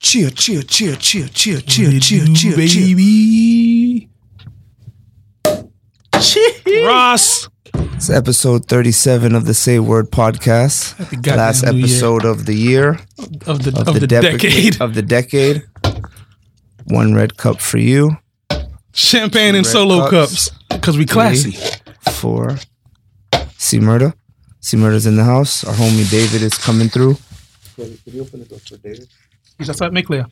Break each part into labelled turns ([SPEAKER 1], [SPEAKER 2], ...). [SPEAKER 1] Chia, chia, chia, chia, chia,
[SPEAKER 2] What
[SPEAKER 1] chia,
[SPEAKER 2] it
[SPEAKER 1] chia,
[SPEAKER 2] do,
[SPEAKER 1] chia, chia.
[SPEAKER 2] baby. Ross.
[SPEAKER 3] It's episode 37 of the Say Word podcast.
[SPEAKER 2] goddamn
[SPEAKER 3] Last
[SPEAKER 2] New Year.
[SPEAKER 3] episode of the year,
[SPEAKER 2] Of the,
[SPEAKER 3] of,
[SPEAKER 2] of the,
[SPEAKER 3] dep-
[SPEAKER 2] decade.
[SPEAKER 3] Of the decade. One red cup for you,
[SPEAKER 2] Champagne and
[SPEAKER 3] Red
[SPEAKER 2] solo cups.
[SPEAKER 3] cups.
[SPEAKER 2] Because we classy.
[SPEAKER 3] for C Murder. C Murder's in the house. Our homie David is coming through.
[SPEAKER 2] He's outside Mayclair.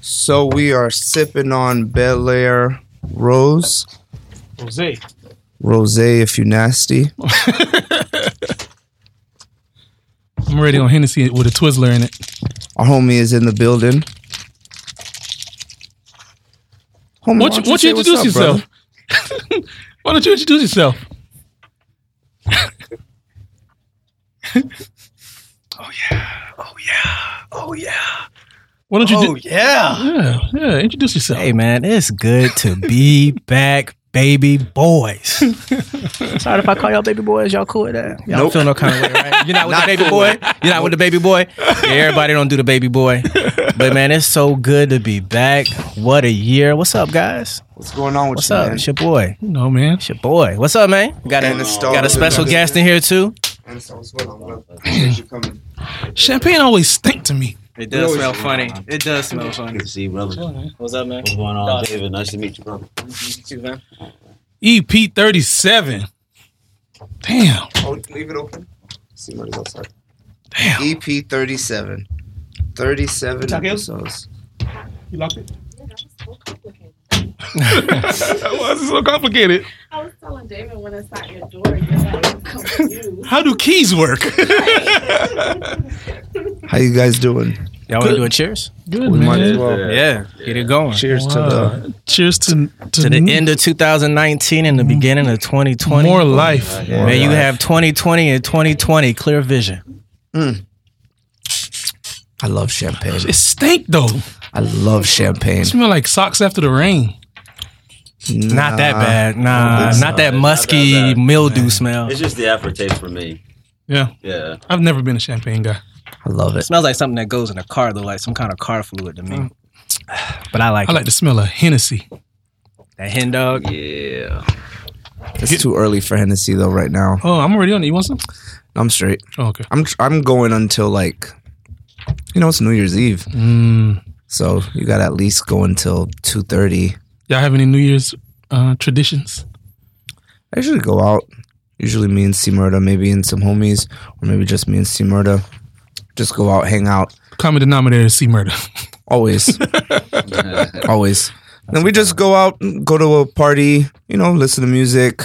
[SPEAKER 3] So we are sipping on Bel Air Rose.
[SPEAKER 2] Jose.
[SPEAKER 3] Rose, if you nasty.
[SPEAKER 2] I'm ready on Hennessy with a Twizzler in it.
[SPEAKER 3] Our homie is in the building. Homie, why
[SPEAKER 2] What,
[SPEAKER 3] don't
[SPEAKER 2] you, what you
[SPEAKER 3] say what's
[SPEAKER 2] introduce
[SPEAKER 3] up, brother?
[SPEAKER 2] yourself? Why don't you introduce yourself?
[SPEAKER 4] Oh yeah.
[SPEAKER 2] Why don't you
[SPEAKER 3] Oh,
[SPEAKER 2] do?
[SPEAKER 4] yeah.
[SPEAKER 2] Yeah, yeah. Introduce yourself.
[SPEAKER 4] Hey man, it's good to be back, baby boys. Sorry if I call y'all baby boys. Y'all cool with that? Y'all don't feel no kind of way, right? You're not with the baby boy. You're not with the baby boy. Yeah, everybody don't do the baby boy. But man, it's so good to be back. What a year. What's up, guys?
[SPEAKER 3] What's going on with
[SPEAKER 4] What's
[SPEAKER 3] you,
[SPEAKER 4] up?
[SPEAKER 3] man?
[SPEAKER 4] It's your boy.
[SPEAKER 2] You know, man.
[SPEAKER 4] It's your boy. What's up, man? Got
[SPEAKER 3] And
[SPEAKER 4] a
[SPEAKER 3] the star
[SPEAKER 4] got a
[SPEAKER 3] of the
[SPEAKER 4] special
[SPEAKER 3] night.
[SPEAKER 4] guest in here too.
[SPEAKER 3] And so what's going on? What- where's you coming?
[SPEAKER 2] Champagne always stink to me.
[SPEAKER 4] It
[SPEAKER 3] does smell
[SPEAKER 4] funny. It does smell funny.
[SPEAKER 5] Good to see you, brother.
[SPEAKER 4] What's up, man?
[SPEAKER 5] What's going on, David? Nice to meet you, brother.
[SPEAKER 2] EP 37. E Damn.
[SPEAKER 3] Oh, leave it open. See what is outside.
[SPEAKER 2] Damn.
[SPEAKER 3] EP 37. 37 episodes.
[SPEAKER 2] You locked it?
[SPEAKER 6] I
[SPEAKER 2] Why is it so complicated?
[SPEAKER 6] was telling David when it's not your door, you're like confused.
[SPEAKER 2] How do keys work?
[SPEAKER 3] How you guys doing?
[SPEAKER 4] Y'all want to do a cheers?
[SPEAKER 2] Good,
[SPEAKER 3] We might as
[SPEAKER 2] man.
[SPEAKER 3] well.
[SPEAKER 4] Yeah, get it going.
[SPEAKER 3] Cheers to the
[SPEAKER 2] Cheers to, to,
[SPEAKER 4] to the end of 2019 and the beginning of 2020.
[SPEAKER 2] Mm-hmm. More life.
[SPEAKER 3] Yeah.
[SPEAKER 4] May you have 2020 and 2020 clear vision.
[SPEAKER 3] I love champagne.
[SPEAKER 2] It stink though. It
[SPEAKER 3] I love champagne.
[SPEAKER 2] smell like socks after the rain.
[SPEAKER 4] Not that bad. Nah,
[SPEAKER 3] so.
[SPEAKER 4] not that
[SPEAKER 5] Not
[SPEAKER 4] musky
[SPEAKER 5] that bad.
[SPEAKER 4] mildew smell.
[SPEAKER 5] It's just the aftertaste for me.
[SPEAKER 2] Yeah.
[SPEAKER 5] Yeah.
[SPEAKER 2] I've never been a champagne guy.
[SPEAKER 3] I love
[SPEAKER 4] It
[SPEAKER 3] it.
[SPEAKER 4] smells like something that goes in a car though, like some kind of car fluid to me. But I like,
[SPEAKER 2] I like the smell of Hennessy.
[SPEAKER 4] it. that hen dog.
[SPEAKER 5] Yeah.
[SPEAKER 3] It's too early for Hennessy though right now.
[SPEAKER 2] Oh, I'm already on it. You want some?
[SPEAKER 3] I'm straight.
[SPEAKER 2] Oh, okay.
[SPEAKER 3] I'm tr- I'm going until like you know, it's New Year's Eve.
[SPEAKER 2] Mm.
[SPEAKER 3] So you got to at least go until 2:30.
[SPEAKER 2] Y'all have any New Year's uh, traditions?
[SPEAKER 3] I usually go out. Usually me and C Murda, maybe and some homies, or maybe just me and C Murda. Just go out, hang out.
[SPEAKER 2] Common denominator is sea murder.
[SPEAKER 3] Always. Always. Then we just go out, and go to a party, you know, listen to music,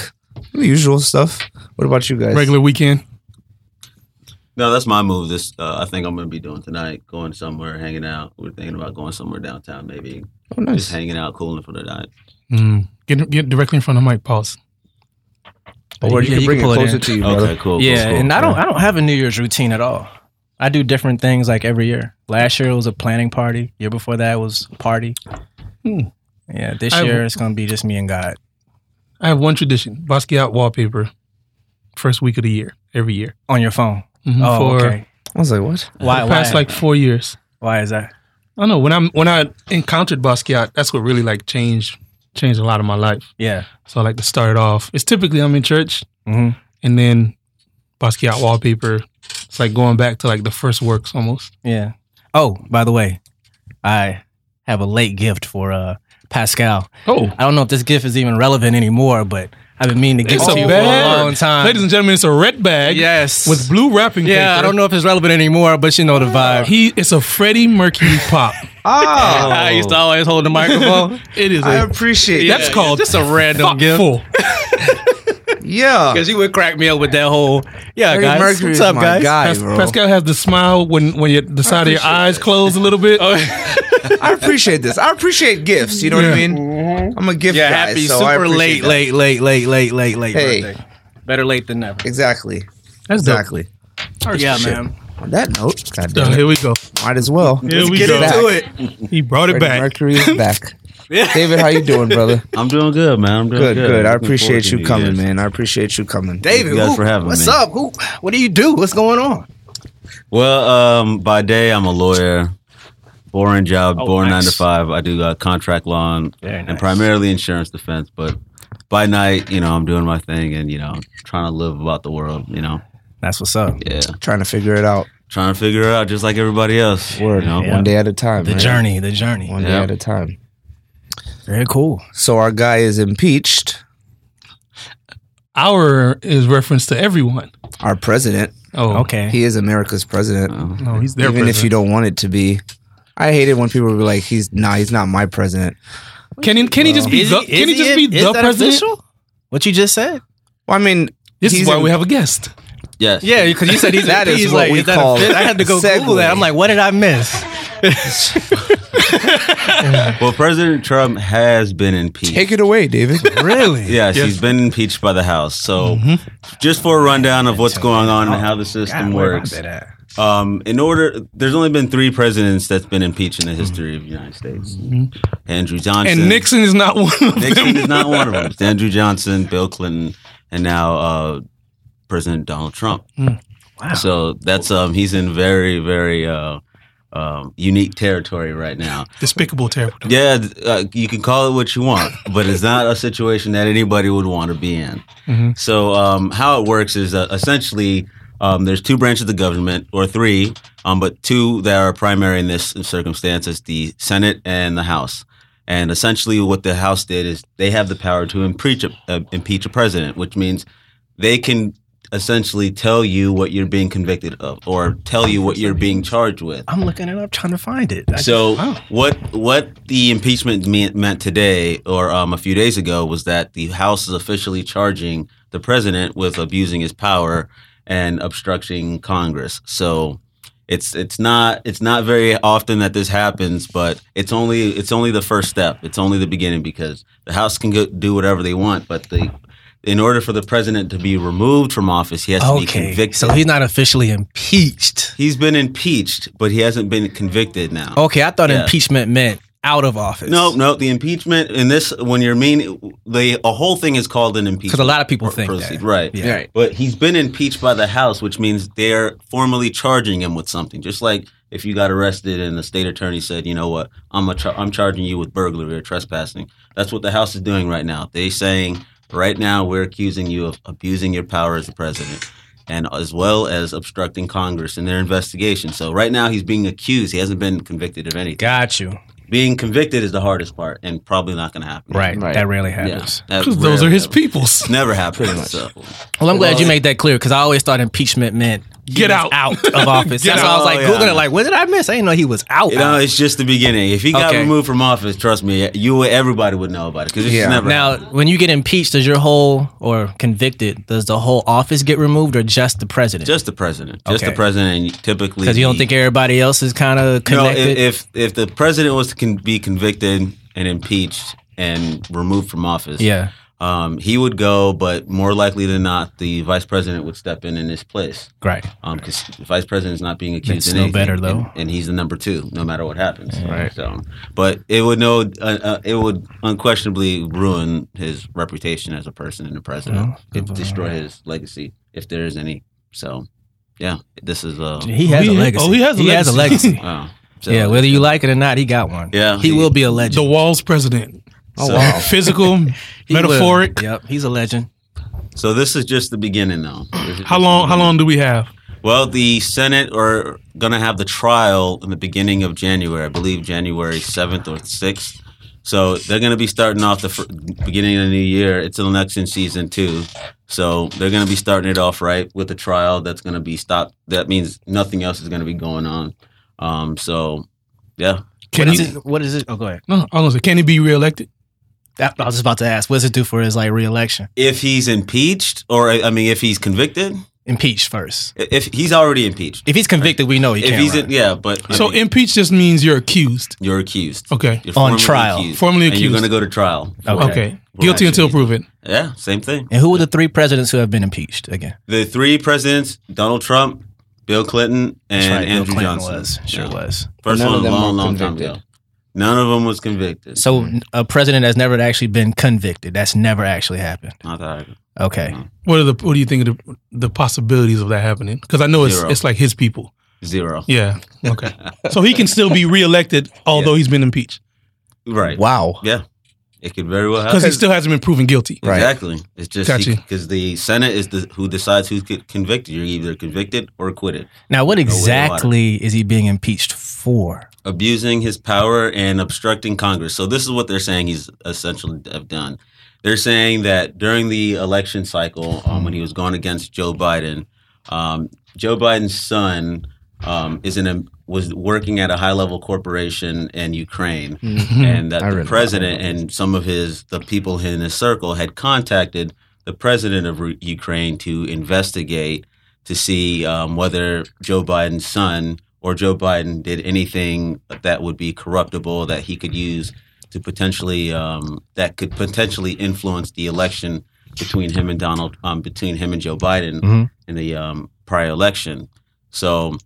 [SPEAKER 3] the usual stuff. What about you guys?
[SPEAKER 2] Regular weekend.
[SPEAKER 5] No, that's my move. This uh, I think I'm gonna be doing tonight. Going somewhere, hanging out. We're thinking about going somewhere downtown, maybe.
[SPEAKER 3] Oh,
[SPEAKER 5] Just
[SPEAKER 3] nice.
[SPEAKER 5] hanging out, cooling for the night.
[SPEAKER 2] Mm. Get get directly in front of Mike. Pause.
[SPEAKER 3] Or Oh, you
[SPEAKER 4] Yeah,
[SPEAKER 3] can
[SPEAKER 4] you
[SPEAKER 3] bring
[SPEAKER 4] can
[SPEAKER 3] it
[SPEAKER 4] pull it
[SPEAKER 3] closer
[SPEAKER 4] in.
[SPEAKER 3] to you, brother.
[SPEAKER 5] Okay, cool.
[SPEAKER 4] Yeah,
[SPEAKER 5] cool, cool.
[SPEAKER 4] and I don't, I don't have a New Year's routine at all. I do different things like every year. Last year it was a planning party. Year before that was a party.
[SPEAKER 2] Hmm.
[SPEAKER 4] Yeah, this
[SPEAKER 2] I-
[SPEAKER 4] year it's gonna be just me and God.
[SPEAKER 2] I have one tradition: Basquiat wallpaper, first week of the year, every year.
[SPEAKER 4] on your phone.
[SPEAKER 2] Mhm,
[SPEAKER 4] Oh,
[SPEAKER 2] for
[SPEAKER 4] okay.
[SPEAKER 3] I was like, what?
[SPEAKER 4] Why?
[SPEAKER 2] the past
[SPEAKER 4] Why?
[SPEAKER 2] like four years.
[SPEAKER 4] why is that?
[SPEAKER 2] I don't know when I'm when I encountered Basquiat, that's what really like changed changed a lot of my life.
[SPEAKER 4] Yeah.
[SPEAKER 2] So I like to start it off. It's typically I'm in church
[SPEAKER 4] hmm
[SPEAKER 2] and then Basquiat wallpaper. It's like going back to like the first works almost.
[SPEAKER 4] Yeah. Oh, by the way, I have a late gift for uh Pascal.
[SPEAKER 2] Oh,
[SPEAKER 4] I don't know if this gift is even relevant anymore, but I've been meaning to give
[SPEAKER 2] It's
[SPEAKER 4] it
[SPEAKER 2] a
[SPEAKER 4] to you
[SPEAKER 2] bag.
[SPEAKER 4] for a long time.
[SPEAKER 2] ladies and gentlemen, it's a red bag
[SPEAKER 4] yes.
[SPEAKER 2] with blue wrapping paper.
[SPEAKER 4] yeah, I don't know if it's relevant anymore, but you know the vibe.
[SPEAKER 2] He it's a Freddie Mercury pop.
[SPEAKER 3] Ah,
[SPEAKER 4] I used to always hold the microphone.
[SPEAKER 2] it is
[SPEAKER 3] I
[SPEAKER 2] a
[SPEAKER 3] appreciate
[SPEAKER 2] that's
[SPEAKER 3] that.
[SPEAKER 2] called
[SPEAKER 4] just a random gift.
[SPEAKER 2] full.
[SPEAKER 3] Yeah.
[SPEAKER 4] Because you would crack me up with that whole, yeah,
[SPEAKER 3] Freddie
[SPEAKER 4] guys.
[SPEAKER 3] Mercury
[SPEAKER 4] what's
[SPEAKER 3] is
[SPEAKER 4] up,
[SPEAKER 3] my
[SPEAKER 4] guys?
[SPEAKER 3] guy,
[SPEAKER 2] Pas-
[SPEAKER 3] bro.
[SPEAKER 2] Pascal has the smile when when your, the side of your eyes close a little bit.
[SPEAKER 3] I appreciate this. I appreciate gifts. You know what I
[SPEAKER 2] Yeah.
[SPEAKER 3] mean? I'm a gift
[SPEAKER 4] Yeah,
[SPEAKER 3] guy.
[SPEAKER 4] happy,
[SPEAKER 3] so I
[SPEAKER 4] super
[SPEAKER 3] appreciate
[SPEAKER 4] late,
[SPEAKER 3] that.
[SPEAKER 4] late, late, late, late, late, late
[SPEAKER 3] Hey.
[SPEAKER 4] birthday. Better late than never.
[SPEAKER 3] Exactly.
[SPEAKER 2] That's dope.
[SPEAKER 3] Exactly.
[SPEAKER 4] Oh, Yeah, man.
[SPEAKER 3] On that note, God
[SPEAKER 2] So
[SPEAKER 3] damn it,
[SPEAKER 2] here we go.
[SPEAKER 3] might as well.
[SPEAKER 2] Here
[SPEAKER 3] Let's
[SPEAKER 2] we
[SPEAKER 3] get
[SPEAKER 2] go.
[SPEAKER 3] it back.
[SPEAKER 2] He brought it
[SPEAKER 3] Freddie
[SPEAKER 2] back.
[SPEAKER 3] Mercury is back. David, how you doing, brother?
[SPEAKER 5] I'm doing good, man. I'm doing
[SPEAKER 3] Good,
[SPEAKER 5] good.
[SPEAKER 3] good. I
[SPEAKER 5] Looking forward
[SPEAKER 3] appreciate
[SPEAKER 5] to
[SPEAKER 3] you
[SPEAKER 5] New
[SPEAKER 3] coming,
[SPEAKER 5] Year's.
[SPEAKER 3] man. I appreciate you coming.
[SPEAKER 4] David,
[SPEAKER 5] you guys
[SPEAKER 4] who-
[SPEAKER 5] for having
[SPEAKER 4] what's
[SPEAKER 5] me.
[SPEAKER 4] up? Who, what do you do? What's going on?
[SPEAKER 5] Well, um, by day I'm a lawyer. Boring job,
[SPEAKER 4] Oh,
[SPEAKER 5] boring nine to
[SPEAKER 4] nice.
[SPEAKER 5] five. I do uh, contract law and,
[SPEAKER 4] Very
[SPEAKER 5] and
[SPEAKER 4] nice.
[SPEAKER 5] primarily insurance defense. But by night, you know, I'm doing my thing and you know, trying to live about the world. You know,
[SPEAKER 4] That's what's up.
[SPEAKER 5] yeah,
[SPEAKER 3] Trying to figure it out.
[SPEAKER 5] trying to figure it out just like everybody else.
[SPEAKER 3] Word.
[SPEAKER 5] you know?
[SPEAKER 3] One day at a time.
[SPEAKER 4] The
[SPEAKER 3] man.
[SPEAKER 4] journey, the journey.
[SPEAKER 3] One day
[SPEAKER 5] Yeah.
[SPEAKER 3] at a time.
[SPEAKER 4] Very cool.
[SPEAKER 3] So our guy is impeached.
[SPEAKER 2] Our is reference to everyone.
[SPEAKER 3] Our president.
[SPEAKER 2] Oh,
[SPEAKER 4] Okay.
[SPEAKER 3] He is America's president.
[SPEAKER 5] Oh,
[SPEAKER 2] No, he's there.
[SPEAKER 3] Even if you don't want it to be. I hate it when people be like, "He's nah, he's not my president."
[SPEAKER 2] can he, can he just be the, can he just be the president?
[SPEAKER 4] What you just said?
[SPEAKER 3] Well, I mean,
[SPEAKER 2] This
[SPEAKER 3] he's
[SPEAKER 2] is why
[SPEAKER 3] in-
[SPEAKER 2] we have a guest.
[SPEAKER 5] Yes.
[SPEAKER 4] Yeah, because you said he's
[SPEAKER 3] That
[SPEAKER 4] that
[SPEAKER 3] is
[SPEAKER 4] is
[SPEAKER 3] what
[SPEAKER 4] like,
[SPEAKER 3] we
[SPEAKER 4] is that a
[SPEAKER 3] call
[SPEAKER 4] fifth? I had to go
[SPEAKER 3] segue.
[SPEAKER 4] Google that. I'm like, what did I miss?
[SPEAKER 5] Well, President Trump has been impeached.
[SPEAKER 3] take it away, David.
[SPEAKER 4] Really?
[SPEAKER 5] Yes, he's been impeached by the House. So, just for a rundown of what's going on and how the system
[SPEAKER 4] God, where
[SPEAKER 5] works,
[SPEAKER 4] have I been at?
[SPEAKER 5] um, in order, there's only been three presidents that's been impeached in the history of the United States. Andrew Johnson
[SPEAKER 2] And Nixon is not one of them.
[SPEAKER 5] Nixon is not one of them. It's Andrew Johnson, Bill Clinton, and now uh, President Donald Trump.
[SPEAKER 2] Hmm.
[SPEAKER 4] Wow.
[SPEAKER 5] So that's um, he's in very very uh, um, unique territory right now.
[SPEAKER 2] Despicable, terrible.
[SPEAKER 5] Yeah, th- uh, you can call it what you want, but it's not a situation that anybody would want to be in. So, um, how it works is uh, essentially um, there's two branches of the government, or three, um, but two that are primary in this circumstance is the Senate and the House. And essentially, what the House did is they have the power to impeach a, uh, impeach a president, which means they can essentially tell you what you're being convicted of or tell you what you're being charged with.
[SPEAKER 4] I'm looking it up, trying to find it. I
[SPEAKER 5] So
[SPEAKER 4] just- wow.
[SPEAKER 5] what what the impeachment meant, meant today, or um, a few days ago, was that the House is officially charging the president with abusing his power and obstructing Congress. So it's it's not it's not very often that this happens, but it's only it's only the first step. It's only the beginning because the House can go, do whatever they want, but the in order for the president to be removed from office, he has to be
[SPEAKER 4] okay.
[SPEAKER 5] convicted.
[SPEAKER 4] So he's not officially impeached.
[SPEAKER 5] he's been impeached, but he hasn't been convicted now.
[SPEAKER 4] Okay, I thought
[SPEAKER 5] Yeah.
[SPEAKER 4] impeachment meant out of office.
[SPEAKER 5] No, no, the impeachment in this when you're mean the a whole thing is called an impeachment.
[SPEAKER 4] Because a lot of people
[SPEAKER 5] pro-
[SPEAKER 4] think that.
[SPEAKER 5] proceed, right?
[SPEAKER 4] Yeah.
[SPEAKER 3] Right.
[SPEAKER 5] But he's been impeached by the House, which means they're formally charging him with something. Just like if you got arrested and the state attorney said, you know what, I'm a char- I'm charging you with burglary or trespassing. That's what the House is doing right now. They saying right now we're accusing you of abusing your power as the president. And as well as obstructing Congress in their investigation. So right now he's being accused. He hasn't been convicted of anything
[SPEAKER 4] Got you.
[SPEAKER 5] being convicted is the hardest part and probably not going to happen.
[SPEAKER 4] Right.
[SPEAKER 3] Right.
[SPEAKER 4] That rarely
[SPEAKER 5] Yeah.
[SPEAKER 4] happens.
[SPEAKER 5] That
[SPEAKER 2] Because those are
[SPEAKER 5] rarely
[SPEAKER 2] his
[SPEAKER 5] ever-
[SPEAKER 2] peoples.
[SPEAKER 5] Never happened. So.
[SPEAKER 4] Well, I'm glad you made that clear because I always thought impeachment meant he
[SPEAKER 2] Get
[SPEAKER 4] was
[SPEAKER 2] out.
[SPEAKER 4] out of office.
[SPEAKER 2] Get
[SPEAKER 4] That's why I was
[SPEAKER 5] out.
[SPEAKER 4] like
[SPEAKER 5] Oh, yeah.
[SPEAKER 4] googling it. Like, what did I miss? I didn't know he was out.
[SPEAKER 5] You know, it's just the beginning. If he got
[SPEAKER 4] Okay.
[SPEAKER 5] removed from office, trust me, you would- everybody would know about it because it's
[SPEAKER 3] Yeah.
[SPEAKER 5] just never.
[SPEAKER 4] Now, when you get impeached, does your whole or convicted, does the whole office get removed or just the president?
[SPEAKER 5] just the president, just
[SPEAKER 4] Okay.
[SPEAKER 5] the president, and typically
[SPEAKER 4] because you don't
[SPEAKER 5] the-
[SPEAKER 4] think everybody else is kind of
[SPEAKER 5] No,
[SPEAKER 4] connected.
[SPEAKER 5] if, if if the president was to con- be convicted and impeached and removed from office,
[SPEAKER 4] yeah.
[SPEAKER 5] um, he would go. But more likely than not, the vice president would step in in his place.
[SPEAKER 4] Right.
[SPEAKER 5] because the Um, vice president is not being
[SPEAKER 4] Vince
[SPEAKER 5] accused. of
[SPEAKER 4] know
[SPEAKER 5] anything,
[SPEAKER 4] better, though.
[SPEAKER 5] and, and he's the number two, no matter what happens. Right. So, but it would know, uh, uh, it would unquestionably ruin his reputation as a person and a president. It'd destroy his legacy if there is any. So, yeah, this is uh,
[SPEAKER 4] He has
[SPEAKER 2] He-
[SPEAKER 4] a legacy.
[SPEAKER 2] oh, he has a legacy.
[SPEAKER 4] legacy.
[SPEAKER 5] wow. So,
[SPEAKER 4] yeah, whether you like it or not, he got one.
[SPEAKER 5] Yeah,
[SPEAKER 4] He,
[SPEAKER 5] he-
[SPEAKER 4] will be a legend.
[SPEAKER 2] The Walls president.
[SPEAKER 4] oh,
[SPEAKER 5] so,
[SPEAKER 2] Physical,
[SPEAKER 4] He will.
[SPEAKER 2] metaphoric.
[SPEAKER 4] Yep. He's a legend.
[SPEAKER 5] so this is just the beginning, though. This is
[SPEAKER 2] How
[SPEAKER 5] just
[SPEAKER 2] long?
[SPEAKER 5] the
[SPEAKER 2] How long do we have?
[SPEAKER 5] Well, the Senate are going to have the trial in the beginning of January, I believe January 7th or 6th. So they're going to be starting off the fir- beginning of the new year. It's an election season, too. So they're going to be starting it off right with a trial that's going to be stopped. That means nothing else is going to be going on. Um, so, yeah.
[SPEAKER 2] Can
[SPEAKER 4] what, is
[SPEAKER 2] he?
[SPEAKER 4] it, what is it? Oh, go ahead.
[SPEAKER 2] No, I was gonna say, can he be reelected?
[SPEAKER 4] That- I was just about to ask, what does it do for his like reelection?
[SPEAKER 5] If he's impeached, or I I mean, if he's convicted,
[SPEAKER 4] Impeach first.
[SPEAKER 5] i- if he's already impeached.
[SPEAKER 4] If he's convicted, we know he
[SPEAKER 5] If
[SPEAKER 4] can't.
[SPEAKER 5] he's,
[SPEAKER 4] run.
[SPEAKER 5] in, yeah, but I
[SPEAKER 2] So
[SPEAKER 5] mean,
[SPEAKER 2] impeach just means you're accused.
[SPEAKER 5] you're accused.
[SPEAKER 2] Okay.
[SPEAKER 5] You're
[SPEAKER 4] On
[SPEAKER 5] formally
[SPEAKER 4] trial.
[SPEAKER 2] Formally
[SPEAKER 5] And you're
[SPEAKER 2] accused.
[SPEAKER 5] going to go to trial.
[SPEAKER 4] Okay.
[SPEAKER 2] Okay. Guilty until
[SPEAKER 5] Right.
[SPEAKER 2] proven.
[SPEAKER 5] Yeah, same thing.
[SPEAKER 4] and who are the three presidents who have been impeached again?
[SPEAKER 5] The three presidents: Donald Trump, Bill Clinton, and
[SPEAKER 4] That's right, Bill
[SPEAKER 5] Andrew
[SPEAKER 4] Clinton
[SPEAKER 5] Johnson.
[SPEAKER 4] was. Sure
[SPEAKER 5] Yeah.
[SPEAKER 4] was.
[SPEAKER 5] First
[SPEAKER 3] None of
[SPEAKER 5] one a
[SPEAKER 3] them
[SPEAKER 5] long,
[SPEAKER 3] were
[SPEAKER 5] long time
[SPEAKER 3] convicted.
[SPEAKER 5] ago. None of them was convicted.
[SPEAKER 4] So a president has never actually been convicted. That's never actually happened.
[SPEAKER 5] Not that I could-
[SPEAKER 4] Okay.
[SPEAKER 5] Hmm.
[SPEAKER 2] What are the? What do you think of the, the possibilities of that happening? Because I know it's
[SPEAKER 5] Zero.
[SPEAKER 2] it's like his people.
[SPEAKER 5] Zero.
[SPEAKER 2] Yeah. Okay. so he can still be reelected, although he's been impeached
[SPEAKER 5] Right.
[SPEAKER 3] Wow.
[SPEAKER 5] Yeah. It could very well happen.
[SPEAKER 2] because he still hasn't been proven guilty.
[SPEAKER 3] Right.
[SPEAKER 5] Exactly. It's just
[SPEAKER 2] Gotcha.
[SPEAKER 5] because the Senate is the, who decides who's get convicted. You're either convicted or acquitted.
[SPEAKER 4] Now, what
[SPEAKER 5] way to
[SPEAKER 4] exactly is he being impeached for?
[SPEAKER 5] abusing his power and obstructing Congress. So this is what they're saying he's essentially have done. They're saying that during the election cycle, um, when he was going against Joe Biden, um, Joe Biden's son um, is in a, was working at a high level corporation in Ukraine, and that
[SPEAKER 3] Mm-hmm. I read
[SPEAKER 5] the
[SPEAKER 3] about
[SPEAKER 5] president and some of his the people in his circle had contacted the president of Ru- Ukraine to investigate to see um, whether Joe Biden's son or Joe Biden did anything that would be corruptible that he could use to potentially um, that could potentially influence the election between him and Donald um, between him and Joe Biden
[SPEAKER 4] Mhm.
[SPEAKER 5] in the um, prior election. So,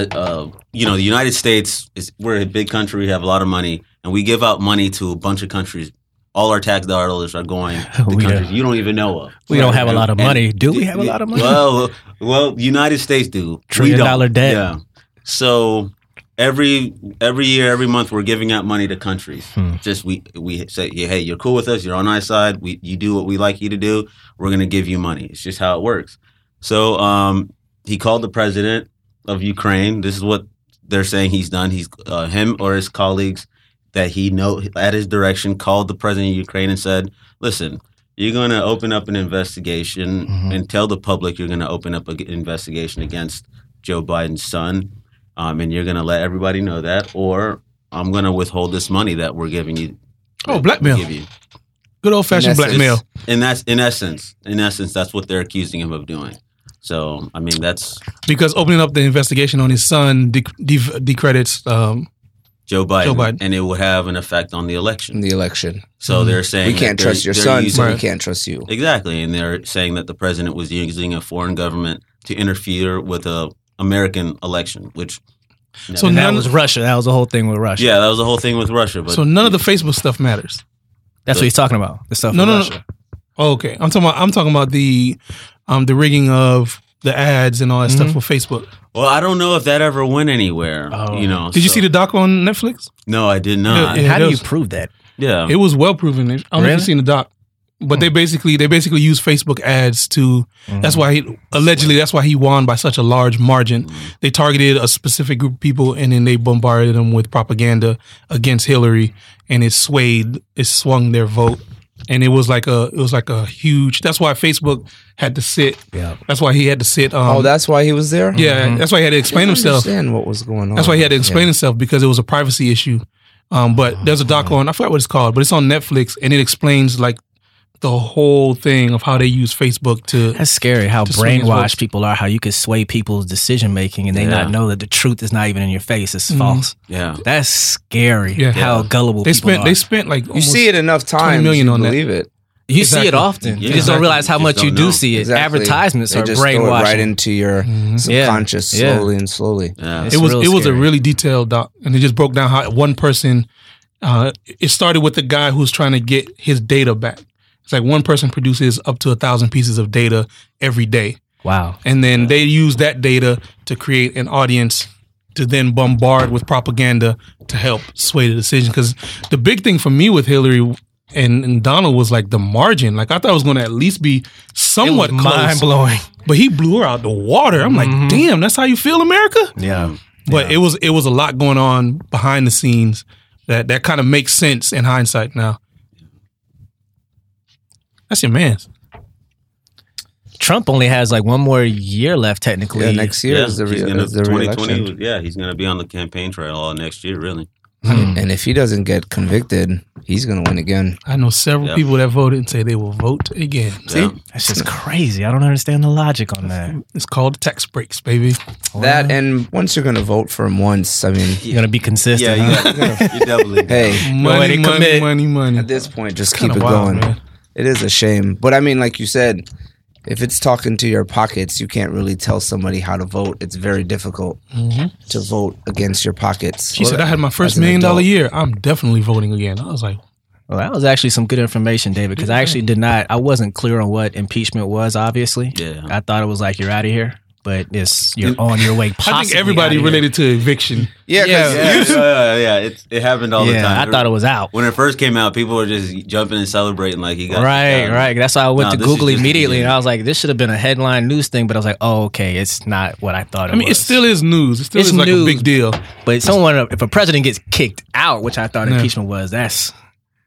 [SPEAKER 5] uh, uh, you know, the United States is we're a big country, we have a lot of money, and we give out money to a bunch of countries. All our tax dollars are going to
[SPEAKER 4] We uh,
[SPEAKER 5] countries you don't even know of.
[SPEAKER 4] We don't have a lot of
[SPEAKER 5] And-
[SPEAKER 4] money. Do we have a lot of money?
[SPEAKER 5] Well, well, United States do.
[SPEAKER 4] Trillion
[SPEAKER 5] we don't.
[SPEAKER 4] dollar debt.
[SPEAKER 5] Yeah. So every every year, every month, we're giving out money to countries.
[SPEAKER 4] Hmm.
[SPEAKER 5] Just we we say, yeah, hey, you're cool with us. You're on our side. We you do what we like you to do. We're gonna give you money. It's just how it works. So um, he called the president of Ukraine. This is what they're saying he's done. He's uh, him or his colleagues that he know at his direction called the president of Ukraine and said, "Listen, you're going to open up an investigation and tell the public you're going to open up an investigation against Joe Biden's son, um, and you're going to let everybody know that, or I'm going to withhold this money that we're giving you."
[SPEAKER 2] Oh, blackmail.
[SPEAKER 5] we give you.
[SPEAKER 2] Good old fashioned
[SPEAKER 3] And that's
[SPEAKER 2] blackmail.
[SPEAKER 5] And that's in essence, in essence, that's what they're accusing him of doing. So, I mean, that's
[SPEAKER 2] Because opening up the investigation on his son dec- dec- decredits. Um,
[SPEAKER 5] Joe Biden,
[SPEAKER 2] Joe Biden. Mm-hmm.
[SPEAKER 5] and it would have an effect on the
[SPEAKER 3] In
[SPEAKER 5] election.
[SPEAKER 3] the election,
[SPEAKER 5] So they're saying
[SPEAKER 3] we
[SPEAKER 5] that
[SPEAKER 3] can't
[SPEAKER 5] they're-
[SPEAKER 3] trust your
[SPEAKER 5] they're
[SPEAKER 3] son,
[SPEAKER 5] using-
[SPEAKER 3] so
[SPEAKER 5] Um,
[SPEAKER 3] we
[SPEAKER 2] Right.
[SPEAKER 3] can't trust you.
[SPEAKER 5] Exactly, and they're saying that the president was using a foreign government to interfere with a American election, which
[SPEAKER 2] so
[SPEAKER 4] And that
[SPEAKER 2] none.
[SPEAKER 4] was Russia. That was the whole thing with Russia.
[SPEAKER 5] yeah, that was the whole thing with Russia. But
[SPEAKER 2] so none of the Facebook stuff matters.
[SPEAKER 4] That's what he's talking about. The stuff
[SPEAKER 2] No,
[SPEAKER 4] with
[SPEAKER 2] no, no.
[SPEAKER 4] Russia.
[SPEAKER 2] Oh, okay, I'm talking about. I'm talking about the, um, the rigging of the ads and all that stuff for Facebook.
[SPEAKER 5] well, I don't know if that ever went anywhere.
[SPEAKER 4] Oh.
[SPEAKER 5] You know?
[SPEAKER 2] Did you
[SPEAKER 5] so-
[SPEAKER 2] see the doc on Netflix?
[SPEAKER 5] No, I did not.
[SPEAKER 2] Yeah,
[SPEAKER 5] Yeah,
[SPEAKER 2] yeah.
[SPEAKER 4] How do
[SPEAKER 2] that
[SPEAKER 4] you
[SPEAKER 2] was-
[SPEAKER 4] prove that?
[SPEAKER 2] It was well proven. I don't know if
[SPEAKER 4] Um, Really? Hmm.
[SPEAKER 2] you've seen the doc, but they basically they basically use Facebook ads to.
[SPEAKER 4] Mm-hmm.
[SPEAKER 2] That's why he allegedly that's why he won by such a large margin.
[SPEAKER 4] Hmm.
[SPEAKER 2] They targeted a specific group of people and then they bombarded them with propaganda against Hillary, and it swayed it swung their vote, and it was like a it was like a huge. That's why Facebook had to sit.
[SPEAKER 4] Yeah. Mm-hmm.
[SPEAKER 2] That's why he had to sit. Um,
[SPEAKER 3] Oh, that's why he was there.
[SPEAKER 2] yeah. That's why he had to
[SPEAKER 3] I
[SPEAKER 2] explain
[SPEAKER 3] didn't
[SPEAKER 2] himself.
[SPEAKER 3] Understand what was going on.
[SPEAKER 2] That's why he had to explain himself because it was a privacy issue. Um, but there's a doc on I forgot what it's called, but it's on Netflix and it explains like the whole thing of how they use Facebook to.
[SPEAKER 4] That's scary how
[SPEAKER 2] To swing his votes.
[SPEAKER 4] brainwashed people are, how you can sway people's decision making and they
[SPEAKER 5] Yeah.
[SPEAKER 4] not know that the truth is not even in your face. It's false.
[SPEAKER 5] yeah.
[SPEAKER 4] That's scary
[SPEAKER 2] Mm-hmm. Yeah.
[SPEAKER 4] how gullible
[SPEAKER 2] They
[SPEAKER 4] people
[SPEAKER 2] spent
[SPEAKER 4] are.
[SPEAKER 2] they spent like
[SPEAKER 3] You see it enough times,
[SPEAKER 2] million
[SPEAKER 3] you
[SPEAKER 2] on that.
[SPEAKER 3] believe it.
[SPEAKER 4] you see
[SPEAKER 2] Exactly.
[SPEAKER 4] it often.
[SPEAKER 5] Yeah.
[SPEAKER 4] You just don't
[SPEAKER 5] Exactly.
[SPEAKER 4] realize how
[SPEAKER 5] You
[SPEAKER 4] much
[SPEAKER 5] just
[SPEAKER 4] you
[SPEAKER 5] don't
[SPEAKER 4] do
[SPEAKER 5] know.
[SPEAKER 4] see it.
[SPEAKER 3] Exactly.
[SPEAKER 4] Advertisements
[SPEAKER 3] They
[SPEAKER 4] are
[SPEAKER 3] just throw it
[SPEAKER 4] brainwashing.
[SPEAKER 3] right into your
[SPEAKER 4] Yeah.
[SPEAKER 3] subconscious
[SPEAKER 4] Yeah.
[SPEAKER 3] slowly and slowly.
[SPEAKER 5] yeah.
[SPEAKER 4] It's
[SPEAKER 2] it was
[SPEAKER 4] real
[SPEAKER 2] it was a
[SPEAKER 4] scary.
[SPEAKER 2] really detailed doc and it just broke down how one person. Uh, it started with the guy who's trying to get his data back. It's like one person produces up to a thousand pieces of data every day.
[SPEAKER 4] wow.
[SPEAKER 2] And then they use that data to create an audience to then bombard with propaganda to help sway the decision. Because the big thing for me with Hillary and, and Donald was like the margin. Like I thought it was going to at least be somewhat
[SPEAKER 4] mind
[SPEAKER 2] close,
[SPEAKER 4] blowing.
[SPEAKER 2] but he blew her out the water. I'm like, damn, that's how you feel, America.
[SPEAKER 4] Mm-hmm. Yeah.
[SPEAKER 2] But it was it was a lot going on behind the scenes that that kind of makes sense in hindsight now. That's your man.
[SPEAKER 4] Trump only has like one more year left technically.
[SPEAKER 3] Yeah, next year
[SPEAKER 5] Yeah,
[SPEAKER 3] is the,
[SPEAKER 5] he's
[SPEAKER 3] re-
[SPEAKER 5] gonna-
[SPEAKER 3] is the re-election.
[SPEAKER 5] 2020, yeah, he's going to be on the campaign trail all next year, really.
[SPEAKER 4] Hmm.
[SPEAKER 3] And if he doesn't get convicted, he's going to win again.
[SPEAKER 2] I know several
[SPEAKER 5] Yeah.
[SPEAKER 2] people that voted and say they will vote again.
[SPEAKER 5] Yeah.
[SPEAKER 4] That's just crazy. I don't understand the logic on that.
[SPEAKER 2] It's called tax breaks, baby.
[SPEAKER 4] Oh,
[SPEAKER 3] That and once you're going to vote for him once, I mean,
[SPEAKER 4] You're gonna be
[SPEAKER 5] Yeah,
[SPEAKER 4] consistent. huh?
[SPEAKER 5] you got- you're doubly.
[SPEAKER 3] hey,
[SPEAKER 2] Money,
[SPEAKER 4] ahead and
[SPEAKER 2] money,
[SPEAKER 4] commit.
[SPEAKER 2] money, money,
[SPEAKER 3] at this point, just keep
[SPEAKER 2] Kinda
[SPEAKER 3] it
[SPEAKER 2] wild,
[SPEAKER 3] going.
[SPEAKER 2] man.
[SPEAKER 3] It is a shame, but I mean, like you said, if it's talking to your pockets, you can't really tell somebody how to vote. It's very difficult to vote against your pockets.
[SPEAKER 2] Mm-hmm. She said, "I had my
[SPEAKER 3] As
[SPEAKER 2] first
[SPEAKER 3] an
[SPEAKER 2] million dollar
[SPEAKER 3] adult.
[SPEAKER 2] year. I'm definitely voting again." I was like,
[SPEAKER 4] Well, that was actually some good information, David, because I actually did not, I wasn't clear on what impeachment was, obviously.
[SPEAKER 5] Yeah. Mm.
[SPEAKER 4] I thought it was like, you're out of here. but it's you're on your way.
[SPEAKER 2] I think everybody related to eviction.
[SPEAKER 3] Yeah, 'cause
[SPEAKER 4] Yeah.
[SPEAKER 5] Yeah, yeah, yeah. It's, it happened all the
[SPEAKER 4] Yeah,
[SPEAKER 5] time.
[SPEAKER 4] I thought it was out.
[SPEAKER 5] when it first came out. People were just jumping and celebrating like he got
[SPEAKER 4] Right,
[SPEAKER 5] down.
[SPEAKER 4] right. That's why I went
[SPEAKER 5] Nah,
[SPEAKER 4] to
[SPEAKER 5] this is
[SPEAKER 4] Google
[SPEAKER 5] just
[SPEAKER 4] immediately,
[SPEAKER 5] the
[SPEAKER 4] and I was like, "This should have been a headline news thing," but I was like, "Oh, okay, it's not what I thought." It
[SPEAKER 2] I mean,
[SPEAKER 4] was.
[SPEAKER 2] it still is news. It still
[SPEAKER 4] It's
[SPEAKER 2] is like
[SPEAKER 4] news.
[SPEAKER 2] a big deal.
[SPEAKER 4] But someone, if a president gets kicked out, which I thought impeachment was, that's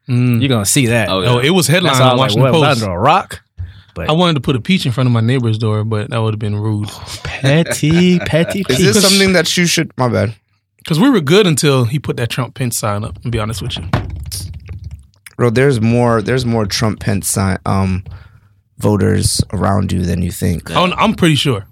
[SPEAKER 2] Mm.
[SPEAKER 4] you're gonna see that.
[SPEAKER 5] Oh, yeah.
[SPEAKER 2] Oh, it was
[SPEAKER 4] that's
[SPEAKER 2] headline
[SPEAKER 4] why I
[SPEAKER 2] on
[SPEAKER 4] was
[SPEAKER 2] Washington
[SPEAKER 4] like, what, was I
[SPEAKER 2] Post.
[SPEAKER 4] under a rock.
[SPEAKER 2] I wanted to put a peach in front of my neighbor's door, but that would have been rude.
[SPEAKER 4] Petty, petty,
[SPEAKER 3] Is
[SPEAKER 4] petty.
[SPEAKER 3] this something that you should? My bad.
[SPEAKER 2] Because we were good until he put that Trump Pence sign up. And be honest with you,
[SPEAKER 3] Bro, there's more. There's more Trump Pence sign, um, voters around you than you think.
[SPEAKER 2] I'm, Oh, I'm pretty sure.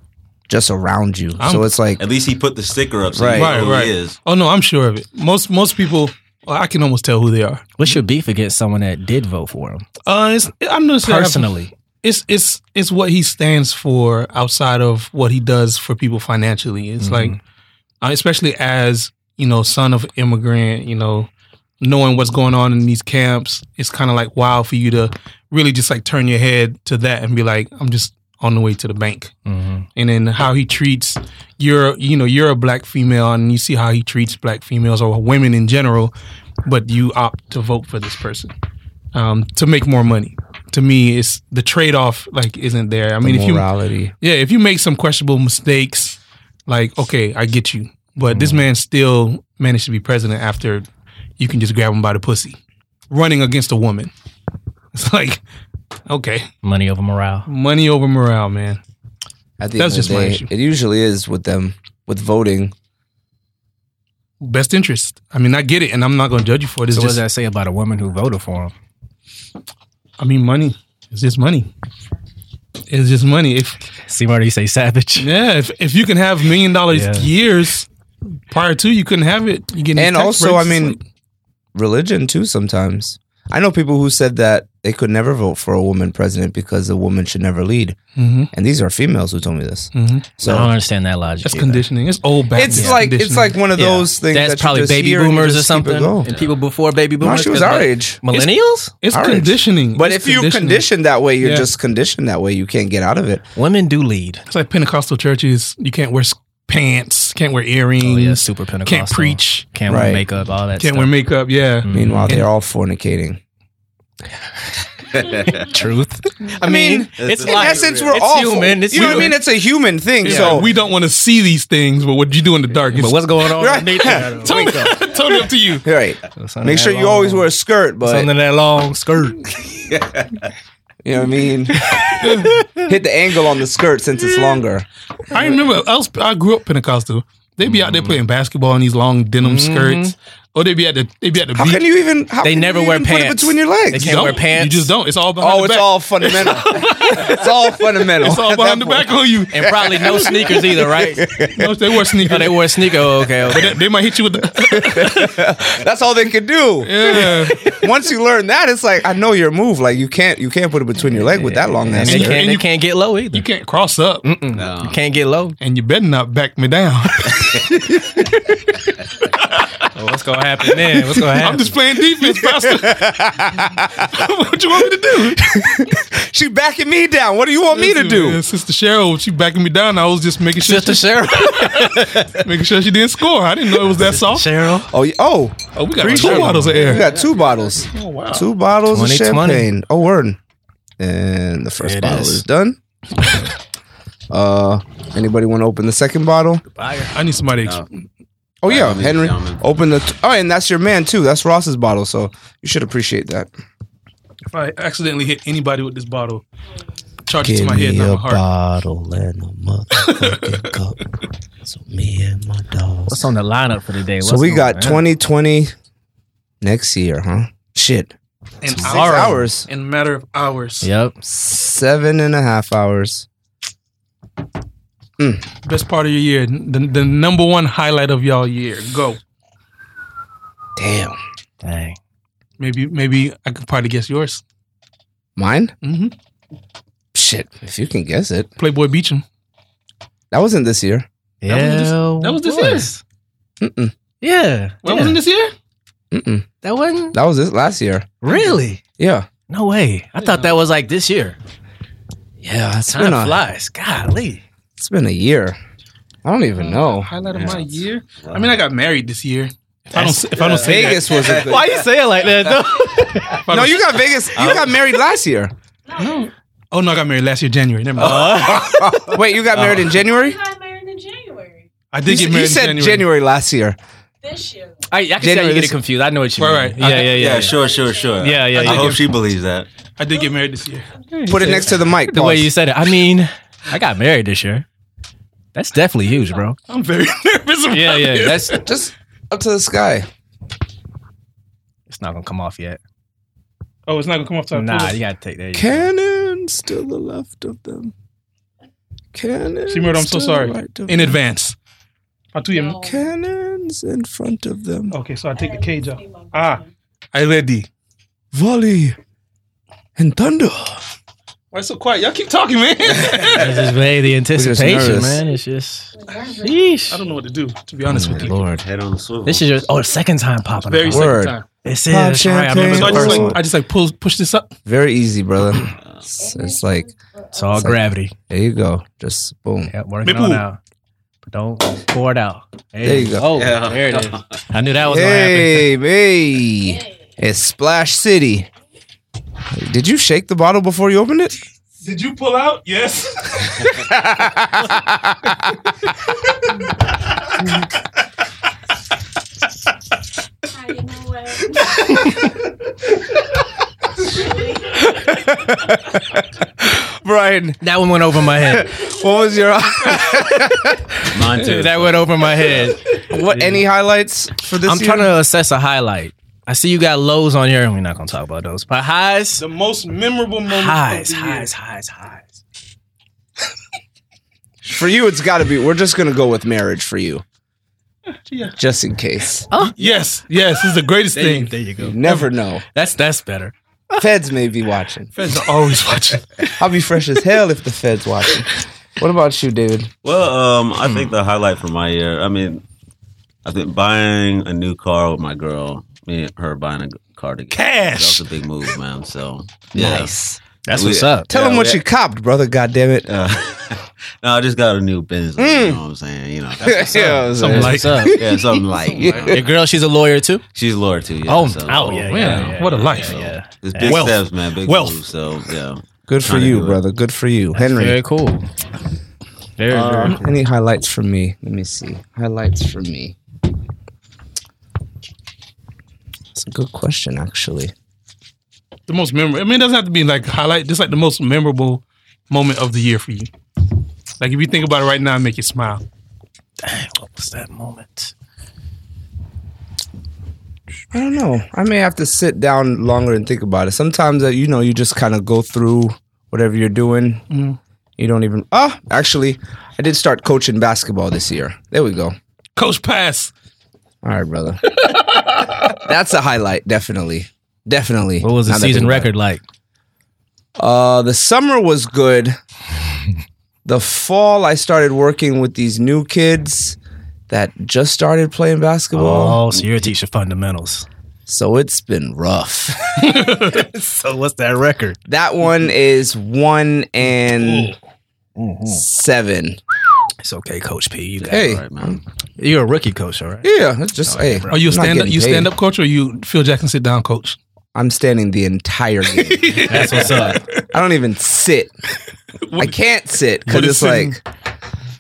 [SPEAKER 3] Just around you.
[SPEAKER 2] I'm-
[SPEAKER 3] so it's like
[SPEAKER 5] At least he put the sticker up. So
[SPEAKER 3] Right.
[SPEAKER 5] right,
[SPEAKER 2] Right, right.
[SPEAKER 5] He is.
[SPEAKER 2] Oh no, I'm sure of it. Most most people, well, I can almost tell who they are.
[SPEAKER 4] What's your beef against someone that did vote for him
[SPEAKER 2] Uh, it's, I'm not saying-
[SPEAKER 4] personally?
[SPEAKER 2] it's it's it's what he stands for outside of what he does for people financially. It's like, uh, especially as you know, son of immigrant, you know, knowing what's going on in these camps, it's kind of like wow for you to really just like turn your head to that and be like, I'm just on the way to the bank.
[SPEAKER 4] Mm-hmm.
[SPEAKER 2] And then how he treats you're you know you're a black female and you see how he treats black females or women in general, but you opt to vote for this person um, to make more money. To me, it's the trade off like isn't there. I mean, if you
[SPEAKER 3] morality.
[SPEAKER 2] yeah, if you make some questionable mistakes, like okay, I get you, but this man still managed to be president after you can just grab him by the pussy, running against a woman. It's like okay,
[SPEAKER 4] Money over morale.
[SPEAKER 2] money over morale, man.
[SPEAKER 3] At the
[SPEAKER 2] That's
[SPEAKER 3] end of
[SPEAKER 2] just
[SPEAKER 3] the
[SPEAKER 2] my
[SPEAKER 3] day,
[SPEAKER 2] issue.
[SPEAKER 3] It usually is with them with voting.
[SPEAKER 2] Best interest. I mean, I get it, and I'm not going to judge you for it. It's
[SPEAKER 4] So what does
[SPEAKER 2] just,
[SPEAKER 4] that say about a woman who voted for him?
[SPEAKER 2] I mean, money. It's just money. It's just money. If
[SPEAKER 4] See, Marty, you say savage.
[SPEAKER 2] Yeah, if, if you can have million dollars
[SPEAKER 4] Yeah.
[SPEAKER 2] years prior to you couldn't have it, you get these
[SPEAKER 3] And
[SPEAKER 2] tax
[SPEAKER 3] also,
[SPEAKER 2] breaks.
[SPEAKER 3] I mean,
[SPEAKER 2] It's like,
[SPEAKER 3] religion too sometimes. I know people who said that they could never vote for a woman president because a woman should never lead.
[SPEAKER 2] Mhm.
[SPEAKER 3] And these are females who told me this.
[SPEAKER 4] I
[SPEAKER 3] So
[SPEAKER 4] don't understand that logic.
[SPEAKER 2] mm-hmm. that's
[SPEAKER 4] either.
[SPEAKER 2] conditioning. It's old back.
[SPEAKER 3] it's like it's like one of
[SPEAKER 4] Yeah.
[SPEAKER 3] those things
[SPEAKER 4] That's
[SPEAKER 3] that you
[SPEAKER 4] probably
[SPEAKER 3] just
[SPEAKER 4] baby
[SPEAKER 3] hear and you
[SPEAKER 4] boomers or
[SPEAKER 3] just keep it
[SPEAKER 4] something,
[SPEAKER 3] going.
[SPEAKER 4] and people before baby
[SPEAKER 3] No,
[SPEAKER 4] boomers.
[SPEAKER 3] she was
[SPEAKER 4] 'cause
[SPEAKER 3] our
[SPEAKER 4] like-
[SPEAKER 3] age.
[SPEAKER 4] Millennials,
[SPEAKER 2] it's
[SPEAKER 3] Orange.
[SPEAKER 2] conditioning.
[SPEAKER 3] But
[SPEAKER 2] It's
[SPEAKER 3] if you
[SPEAKER 2] conditioning.
[SPEAKER 3] conditioned that way, you're
[SPEAKER 2] Yeah.
[SPEAKER 3] just conditioned that way. You can't get out of it.
[SPEAKER 4] women do lead.
[SPEAKER 2] it's like Pentecostal churches, you can't wear s- pants, can't wear earrings,
[SPEAKER 4] Oh yeah, super Pentecostal.
[SPEAKER 2] can't preach,
[SPEAKER 4] Can't
[SPEAKER 3] Right.
[SPEAKER 4] wear makeup. All that. Mm-hmm.
[SPEAKER 2] can't wear makeup. Yeah,
[SPEAKER 3] Meanwhile, they're all fornicating.
[SPEAKER 4] stuff. truth. I
[SPEAKER 3] mean,
[SPEAKER 5] it's
[SPEAKER 3] In
[SPEAKER 5] like-
[SPEAKER 3] essence, we're
[SPEAKER 4] It's
[SPEAKER 3] all
[SPEAKER 4] human, it's
[SPEAKER 3] you know what I
[SPEAKER 4] human.
[SPEAKER 3] mean? It's a human thing.
[SPEAKER 2] Yeah,
[SPEAKER 3] So
[SPEAKER 2] we don't want to see these things. But what you do in the dark?
[SPEAKER 4] but
[SPEAKER 2] is
[SPEAKER 4] what's going on?
[SPEAKER 3] Right.
[SPEAKER 4] underneath that?
[SPEAKER 2] totally, totally up to you.
[SPEAKER 3] right. Make sure you always wear a skirt, but
[SPEAKER 4] something that long skirt.
[SPEAKER 3] you know what I mean. Hit the angle on the skirt since it's longer.
[SPEAKER 2] I remember I, was, I grew up Pentecostal. They'd be out there playing basketball in these long denim skirts, or they'd be at the they'd be at the
[SPEAKER 3] Mm-hmm. How
[SPEAKER 2] beach.
[SPEAKER 3] can you even? How
[SPEAKER 4] They
[SPEAKER 3] can
[SPEAKER 4] never
[SPEAKER 3] you
[SPEAKER 4] wear
[SPEAKER 3] even Put it
[SPEAKER 4] pants.
[SPEAKER 3] between your
[SPEAKER 4] They
[SPEAKER 3] legs.
[SPEAKER 4] can't
[SPEAKER 2] don't.
[SPEAKER 4] wear pants.
[SPEAKER 2] You just don't. It's all behind
[SPEAKER 3] Oh,
[SPEAKER 2] the
[SPEAKER 3] it's
[SPEAKER 2] back.
[SPEAKER 3] all fundamental. it's all fundamental.
[SPEAKER 2] It's all
[SPEAKER 3] at
[SPEAKER 2] behind
[SPEAKER 3] that
[SPEAKER 2] the
[SPEAKER 3] point.
[SPEAKER 2] back on you.
[SPEAKER 4] and probably no sneakers either, right?
[SPEAKER 2] No, they wore sneakers.
[SPEAKER 4] Oh, they wore sneakers. Oh, okay, okay.
[SPEAKER 2] They- they might hit you with the.
[SPEAKER 3] That's all they could do.
[SPEAKER 2] Yeah.
[SPEAKER 3] Once you learn that, it's like I know your move. Like you can't, you can't put it between your leg with that long ass.
[SPEAKER 4] And they
[SPEAKER 2] you-
[SPEAKER 3] skirt.
[SPEAKER 4] can't,
[SPEAKER 2] and
[SPEAKER 4] they
[SPEAKER 2] you-
[SPEAKER 4] can't get low either.
[SPEAKER 2] You can't cross up,
[SPEAKER 5] No.
[SPEAKER 4] Can't get low.
[SPEAKER 2] and you better not back me down.
[SPEAKER 4] Oh, what's gonna happen then? What's gonna
[SPEAKER 2] I'm just playing defense, Pastor. what you want me to do?
[SPEAKER 3] She backing me down. What do you want me to
[SPEAKER 2] Man,
[SPEAKER 3] do?
[SPEAKER 2] Sister Cheryl, she backing me down. I was just making sure,
[SPEAKER 4] Sister Cheryl.
[SPEAKER 2] she, making sure she didn't score. I didn't know it was that soft.
[SPEAKER 4] Cheryl.
[SPEAKER 3] Oh, y- oh,
[SPEAKER 2] Oh, we got
[SPEAKER 3] Appreciate
[SPEAKER 2] two
[SPEAKER 3] it.
[SPEAKER 2] bottles of
[SPEAKER 3] we
[SPEAKER 2] air.
[SPEAKER 3] got two bottles.
[SPEAKER 4] Oh,
[SPEAKER 3] Two bottles of
[SPEAKER 4] 2020.
[SPEAKER 3] champagne. Oh, word. And the first
[SPEAKER 4] It
[SPEAKER 3] bottle
[SPEAKER 4] is.
[SPEAKER 3] is done. uh, anybody want to open the second bottle?
[SPEAKER 2] I need somebody. to ex-
[SPEAKER 3] Oh yeah,
[SPEAKER 5] let me
[SPEAKER 3] Henry,
[SPEAKER 5] down it.
[SPEAKER 3] open the. T- oh, and that's your man too. That's Ross's bottle, so you should appreciate that.
[SPEAKER 2] If I accidentally hit anybody with this bottle, charge it to my head, not my heart.
[SPEAKER 3] bottle and a motherfucking cup. So me and my dogs.
[SPEAKER 4] What's on the lineup for today?
[SPEAKER 3] So we got 2020 next year, huh? Shit,
[SPEAKER 2] In
[SPEAKER 3] six
[SPEAKER 2] hours.
[SPEAKER 3] hours,
[SPEAKER 2] In a matter of hours.
[SPEAKER 4] Yep.
[SPEAKER 3] seven and a half hours.
[SPEAKER 2] Best part of your year. The, the number one highlight of y'all year. Go.
[SPEAKER 3] Damn,
[SPEAKER 4] Dang.
[SPEAKER 2] Maybe maybe I could probably guess yours.
[SPEAKER 3] mine.
[SPEAKER 2] Mhm.
[SPEAKER 3] Shit, if you can guess it,
[SPEAKER 2] Playboy Beachum.
[SPEAKER 3] that wasn't this year.
[SPEAKER 4] Yeah.
[SPEAKER 2] that was this
[SPEAKER 4] year.
[SPEAKER 3] Mm-mm.
[SPEAKER 4] Yeah.
[SPEAKER 2] What
[SPEAKER 4] yeah.
[SPEAKER 2] wasn't this year?
[SPEAKER 3] Mm-mm.
[SPEAKER 4] That wasn't
[SPEAKER 3] That was this last year.
[SPEAKER 4] really.
[SPEAKER 3] Yeah,
[SPEAKER 4] No way. I thought that was like this year.
[SPEAKER 3] yeah. It's
[SPEAKER 4] Time
[SPEAKER 3] been a
[SPEAKER 4] flies. Golly.
[SPEAKER 3] It's been a year. I don't even
[SPEAKER 4] Uh,
[SPEAKER 3] know.
[SPEAKER 2] Highlight of my year. I mean, I got married this year. If I don't, s- if I don't say
[SPEAKER 3] Vegas was a good.
[SPEAKER 4] Why you say it like that though?
[SPEAKER 2] that- if I
[SPEAKER 3] No,
[SPEAKER 2] don't-
[SPEAKER 3] you got Vegas. You got married last year.
[SPEAKER 2] Oh no, I got married last year January. Never mind.
[SPEAKER 3] Uh, Wait, you got married in
[SPEAKER 6] You
[SPEAKER 3] January?
[SPEAKER 6] got married in January
[SPEAKER 2] I
[SPEAKER 3] You,
[SPEAKER 2] did
[SPEAKER 3] s-
[SPEAKER 2] get
[SPEAKER 3] you
[SPEAKER 2] married. in
[SPEAKER 3] said January. last year.
[SPEAKER 6] this year.
[SPEAKER 4] I, I can see how
[SPEAKER 3] January
[SPEAKER 4] you get it
[SPEAKER 3] this-
[SPEAKER 4] confused. I know what you mean.
[SPEAKER 2] Right, right.
[SPEAKER 4] Yeah, yeah, yeah.
[SPEAKER 5] Yeah, sure, sure, sure.
[SPEAKER 4] Yeah, yeah, yeah.
[SPEAKER 5] I hope she believes that.
[SPEAKER 2] I did get married this year.
[SPEAKER 3] Put it next to the mic.
[SPEAKER 4] The way
[SPEAKER 3] pause.
[SPEAKER 4] you said it. I mean, I got married this year. That's definitely huge, bro.
[SPEAKER 2] I'm very nervous. About
[SPEAKER 4] Yeah, yeah.
[SPEAKER 2] it.
[SPEAKER 4] That's
[SPEAKER 3] just up to the sky.
[SPEAKER 4] it's not gonna come off yet.
[SPEAKER 2] Oh, it's not gonna come off top.
[SPEAKER 4] Nah, you gotta take that.
[SPEAKER 3] Cannons to the left of them. Cannons.
[SPEAKER 2] See, Murdo, I'm so
[SPEAKER 3] to the
[SPEAKER 2] sorry.
[SPEAKER 3] right of
[SPEAKER 2] In
[SPEAKER 3] them.
[SPEAKER 2] advance. I tweet him.
[SPEAKER 6] No.
[SPEAKER 3] Cannons in front of them.
[SPEAKER 2] Okay, so I take the cage off. Ah, I ready.
[SPEAKER 3] Volley and thunder.
[SPEAKER 2] Why so quiet? Y'all keep talking, man. I
[SPEAKER 4] It's just way the anticipation,
[SPEAKER 3] nervous.
[SPEAKER 4] man. It's just.
[SPEAKER 2] don't know what to do. To be honest with you,
[SPEAKER 4] Lord.
[SPEAKER 5] Head on the swivel.
[SPEAKER 4] This is your oh second time popping.
[SPEAKER 2] very
[SPEAKER 4] up.
[SPEAKER 2] second
[SPEAKER 3] Word.
[SPEAKER 2] time.
[SPEAKER 4] This is
[SPEAKER 3] Pop
[SPEAKER 4] right. I
[SPEAKER 2] So
[SPEAKER 4] remember
[SPEAKER 2] I
[SPEAKER 3] champagne.
[SPEAKER 4] the
[SPEAKER 2] just
[SPEAKER 4] first
[SPEAKER 3] Person.
[SPEAKER 4] one.
[SPEAKER 2] like I just like pull push this up.
[SPEAKER 3] Very easy, brother. It's, it's like
[SPEAKER 4] It's all
[SPEAKER 3] It's like-
[SPEAKER 4] gravity.
[SPEAKER 3] there you go. Just boom.
[SPEAKER 4] Yep, working
[SPEAKER 2] Bipu.
[SPEAKER 4] on out. But don't pour it out. There,
[SPEAKER 3] you go.
[SPEAKER 4] Oh,
[SPEAKER 5] Yeah.
[SPEAKER 4] there it is. I knew that was
[SPEAKER 3] Hey, hey. It's Splash City. Did you shake the bottle before you opened it?
[SPEAKER 2] Did you pull out? Yes.
[SPEAKER 6] You know what?
[SPEAKER 3] Brian,
[SPEAKER 4] gonna happen. That one went over my head.
[SPEAKER 3] what was your
[SPEAKER 5] Mine too.
[SPEAKER 4] that went over my head.
[SPEAKER 3] what any highlights for this
[SPEAKER 4] I'm
[SPEAKER 3] year?
[SPEAKER 4] trying to assess a highlight. I see you got lows on here. We're not gonna talk about those, but highs,
[SPEAKER 2] the most memorable moment.
[SPEAKER 4] highs, highs, highs, highs.
[SPEAKER 3] For you, it's got to be. We're just gonna go with marriage for you,
[SPEAKER 2] Yeah.
[SPEAKER 3] just in case.
[SPEAKER 2] Yes, yes, it's the greatest thing.
[SPEAKER 4] you
[SPEAKER 3] You
[SPEAKER 4] go.
[SPEAKER 3] never know.
[SPEAKER 4] That's that's better.
[SPEAKER 3] Feds may be watching.
[SPEAKER 2] Feds are always watching.
[SPEAKER 3] I'll be fresh as hell if the feds watching. What about you, David?
[SPEAKER 5] Well, um, I
[SPEAKER 4] Hmm.
[SPEAKER 5] think the highlight for my year, I mean, I think buying a new car with my girl, me and her buying a car together.
[SPEAKER 2] Cash.
[SPEAKER 5] That was a big move, man. So, yeah.
[SPEAKER 4] That's
[SPEAKER 5] We-
[SPEAKER 4] what's up.
[SPEAKER 3] Tell
[SPEAKER 5] Yeah,
[SPEAKER 3] them what
[SPEAKER 5] we-
[SPEAKER 3] you copped, brother. God damn it.
[SPEAKER 5] Uh, no, I just got a new Benz.
[SPEAKER 4] Hmm.
[SPEAKER 5] You know what I'm saying? You know,
[SPEAKER 3] yeah, it was
[SPEAKER 2] Something
[SPEAKER 3] a-
[SPEAKER 2] like
[SPEAKER 4] What's up?
[SPEAKER 5] yeah, something like you know.
[SPEAKER 4] Your girl, she's a lawyer too.
[SPEAKER 5] she's loyal to you.
[SPEAKER 4] Oh,
[SPEAKER 5] so,
[SPEAKER 4] oh yeah, yeah,
[SPEAKER 2] man,
[SPEAKER 4] yeah,
[SPEAKER 2] what a
[SPEAKER 4] yeah,
[SPEAKER 2] life.
[SPEAKER 4] Yeah, yeah.
[SPEAKER 5] It's big
[SPEAKER 2] Wealth.
[SPEAKER 5] steps, man. Big
[SPEAKER 2] Wealth.
[SPEAKER 5] moves. So yeah,
[SPEAKER 3] Good for
[SPEAKER 5] Trying to
[SPEAKER 3] you,
[SPEAKER 5] do it.
[SPEAKER 3] brother. Good for you, Henry. Um,
[SPEAKER 4] Very cool. Very, very cool.
[SPEAKER 3] Any highlights for me? Let me see. Highlights for me. It's a good question, actually.
[SPEAKER 2] The most memorable. I mean, it doesn't have to be like highlight. Just like the most memorable moment of the year for you. Like if you think about it right now, it make you smile.
[SPEAKER 4] Dang, what was that moment?
[SPEAKER 3] I don't know. I may have to sit down longer and think about it. Sometimes, uh, you know, you just kind of go through whatever you're doing.
[SPEAKER 4] Mm-hmm.
[SPEAKER 3] You don't even. Ah, actually, I did start coaching basketball this year. There we go.
[SPEAKER 2] Coach Pass.
[SPEAKER 3] All right, brother. That's a highlight, definitely. Definitely.
[SPEAKER 4] What was the
[SPEAKER 3] Now that I
[SPEAKER 4] season
[SPEAKER 3] think about it.
[SPEAKER 4] record like?
[SPEAKER 3] Uh, the summer was good. the fall, I started working with these new kids that just started playing basketball.
[SPEAKER 4] Oh, so you're a teacher fundamentals.
[SPEAKER 3] So it's been rough.
[SPEAKER 4] So what's that record?
[SPEAKER 3] That one is one and seven.
[SPEAKER 4] It's okay, Coach P. You got
[SPEAKER 3] Hey,
[SPEAKER 5] all right, man.
[SPEAKER 4] You're a rookie coach, all right?
[SPEAKER 3] yeah, it's just hey.
[SPEAKER 2] Are Oh, you a
[SPEAKER 3] I'm not
[SPEAKER 2] stand up?
[SPEAKER 3] getting
[SPEAKER 2] You
[SPEAKER 3] paid.
[SPEAKER 2] stand up coach or you Phil Jackson sit down coach?
[SPEAKER 3] I'm standing the entire game.
[SPEAKER 4] That's what's up.
[SPEAKER 3] I don't even sit. I can't sit because
[SPEAKER 2] what is
[SPEAKER 3] it's like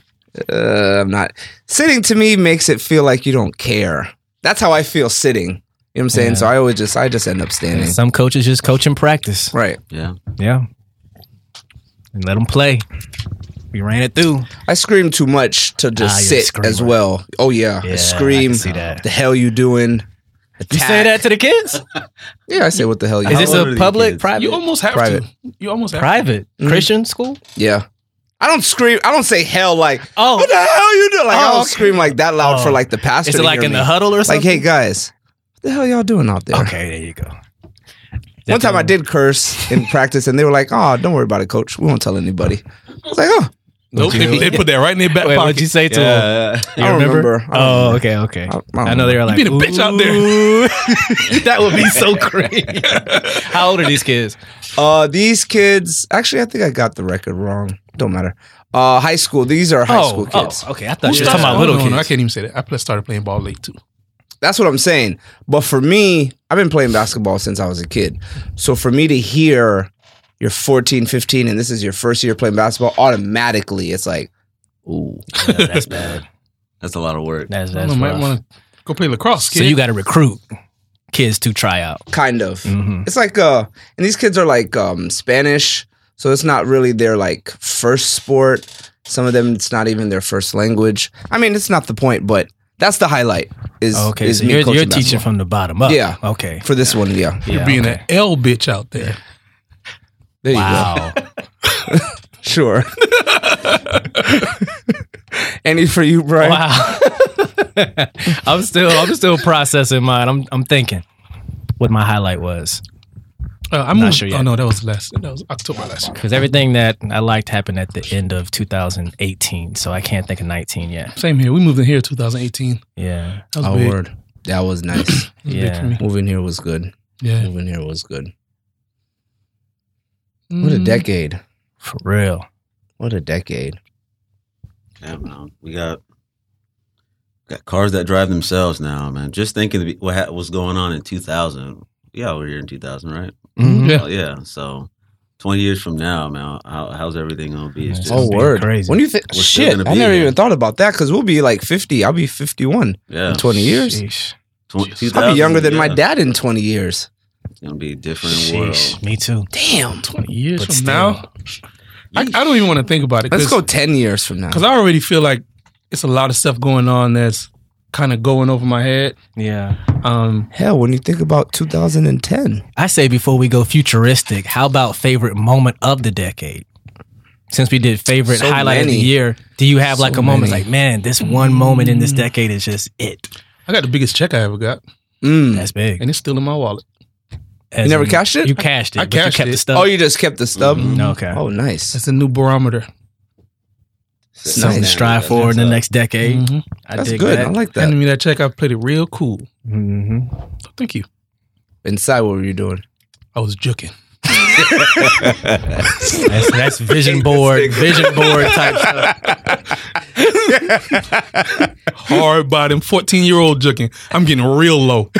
[SPEAKER 3] uh, I'm not sitting. To me, makes it feel like you don't care. That's how I feel sitting. You know what I'm saying? So I always just I just end up standing.
[SPEAKER 4] Some coaches just coach in practice.
[SPEAKER 3] Right.
[SPEAKER 5] Yeah,
[SPEAKER 4] Yeah. And let them play. We ran it through.
[SPEAKER 3] I scream too much to just
[SPEAKER 4] Ah, you're a
[SPEAKER 3] sit as
[SPEAKER 4] screamer.
[SPEAKER 3] well. Oh yeah,
[SPEAKER 4] Yeah,
[SPEAKER 3] I
[SPEAKER 4] I
[SPEAKER 3] scream.
[SPEAKER 4] can see that.
[SPEAKER 3] The hell you doing?
[SPEAKER 4] You say
[SPEAKER 3] Attack.
[SPEAKER 4] that to the kids?
[SPEAKER 3] Yeah, I say what the hell you
[SPEAKER 4] Is
[SPEAKER 5] How
[SPEAKER 4] this
[SPEAKER 5] old are
[SPEAKER 4] a
[SPEAKER 5] these
[SPEAKER 4] public,
[SPEAKER 5] kids?
[SPEAKER 4] private?
[SPEAKER 2] You almost have
[SPEAKER 3] Private.
[SPEAKER 2] to. You almost have
[SPEAKER 4] private Christian school?
[SPEAKER 3] Yeah. I don't scream. I don't say hell like,
[SPEAKER 4] Oh.
[SPEAKER 3] what the hell you doing? Like, I
[SPEAKER 4] Oh,
[SPEAKER 3] don't
[SPEAKER 4] okay.
[SPEAKER 3] scream like that loud
[SPEAKER 4] Oh.
[SPEAKER 3] for like the pastor.
[SPEAKER 4] Is it
[SPEAKER 3] to
[SPEAKER 4] like
[SPEAKER 3] hear
[SPEAKER 4] in
[SPEAKER 3] me.
[SPEAKER 4] the huddle or
[SPEAKER 3] Like,
[SPEAKER 4] something?
[SPEAKER 3] hey guys, what the hell y'all doing out there?
[SPEAKER 4] Okay, there you go.
[SPEAKER 3] One time I did curse in practice and they were like, oh, don't worry about it, coach. We won't tell anybody. I was like, oh,
[SPEAKER 2] Nope, they, they put that right in their back
[SPEAKER 4] Wait,
[SPEAKER 2] pocket.
[SPEAKER 4] what'd you say to him?
[SPEAKER 5] Yeah.
[SPEAKER 4] You
[SPEAKER 3] I don't remember. I don't
[SPEAKER 4] Oh,
[SPEAKER 3] remember.
[SPEAKER 4] okay, okay.
[SPEAKER 3] I-
[SPEAKER 4] I,
[SPEAKER 3] I
[SPEAKER 4] know
[SPEAKER 3] don't
[SPEAKER 4] they were like,
[SPEAKER 2] You been a bitch out there.
[SPEAKER 4] "Ooh." that would be so crazy. How old are these kids?
[SPEAKER 3] Uh, these kids. Actually, I think I got the record wrong. Don't matter. Uh, high school. These are
[SPEAKER 4] Oh,
[SPEAKER 3] high school kids.
[SPEAKER 4] okay. I thought
[SPEAKER 2] Who
[SPEAKER 4] you were talking about
[SPEAKER 2] started-
[SPEAKER 4] little
[SPEAKER 2] no, no,
[SPEAKER 4] kids.
[SPEAKER 2] I can't even say that. I pl- started playing ball late too.
[SPEAKER 3] That's what I'm saying. But for me, I've been playing basketball since I was a kid. So for me to hear you're 14, 15, and this is your first year playing basketball, automatically it's like, ooh,
[SPEAKER 5] Yeah, that's bad. That's a lot of work.
[SPEAKER 4] That's,
[SPEAKER 2] I
[SPEAKER 4] that's
[SPEAKER 2] don't know, might
[SPEAKER 4] rough.
[SPEAKER 2] want to go play lacrosse. Kid.
[SPEAKER 4] so you got to recruit kids to try out.
[SPEAKER 3] kind of.
[SPEAKER 4] Mm-hmm.
[SPEAKER 3] It's like uh and these kids are like um Spanish, so it's not really their like first sport. Some of them it's not even their first language. I mean, it's not the point, but that's the highlight is
[SPEAKER 4] Oh, Okay,
[SPEAKER 3] is
[SPEAKER 4] so
[SPEAKER 3] me
[SPEAKER 4] you're,
[SPEAKER 3] coaching
[SPEAKER 4] you're teaching
[SPEAKER 3] basketball.
[SPEAKER 4] from the bottom up.
[SPEAKER 3] Yeah.
[SPEAKER 4] Okay.
[SPEAKER 3] for this one, yeah.
[SPEAKER 2] You're
[SPEAKER 4] Yeah,
[SPEAKER 2] being
[SPEAKER 4] okay.
[SPEAKER 2] an L bitch out there.
[SPEAKER 3] There you
[SPEAKER 4] Wow.
[SPEAKER 3] go. Sure. Any for you,
[SPEAKER 4] Oh,
[SPEAKER 3] Brian?
[SPEAKER 4] Wow. I'm still I'm still processing mine. I'm I'm thinking what my highlight was
[SPEAKER 2] Uh, I
[SPEAKER 4] not
[SPEAKER 2] moved.
[SPEAKER 4] sure
[SPEAKER 2] Oh
[SPEAKER 4] yet.
[SPEAKER 2] no, that was last. That was October last year.
[SPEAKER 4] because everything that I liked happened at the end of 2018, so I can't think of 19 yet.
[SPEAKER 2] Same here. We moved in here 2018.
[SPEAKER 4] Yeah.
[SPEAKER 2] That was
[SPEAKER 3] Oh,
[SPEAKER 2] big.
[SPEAKER 3] word. That was nice.
[SPEAKER 2] That was big
[SPEAKER 4] Yeah.
[SPEAKER 2] for me.
[SPEAKER 3] Moving here was good.
[SPEAKER 2] Yeah.
[SPEAKER 3] Moving here was good. What a
[SPEAKER 4] Mm-hmm.
[SPEAKER 2] Mm.
[SPEAKER 3] decade.
[SPEAKER 4] For real.
[SPEAKER 3] What a decade.
[SPEAKER 5] Yeah, man. We got got cars that drive themselves now, man. Just thinking of what ha- was going on in 2000. Yeah, we were here in 2000, right?
[SPEAKER 4] Mhm.
[SPEAKER 2] Mm-hmm. Yeah.
[SPEAKER 5] Oh, yeah. So 20 years from now, man, how, how's everything gonna be? It's
[SPEAKER 4] Nice.
[SPEAKER 5] just,
[SPEAKER 4] Oh,
[SPEAKER 3] Oh,
[SPEAKER 4] be
[SPEAKER 3] word.
[SPEAKER 4] crazy.
[SPEAKER 3] When you think,
[SPEAKER 5] We're still
[SPEAKER 3] shit,
[SPEAKER 5] gonna
[SPEAKER 3] I
[SPEAKER 5] be
[SPEAKER 3] never
[SPEAKER 5] here.
[SPEAKER 3] even thought about that because we'll be like 50. I'll be 51
[SPEAKER 5] yeah,
[SPEAKER 3] in 20 years.
[SPEAKER 4] Mm-hmm. Sheesh.
[SPEAKER 5] tw-
[SPEAKER 3] I'll
[SPEAKER 5] 2000,
[SPEAKER 3] be younger than my
[SPEAKER 5] yeah.
[SPEAKER 3] dad in 20 years.
[SPEAKER 5] It's gonna be a different
[SPEAKER 4] Sheesh.
[SPEAKER 5] world.
[SPEAKER 4] Me too.
[SPEAKER 3] Damn.
[SPEAKER 2] 20 years
[SPEAKER 4] But
[SPEAKER 2] from
[SPEAKER 4] still.
[SPEAKER 2] now, I, I don't even want to think about it.
[SPEAKER 3] Let's
[SPEAKER 2] cause,
[SPEAKER 3] go 10 years from now.
[SPEAKER 2] Because I already feel like it's a lot of stuff going on that's kind of going over my head.
[SPEAKER 4] Yeah.
[SPEAKER 2] Um,
[SPEAKER 3] Hell, when you think about 2010,
[SPEAKER 4] I say before we go futuristic, how about favorite moment of the decade? Since we did favorite
[SPEAKER 3] So
[SPEAKER 4] highlight of the
[SPEAKER 3] many.
[SPEAKER 4] year, do you have like
[SPEAKER 3] So
[SPEAKER 4] a moment
[SPEAKER 3] many.
[SPEAKER 4] like, man, this one moment in this decade is just it?
[SPEAKER 2] I got the biggest check I ever got,
[SPEAKER 3] mm.
[SPEAKER 4] That's big.
[SPEAKER 2] and it's still in my wallet.
[SPEAKER 4] As
[SPEAKER 3] You never
[SPEAKER 4] in,
[SPEAKER 3] cashed it?
[SPEAKER 4] You cashed it.
[SPEAKER 2] I
[SPEAKER 4] but you
[SPEAKER 2] cashed
[SPEAKER 4] kept
[SPEAKER 2] it.
[SPEAKER 4] the
[SPEAKER 3] oh,
[SPEAKER 4] stuff.
[SPEAKER 3] you just kept the stub?
[SPEAKER 4] okay.
[SPEAKER 3] Oh, nice.
[SPEAKER 2] That's a new barometer.
[SPEAKER 4] Something to
[SPEAKER 3] nice.
[SPEAKER 4] strive for in the next decade.
[SPEAKER 2] Mhm.
[SPEAKER 4] I
[SPEAKER 3] That's
[SPEAKER 4] dig
[SPEAKER 3] good.
[SPEAKER 4] that.
[SPEAKER 3] I like that.
[SPEAKER 2] Handing me that check, I played it real cool.
[SPEAKER 4] mm-hmm.
[SPEAKER 2] So thank you.
[SPEAKER 3] Inside, what were you doing?
[SPEAKER 2] I was joking.
[SPEAKER 4] That's, that's vision board, vision board type stuff.
[SPEAKER 2] Hard bottom, 14 year old joking. I'm getting real low.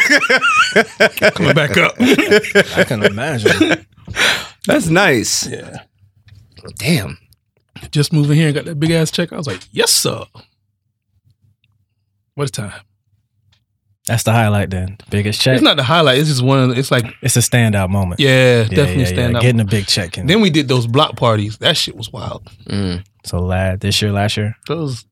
[SPEAKER 2] Coming back up.
[SPEAKER 4] I can imagine.
[SPEAKER 3] That's nice. Yeah. Damn.
[SPEAKER 2] Just moving here and got that big ass check. I was like, yes, sir. What a time.
[SPEAKER 4] That's the highlight then. The biggest check.
[SPEAKER 2] It's
[SPEAKER 4] It's,
[SPEAKER 2] not the highlight. It's just one of the, it's like,
[SPEAKER 4] a standout moment.
[SPEAKER 2] yeah,
[SPEAKER 4] Yeah,
[SPEAKER 2] definitely
[SPEAKER 4] yeah, yeah.
[SPEAKER 2] stand out.
[SPEAKER 4] Getting a big check in.
[SPEAKER 2] Then we did those block parties. That shit was wild.
[SPEAKER 3] Mm.
[SPEAKER 4] so lad, this year, last year.
[SPEAKER 2] That was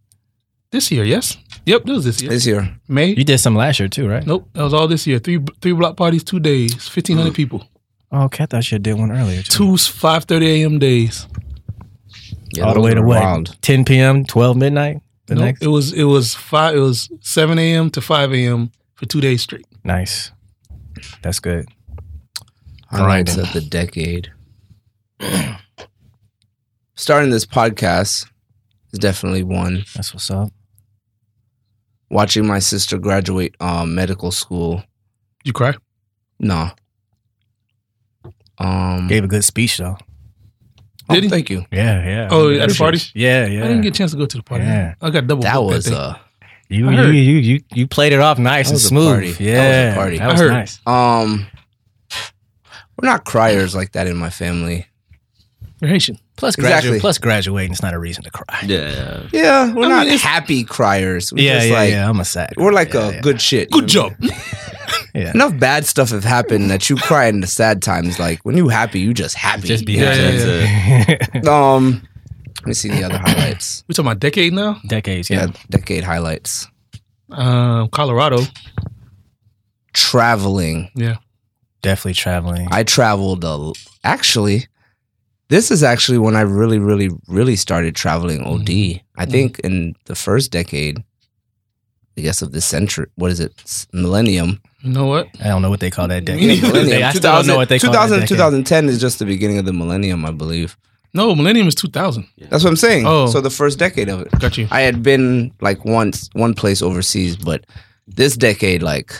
[SPEAKER 2] this year, yes? Yep, that was this year.
[SPEAKER 3] This year.
[SPEAKER 2] May?
[SPEAKER 4] You did some last year too, right?
[SPEAKER 2] nope, that was all this year. Three three block parties, two days, 1,500 people.
[SPEAKER 4] Oh, okay, I thought you did one earlier. Too.
[SPEAKER 2] Two 5.30 a.m. days.
[SPEAKER 3] Yeah,
[SPEAKER 4] all the
[SPEAKER 3] those
[SPEAKER 4] way to
[SPEAKER 3] were
[SPEAKER 4] what?
[SPEAKER 3] wild.
[SPEAKER 4] 10 p.m., 12 midnight. The
[SPEAKER 2] Nope,
[SPEAKER 4] next.
[SPEAKER 2] It was it was five it was seven a.m. to five a.m. for two days straight.
[SPEAKER 4] Nice. That's good.
[SPEAKER 3] Highlights of the decade. Starting this podcast is definitely one.
[SPEAKER 4] That's what's up.
[SPEAKER 3] Watching my sister graduate um, medical school.
[SPEAKER 2] You cry?
[SPEAKER 3] No. Um.
[SPEAKER 4] Gave a good speech though.
[SPEAKER 3] oh,
[SPEAKER 2] Did he?
[SPEAKER 3] thank you.
[SPEAKER 4] Yeah, yeah.
[SPEAKER 2] Oh,
[SPEAKER 4] I
[SPEAKER 2] at the party?
[SPEAKER 4] Yeah, yeah.
[SPEAKER 2] I didn't get a chance to go to the party.
[SPEAKER 4] Yeah.
[SPEAKER 2] I got double.
[SPEAKER 3] That
[SPEAKER 2] booked
[SPEAKER 3] was
[SPEAKER 2] day.
[SPEAKER 3] uh.
[SPEAKER 4] You
[SPEAKER 2] I
[SPEAKER 4] you,
[SPEAKER 2] heard.
[SPEAKER 4] you you you played it off nice
[SPEAKER 3] That
[SPEAKER 4] and
[SPEAKER 3] was a
[SPEAKER 4] smooth.
[SPEAKER 3] party. That was a
[SPEAKER 4] Yeah,
[SPEAKER 3] party.
[SPEAKER 4] That
[SPEAKER 2] I
[SPEAKER 4] was
[SPEAKER 2] heard.
[SPEAKER 4] nice.
[SPEAKER 3] Um. We're not criers like that in my family.
[SPEAKER 2] You're Haitian.
[SPEAKER 4] Plus, gradu-
[SPEAKER 3] Exactly.
[SPEAKER 4] plus graduating is not a reason to cry.
[SPEAKER 5] Yeah, yeah.
[SPEAKER 3] Yeah, we're
[SPEAKER 2] I mean,
[SPEAKER 3] not
[SPEAKER 2] it's-
[SPEAKER 3] happy criers. We're
[SPEAKER 4] Yeah,
[SPEAKER 3] just
[SPEAKER 4] yeah,
[SPEAKER 3] like,
[SPEAKER 4] yeah. I'm a sad.
[SPEAKER 3] We're like
[SPEAKER 4] yeah,
[SPEAKER 3] a
[SPEAKER 4] yeah.
[SPEAKER 3] good shit.
[SPEAKER 2] Good job.
[SPEAKER 4] Yeah.
[SPEAKER 3] Enough bad stuff have happened that you cry in the sad times. Like when you happy, you just happy.
[SPEAKER 4] Just be
[SPEAKER 2] Yeah,
[SPEAKER 4] happy.
[SPEAKER 2] yeah,
[SPEAKER 3] Um, let me see the other highlights.
[SPEAKER 2] We talking about decade now?
[SPEAKER 4] Decades.
[SPEAKER 3] Yeah,
[SPEAKER 4] Yeah.
[SPEAKER 3] decade highlights.
[SPEAKER 2] Um, Colorado.
[SPEAKER 3] Traveling.
[SPEAKER 2] Yeah.
[SPEAKER 4] Definitely traveling.
[SPEAKER 3] I traveled a l- actually. This is actually when I really, really, really started traveling. Od.
[SPEAKER 4] Mm-hmm.
[SPEAKER 3] I think in the first decade, I guess of this century. What is it? S- Millennium.
[SPEAKER 2] You know what?
[SPEAKER 4] I don't know what they call that decade.
[SPEAKER 2] neither.
[SPEAKER 4] I still don't know what they call
[SPEAKER 3] 2000,
[SPEAKER 4] that decade.
[SPEAKER 3] 2010 is just the beginning of the millennium, I believe.
[SPEAKER 2] No, Millennium is 2000.
[SPEAKER 3] That's what I'm saying.
[SPEAKER 2] Oh.
[SPEAKER 3] So the first decade of it.
[SPEAKER 2] Got you.
[SPEAKER 3] I had been like once one place overseas, but this decade, like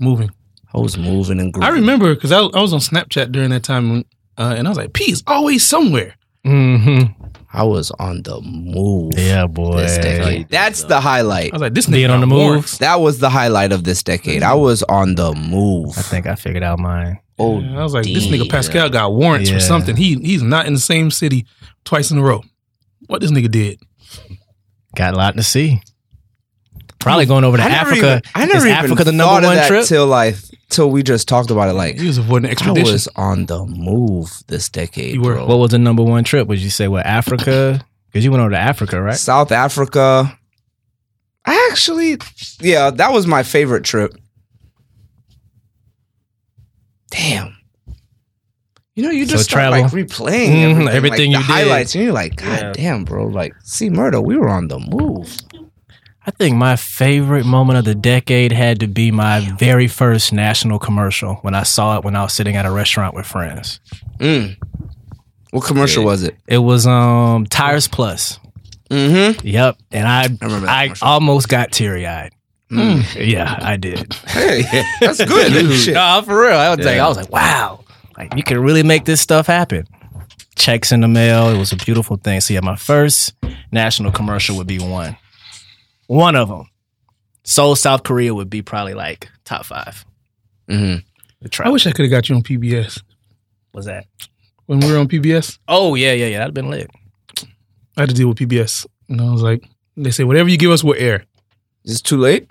[SPEAKER 2] Moving.
[SPEAKER 3] I was moving and growing.
[SPEAKER 2] I remember because I, I was on Snapchat during that time, when, uh, and I was like, "P is always somewhere."
[SPEAKER 4] Mm-hmm.
[SPEAKER 3] I was on the move.
[SPEAKER 4] Yeah, boy.
[SPEAKER 3] This decade. That's the highlight.
[SPEAKER 2] I was like, "This
[SPEAKER 4] Being
[SPEAKER 2] nigga
[SPEAKER 4] on the
[SPEAKER 2] not born."
[SPEAKER 4] move.
[SPEAKER 3] That was the highlight of this decade. I was on the move.
[SPEAKER 4] I think I figured out mine.
[SPEAKER 3] Oh,
[SPEAKER 2] Yeah, I was like, "This
[SPEAKER 3] damn.
[SPEAKER 2] nigga Pascal got warrants
[SPEAKER 4] Yeah.
[SPEAKER 2] for something. He he's not in the same city twice in a row." What this nigga did?
[SPEAKER 4] Got a lot to see. Probably going over to
[SPEAKER 3] I never
[SPEAKER 4] Africa.
[SPEAKER 3] even- I never
[SPEAKER 4] Is
[SPEAKER 3] even
[SPEAKER 4] Africa the
[SPEAKER 3] thought
[SPEAKER 4] number
[SPEAKER 3] of
[SPEAKER 4] one
[SPEAKER 3] that
[SPEAKER 4] trip?
[SPEAKER 3] till I till we just talked about it. Like
[SPEAKER 2] He was avoiding
[SPEAKER 3] I
[SPEAKER 2] extradition.
[SPEAKER 3] was on the move this decade.
[SPEAKER 2] You were.
[SPEAKER 3] bro.
[SPEAKER 4] What was the number one trip? Would you say what Africa? Because you went over to Africa, right?
[SPEAKER 3] South Africa. I actually, yeah, that was my favorite trip. Damn. You know, you
[SPEAKER 4] So
[SPEAKER 3] just start,
[SPEAKER 4] travel.
[SPEAKER 3] like replaying
[SPEAKER 4] Mhm,
[SPEAKER 3] everything, like,
[SPEAKER 4] everything
[SPEAKER 3] the
[SPEAKER 4] you did.
[SPEAKER 3] highlights, and you're like, God damn, bro! Like, see, Murdo, we were on the move.
[SPEAKER 4] I think my favorite moment of the decade had to be my very first national commercial when I saw it when I was sitting at a restaurant with friends.
[SPEAKER 3] Mm. What commercial was it?
[SPEAKER 4] It was um Tires Plus.
[SPEAKER 3] Mm-hmm.
[SPEAKER 4] Yep, and I I,
[SPEAKER 3] remember that commercial. Hmm.
[SPEAKER 4] almost got teary eyed. Yeah, I did.
[SPEAKER 3] Hey, that's good. Shit.
[SPEAKER 4] No, for real. I was like, I was like, wow, like you can really make this stuff happen. Checks in the mail. It was a beautiful thing. So yeah, my first national commercial would be one, one of them. Seoul, South Korea would be probably like top five.
[SPEAKER 3] Mhm.
[SPEAKER 4] The
[SPEAKER 2] I
[SPEAKER 4] travel
[SPEAKER 2] wish I could have got you on PBS
[SPEAKER 4] was that.
[SPEAKER 2] when we were on PBS.
[SPEAKER 4] Oh yeah, yeah, yeah. That'd been lit.
[SPEAKER 2] I had to deal with PBS, and I was like, "They say whatever you give us, we'll air."
[SPEAKER 3] Is it too late?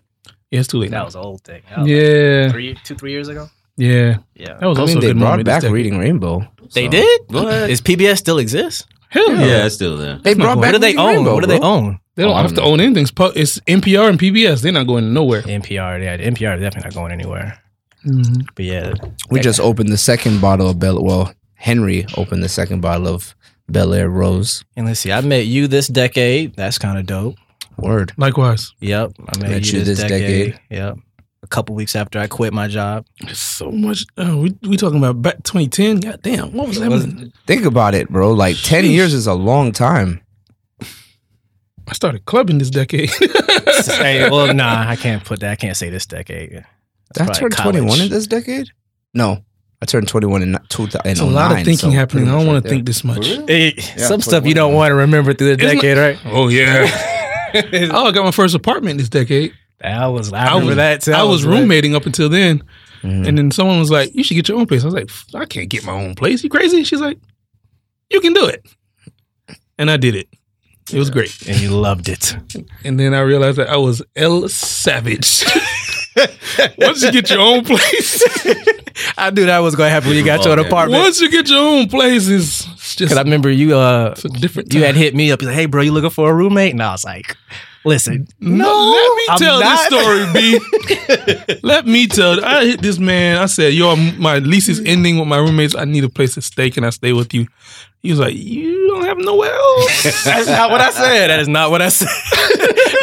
[SPEAKER 2] Yeah, it's too late.
[SPEAKER 4] That
[SPEAKER 2] now.
[SPEAKER 4] was an old thing.
[SPEAKER 2] yeah,
[SPEAKER 4] three, two, three years ago.
[SPEAKER 2] yeah.
[SPEAKER 4] Yeah,
[SPEAKER 2] That was
[SPEAKER 3] I
[SPEAKER 2] also
[SPEAKER 3] mean,
[SPEAKER 2] a
[SPEAKER 3] they
[SPEAKER 2] good
[SPEAKER 3] brought
[SPEAKER 2] moment. this
[SPEAKER 3] back
[SPEAKER 2] decade.
[SPEAKER 3] Reading Rainbow.
[SPEAKER 4] they
[SPEAKER 3] so-
[SPEAKER 4] did.
[SPEAKER 5] What?
[SPEAKER 4] Is PBS still exist?
[SPEAKER 2] Hell yeah.
[SPEAKER 5] Yeah, it's still there.
[SPEAKER 3] They brought
[SPEAKER 4] What
[SPEAKER 3] back.
[SPEAKER 4] do they
[SPEAKER 3] Reading
[SPEAKER 4] own?
[SPEAKER 3] Rainbow,
[SPEAKER 4] what do they
[SPEAKER 3] bro.
[SPEAKER 4] own?
[SPEAKER 2] They don't
[SPEAKER 3] Oh, I
[SPEAKER 2] have
[SPEAKER 3] don't
[SPEAKER 2] to
[SPEAKER 3] know.
[SPEAKER 2] own anything. It's, pu- it's NPR and PBS. They're not going nowhere.
[SPEAKER 4] NPR. Yeah, NPR definitely not going anywhere.
[SPEAKER 3] Mm-hmm.
[SPEAKER 4] But yeah,
[SPEAKER 3] We just opened the second bottle of Bel. Well, Henry opened the second bottle of Bel Air Rose.
[SPEAKER 4] And let's see, I met you this decade. That's kind of dope.
[SPEAKER 3] Word.
[SPEAKER 2] Likewise,
[SPEAKER 4] Yep. I met, you, this, decade. Yep. A couple weeks after I quit my job.
[SPEAKER 2] There's so much. Oh, we we talking about back 2010. God damn, what was that?
[SPEAKER 3] Think about it, bro. Like ten
[SPEAKER 2] Sheesh.
[SPEAKER 3] years is a long time.
[SPEAKER 2] I started clubbing this decade.
[SPEAKER 4] Hey, well, nah, I can't put that. I can't say this decade.
[SPEAKER 3] Did I
[SPEAKER 4] probably
[SPEAKER 3] turn
[SPEAKER 4] college.
[SPEAKER 3] twenty one in this decade? No, I turned twenty one in oh two thousand.
[SPEAKER 2] It's a lot of thinking happening. I don't want to think this much.
[SPEAKER 4] Eh, Some stuff you
[SPEAKER 3] 21.
[SPEAKER 4] don't want to remember through the
[SPEAKER 2] Isn't
[SPEAKER 4] decade, right?
[SPEAKER 2] Oh yeah. oh, I got my first apartment this decade.
[SPEAKER 4] I was. I
[SPEAKER 2] I
[SPEAKER 4] remember
[SPEAKER 2] was
[SPEAKER 4] that. Too.
[SPEAKER 2] I was Hmm.
[SPEAKER 4] lit.
[SPEAKER 2] roommating up until then,
[SPEAKER 3] Mhm.
[SPEAKER 2] and then someone was like, "You should get your own place." I was like, "I can't get my own place. You crazy?" She's like, "You can do it," and I did it. It was great.
[SPEAKER 4] and you loved it.
[SPEAKER 2] And then I realized that I was L Savage. Once you get your own place,
[SPEAKER 4] I knew that was going to happen when you got your
[SPEAKER 5] Okay.
[SPEAKER 4] own apartment.
[SPEAKER 2] once you get your own place, it's it's just
[SPEAKER 4] Because I remember you. Uh,
[SPEAKER 2] it's a different.
[SPEAKER 4] you had
[SPEAKER 2] time.
[SPEAKER 4] hit me up. You're like, hey, bro, you looking for a roommate? And I was like, listen,
[SPEAKER 2] No, let me
[SPEAKER 4] I'm
[SPEAKER 2] tell
[SPEAKER 4] not.
[SPEAKER 2] this story, B. let me tell. I hit this man. I said, "Yo, my lease is ending with my roommates. I need a place to stay. Can I stay with you?" He was like, "You don't have nowhere else."
[SPEAKER 4] That's not what I said. That is not what I said.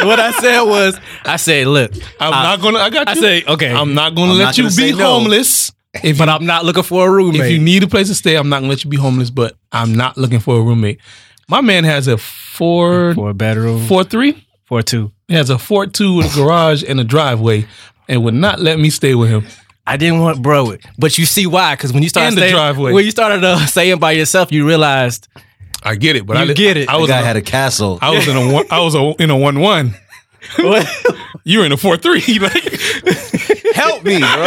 [SPEAKER 4] what I said was, I said, look,
[SPEAKER 2] I'm
[SPEAKER 4] I-
[SPEAKER 2] not gonna. I got
[SPEAKER 4] I
[SPEAKER 2] you.
[SPEAKER 4] say, okay,
[SPEAKER 2] I'm not gonna
[SPEAKER 5] I'm
[SPEAKER 2] let
[SPEAKER 5] not
[SPEAKER 2] you
[SPEAKER 5] gonna
[SPEAKER 2] be
[SPEAKER 5] say no.
[SPEAKER 2] homeless. If
[SPEAKER 4] but I'm not looking for a roommate.
[SPEAKER 2] If you need a place to stay, I'm not gonna let you be homeless, but I'm not looking for a roommate. My man has a four
[SPEAKER 4] four bedroom,
[SPEAKER 2] four three.
[SPEAKER 4] four two.
[SPEAKER 2] He has a four two with a garage and a driveway, and would not let me stay with him.
[SPEAKER 4] I didn't want bro it, but you see why? Because when you started
[SPEAKER 2] And the
[SPEAKER 4] saying-
[SPEAKER 2] driveway.
[SPEAKER 4] when you started uh, saying by yourself, you realized
[SPEAKER 2] I get it, but
[SPEAKER 4] You
[SPEAKER 2] I li-
[SPEAKER 4] get it.
[SPEAKER 2] I
[SPEAKER 5] The
[SPEAKER 2] was in
[SPEAKER 5] guy
[SPEAKER 2] a,
[SPEAKER 5] had a castle.
[SPEAKER 2] I was in a one, I was a, in a one one. You're in a four three. like,
[SPEAKER 3] Help me, bro.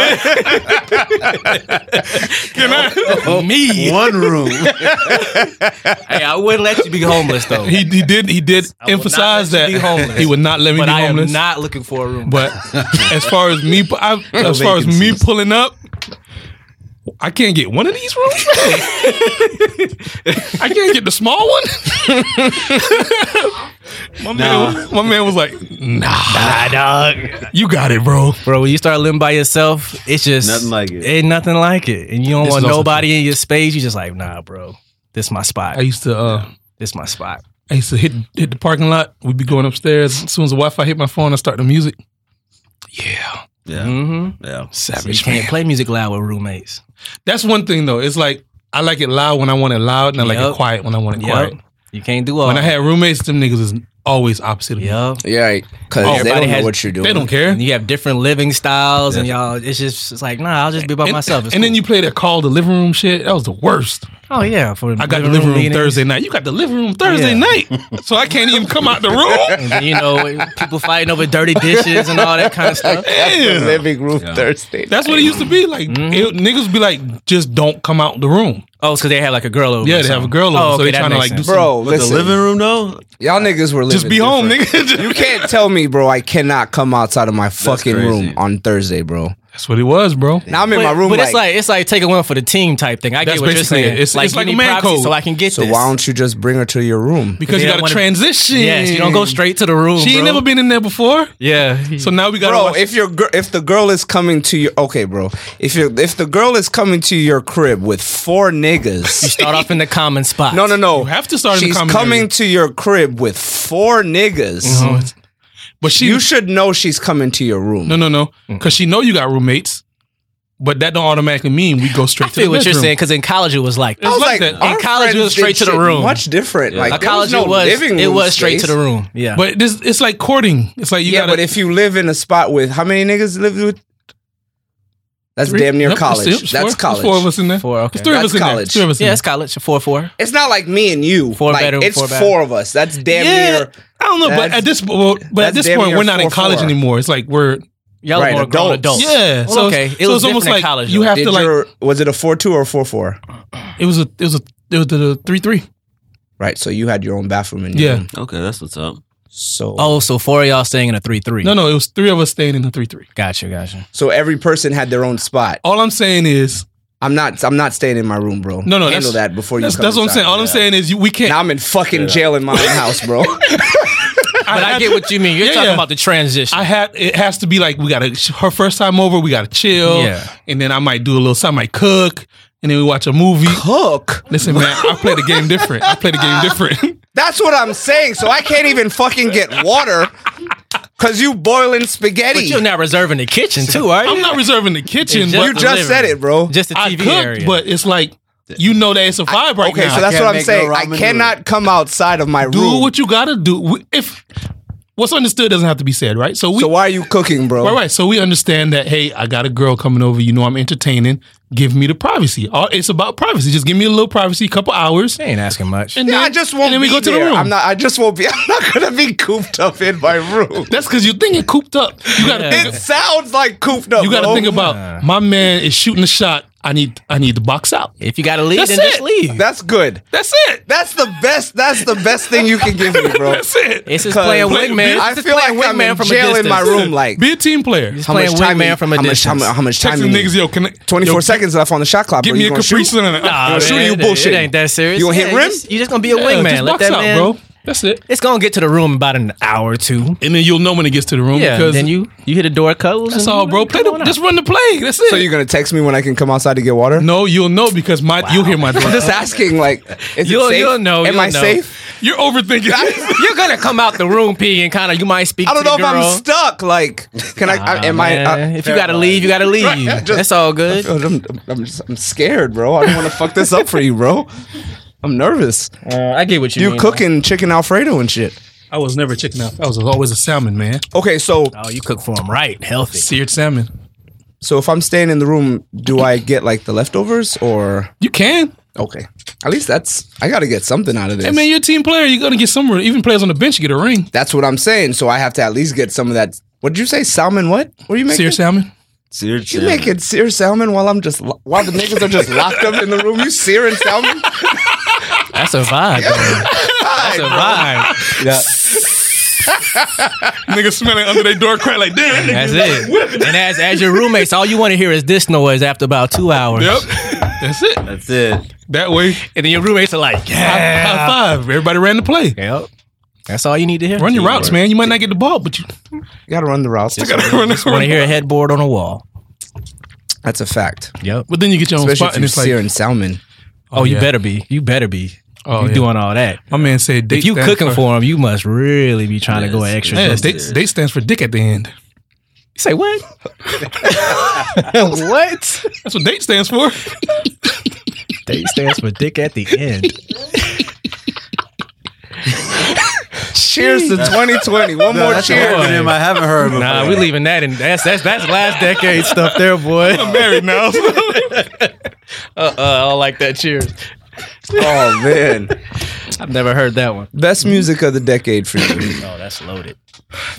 [SPEAKER 2] can I?
[SPEAKER 4] me.
[SPEAKER 5] One room.
[SPEAKER 4] Hey, I wouldn't let you be homeless though.
[SPEAKER 2] He, he did he did
[SPEAKER 4] will not
[SPEAKER 2] emphasize
[SPEAKER 4] let
[SPEAKER 2] that
[SPEAKER 4] you be homeless.
[SPEAKER 2] he would not let me
[SPEAKER 4] but
[SPEAKER 2] be
[SPEAKER 4] I am
[SPEAKER 2] homeless.
[SPEAKER 4] not looking for a roommate.
[SPEAKER 2] But as far as me, pu- I, as far as me
[SPEAKER 5] vacancies.
[SPEAKER 2] pulling up, I can't get one of these rooms. I can't get the small one. my, man, my man was like, "Nah,
[SPEAKER 4] nah, dog.
[SPEAKER 2] you got it, bro."
[SPEAKER 4] Bro, when you start living by yourself, it's just
[SPEAKER 5] Nothing like it.
[SPEAKER 4] Ain't nothing like it, and you don't
[SPEAKER 2] This
[SPEAKER 4] want
[SPEAKER 2] is also
[SPEAKER 4] nobody in your space. You just like, nah, bro. This my spot.
[SPEAKER 2] I used to, uh,
[SPEAKER 4] this my spot.
[SPEAKER 2] I used to hit hit the parking lot. We'd be going upstairs. As soon as the Wi-Fi hit my phone, I start the music. Yeah,
[SPEAKER 5] Yeah,
[SPEAKER 4] Mm-hmm.
[SPEAKER 5] yeah.
[SPEAKER 4] So you
[SPEAKER 2] savage
[SPEAKER 4] can't
[SPEAKER 2] man.
[SPEAKER 4] play music loud with roommates.
[SPEAKER 2] That's one thing though. It's like I like it loud when I want it loud, and I like
[SPEAKER 4] Yup.
[SPEAKER 2] it quiet when I want it
[SPEAKER 4] Yup.
[SPEAKER 2] quiet.
[SPEAKER 4] You can't do all.
[SPEAKER 2] When I had roommates, them niggas is always opposite of me.
[SPEAKER 4] Yup.
[SPEAKER 3] Yeah, because they don't
[SPEAKER 4] everybody
[SPEAKER 3] know
[SPEAKER 4] has-
[SPEAKER 3] what you're doing.
[SPEAKER 2] Oh, They don't care.
[SPEAKER 4] And you have different living styles, and y'all, it's just it's like, nah, I'll just be by myself. It's
[SPEAKER 2] and then
[SPEAKER 4] cool.
[SPEAKER 2] you play that call the living room shit. That was the worst.
[SPEAKER 4] oh yeah, for
[SPEAKER 2] I got the living room
[SPEAKER 4] meetings.
[SPEAKER 2] Thursday night. You got the living room Thursday
[SPEAKER 4] Yeah.
[SPEAKER 2] night, so I can't even come out the room.
[SPEAKER 4] And then, you know, people fighting over dirty dishes and all that kind of stuff.
[SPEAKER 3] The
[SPEAKER 2] Yeah.
[SPEAKER 3] living room Thursday.
[SPEAKER 2] That's what it used to be like.
[SPEAKER 4] Mm-hmm.
[SPEAKER 2] It, niggas be like, just don't come out the room.
[SPEAKER 4] Oh, it's because they had like a girl over.
[SPEAKER 2] Yeah,
[SPEAKER 4] or
[SPEAKER 2] they have a
[SPEAKER 4] something.
[SPEAKER 2] girl over,
[SPEAKER 4] Oh,
[SPEAKER 2] so they
[SPEAKER 4] that
[SPEAKER 2] tryna,
[SPEAKER 4] makes
[SPEAKER 2] like, do
[SPEAKER 4] sense.
[SPEAKER 2] some-
[SPEAKER 3] Bro,
[SPEAKER 5] But the
[SPEAKER 3] listen,
[SPEAKER 5] living room though,
[SPEAKER 3] y'all niggas were living.
[SPEAKER 2] Just be home,
[SPEAKER 3] different.
[SPEAKER 2] nigga.
[SPEAKER 3] You can't tell me, bro. I cannot come outside of my fucking
[SPEAKER 5] crazy.
[SPEAKER 3] room on Thursday, bro.
[SPEAKER 2] That's what it was, bro.
[SPEAKER 3] Now I'm in
[SPEAKER 4] But,
[SPEAKER 3] my room.
[SPEAKER 4] but
[SPEAKER 3] like,
[SPEAKER 4] it's like it's like take a one for the team type thing. I
[SPEAKER 2] That's
[SPEAKER 4] get what you're
[SPEAKER 2] basically it.
[SPEAKER 4] saying.
[SPEAKER 2] It's- it's
[SPEAKER 4] you
[SPEAKER 2] like a
[SPEAKER 4] need
[SPEAKER 2] man
[SPEAKER 4] privacy
[SPEAKER 2] code.
[SPEAKER 4] so I can get
[SPEAKER 3] so
[SPEAKER 4] this.
[SPEAKER 3] why don't you just bring her to your room?
[SPEAKER 2] Because
[SPEAKER 4] They
[SPEAKER 2] you
[SPEAKER 4] don't
[SPEAKER 2] got to
[SPEAKER 4] wanna-
[SPEAKER 2] transition.
[SPEAKER 4] Yes, you don't go straight to the room.
[SPEAKER 2] She ain't
[SPEAKER 4] bro.
[SPEAKER 2] never been in there before.
[SPEAKER 4] Yeah.
[SPEAKER 2] So now we got to
[SPEAKER 3] Bro,
[SPEAKER 2] watch.
[SPEAKER 3] if your gir- if the girl is coming to your okay, bro, if you if the girl is coming to your crib with four niggas,
[SPEAKER 4] start off in the common spot.
[SPEAKER 3] no, no, no,
[SPEAKER 2] You have to start in the
[SPEAKER 3] She's
[SPEAKER 2] common
[SPEAKER 3] coming
[SPEAKER 2] area.
[SPEAKER 3] to your crib with four niggas.
[SPEAKER 4] Uh-huh.
[SPEAKER 2] but she,
[SPEAKER 3] You should know she's coming to your room.
[SPEAKER 2] no, no, no, because she know you got roommates, but that don't automatically mean we go straight
[SPEAKER 4] I
[SPEAKER 2] to the
[SPEAKER 4] feel what you're
[SPEAKER 2] bedroom.
[SPEAKER 4] saying because in college it was like
[SPEAKER 3] I was
[SPEAKER 2] like
[SPEAKER 3] like,
[SPEAKER 2] that. In
[SPEAKER 3] our
[SPEAKER 4] college, it
[SPEAKER 3] friends
[SPEAKER 4] was straight
[SPEAKER 3] did
[SPEAKER 4] to the
[SPEAKER 3] shit
[SPEAKER 4] room.
[SPEAKER 3] much different. Like
[SPEAKER 4] a
[SPEAKER 3] there
[SPEAKER 4] college
[SPEAKER 3] no
[SPEAKER 4] it was
[SPEAKER 3] living
[SPEAKER 4] it
[SPEAKER 3] room
[SPEAKER 4] was straight to
[SPEAKER 3] space.
[SPEAKER 4] the room. Yeah.
[SPEAKER 2] But this, it's like courting. It's like you
[SPEAKER 3] yeah,
[SPEAKER 2] gotta,
[SPEAKER 3] but if you live in a spot with how many niggas live with? That's
[SPEAKER 2] Three-
[SPEAKER 3] damn near
[SPEAKER 2] Nope,
[SPEAKER 3] college.
[SPEAKER 2] it's- it's four,
[SPEAKER 3] That's college.
[SPEAKER 2] It's four of us in there.
[SPEAKER 4] Four, okay.
[SPEAKER 2] It's three of us
[SPEAKER 3] That's
[SPEAKER 2] in there.
[SPEAKER 3] college.
[SPEAKER 2] It's Three of us. in
[SPEAKER 4] yeah,
[SPEAKER 2] there.
[SPEAKER 4] it's college. Four four.
[SPEAKER 3] It's not like me and you.
[SPEAKER 4] Four
[SPEAKER 3] like,
[SPEAKER 4] bedroom,
[SPEAKER 3] It's
[SPEAKER 4] four
[SPEAKER 3] four,
[SPEAKER 4] bath.
[SPEAKER 3] of us. That's damn
[SPEAKER 2] Yeah,
[SPEAKER 3] near
[SPEAKER 2] I don't know, but
[SPEAKER 3] That's-
[SPEAKER 2] at this well, but at
[SPEAKER 3] that's
[SPEAKER 2] this
[SPEAKER 3] damn
[SPEAKER 2] point
[SPEAKER 3] near
[SPEAKER 2] we're not in
[SPEAKER 3] four,
[SPEAKER 2] college
[SPEAKER 3] four.
[SPEAKER 2] anymore. It's like we're
[SPEAKER 4] Y'all
[SPEAKER 3] Right,
[SPEAKER 4] are more grown
[SPEAKER 3] adults.
[SPEAKER 4] adults.
[SPEAKER 2] yeah.
[SPEAKER 4] Well,
[SPEAKER 2] so
[SPEAKER 4] okay. It
[SPEAKER 2] so
[SPEAKER 4] was
[SPEAKER 2] it's almost
[SPEAKER 4] different in
[SPEAKER 2] like
[SPEAKER 4] college,
[SPEAKER 2] you
[SPEAKER 4] though.
[SPEAKER 2] have
[SPEAKER 3] Did
[SPEAKER 2] to like
[SPEAKER 3] your, was it a four two or a four four?
[SPEAKER 2] it was a it was a it was a three three.
[SPEAKER 4] Mm-hmm.
[SPEAKER 3] Right. So you had your own bathroom in your
[SPEAKER 2] Yeah.
[SPEAKER 3] room.
[SPEAKER 5] okay, that's what's up.
[SPEAKER 3] So
[SPEAKER 4] Oh, so four of y'all staying in a three three.
[SPEAKER 2] No, no, it was three of us staying in the three three.
[SPEAKER 4] Gotcha, gotcha.
[SPEAKER 3] so every person had their own spot.
[SPEAKER 2] All I'm saying is
[SPEAKER 3] I'm not I'm not staying in my room, bro.
[SPEAKER 2] No, no, that's-
[SPEAKER 3] handle that before
[SPEAKER 2] that's,
[SPEAKER 3] you. Come
[SPEAKER 2] that's what I'm
[SPEAKER 3] inside.
[SPEAKER 2] saying. All I'm saying is you, we can't.
[SPEAKER 3] Now I'm in fucking jail in my own house, bro.
[SPEAKER 4] But I get what you mean. You're
[SPEAKER 2] Yeah,
[SPEAKER 4] talking
[SPEAKER 2] yeah.
[SPEAKER 4] about the transition.
[SPEAKER 2] I had it has to be like we gotta her first time over, we gotta chill.
[SPEAKER 4] Yeah.
[SPEAKER 2] And then I might do a little something, I might cook, and then we watch a movie.
[SPEAKER 3] Hook.
[SPEAKER 2] Listen, man, I play the game different. I play the game different.
[SPEAKER 3] That's what I'm saying. So I can't even fucking get water because you boiling spaghetti.
[SPEAKER 4] but you're not reserving the kitchen too, are you?
[SPEAKER 2] I'm not reserving the kitchen,
[SPEAKER 4] It's
[SPEAKER 2] but
[SPEAKER 3] you
[SPEAKER 4] the
[SPEAKER 3] just
[SPEAKER 4] living
[SPEAKER 3] said it, bro.
[SPEAKER 4] just the TV
[SPEAKER 2] I cook,
[SPEAKER 4] area.
[SPEAKER 2] but it's like you know that it's a vibe right
[SPEAKER 3] okay,
[SPEAKER 2] now.
[SPEAKER 3] so that's
[SPEAKER 5] can't
[SPEAKER 3] what I'm
[SPEAKER 5] make
[SPEAKER 3] saying.
[SPEAKER 5] no
[SPEAKER 3] I
[SPEAKER 5] ramen
[SPEAKER 3] cannot come outside of my
[SPEAKER 2] do
[SPEAKER 3] room.
[SPEAKER 2] what you gotta do. We- If what's understood doesn't have to be said, right? So we
[SPEAKER 3] so why are you cooking, bro?
[SPEAKER 2] Right, right. So we understand that. Hey, I got a girl coming over. You know, I'm entertaining. Give me the privacy. All, it's about privacy. Just give me a little privacy, couple hours,
[SPEAKER 4] they ain't asking much.
[SPEAKER 2] and
[SPEAKER 3] Yeah,
[SPEAKER 2] then
[SPEAKER 3] I just won't.
[SPEAKER 2] And then we
[SPEAKER 3] be
[SPEAKER 2] go to the
[SPEAKER 3] there.
[SPEAKER 2] room.
[SPEAKER 3] I'm not. I just won't be. I'm not gonna be cooped up in my room.
[SPEAKER 2] That's because you're thinking cooped up. You gotta
[SPEAKER 4] Yeah.
[SPEAKER 2] think,
[SPEAKER 3] It sounds like cooped up.
[SPEAKER 2] you gotta
[SPEAKER 3] bro.
[SPEAKER 2] think about my man is shooting a shot. I need I need to box out.
[SPEAKER 4] If you got to leave,
[SPEAKER 2] That's
[SPEAKER 4] then
[SPEAKER 2] it.
[SPEAKER 4] just leave.
[SPEAKER 3] That's good.
[SPEAKER 2] That's it.
[SPEAKER 3] That's the best. That's the best thing you can give me, bro.
[SPEAKER 2] That's it.
[SPEAKER 4] It's just
[SPEAKER 3] 'Cause
[SPEAKER 4] playing
[SPEAKER 2] wait,
[SPEAKER 4] wingman.
[SPEAKER 3] I
[SPEAKER 4] It's just
[SPEAKER 3] feel like
[SPEAKER 4] playing
[SPEAKER 3] I'm in
[SPEAKER 4] from a
[SPEAKER 3] jail in my
[SPEAKER 4] distance.
[SPEAKER 3] room. Like
[SPEAKER 2] Be a team player.
[SPEAKER 4] Just playing wingman
[SPEAKER 3] you-
[SPEAKER 4] from a
[SPEAKER 3] how much, how,
[SPEAKER 4] distance.
[SPEAKER 3] mu- how much time?
[SPEAKER 2] Texting
[SPEAKER 3] you need?
[SPEAKER 2] niggas, yo, can I,
[SPEAKER 3] 24
[SPEAKER 2] yo,
[SPEAKER 3] seconds left on the shot clock.
[SPEAKER 2] Give
[SPEAKER 3] bro.
[SPEAKER 2] me
[SPEAKER 3] You
[SPEAKER 2] a
[SPEAKER 3] gonna
[SPEAKER 2] Capri
[SPEAKER 3] shoot?
[SPEAKER 2] Sun. and-
[SPEAKER 4] Nah,
[SPEAKER 2] Yo,
[SPEAKER 4] man,
[SPEAKER 2] shoot,
[SPEAKER 3] you
[SPEAKER 4] it-
[SPEAKER 3] bullshitting.
[SPEAKER 4] It ain't that serious.
[SPEAKER 3] You gonna hit
[SPEAKER 4] Yeah, you
[SPEAKER 3] rim?
[SPEAKER 4] just- You just gonna be a
[SPEAKER 2] yeah,
[SPEAKER 4] wingman.
[SPEAKER 2] just
[SPEAKER 4] Let
[SPEAKER 2] box
[SPEAKER 4] that
[SPEAKER 2] out,
[SPEAKER 4] man.
[SPEAKER 2] bro. That's it.
[SPEAKER 4] It's gonna get to the room in about an hour or two.
[SPEAKER 2] And then you'll know when it gets to the room
[SPEAKER 4] Yeah,
[SPEAKER 2] because
[SPEAKER 4] then you you hit a door close.
[SPEAKER 2] That's
[SPEAKER 4] and
[SPEAKER 2] all,
[SPEAKER 4] you
[SPEAKER 2] bro.
[SPEAKER 4] like,
[SPEAKER 2] Play
[SPEAKER 4] come
[SPEAKER 2] the,
[SPEAKER 4] on
[SPEAKER 2] just
[SPEAKER 4] out.
[SPEAKER 2] run the play. That's it.
[SPEAKER 3] So you're gonna text me when I can come outside to get water?
[SPEAKER 2] No, you'll know because my you'll hear my voice.
[SPEAKER 3] Just asking. Like, is
[SPEAKER 4] You'll-
[SPEAKER 3] it safe?
[SPEAKER 4] you'll know,
[SPEAKER 3] Am
[SPEAKER 4] you'll
[SPEAKER 3] I
[SPEAKER 4] know.
[SPEAKER 3] safe?
[SPEAKER 2] You're overthinking.
[SPEAKER 4] You're gonna come out the room, P, and kind of you might speak.
[SPEAKER 3] I don't
[SPEAKER 4] to
[SPEAKER 3] know
[SPEAKER 4] the
[SPEAKER 3] if I'm
[SPEAKER 4] girl.
[SPEAKER 3] stuck. Like, can I? I- am I?
[SPEAKER 4] Man,
[SPEAKER 3] I-
[SPEAKER 4] if you gotta leave, you gotta leave.
[SPEAKER 3] just-
[SPEAKER 4] That's all good.
[SPEAKER 3] I'm, I'm- I'm, just, I'm scared, bro. I don't want to fuck this up for you, bro. I'm nervous.
[SPEAKER 4] Uh, I get what you,
[SPEAKER 3] You
[SPEAKER 4] mean.
[SPEAKER 3] cooking chicken Alfredo and shit.
[SPEAKER 2] I was never chicken out. I was always a salmon, man.
[SPEAKER 3] Okay, so
[SPEAKER 4] though. Oh, you cook for him right, healthy.
[SPEAKER 2] Seared salmon.
[SPEAKER 3] so if I'm staying in the room, do I get like the leftovers or
[SPEAKER 2] You can.
[SPEAKER 3] okay? At least that's I got to get something out of this.
[SPEAKER 2] I mean, you're a team player. You're gonna get somewhere. Even players on the bench get a ring.
[SPEAKER 3] that's what I'm saying. So I have to at least get some of that. What did you say, salmon? What? What are you making?
[SPEAKER 2] Seared salmon.
[SPEAKER 5] Seared
[SPEAKER 3] You
[SPEAKER 5] salmon.
[SPEAKER 3] making seared salmon while I'm just lo- while the niggas are just locked up in the room. You searing salmon?
[SPEAKER 4] That's a vibe. bro. That's a vibe.
[SPEAKER 2] Niggas smelling under their door crack like damn.
[SPEAKER 4] That's
[SPEAKER 2] nigga.
[SPEAKER 4] it. And as as your roommates, all you want to hear is this noise after about two hours.
[SPEAKER 2] Yep. That's it.
[SPEAKER 5] That's it.
[SPEAKER 2] That way.
[SPEAKER 4] And then your roommates are like,
[SPEAKER 2] High,
[SPEAKER 4] yeah.
[SPEAKER 2] high five. Everybody ran the play.
[SPEAKER 4] Yep. That's all you need to hear.
[SPEAKER 2] Run your routes, man. You might not get the ball, but you
[SPEAKER 3] You gotta run the routes.
[SPEAKER 2] gotta run
[SPEAKER 4] Want to
[SPEAKER 2] the
[SPEAKER 4] hear a headboard on a wall.
[SPEAKER 3] That's a fact.
[SPEAKER 4] Yep.
[SPEAKER 2] But then you get your own
[SPEAKER 3] Especially
[SPEAKER 2] spot,
[SPEAKER 3] if
[SPEAKER 2] and
[SPEAKER 3] you're
[SPEAKER 2] it's like,
[SPEAKER 3] searing salmon.
[SPEAKER 4] Oh, you
[SPEAKER 2] yeah.
[SPEAKER 4] better be. You better be.
[SPEAKER 2] Oh,
[SPEAKER 4] you
[SPEAKER 2] yeah.
[SPEAKER 4] doing all that.
[SPEAKER 2] my man said, date
[SPEAKER 4] If you
[SPEAKER 2] stands
[SPEAKER 4] cooking for him, you must really be trying to go an
[SPEAKER 5] Yes.
[SPEAKER 4] extra.
[SPEAKER 2] yeah,
[SPEAKER 4] distance.
[SPEAKER 2] date, date stands for dick at the end.
[SPEAKER 4] You say what? what?
[SPEAKER 2] That's what date stands for.
[SPEAKER 4] They stands for dick at the end.
[SPEAKER 3] Cheers to 2020. One more
[SPEAKER 5] That's an
[SPEAKER 3] cheer.
[SPEAKER 5] acronym I haven't heard before.
[SPEAKER 4] Nah, we leaving that in. That's that's that's last decade stuff there, boy. I'm married now. uh, uh, I don't like that. Cheers.
[SPEAKER 3] Oh man,
[SPEAKER 4] I've never heard that one.
[SPEAKER 3] best music of the decade for you.
[SPEAKER 4] Oh, that's loaded.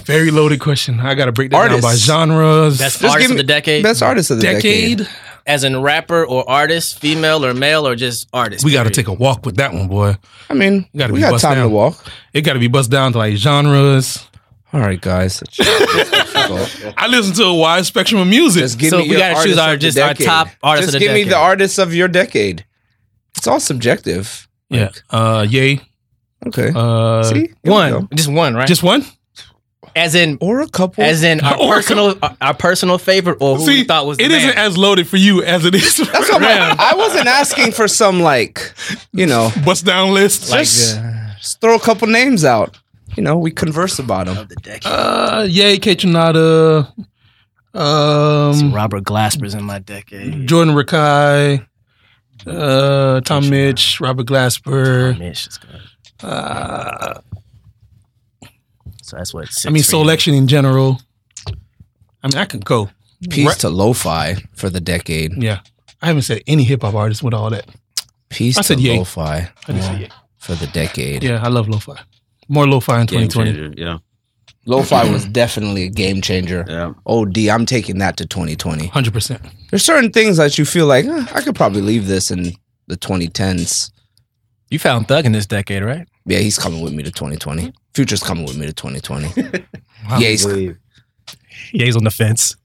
[SPEAKER 2] Very loaded question. I gotta break that down by
[SPEAKER 3] Artists.
[SPEAKER 2] genres.
[SPEAKER 7] That's
[SPEAKER 3] Just
[SPEAKER 7] artist
[SPEAKER 3] give
[SPEAKER 7] of
[SPEAKER 3] me-
[SPEAKER 7] the decade.
[SPEAKER 3] Best artist of the decade.
[SPEAKER 2] decade.
[SPEAKER 7] As in rapper or artist, female or male or just artist.
[SPEAKER 2] We gotta
[SPEAKER 7] period.
[SPEAKER 2] take a walk with that one, boy.
[SPEAKER 3] I mean,
[SPEAKER 2] Gotta
[SPEAKER 3] we
[SPEAKER 2] be
[SPEAKER 3] got
[SPEAKER 2] bust
[SPEAKER 3] time to
[SPEAKER 2] down.
[SPEAKER 3] walk.
[SPEAKER 2] It gotta be bust down to like genres.
[SPEAKER 3] All right, guys.
[SPEAKER 2] I listen to a wide spectrum of music.
[SPEAKER 3] Just give
[SPEAKER 7] So
[SPEAKER 3] me
[SPEAKER 7] we
[SPEAKER 3] your
[SPEAKER 7] gotta choose
[SPEAKER 3] artist
[SPEAKER 7] our-
[SPEAKER 3] of the
[SPEAKER 7] just our
[SPEAKER 3] decade.
[SPEAKER 7] top artist
[SPEAKER 3] Just
[SPEAKER 7] of the
[SPEAKER 3] give me the
[SPEAKER 7] decade.
[SPEAKER 3] artists of your decade. It's all subjective.
[SPEAKER 2] yeah. Uh yay.
[SPEAKER 3] Okay.
[SPEAKER 2] Uh
[SPEAKER 3] See, Here we go.
[SPEAKER 4] One, just one, right?
[SPEAKER 2] just one?
[SPEAKER 7] As in,
[SPEAKER 3] or a couple.
[SPEAKER 7] as in our
[SPEAKER 2] Or-
[SPEAKER 7] personal, our, our personal favorite or who we thought was the
[SPEAKER 2] it
[SPEAKER 7] man.
[SPEAKER 2] not as loaded for you as it is for
[SPEAKER 3] That's what I'm like, I wasn't asking for some like, you know,
[SPEAKER 2] bust down list.
[SPEAKER 3] just, just throw a couple names out. You know, we converse about them.
[SPEAKER 2] uh yay, Catronada. Um
[SPEAKER 4] Robert Glasper's in
[SPEAKER 7] my decade.
[SPEAKER 2] Jordan Rakai. Uh, Tom Mitch, Robert Glasper.
[SPEAKER 7] Mitch is good.
[SPEAKER 4] Uh,
[SPEAKER 7] so that's what. Six
[SPEAKER 2] I mean,
[SPEAKER 7] for you.
[SPEAKER 2] selection in general. I mean, I could go.
[SPEAKER 3] Peace
[SPEAKER 2] Right.
[SPEAKER 3] to lo-fi for the decade.
[SPEAKER 2] Yeah, I haven't said any hip hop artist with all that.
[SPEAKER 3] Peace
[SPEAKER 2] I said
[SPEAKER 3] to
[SPEAKER 2] yay.
[SPEAKER 3] lo-fi
[SPEAKER 2] I just said, yeah.
[SPEAKER 3] for the decade.
[SPEAKER 2] yeah, I love lo-fi. More lo-fi in
[SPEAKER 5] Game
[SPEAKER 2] 2020.
[SPEAKER 5] changer, Yeah,
[SPEAKER 3] Lo-fi was definitely a game changer.
[SPEAKER 5] yeah.
[SPEAKER 3] OD, I'm taking that to 2020.
[SPEAKER 2] 100%.
[SPEAKER 3] There's certain things that you feel like "Eh, I could probably leave this in the 2010s.
[SPEAKER 4] You found Thug in this decade, right?
[SPEAKER 3] Yeah, he's coming with me to 2020. Future's coming with me to 2020.
[SPEAKER 2] Wow.
[SPEAKER 3] yeah, he's
[SPEAKER 4] Yeah, he's on the fence.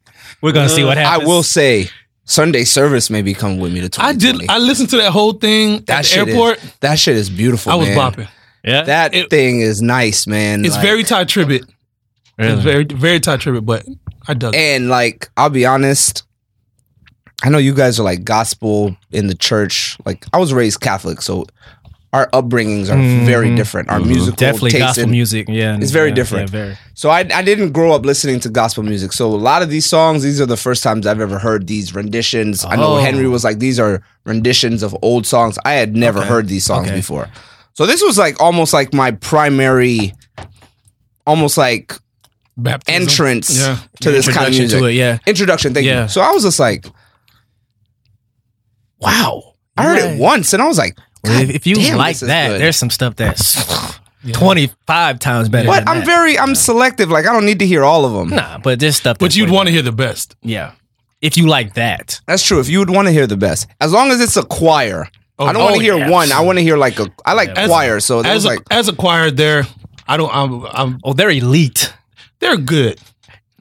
[SPEAKER 4] We're gonna see what
[SPEAKER 3] Uh, I
[SPEAKER 4] happens.
[SPEAKER 3] will say Sunday service may be coming with me to
[SPEAKER 2] I
[SPEAKER 3] 2020.
[SPEAKER 2] did. I listened to that whole thing
[SPEAKER 3] that
[SPEAKER 2] at the
[SPEAKER 3] shit is-
[SPEAKER 2] airport.
[SPEAKER 3] that shit is beautiful.
[SPEAKER 2] I was
[SPEAKER 3] man.
[SPEAKER 2] bopping.
[SPEAKER 4] Yeah,
[SPEAKER 3] That
[SPEAKER 2] It-
[SPEAKER 3] thing is nice, man.
[SPEAKER 2] It's
[SPEAKER 3] Like-
[SPEAKER 2] very Ty Tribbett. It's
[SPEAKER 4] Really?
[SPEAKER 2] very very Ty Tribbett, but I dug it.
[SPEAKER 3] and like I'll be honest. I know you guys are like gospel in the church. Like I was raised Catholic, so our upbringings are
[SPEAKER 2] Mm-hmm.
[SPEAKER 3] very different. Our musical
[SPEAKER 4] definitely
[SPEAKER 3] taste
[SPEAKER 4] gospel
[SPEAKER 3] in-
[SPEAKER 4] music. Yeah,
[SPEAKER 3] It's very
[SPEAKER 4] yeah,
[SPEAKER 3] different.
[SPEAKER 4] Yeah, very.
[SPEAKER 3] So I, I didn't grow up listening to gospel music. So a lot of these songs, these are the first times I've ever heard these renditions. I know
[SPEAKER 4] Oh.
[SPEAKER 3] Henry was like, these are renditions of old songs. I had never heard these songs
[SPEAKER 4] Okay.
[SPEAKER 3] before. So this was like almost like my primary, almost like
[SPEAKER 2] Baptism.
[SPEAKER 3] entrance
[SPEAKER 2] Yeah.
[SPEAKER 3] to this kind of
[SPEAKER 4] Introduction
[SPEAKER 3] music.
[SPEAKER 4] to it. Yeah,
[SPEAKER 3] Introduction, thank
[SPEAKER 4] Yeah.
[SPEAKER 3] you. So I was just like, wow. I heard
[SPEAKER 4] Right.
[SPEAKER 3] it once and I was like,
[SPEAKER 4] Well, if, if you
[SPEAKER 3] damn,
[SPEAKER 4] like
[SPEAKER 3] this is
[SPEAKER 4] that,
[SPEAKER 3] good.
[SPEAKER 4] there's some stuff that's 25 times better.
[SPEAKER 3] what?
[SPEAKER 4] than
[SPEAKER 3] I'm
[SPEAKER 4] that.
[SPEAKER 3] very, I'm selective. Like I don't need to hear all of them.
[SPEAKER 4] nah, but this stuff.
[SPEAKER 2] But
[SPEAKER 4] that's
[SPEAKER 2] you'd
[SPEAKER 4] way
[SPEAKER 2] want to hear the best.
[SPEAKER 4] better. yeah. If you like that,
[SPEAKER 3] That's true. If you would want to hear the best, as long as it's a choir. I don't
[SPEAKER 2] Oh,
[SPEAKER 3] want to hear
[SPEAKER 4] yeah.
[SPEAKER 3] one. I want to hear like a. I like
[SPEAKER 2] As-
[SPEAKER 3] choir, so that
[SPEAKER 2] As
[SPEAKER 3] was
[SPEAKER 2] a,
[SPEAKER 3] like
[SPEAKER 2] as a choir, there, I don't. I'm, I'm.
[SPEAKER 4] oh, they're elite.
[SPEAKER 2] They're good.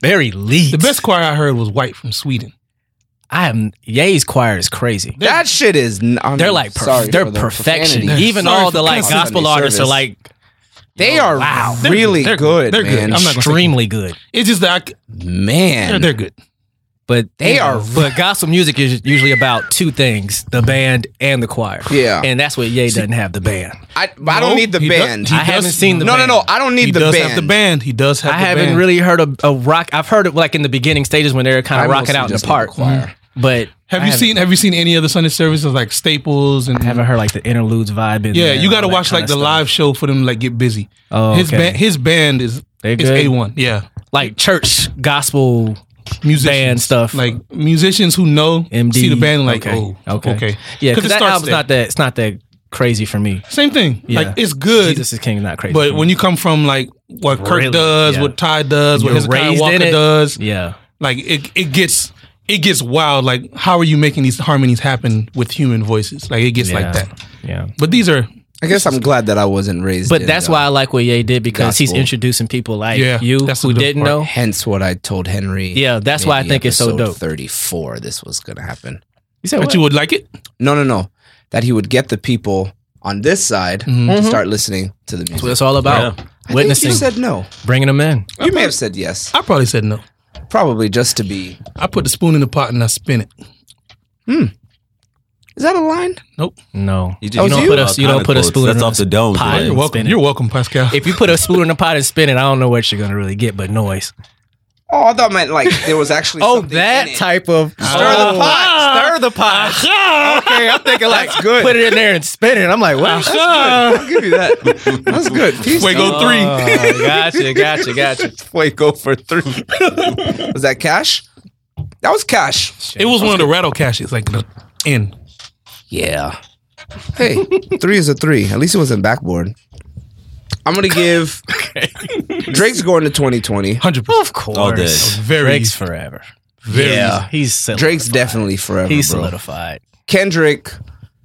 [SPEAKER 4] They're elite.
[SPEAKER 2] The best choir I heard was White from Sweden.
[SPEAKER 4] I am. Ye's choir is crazy.
[SPEAKER 3] that shit is. n- I mean,
[SPEAKER 4] They're like perf-
[SPEAKER 3] sorry
[SPEAKER 4] they're
[SPEAKER 3] for the
[SPEAKER 4] perfection.
[SPEAKER 3] profanity.
[SPEAKER 4] Even
[SPEAKER 2] Sorry
[SPEAKER 4] all
[SPEAKER 2] for
[SPEAKER 4] the like
[SPEAKER 2] cussing.
[SPEAKER 4] gospel
[SPEAKER 3] Sunday
[SPEAKER 4] artists are
[SPEAKER 3] service.
[SPEAKER 4] like
[SPEAKER 3] They are
[SPEAKER 4] wow. They're
[SPEAKER 3] really
[SPEAKER 2] They're
[SPEAKER 3] good.
[SPEAKER 2] They're good.
[SPEAKER 3] man.
[SPEAKER 2] I'm not gonna say
[SPEAKER 4] extremely good.
[SPEAKER 2] It's just that I, c-
[SPEAKER 3] man.
[SPEAKER 2] they're, they're good.
[SPEAKER 4] But
[SPEAKER 3] They
[SPEAKER 4] you know,
[SPEAKER 3] are-
[SPEAKER 4] But gospel music is usually about two things: the band and the choir.
[SPEAKER 3] Yeah.
[SPEAKER 4] and that's what Ye doesn't have the band.
[SPEAKER 3] I, but I don't
[SPEAKER 2] No,
[SPEAKER 3] need the
[SPEAKER 2] he does-
[SPEAKER 3] band.
[SPEAKER 2] he
[SPEAKER 4] I haven't
[SPEAKER 2] does-
[SPEAKER 4] seen the
[SPEAKER 3] no, no,
[SPEAKER 4] band.
[SPEAKER 3] no. I don't need
[SPEAKER 2] he
[SPEAKER 3] the
[SPEAKER 2] does
[SPEAKER 3] band.
[SPEAKER 2] have the band. He does have.
[SPEAKER 4] I
[SPEAKER 2] the
[SPEAKER 4] haven't
[SPEAKER 2] band.
[SPEAKER 4] really heard a, a rock. I've heard it like in the beginning stages when they're kind
[SPEAKER 3] I
[SPEAKER 4] of rocking
[SPEAKER 3] mostly
[SPEAKER 4] out in the
[SPEAKER 3] just need
[SPEAKER 4] park. Mm-hmm.
[SPEAKER 3] choir.
[SPEAKER 4] But
[SPEAKER 2] Have
[SPEAKER 4] I
[SPEAKER 2] you
[SPEAKER 4] haven't-
[SPEAKER 2] seen? Have you seen any other Sunday services like Staples and?
[SPEAKER 4] I haven't heard like the interludes vibe. In
[SPEAKER 2] yeah,
[SPEAKER 4] there
[SPEAKER 2] you
[SPEAKER 4] and
[SPEAKER 2] got to
[SPEAKER 4] all that
[SPEAKER 2] watch
[SPEAKER 4] kinda
[SPEAKER 2] like the
[SPEAKER 4] stuff.
[SPEAKER 2] live show for them. to, Like get busy.
[SPEAKER 4] Oh,
[SPEAKER 2] his
[SPEAKER 4] okay.
[SPEAKER 2] band. His band is.
[SPEAKER 4] They
[SPEAKER 2] It's
[SPEAKER 4] good?
[SPEAKER 2] a one. Yeah,
[SPEAKER 4] like church gospel
[SPEAKER 2] musicians
[SPEAKER 4] band stuff.
[SPEAKER 2] Like musicians who know
[SPEAKER 4] MD.
[SPEAKER 2] see the band. Like
[SPEAKER 4] okay.
[SPEAKER 2] oh,
[SPEAKER 4] okay,
[SPEAKER 2] okay,
[SPEAKER 4] yeah.
[SPEAKER 2] 'Cause
[SPEAKER 4] Because that
[SPEAKER 2] starts
[SPEAKER 4] album's
[SPEAKER 2] there.
[SPEAKER 4] not that. It's not that crazy for me.
[SPEAKER 2] Same thing.
[SPEAKER 4] Yeah.
[SPEAKER 2] Like it's good,
[SPEAKER 4] Jesus is King is not crazy.
[SPEAKER 2] but
[SPEAKER 4] for
[SPEAKER 2] when
[SPEAKER 4] me.
[SPEAKER 2] you come from like what Kirk
[SPEAKER 4] Really?
[SPEAKER 2] does,
[SPEAKER 4] Yeah.
[SPEAKER 2] what Ty does, what
[SPEAKER 4] You're raised
[SPEAKER 2] Hezekiah
[SPEAKER 4] in
[SPEAKER 2] Walker
[SPEAKER 4] it.
[SPEAKER 2] does,
[SPEAKER 4] yeah,
[SPEAKER 2] like it it gets it gets wild. Like how are you making these harmonies happen with human voices? Like it gets
[SPEAKER 4] Yeah.
[SPEAKER 2] like that.
[SPEAKER 4] yeah.
[SPEAKER 2] But these are
[SPEAKER 3] I guess I'm glad that I wasn't raised.
[SPEAKER 4] But
[SPEAKER 3] in uh,
[SPEAKER 4] that's
[SPEAKER 3] the-
[SPEAKER 4] why I like what Ye did because he's
[SPEAKER 3] gospel.
[SPEAKER 4] introducing people like
[SPEAKER 2] Yeah,
[SPEAKER 4] you
[SPEAKER 2] that's
[SPEAKER 4] who
[SPEAKER 2] the dope
[SPEAKER 4] didn't
[SPEAKER 2] part.
[SPEAKER 4] know.
[SPEAKER 3] Hence what I told Henry.
[SPEAKER 4] Yeah, that's why I
[SPEAKER 3] maybe
[SPEAKER 4] think it's so
[SPEAKER 3] episode
[SPEAKER 4] dope.
[SPEAKER 3] 34. This was gonna happen.
[SPEAKER 4] You said
[SPEAKER 2] that you would like it.
[SPEAKER 3] No, no, no. That he would get the people on this side to start listening to the music.
[SPEAKER 4] That's what it's all about.
[SPEAKER 3] I think
[SPEAKER 4] Mm-hmm. Witnessing,
[SPEAKER 3] You said no.
[SPEAKER 4] bringing them in.
[SPEAKER 3] You may have said yes.
[SPEAKER 2] I probably said no.
[SPEAKER 3] Probably just to be.
[SPEAKER 2] I put the spoon in the pot and I spin it.
[SPEAKER 3] Is that a line?
[SPEAKER 2] Nope.
[SPEAKER 4] No,
[SPEAKER 5] Oh, You, just,
[SPEAKER 3] was
[SPEAKER 5] don't
[SPEAKER 3] you?
[SPEAKER 5] put
[SPEAKER 4] Put a-
[SPEAKER 5] a,
[SPEAKER 4] you don't put a spoon
[SPEAKER 5] That's
[SPEAKER 4] in
[SPEAKER 5] off
[SPEAKER 4] a
[SPEAKER 5] the dome.
[SPEAKER 4] pie.
[SPEAKER 5] today.
[SPEAKER 2] You're
[SPEAKER 4] didn't
[SPEAKER 2] welcome.
[SPEAKER 4] spin it.
[SPEAKER 2] You're welcome, Pascal.
[SPEAKER 4] if you put a spoon in the pot and spin it, I don't know what you're gonna really get. But noise.
[SPEAKER 3] Oh, I thought it meant like there was actually.
[SPEAKER 4] Oh,
[SPEAKER 3] something in
[SPEAKER 4] that
[SPEAKER 3] it.
[SPEAKER 4] type of stir
[SPEAKER 2] Oh.
[SPEAKER 4] pot, stir the pot. okay, I'm thinking like good. Put it in there and spin it. I'm like, wow.
[SPEAKER 3] I'll give you that. That's good. Peace.
[SPEAKER 2] Fuego three.
[SPEAKER 7] Oh, gotcha, gotcha, gotcha.
[SPEAKER 3] Wait, go for three. was that cash? That was cash.
[SPEAKER 2] It was one of the rattle caches, like the in.
[SPEAKER 3] Yeah. Hey, three is a three. At least it wasn't backboard. I'm gonna give Drake's going to 2020.
[SPEAKER 2] Hundred percent.
[SPEAKER 4] Of course,
[SPEAKER 5] All day.
[SPEAKER 2] Very
[SPEAKER 4] Drake's
[SPEAKER 2] easy.
[SPEAKER 4] forever.
[SPEAKER 2] Very
[SPEAKER 4] Yeah, he's solidified.
[SPEAKER 3] Drake's definitely forever.
[SPEAKER 4] He's
[SPEAKER 3] bro.
[SPEAKER 4] solidified.
[SPEAKER 3] Kendrick,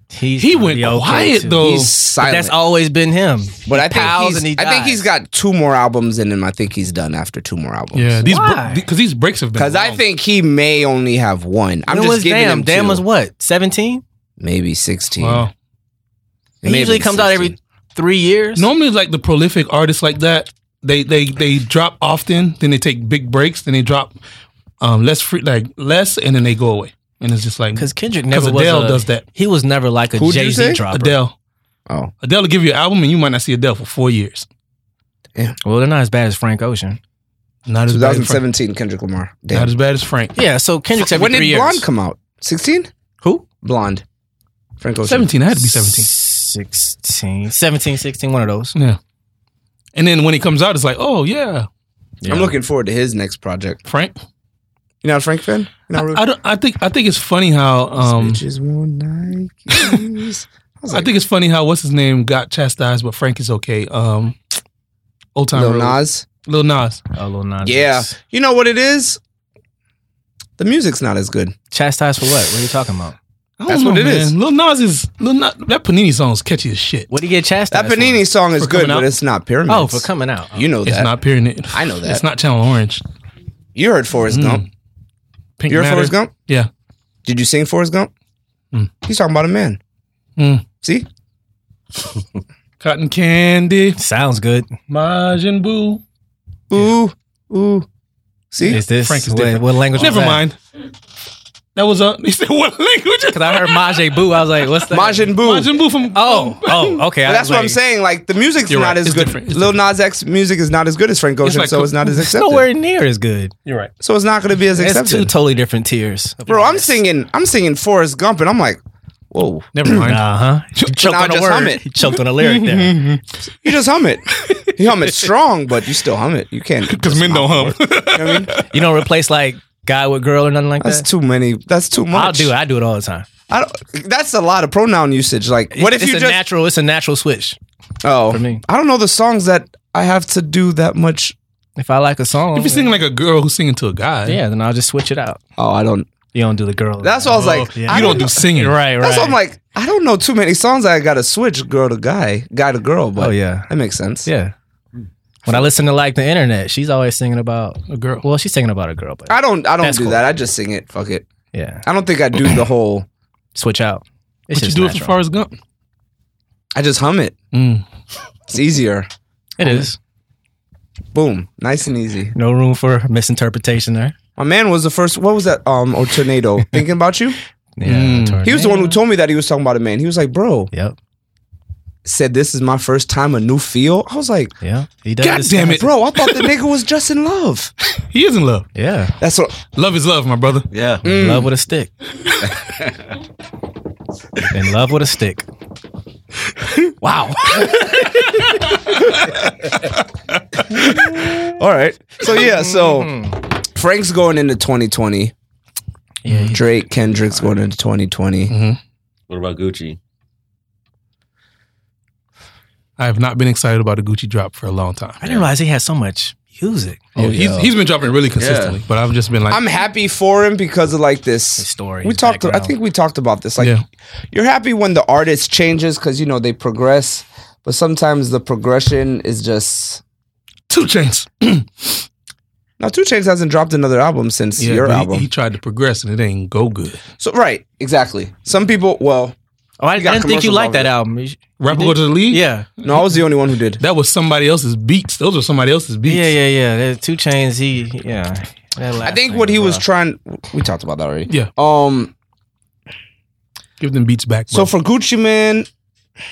[SPEAKER 4] He's
[SPEAKER 2] He
[SPEAKER 4] gonna
[SPEAKER 2] went
[SPEAKER 4] be okay,
[SPEAKER 2] quiet,
[SPEAKER 4] too.
[SPEAKER 2] though.
[SPEAKER 3] he's
[SPEAKER 4] Oh, But
[SPEAKER 3] silent.
[SPEAKER 4] that's always been him.
[SPEAKER 3] But I think
[SPEAKER 4] pals
[SPEAKER 3] he's,
[SPEAKER 4] and he
[SPEAKER 3] I think
[SPEAKER 4] dies.
[SPEAKER 3] he's got two more albums in him. I think he's done after two more albums.
[SPEAKER 2] Yeah, these
[SPEAKER 4] Why?
[SPEAKER 2] because these breaks have been.
[SPEAKER 3] Because I
[SPEAKER 2] long.
[SPEAKER 3] think he may only have one. I'm
[SPEAKER 4] When
[SPEAKER 3] just
[SPEAKER 4] was
[SPEAKER 3] giving
[SPEAKER 4] Damn?
[SPEAKER 3] him
[SPEAKER 4] Damn
[SPEAKER 3] two.
[SPEAKER 4] was what? Seventeen.
[SPEAKER 3] maybe 16.
[SPEAKER 2] Wow.
[SPEAKER 3] It
[SPEAKER 7] He
[SPEAKER 3] may have
[SPEAKER 7] usually
[SPEAKER 3] been
[SPEAKER 7] comes out every
[SPEAKER 3] 16.
[SPEAKER 7] three years.
[SPEAKER 2] Normally, like the prolific artists like that, they they they drop often, then they take big breaks, then they drop um, less free, like less, and then they go away, and it's just like
[SPEAKER 4] Because Kendrick never was
[SPEAKER 2] Adele
[SPEAKER 4] a-
[SPEAKER 2] does that.
[SPEAKER 4] He was never like a
[SPEAKER 3] Who'd you
[SPEAKER 4] Jay
[SPEAKER 3] say?
[SPEAKER 4] Z dropper.
[SPEAKER 2] Adele.
[SPEAKER 3] Oh.
[SPEAKER 2] Adele will give you an album, and you might not see Adele for four years.
[SPEAKER 4] Well, they're not as bad as Frank Ocean.
[SPEAKER 2] Not as bad as Frank.
[SPEAKER 3] 2017, Kendrick Lamar.
[SPEAKER 2] Not
[SPEAKER 3] Damn.
[SPEAKER 2] as bad as Frank.
[SPEAKER 4] Yeah. So Kendrick's every
[SPEAKER 3] When did
[SPEAKER 4] three years.
[SPEAKER 3] Blonde come out? 16?
[SPEAKER 4] Who?
[SPEAKER 3] Blonde. Frank Ocean.
[SPEAKER 2] Seventeen, I had to be seventeen.
[SPEAKER 4] 16, 17, 16, one of those.
[SPEAKER 2] Yeah. And then when it comes out, it's like, oh yeah,
[SPEAKER 3] I'm looking forward to his next project.
[SPEAKER 2] Frank.
[SPEAKER 3] You not a Frank fan? You're not really?
[SPEAKER 2] I, don't, I think I think it's funny how um,
[SPEAKER 3] Bitches want Nikes. I was
[SPEAKER 2] I
[SPEAKER 3] like,
[SPEAKER 2] think it's funny how what's his name got chastised, but Frank is okay. Um, old time
[SPEAKER 3] Lil
[SPEAKER 2] Road.
[SPEAKER 3] Nas.
[SPEAKER 2] Lil Nas.
[SPEAKER 4] Oh, Lil Nas.
[SPEAKER 3] Yeah.
[SPEAKER 4] X.
[SPEAKER 3] You know what it is? The music's not as good.
[SPEAKER 4] Chastised for what? What are you talking about?
[SPEAKER 2] I
[SPEAKER 3] That's
[SPEAKER 2] don't know,
[SPEAKER 3] what it
[SPEAKER 2] man.
[SPEAKER 3] is.
[SPEAKER 2] Lil Nas is Lil Nas, that Panini song is catchy as shit.
[SPEAKER 4] What do you get chastised?
[SPEAKER 3] That Panini song is
[SPEAKER 2] For
[SPEAKER 3] good,
[SPEAKER 2] coming out?
[SPEAKER 3] but it's not Pyramids.
[SPEAKER 4] For? Oh, for coming out.
[SPEAKER 3] You know that.
[SPEAKER 2] It's not Pyramid.
[SPEAKER 3] I know that.
[SPEAKER 2] It's not Channel Orange.
[SPEAKER 3] You heard Forrest
[SPEAKER 2] Mm.
[SPEAKER 3] Gump.
[SPEAKER 2] Pink
[SPEAKER 3] You heard
[SPEAKER 2] Matter.
[SPEAKER 3] Forrest Gump?
[SPEAKER 2] Yeah.
[SPEAKER 3] Did you sing Forrest Gump?
[SPEAKER 2] Mm.
[SPEAKER 3] He's talking about a man.
[SPEAKER 2] Mm.
[SPEAKER 3] See?
[SPEAKER 2] Cotton Candy.
[SPEAKER 4] Sounds good.
[SPEAKER 2] Majin Buu.
[SPEAKER 3] Ooh, ooh. See?
[SPEAKER 4] Is this
[SPEAKER 2] Frank is
[SPEAKER 4] what-
[SPEAKER 2] different.
[SPEAKER 4] What, language?
[SPEAKER 2] Never mind. That was a. They said what language?
[SPEAKER 4] Because I heard Majay Boo. I was like, what's that?
[SPEAKER 3] Majin Buu.
[SPEAKER 2] Majin Buu from.
[SPEAKER 4] Oh, oh, okay.
[SPEAKER 3] But that's what I'm saying. Like the music's
[SPEAKER 2] You're
[SPEAKER 3] not
[SPEAKER 2] right.
[SPEAKER 3] as
[SPEAKER 2] It's
[SPEAKER 3] good.
[SPEAKER 2] different. It's
[SPEAKER 3] Lil Nas X music is not as good as Frank Ocean,
[SPEAKER 2] like
[SPEAKER 3] so it's not as
[SPEAKER 4] It's
[SPEAKER 3] accepted.
[SPEAKER 4] nowhere near as good.
[SPEAKER 2] You're right.
[SPEAKER 3] So it's not going to be as
[SPEAKER 4] It's
[SPEAKER 3] accepted.
[SPEAKER 4] two totally different tiers.
[SPEAKER 3] Bro, I'm singing. I'm singing Forrest Gump, and I'm like, whoa!
[SPEAKER 2] Never mind.
[SPEAKER 4] Uh huh. Choked
[SPEAKER 3] now
[SPEAKER 4] on a
[SPEAKER 3] just hum
[SPEAKER 4] word.
[SPEAKER 3] it.
[SPEAKER 4] He choked on a lyric there.
[SPEAKER 3] You just hum it. you hum it strong, but you still hum it. You can't
[SPEAKER 2] Because men don't hum.
[SPEAKER 3] You know what I mean?
[SPEAKER 4] You don't replace like guy with girl or nothing like
[SPEAKER 3] That's
[SPEAKER 4] that.
[SPEAKER 3] too many. That's too much.
[SPEAKER 4] I'll do it. I do it all the time.
[SPEAKER 3] I don't, that's a lot of pronoun usage. Like, what if
[SPEAKER 4] it's, it's
[SPEAKER 3] you
[SPEAKER 4] a
[SPEAKER 3] just?
[SPEAKER 4] natural? It's a natural switch.
[SPEAKER 3] oh,
[SPEAKER 4] for me.
[SPEAKER 3] I don't know the songs that I have to do that much.
[SPEAKER 4] If I like a song,
[SPEAKER 2] if you're singing like a girl who's singing to a guy,
[SPEAKER 4] yeah, then I'll just switch it out.
[SPEAKER 3] Oh, I don't.
[SPEAKER 4] You don't do the girl.
[SPEAKER 3] That's what I was like.
[SPEAKER 4] Oh, yeah.
[SPEAKER 3] I
[SPEAKER 2] you don't do singing.
[SPEAKER 4] Right, right.
[SPEAKER 3] That's what I'm like. I don't know too many songs. I got to switch girl to guy, guy to girl. But
[SPEAKER 4] Oh yeah,
[SPEAKER 3] that makes sense.
[SPEAKER 4] yeah. When I listen to like the internet, she's always singing about
[SPEAKER 2] A girl.
[SPEAKER 4] well, she's singing about a girl, but
[SPEAKER 3] I don't. I don't
[SPEAKER 4] That's
[SPEAKER 3] do
[SPEAKER 4] cool.
[SPEAKER 3] that. I just sing it. Fuck it.
[SPEAKER 4] yeah,
[SPEAKER 3] I don't think I do the whole.
[SPEAKER 4] switch out. It's
[SPEAKER 2] But you
[SPEAKER 4] just
[SPEAKER 2] do it for
[SPEAKER 4] natural.
[SPEAKER 2] Forrest Gump.
[SPEAKER 3] I just hum it.
[SPEAKER 2] Mm.
[SPEAKER 3] It's easier.
[SPEAKER 4] It is
[SPEAKER 3] Boom, nice and easy.
[SPEAKER 4] no room for misinterpretation there.
[SPEAKER 3] My man was the first. What was that? Um, or tornado. Thinking about you.
[SPEAKER 4] Yeah,
[SPEAKER 2] Mm.
[SPEAKER 4] tornado.
[SPEAKER 3] He was the one who told me that he was talking about a man. He was like, "Bro,
[SPEAKER 4] Yep,
[SPEAKER 3] said this is my first time a new feel." I was like,
[SPEAKER 4] yeah. He does.
[SPEAKER 2] God
[SPEAKER 4] this-
[SPEAKER 2] damn it.
[SPEAKER 3] "Bro, I thought the nigga was just in love."
[SPEAKER 2] He is in love.
[SPEAKER 4] Yeah,
[SPEAKER 3] That's what.
[SPEAKER 2] Love is love, my brother.
[SPEAKER 5] Yeah.
[SPEAKER 4] in love with a stick. in love with a stick. Wow.
[SPEAKER 3] All right. So yeah. So Frank's going into 2020.
[SPEAKER 4] Yeah,
[SPEAKER 3] Drake Kendrick's going into 2020.
[SPEAKER 5] What about Gucci?
[SPEAKER 2] I have not been excited about a Gucci drop for a long time.
[SPEAKER 4] I didn't realize he had so much music.
[SPEAKER 2] Oh, he's, he's been dropping really consistently, but I've just been like,
[SPEAKER 3] I'm happy for him because of like this
[SPEAKER 4] story,
[SPEAKER 3] We
[SPEAKER 4] his
[SPEAKER 3] talked. I
[SPEAKER 4] background.
[SPEAKER 3] think we talked about this. Like,
[SPEAKER 2] Yeah.
[SPEAKER 3] you're happy when the artist changes because you know they progress, but sometimes the progression is just.
[SPEAKER 2] two chains.
[SPEAKER 3] Now, Two Chainz hasn't dropped another album since
[SPEAKER 2] Yeah,
[SPEAKER 3] your
[SPEAKER 2] but he-
[SPEAKER 3] album.
[SPEAKER 2] He, tried to progress and it didn't go good.
[SPEAKER 3] so right, exactly. Some people. Well,
[SPEAKER 4] Oh, I, I
[SPEAKER 3] got
[SPEAKER 4] didn't think you
[SPEAKER 3] commercials
[SPEAKER 4] liked that
[SPEAKER 3] already.
[SPEAKER 4] album. You sh-
[SPEAKER 2] Rapper go to the league.
[SPEAKER 4] Yeah,
[SPEAKER 3] no, I was the only one who did.
[SPEAKER 2] that was somebody else's beats. Those were somebody else's beats.
[SPEAKER 4] yeah, yeah, yeah. There's two chains. He, yeah.
[SPEAKER 3] I think what he was trying. We talked about that already.
[SPEAKER 2] Yeah.
[SPEAKER 3] Um.
[SPEAKER 2] Give them beats back.
[SPEAKER 3] So
[SPEAKER 2] bro.
[SPEAKER 3] for Gucci Man, I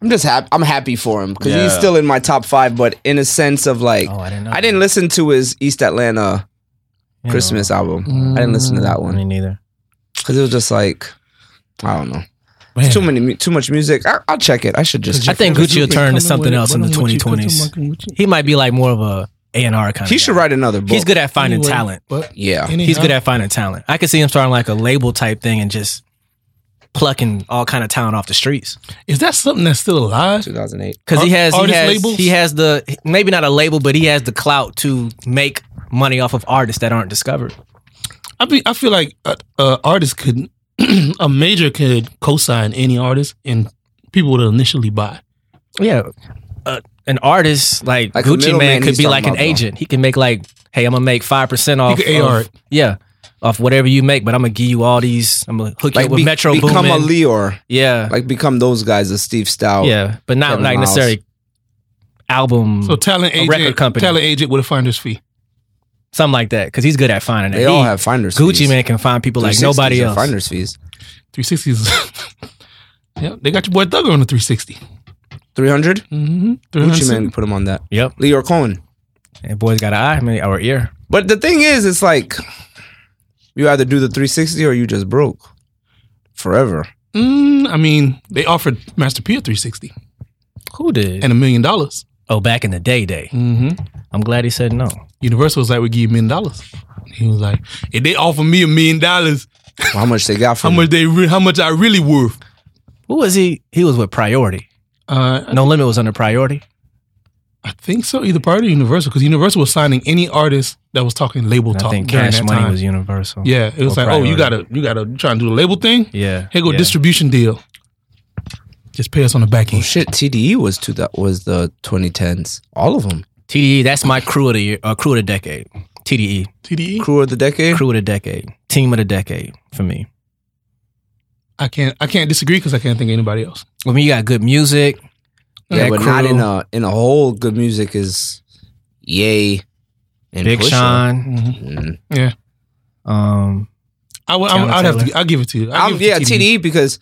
[SPEAKER 3] I'm just happy. I'm happy for him because he's
[SPEAKER 5] Yeah.
[SPEAKER 3] still in my top five, but in a sense of like,
[SPEAKER 4] Oh, I didn't know
[SPEAKER 3] I didn't
[SPEAKER 4] that.
[SPEAKER 3] listen to his East Atlanta
[SPEAKER 4] You know,
[SPEAKER 3] Christmas album. I didn't listen to that
[SPEAKER 4] Me
[SPEAKER 3] one
[SPEAKER 4] neither.
[SPEAKER 3] because it was just like, I don't know,
[SPEAKER 2] Man.
[SPEAKER 3] too many, mu- too much music. I, I'll check it. I should just.
[SPEAKER 4] I
[SPEAKER 3] Check.
[SPEAKER 4] think Gucci will turn to something else in the
[SPEAKER 2] When you come
[SPEAKER 4] 2020s.
[SPEAKER 2] to my Gucci.
[SPEAKER 4] He might be like more of a A and R kind.
[SPEAKER 3] He
[SPEAKER 4] of
[SPEAKER 3] should
[SPEAKER 4] guy.
[SPEAKER 3] write another book.
[SPEAKER 4] He's good at finding
[SPEAKER 2] Anyway,
[SPEAKER 4] talent.
[SPEAKER 2] But
[SPEAKER 3] Yeah.
[SPEAKER 4] He's good at finding talent. I could see him starting like a label type thing and just plucking all kind of talent off the streets.
[SPEAKER 2] Is that something that's still alive?
[SPEAKER 3] 2008.
[SPEAKER 4] Because he
[SPEAKER 2] Ar-
[SPEAKER 4] has, he
[SPEAKER 2] artist
[SPEAKER 4] has,
[SPEAKER 2] labels?
[SPEAKER 4] he has the maybe not a label, but he has the clout to make money off of artists that aren't discovered.
[SPEAKER 2] I be, I feel like a, a artist could, a major could co-sign any artist, and people would initially buy.
[SPEAKER 4] Yeah, uh, an artist like,
[SPEAKER 3] Like a
[SPEAKER 4] Gucci
[SPEAKER 3] middleman
[SPEAKER 4] Man could
[SPEAKER 3] he's
[SPEAKER 4] be
[SPEAKER 3] talking
[SPEAKER 4] like an
[SPEAKER 3] about, though.
[SPEAKER 4] agent. He can make like, hey, I'm gonna make five percent off.
[SPEAKER 2] could AR
[SPEAKER 4] of-
[SPEAKER 2] it.
[SPEAKER 4] yeah, off whatever you make, but I'm gonna give you all these. I'm gonna hook you
[SPEAKER 3] Like
[SPEAKER 4] up with
[SPEAKER 3] be-
[SPEAKER 4] Metro
[SPEAKER 3] become a
[SPEAKER 4] Boomin.
[SPEAKER 3] Leor.
[SPEAKER 4] yeah,
[SPEAKER 3] Like become those guys, a Steve Stout.
[SPEAKER 4] yeah, but not
[SPEAKER 3] Kevin
[SPEAKER 4] like
[SPEAKER 3] Miles.
[SPEAKER 4] necessarily album,
[SPEAKER 2] So talent
[SPEAKER 4] Mm. A
[SPEAKER 2] agent,
[SPEAKER 4] record company.
[SPEAKER 2] talent agent with a finder's fee.
[SPEAKER 4] something like that. Because he's good at finding
[SPEAKER 3] They
[SPEAKER 4] it.
[SPEAKER 3] all
[SPEAKER 4] He-
[SPEAKER 3] have finders.
[SPEAKER 4] Gucci
[SPEAKER 3] fees.
[SPEAKER 4] Man can find people like
[SPEAKER 3] 360s
[SPEAKER 4] nobody
[SPEAKER 3] are
[SPEAKER 4] else.
[SPEAKER 3] Finders fees.
[SPEAKER 2] 360s. yeah, they got your boy Thugger on the 360.
[SPEAKER 3] Three hundred.
[SPEAKER 2] Mm-hmm.
[SPEAKER 3] Gucci Man put him on that.
[SPEAKER 4] Yep,
[SPEAKER 3] Leor Cohen.
[SPEAKER 4] and boys got an eye, I mean, or ear.
[SPEAKER 3] But the thing is, it's like you either do the 360 or you just broke forever.
[SPEAKER 2] Mm, I mean, they offered Master P a 360
[SPEAKER 4] Who did?
[SPEAKER 2] and a million dollars.
[SPEAKER 4] oh, back in the day, day.
[SPEAKER 2] Mm-hmm.
[SPEAKER 4] I'm glad he said no.
[SPEAKER 2] Universal was like, we give you a million dollars. He was like, if they offer me a million dollars,
[SPEAKER 3] How much they got
[SPEAKER 2] how
[SPEAKER 3] from
[SPEAKER 2] much they, re- how much I really worth?
[SPEAKER 4] Who was he? He was with Priority.
[SPEAKER 2] Uh,
[SPEAKER 4] No Limit was under Priority.
[SPEAKER 2] I think so. Either part of Universal, because Universal was signing any artist that was talking label
[SPEAKER 4] And I
[SPEAKER 2] talk.
[SPEAKER 4] think
[SPEAKER 2] during
[SPEAKER 4] Cash
[SPEAKER 2] that
[SPEAKER 4] Money
[SPEAKER 2] time.
[SPEAKER 4] was Universal.
[SPEAKER 2] Yeah, it was
[SPEAKER 4] Or
[SPEAKER 2] like, oh, you
[SPEAKER 4] Priority.
[SPEAKER 2] gotta, you gotta try and do the label thing.
[SPEAKER 4] Yeah.
[SPEAKER 2] Here go
[SPEAKER 4] yeah.
[SPEAKER 2] distribution deal. Just pay us on the back
[SPEAKER 3] Oh
[SPEAKER 2] end.
[SPEAKER 3] shit, TDE was to that was the 2010s. All of them.
[SPEAKER 4] TDE. E, That's my crew of the year, uh, crew of the decade. TDE.
[SPEAKER 2] TDE.
[SPEAKER 3] Crew of the decade.
[SPEAKER 4] Crew of the decade. Team of the decade for me.
[SPEAKER 2] I can't, I can't disagree because I can't think of anybody else.
[SPEAKER 4] I mean, you got good music.
[SPEAKER 3] yeah,
[SPEAKER 4] that
[SPEAKER 3] but not
[SPEAKER 2] uh,
[SPEAKER 4] crew.
[SPEAKER 3] in a in a whole good music is yay and
[SPEAKER 4] Big
[SPEAKER 3] Pusha.
[SPEAKER 4] Sean.
[SPEAKER 3] Mm.
[SPEAKER 4] Um,
[SPEAKER 2] I would,
[SPEAKER 4] Tiana
[SPEAKER 2] I would have
[SPEAKER 4] Taylor.
[SPEAKER 2] to, I'll give it to you. I'll
[SPEAKER 3] Um,
[SPEAKER 2] give it
[SPEAKER 3] yeah,
[SPEAKER 2] to
[SPEAKER 3] TDE because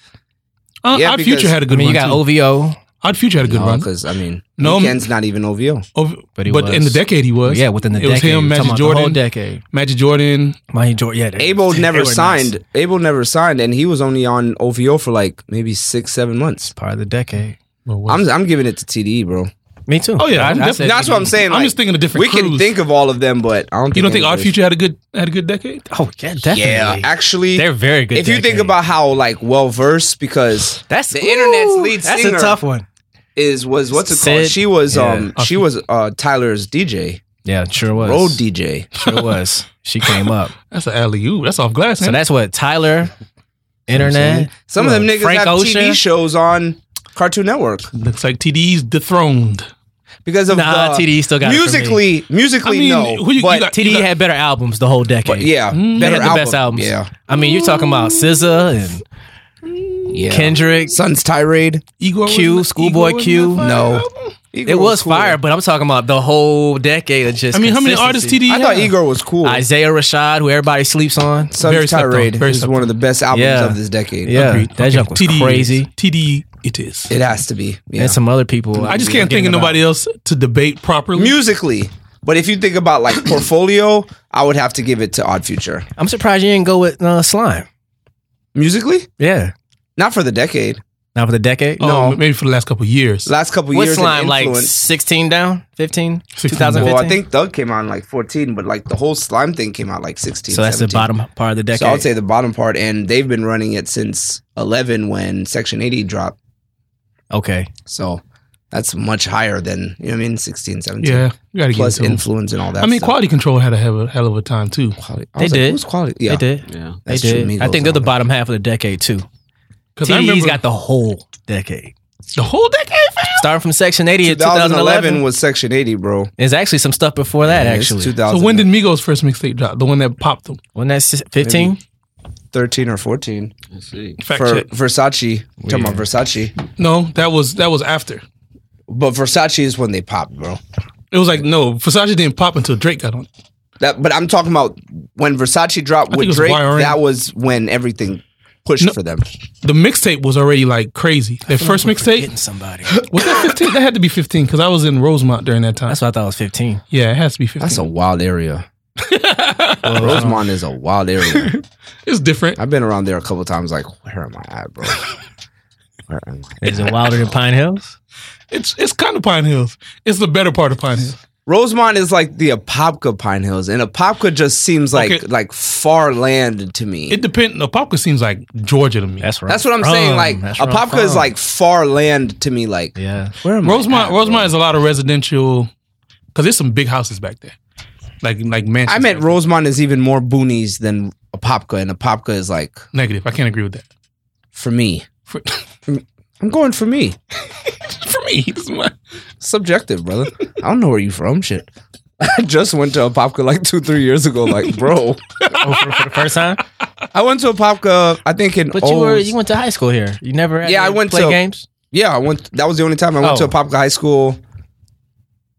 [SPEAKER 2] Uh,
[SPEAKER 3] Yeah,
[SPEAKER 2] Odd
[SPEAKER 3] because-
[SPEAKER 2] Future had a
[SPEAKER 4] I
[SPEAKER 2] good
[SPEAKER 4] mean, you
[SPEAKER 2] one.
[SPEAKER 4] got
[SPEAKER 2] too.
[SPEAKER 4] OVO,
[SPEAKER 2] Odd Future had a good
[SPEAKER 3] no,
[SPEAKER 2] run.
[SPEAKER 3] because I mean,
[SPEAKER 2] No,
[SPEAKER 3] no,
[SPEAKER 2] I'm-
[SPEAKER 3] weekend's not even OVO.
[SPEAKER 2] Over,
[SPEAKER 4] but he
[SPEAKER 2] but
[SPEAKER 4] was.
[SPEAKER 2] in the decade he was.
[SPEAKER 4] yeah, within the
[SPEAKER 2] It was
[SPEAKER 4] decade.
[SPEAKER 2] him,
[SPEAKER 4] We're
[SPEAKER 2] Magic
[SPEAKER 4] talking about the
[SPEAKER 2] Jordan.
[SPEAKER 4] whole decade.
[SPEAKER 2] Magic Jordan.
[SPEAKER 4] Magic Jordan. Yeah, they-
[SPEAKER 3] Abel
[SPEAKER 4] they
[SPEAKER 3] never
[SPEAKER 4] were nice.
[SPEAKER 3] signed. Abel never signed, and he was only on OVO for like maybe six, seven months.
[SPEAKER 4] Part of the decade.
[SPEAKER 3] I'm I'm giving it to TDE, bro.
[SPEAKER 4] Me too.
[SPEAKER 2] Oh, yeah, I'm
[SPEAKER 4] I, I
[SPEAKER 2] definitely-
[SPEAKER 4] said
[SPEAKER 3] That's what I'm saying.
[SPEAKER 2] I'm
[SPEAKER 3] like,
[SPEAKER 2] just thinking of different
[SPEAKER 3] We can
[SPEAKER 2] crews.
[SPEAKER 3] think of all of them, but I don't.
[SPEAKER 2] you don't think Odd
[SPEAKER 3] anybody's-
[SPEAKER 2] Future had a good had a good decade?
[SPEAKER 4] Oh yeah, definitely.
[SPEAKER 3] Yeah, actually,
[SPEAKER 4] they're very good.
[SPEAKER 3] if you think
[SPEAKER 4] decade.
[SPEAKER 3] about how like well versed because
[SPEAKER 4] that's
[SPEAKER 3] the internet's lead
[SPEAKER 4] that's
[SPEAKER 3] singer.
[SPEAKER 4] a tough one.
[SPEAKER 3] is was what's it called?
[SPEAKER 4] Sid.
[SPEAKER 3] She was
[SPEAKER 4] Yeah.
[SPEAKER 3] um she was uh Tyler's DJ,
[SPEAKER 4] Yeah, sure was.
[SPEAKER 3] road DJ.
[SPEAKER 4] sure was. She came up.
[SPEAKER 2] That's an alley oop. That's off glass.
[SPEAKER 4] So
[SPEAKER 2] man.
[SPEAKER 4] that's what Tyler, internet.
[SPEAKER 3] Some of them niggas
[SPEAKER 4] Frank
[SPEAKER 3] have
[SPEAKER 4] Ocean?
[SPEAKER 3] TV shows on Cartoon Network
[SPEAKER 2] looks like TD's dethroned.
[SPEAKER 3] because of
[SPEAKER 4] Nah,
[SPEAKER 3] the-
[SPEAKER 4] TDE still got it for me.
[SPEAKER 3] musically musically
[SPEAKER 2] I mean,
[SPEAKER 3] no,
[SPEAKER 2] who you- you
[SPEAKER 3] but
[SPEAKER 2] got-
[SPEAKER 4] TDE had better albums the whole decade.
[SPEAKER 3] but yeah,
[SPEAKER 4] they had
[SPEAKER 3] better
[SPEAKER 4] the best
[SPEAKER 3] album.
[SPEAKER 4] albums.
[SPEAKER 3] Yeah,
[SPEAKER 4] I mean, you're talking about SZA and
[SPEAKER 3] yeah.
[SPEAKER 4] Kendrick.
[SPEAKER 3] Son's tirade.
[SPEAKER 2] Igor
[SPEAKER 4] Q,
[SPEAKER 2] wasn't-
[SPEAKER 4] Schoolboy
[SPEAKER 2] Igor wasn't
[SPEAKER 4] Q.
[SPEAKER 2] that fire
[SPEAKER 3] No.
[SPEAKER 2] album?
[SPEAKER 3] Igor
[SPEAKER 4] It was
[SPEAKER 3] cool.
[SPEAKER 4] fire, but I'm talking about the whole decade of just.
[SPEAKER 2] I mean, how many
[SPEAKER 4] consistency.
[SPEAKER 2] artists TDE?
[SPEAKER 3] I thought
[SPEAKER 2] had?
[SPEAKER 3] Igor was cool.
[SPEAKER 4] Isaiah Rashad, who everybody sleeps on.
[SPEAKER 3] Son's
[SPEAKER 2] Very slept on,
[SPEAKER 3] tirade
[SPEAKER 2] very
[SPEAKER 3] is
[SPEAKER 2] slept
[SPEAKER 3] one of the best albums
[SPEAKER 4] Yeah.
[SPEAKER 3] of this decade.
[SPEAKER 4] Yeah,
[SPEAKER 2] Agreed.
[SPEAKER 4] that junk was
[SPEAKER 2] TDE is.
[SPEAKER 4] crazy.
[SPEAKER 2] TDE it is.
[SPEAKER 3] It has to be. Yeah.
[SPEAKER 4] And some other people.
[SPEAKER 2] I just can't think of nobody else to debate properly.
[SPEAKER 3] musically. But if you think about like portfolio, I would have to give it to Odd Future.
[SPEAKER 4] I'm surprised you didn't go with uh, Slime.
[SPEAKER 3] Musically,
[SPEAKER 4] Yeah.
[SPEAKER 3] not for the decade.
[SPEAKER 4] Now for the decade.
[SPEAKER 2] Oh, maybe for the last couple of years.
[SPEAKER 3] Last couple
[SPEAKER 4] What
[SPEAKER 3] years, of
[SPEAKER 4] slime? Like
[SPEAKER 3] influence-
[SPEAKER 4] 16 down? 15?
[SPEAKER 2] 16 down.
[SPEAKER 3] well,
[SPEAKER 4] 2015?
[SPEAKER 3] I think Thug came out in like fourteen, but like the whole slime thing came out like sixteen.
[SPEAKER 4] so that's the
[SPEAKER 3] 17.
[SPEAKER 4] bottom part of the decade.
[SPEAKER 3] So I would say the bottom part, and they've been running it since eleven when Section eighty dropped.
[SPEAKER 4] okay.
[SPEAKER 3] So that's much higher than you know what I mean 16, 17.
[SPEAKER 2] yeah, you gotta
[SPEAKER 3] Plus
[SPEAKER 2] get into
[SPEAKER 3] influence and all that.
[SPEAKER 2] I mean,
[SPEAKER 3] stuff.
[SPEAKER 2] quality control had a hell of a, hell of a time too.
[SPEAKER 3] Quality. I
[SPEAKER 4] They
[SPEAKER 3] was
[SPEAKER 4] did.
[SPEAKER 3] Like, Who's quality? Yeah,
[SPEAKER 4] They did.
[SPEAKER 5] Yeah.
[SPEAKER 4] They
[SPEAKER 3] That's
[SPEAKER 4] did.
[SPEAKER 3] true.
[SPEAKER 4] I think they're
[SPEAKER 3] Migos
[SPEAKER 4] the
[SPEAKER 3] on
[SPEAKER 4] bottom half of the decade too.
[SPEAKER 2] Because I
[SPEAKER 4] TDE's
[SPEAKER 2] remember
[SPEAKER 4] got the whole decade.
[SPEAKER 2] the whole decade. fam.
[SPEAKER 4] Starting from Section 80 to
[SPEAKER 3] 2011
[SPEAKER 4] 2011.
[SPEAKER 3] was Section 80, bro.
[SPEAKER 4] There's actually some stuff before that,
[SPEAKER 3] Yeah, it's
[SPEAKER 4] actually.
[SPEAKER 3] 2000
[SPEAKER 2] So when did Migos' first mixtape drop? The one that popped them.
[SPEAKER 4] When that's 15?
[SPEAKER 3] 13 or 14
[SPEAKER 5] Let's see.
[SPEAKER 2] Fact
[SPEAKER 3] for
[SPEAKER 2] check.
[SPEAKER 3] Versace? Talking about Versace,
[SPEAKER 2] No, that was that was after.
[SPEAKER 3] but Versace is when they popped, bro.
[SPEAKER 2] It was like no, Versace didn't pop until Drake got on.
[SPEAKER 3] That, but I'm talking about when Versace dropped
[SPEAKER 2] think it
[SPEAKER 3] with
[SPEAKER 2] was
[SPEAKER 3] Drake.
[SPEAKER 2] YRN.
[SPEAKER 3] That was when everything pushed
[SPEAKER 2] No.
[SPEAKER 3] for them.
[SPEAKER 2] The mixtape was already like crazy. Their first
[SPEAKER 4] Getting
[SPEAKER 2] mixtape
[SPEAKER 4] somebody.
[SPEAKER 2] was that fifteen. that had to be fifteen because I was in Rosemont during that time.
[SPEAKER 4] That's why I thought I was 15.
[SPEAKER 2] yeah, it has to be fifteen.
[SPEAKER 3] That's a wild area. Rosemont is a wild area.
[SPEAKER 2] it's different.
[SPEAKER 3] I've been around there a couple times. Like, where am I at, bro? Where am I?
[SPEAKER 4] Is it wilder than Pine Hills?
[SPEAKER 2] It's it's kind of Pine Hills. It's the better part of Pine Hills.
[SPEAKER 3] Rosemont is like the Apopka Pine Hills, and Apopka just seems like
[SPEAKER 2] Okay.
[SPEAKER 3] like far land to me.
[SPEAKER 2] It depends. Apopka seems like Georgia to me.
[SPEAKER 4] That's right.
[SPEAKER 3] that's what I'm saying. Like Apopka is like far land to me. Like
[SPEAKER 4] Yeah.
[SPEAKER 3] where am I
[SPEAKER 2] Rosemont.
[SPEAKER 3] at, Oh bro?
[SPEAKER 2] Rosemont is a lot of residential because there's some big houses back there, like like mansions.
[SPEAKER 3] I meant Rosemont is even more boonies than Apopka, and Apopka is like
[SPEAKER 2] negative. I can't agree with that.
[SPEAKER 3] for me.
[SPEAKER 2] For,
[SPEAKER 3] I'm going for me.
[SPEAKER 2] for me, it's my-
[SPEAKER 3] Subjective, brother. I don't know where you from. Shit. I just went to Apopka like two, three years ago. Like, bro,
[SPEAKER 4] Oh, for, for the first time?
[SPEAKER 3] I went to Apopka. I think in
[SPEAKER 7] But you were
[SPEAKER 3] O's-
[SPEAKER 7] you went to high school here. You never had
[SPEAKER 3] Oh. Yeah,
[SPEAKER 7] to
[SPEAKER 3] I went
[SPEAKER 7] play
[SPEAKER 3] to-
[SPEAKER 7] games.
[SPEAKER 3] Yeah, I went. That was the only time I went
[SPEAKER 7] Oh.
[SPEAKER 3] to Apopka High School.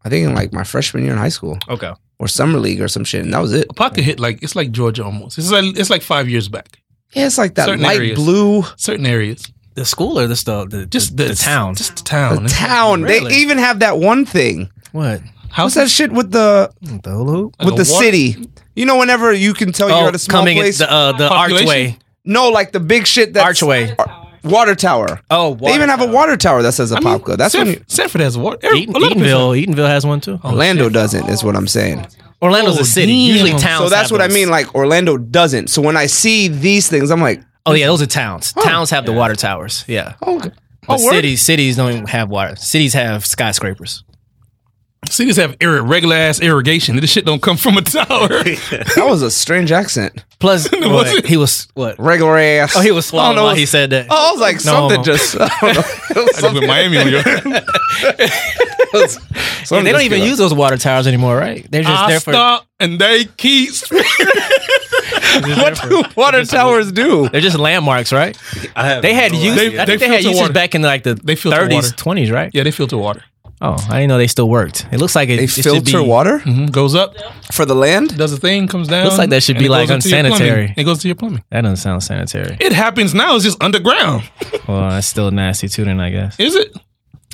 [SPEAKER 3] I think in like my freshman year in high school
[SPEAKER 7] Okay.
[SPEAKER 3] or summer league or some shit, and that was it.
[SPEAKER 2] Apopka hit like it's like Georgia almost. It's like it's like five years back.
[SPEAKER 3] Yeah, it's like that
[SPEAKER 2] Certain
[SPEAKER 3] light
[SPEAKER 2] areas.
[SPEAKER 3] blue
[SPEAKER 2] Certain areas,
[SPEAKER 4] The school or just the, the
[SPEAKER 2] just
[SPEAKER 4] just the, the town?
[SPEAKER 2] just the town,
[SPEAKER 3] town. They
[SPEAKER 4] Really?
[SPEAKER 3] even have that one thing.
[SPEAKER 4] what?
[SPEAKER 3] What's that shit with the
[SPEAKER 4] The hula hoop? Oh,
[SPEAKER 2] Like
[SPEAKER 3] with
[SPEAKER 2] a
[SPEAKER 3] the
[SPEAKER 2] water-
[SPEAKER 3] city? You know, whenever you can tell Oh, you're at a small
[SPEAKER 4] coming in
[SPEAKER 3] place.
[SPEAKER 4] the, uh, the
[SPEAKER 2] Population?
[SPEAKER 4] archway.
[SPEAKER 3] no, like the big shit. That's
[SPEAKER 4] Archway.
[SPEAKER 3] Water tower.
[SPEAKER 4] Oh,
[SPEAKER 3] they even have a water tower that says
[SPEAKER 2] I mean,
[SPEAKER 3] Apopka. That's when you,
[SPEAKER 2] Sanford, Sanford has water. Every-
[SPEAKER 4] Eaton,
[SPEAKER 2] a lot of places-
[SPEAKER 4] Eatonville. Eatonville has one
[SPEAKER 3] Oh,
[SPEAKER 4] too.
[SPEAKER 3] Orlando doesn't. Is what I'm saying.
[SPEAKER 4] Orlando's
[SPEAKER 2] Oh,
[SPEAKER 4] a city.
[SPEAKER 2] damn.
[SPEAKER 4] Usually towns.
[SPEAKER 3] So that's
[SPEAKER 4] have
[SPEAKER 3] what I
[SPEAKER 4] those.
[SPEAKER 3] mean. Like Orlando doesn't. So when I see these things, I'm like,
[SPEAKER 4] Oh yeah, those are towns. Towns have the water towers. Yeah.
[SPEAKER 3] oh,
[SPEAKER 4] But
[SPEAKER 3] oh, word?
[SPEAKER 4] cities cities don't even have water. Cities have skyscrapers.
[SPEAKER 2] Cities have ir- regular ass irrigation. This shit don't come from a tower.
[SPEAKER 3] that was a strange accent.
[SPEAKER 4] Plus, what?
[SPEAKER 2] it?
[SPEAKER 4] he was what?
[SPEAKER 3] regular ass.
[SPEAKER 4] Oh, he was swallowing
[SPEAKER 3] no,
[SPEAKER 4] while he said that.
[SPEAKER 3] Oh, I was like
[SPEAKER 4] No,
[SPEAKER 3] something
[SPEAKER 4] no.
[SPEAKER 3] just. I don't know.
[SPEAKER 2] With Miami on your
[SPEAKER 4] Yeah, they don't even use those water towers anymore, right? They're just
[SPEAKER 2] I
[SPEAKER 4] there for
[SPEAKER 2] stop and they keep.
[SPEAKER 4] what
[SPEAKER 3] water towers do.
[SPEAKER 4] They're just landmarks, right?
[SPEAKER 5] I have
[SPEAKER 4] They had
[SPEAKER 5] no
[SPEAKER 4] use.
[SPEAKER 5] idea.
[SPEAKER 2] They-
[SPEAKER 4] I think they, had
[SPEAKER 2] filter
[SPEAKER 4] uses
[SPEAKER 2] water.
[SPEAKER 4] back in like the
[SPEAKER 2] They filter
[SPEAKER 4] 30s,
[SPEAKER 2] water.
[SPEAKER 4] 20s, right?
[SPEAKER 2] yeah, they filter water.
[SPEAKER 4] Oh, I didn't know they still worked. It looks like it,
[SPEAKER 3] They
[SPEAKER 4] it should
[SPEAKER 3] filter
[SPEAKER 4] be-
[SPEAKER 3] water
[SPEAKER 2] Mhm, Goes up,
[SPEAKER 3] for the land.
[SPEAKER 2] does a thing, comes down.
[SPEAKER 4] Looks like that should
[SPEAKER 2] and
[SPEAKER 4] be,
[SPEAKER 2] it
[SPEAKER 4] like,
[SPEAKER 2] goes into your plumbing.
[SPEAKER 4] unsanitary.
[SPEAKER 2] It goes to your plumbing.
[SPEAKER 4] That doesn't sound sanitary.
[SPEAKER 2] It happens now. It's just underground.
[SPEAKER 4] Well, that's still nasty too, then I guess.
[SPEAKER 2] Is it?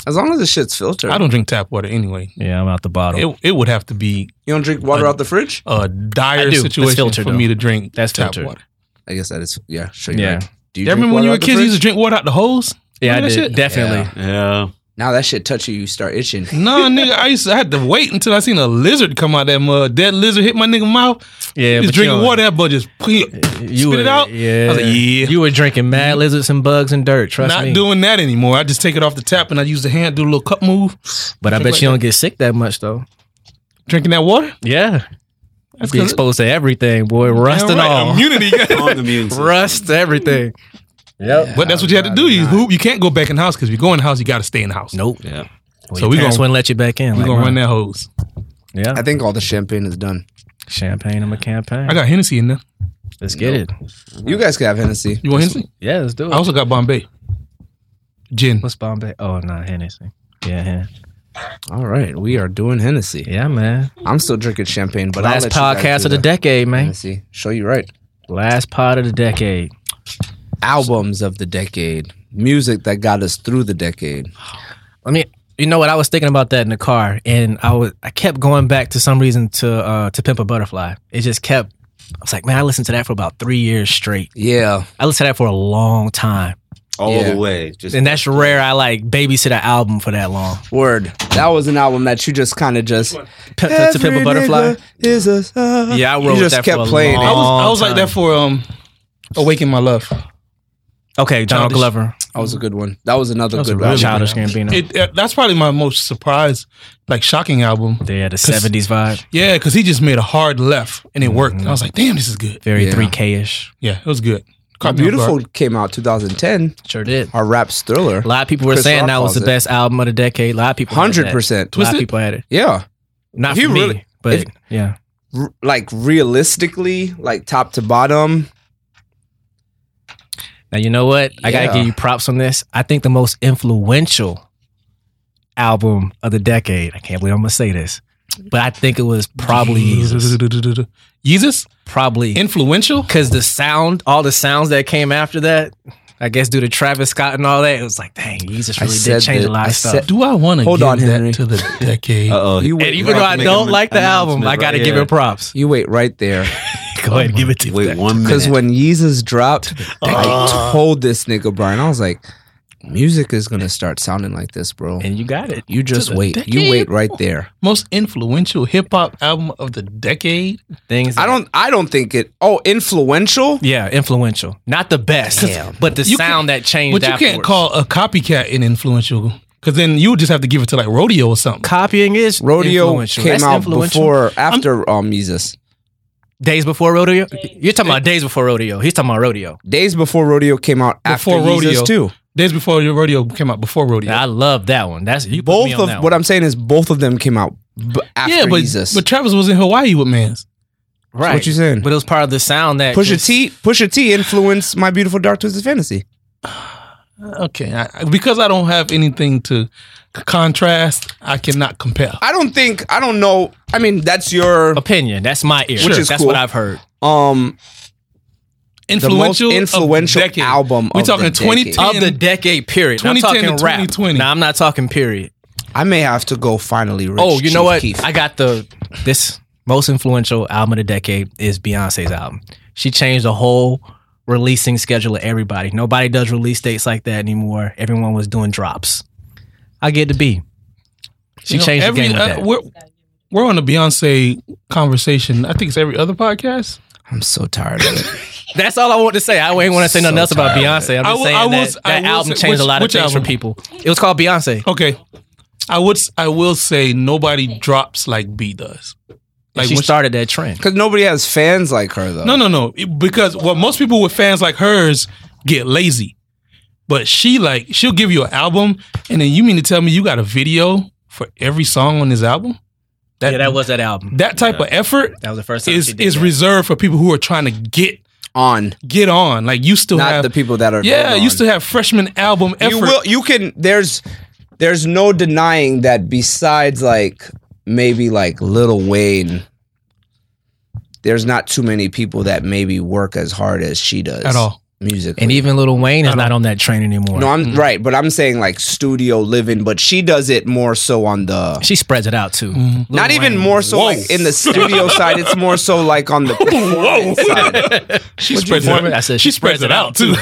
[SPEAKER 3] As long as the shit's filtered,
[SPEAKER 2] I don't drink tap water anyway.
[SPEAKER 4] Yeah, I'm out the bottle.
[SPEAKER 2] It it would have to be
[SPEAKER 3] You don't drink water out the fridge.
[SPEAKER 2] a dire
[SPEAKER 4] do. It's
[SPEAKER 2] situation
[SPEAKER 4] filtered,
[SPEAKER 2] for
[SPEAKER 4] though.
[SPEAKER 2] me to drink
[SPEAKER 4] That's
[SPEAKER 2] tap
[SPEAKER 4] filtered.
[SPEAKER 2] water.
[SPEAKER 3] I guess that is. Yeah, sure. You're
[SPEAKER 4] Yeah.
[SPEAKER 3] Right. Do you
[SPEAKER 2] Yeah, I
[SPEAKER 3] drink
[SPEAKER 2] remember when you
[SPEAKER 3] water
[SPEAKER 2] were
[SPEAKER 3] out the
[SPEAKER 2] kids, you
[SPEAKER 3] fridge?
[SPEAKER 2] used to drink water out the hose.
[SPEAKER 4] yeah, I
[SPEAKER 2] Remember
[SPEAKER 4] did.
[SPEAKER 2] that shit?
[SPEAKER 4] Definitely.
[SPEAKER 3] Yeah.
[SPEAKER 5] Yeah.
[SPEAKER 3] Now that shit touch you, you start itching.
[SPEAKER 2] No, nigga, I used to, I had to wait until I seen a lizard come out that mud. Dead lizard hit my nigga mouth.
[SPEAKER 4] Yeah,
[SPEAKER 2] He's
[SPEAKER 4] but
[SPEAKER 2] drinking
[SPEAKER 4] you know,
[SPEAKER 2] water, that boy just p-
[SPEAKER 4] You
[SPEAKER 2] spit
[SPEAKER 4] were,
[SPEAKER 2] it out.
[SPEAKER 4] Yeah.
[SPEAKER 2] I was like, yeah.
[SPEAKER 4] You were drinking mad lizards and bugs and dirt. Trust
[SPEAKER 2] not
[SPEAKER 4] me.
[SPEAKER 2] doing that anymore. I just take it off the tap and I use the hand, do a little cup move,
[SPEAKER 4] but I bet
[SPEAKER 2] Drink like
[SPEAKER 4] you don't get sick that much though.
[SPEAKER 2] drinking that water.
[SPEAKER 4] Yeah.
[SPEAKER 2] That's
[SPEAKER 4] Be exposed to everything, boy. Rust
[SPEAKER 2] Damn
[SPEAKER 4] and
[SPEAKER 2] right,
[SPEAKER 4] all.
[SPEAKER 2] immunity.
[SPEAKER 5] Strong immune system.
[SPEAKER 4] Rust to everything. Yep.
[SPEAKER 2] but that's what you had to do. You hoop. You can't go back in the house because if you go in the house, you got to stay in the house.
[SPEAKER 4] Nope.
[SPEAKER 5] Yeah.
[SPEAKER 4] Well,
[SPEAKER 2] So
[SPEAKER 4] so
[SPEAKER 2] we
[SPEAKER 4] we just
[SPEAKER 2] gonna-
[SPEAKER 4] wouldn't let you back in.
[SPEAKER 2] We're gonna run that hose.
[SPEAKER 4] Yeah.
[SPEAKER 3] I think all the champagne is done.
[SPEAKER 4] Champagne. I'm a campaign.
[SPEAKER 2] I got Hennessy in there.
[SPEAKER 4] let's get it.
[SPEAKER 3] You guys can have Hennessy.
[SPEAKER 2] You want Hennessy?
[SPEAKER 4] Yeah, let's do it.
[SPEAKER 2] I also got Bombay gin.
[SPEAKER 4] What's Bombay? Oh, not Hennessy. Yeah, Hen-
[SPEAKER 3] All right, we are doing Hennessy.
[SPEAKER 4] yeah, man.
[SPEAKER 3] I'm still drinking champagne, but
[SPEAKER 4] Last podcast of the decade, man.
[SPEAKER 3] Hennessy, show you right.
[SPEAKER 4] Last pod of the decade.
[SPEAKER 3] Albums of the decade, music that got us through the decade.
[SPEAKER 4] I mean, you know what? I was thinking about that in the car, and I was I kept going back to some reason to uh, to Pimp a Butterfly. It just kept. I was like, man, I listened to that for about three years straight.
[SPEAKER 3] Yeah,
[SPEAKER 4] I listened to that for a long time,
[SPEAKER 5] All
[SPEAKER 3] Yeah.
[SPEAKER 5] the way. Just
[SPEAKER 4] and that's rare. I like babysit an album for that long.
[SPEAKER 3] Word. That was an album that you just kind of just
[SPEAKER 4] P- to, to Pimp a Butterfly.
[SPEAKER 3] Is a star.
[SPEAKER 4] Yeah, I
[SPEAKER 3] You
[SPEAKER 4] rode with
[SPEAKER 3] just
[SPEAKER 4] that for
[SPEAKER 3] kept
[SPEAKER 4] a
[SPEAKER 3] playing
[SPEAKER 2] I
[SPEAKER 4] long-
[SPEAKER 3] it.
[SPEAKER 2] was I was
[SPEAKER 4] time.
[SPEAKER 2] like that for um, awaken my love.
[SPEAKER 4] Okay, Donald
[SPEAKER 2] Childish-
[SPEAKER 4] Glover,
[SPEAKER 3] That was a good one. That was another
[SPEAKER 2] was
[SPEAKER 3] good
[SPEAKER 2] a really
[SPEAKER 3] one.
[SPEAKER 2] good
[SPEAKER 4] Childish
[SPEAKER 2] one.
[SPEAKER 4] Gambino.
[SPEAKER 2] It, uh, that's probably my most surprise, like shocking album.
[SPEAKER 4] they had a '70s vibe,
[SPEAKER 2] Yeah, because he just made a hard left and it worked. I was like, damn, this is good.
[SPEAKER 4] very
[SPEAKER 3] Yeah.
[SPEAKER 4] 3K ish.
[SPEAKER 2] Yeah, it was good.
[SPEAKER 3] How
[SPEAKER 2] Caught me off
[SPEAKER 3] Beautiful
[SPEAKER 2] guard.
[SPEAKER 3] came out 2010.
[SPEAKER 4] Sure did.
[SPEAKER 3] Our rap's thriller.
[SPEAKER 4] A lot of people were
[SPEAKER 3] Chris
[SPEAKER 4] saying
[SPEAKER 3] Rock
[SPEAKER 4] that was
[SPEAKER 3] calls
[SPEAKER 4] the
[SPEAKER 3] it.
[SPEAKER 4] best album of the decade. A lot of people, had that.
[SPEAKER 3] Hundred percent.
[SPEAKER 4] A lot
[SPEAKER 2] Twisted?
[SPEAKER 4] of people had it.
[SPEAKER 3] Yeah.
[SPEAKER 4] Not
[SPEAKER 3] He
[SPEAKER 4] for me,
[SPEAKER 3] really-
[SPEAKER 4] but
[SPEAKER 3] if-
[SPEAKER 4] yeah.
[SPEAKER 3] R- like realistically, like top to bottom.
[SPEAKER 4] Now you know what? I
[SPEAKER 3] Yeah.
[SPEAKER 4] gotta give you props on this. I think the most influential album of the decade. I can't believe I'm gonna say this. but I think it was probably Yeezus.
[SPEAKER 2] Yeezus?
[SPEAKER 4] Probably
[SPEAKER 2] Influential?
[SPEAKER 4] because the sound, all the sounds that came after that, I guess due to Travis Scott and all that, it was like, dang, Yeezus
[SPEAKER 3] I
[SPEAKER 4] really
[SPEAKER 3] said
[SPEAKER 4] did change
[SPEAKER 3] that-
[SPEAKER 4] a lot
[SPEAKER 3] I
[SPEAKER 4] of stuff.
[SPEAKER 3] said-
[SPEAKER 2] Do I want to
[SPEAKER 3] Hold
[SPEAKER 2] give
[SPEAKER 3] on, Henry.
[SPEAKER 2] that to the decade?
[SPEAKER 5] oh,
[SPEAKER 3] You
[SPEAKER 4] and
[SPEAKER 3] wait,
[SPEAKER 4] even
[SPEAKER 5] Right,
[SPEAKER 4] though I
[SPEAKER 5] make
[SPEAKER 4] don't
[SPEAKER 5] an
[SPEAKER 4] like the album, I
[SPEAKER 5] announcement
[SPEAKER 4] gotta
[SPEAKER 5] right
[SPEAKER 4] give
[SPEAKER 5] here.
[SPEAKER 4] it props.
[SPEAKER 3] you wait right there.
[SPEAKER 4] Go ahead, give it to
[SPEAKER 5] wait one minute.
[SPEAKER 3] Because when Yeezus dropped,
[SPEAKER 4] Uh.
[SPEAKER 3] I told this nigga Brian, I was like, music is gonna start sounding like this, bro.
[SPEAKER 4] And you got it.
[SPEAKER 3] You just
[SPEAKER 2] the
[SPEAKER 3] wait. You
[SPEAKER 2] decade.
[SPEAKER 3] wait right there.
[SPEAKER 2] Most influential hip hop album of the decade?
[SPEAKER 4] Things
[SPEAKER 3] I don't. I don't think it. Oh, influential.
[SPEAKER 4] Yeah, influential. Not the best, but the
[SPEAKER 2] You
[SPEAKER 4] sound that changed.
[SPEAKER 2] But you can't
[SPEAKER 4] afterwards.
[SPEAKER 2] call a copycat an influential. Because then you would just have to give it to like Rodeo or something.
[SPEAKER 4] copying is
[SPEAKER 3] Rodeo
[SPEAKER 4] influential.
[SPEAKER 3] came
[SPEAKER 4] That's
[SPEAKER 3] out
[SPEAKER 4] influential.
[SPEAKER 3] before, after um, Yeezus.
[SPEAKER 4] days before rodeo. You're talking about days before rodeo. He's talking about rodeo.
[SPEAKER 3] Days before Rodeo came out. After
[SPEAKER 2] Before Rodeo.
[SPEAKER 3] Yeezus too.
[SPEAKER 2] Days before your Rodeo came out, before Rodeo.
[SPEAKER 4] I love that one. That's you put me
[SPEAKER 3] Both
[SPEAKER 4] on that
[SPEAKER 3] of what
[SPEAKER 4] one.
[SPEAKER 3] I'm saying is both of them came out b- after
[SPEAKER 2] yeah, but,
[SPEAKER 3] Yeezus.
[SPEAKER 2] but Travis was in Hawaii with Mans.
[SPEAKER 4] right.
[SPEAKER 3] what you saying?
[SPEAKER 4] But it was part of the sound that
[SPEAKER 3] Pusha
[SPEAKER 4] just-
[SPEAKER 3] T. Pusha T influenced my beautiful dark twisted fantasy.
[SPEAKER 2] Okay, I, I- because I don't have anything to c- contrast, I cannot compare.
[SPEAKER 3] I don't think. I don't know. I mean, that's your
[SPEAKER 4] opinion. That's my ear.
[SPEAKER 3] Which is
[SPEAKER 4] That's
[SPEAKER 3] cool.
[SPEAKER 4] what I've heard.
[SPEAKER 3] um
[SPEAKER 2] Influential,
[SPEAKER 3] the most
[SPEAKER 2] of
[SPEAKER 3] influential
[SPEAKER 2] decade.
[SPEAKER 3] album.
[SPEAKER 2] We're
[SPEAKER 3] of
[SPEAKER 2] talking
[SPEAKER 3] the decade.
[SPEAKER 2] 2010
[SPEAKER 4] Of the decade period. I'm
[SPEAKER 2] 2010
[SPEAKER 4] talking
[SPEAKER 2] to
[SPEAKER 4] rap.
[SPEAKER 2] 2020.
[SPEAKER 4] No, I'm not talking period.
[SPEAKER 3] I may have to go finally. Rich
[SPEAKER 4] Oh, you know
[SPEAKER 3] Chief
[SPEAKER 4] what?
[SPEAKER 3] Keef.
[SPEAKER 4] I got the this most influential album of the decade is Beyonce's album. She changed the whole releasing schedule of everybody. Nobody does release dates like that anymore. Everyone was doing drops. I get to be. She
[SPEAKER 2] You know,
[SPEAKER 4] changed the game with
[SPEAKER 2] uh,
[SPEAKER 4] that.
[SPEAKER 2] We're, we're on a Beyonce conversation. I think it's every other podcast.
[SPEAKER 3] I'm so tired of it.
[SPEAKER 4] That's all I want to say. I ain't want to say nothing
[SPEAKER 3] So
[SPEAKER 4] else about Beyonce. I'm just
[SPEAKER 2] I will-
[SPEAKER 4] saying
[SPEAKER 2] I will
[SPEAKER 4] that,
[SPEAKER 2] s- I
[SPEAKER 4] that
[SPEAKER 2] will
[SPEAKER 4] album
[SPEAKER 2] say-
[SPEAKER 4] changed a
[SPEAKER 2] which-
[SPEAKER 4] lot of
[SPEAKER 2] which
[SPEAKER 4] things for
[SPEAKER 2] album?
[SPEAKER 4] people. It was called Beyonce.
[SPEAKER 2] Okay, I would s- I will say nobody drops like B does. Like
[SPEAKER 4] she
[SPEAKER 2] when she-
[SPEAKER 4] started that trend.
[SPEAKER 3] Because nobody has fans like her though.
[SPEAKER 2] no, no, no. It- Because well, most people with fans like hers get lazy, but she like she'll give you an album, and then you mean to tell me you got a video for every song on this album? That
[SPEAKER 4] yeah, that was that album.
[SPEAKER 2] that type of effort
[SPEAKER 4] That was the first time
[SPEAKER 2] is
[SPEAKER 4] she did
[SPEAKER 2] is
[SPEAKER 4] that.
[SPEAKER 2] reserved for people who are trying to get
[SPEAKER 3] on
[SPEAKER 2] get on. Like you still
[SPEAKER 3] not
[SPEAKER 2] have
[SPEAKER 3] the people that are.
[SPEAKER 2] yeah,
[SPEAKER 3] dead
[SPEAKER 2] you
[SPEAKER 3] on.
[SPEAKER 2] still have freshman album effort.
[SPEAKER 3] You will. You can. There's. There's no denying that. Besides, like maybe like Little Wayne. There's not too many people that maybe work as hard as she does
[SPEAKER 2] At all.
[SPEAKER 3] musically.
[SPEAKER 4] and even Lil Wayne is not on that train anymore.
[SPEAKER 3] no, I'm
[SPEAKER 2] mm.
[SPEAKER 3] right, but I'm saying like studio living, but she does it more so on the
[SPEAKER 4] she spreads it out too.
[SPEAKER 2] Mm-hmm.
[SPEAKER 4] Lil
[SPEAKER 3] not even
[SPEAKER 4] Wayne.
[SPEAKER 3] more so like in the studio side. It's more so like on the performance side.
[SPEAKER 2] she spreads it.
[SPEAKER 4] form it?
[SPEAKER 2] Out.
[SPEAKER 4] I said
[SPEAKER 2] she spreads it out too.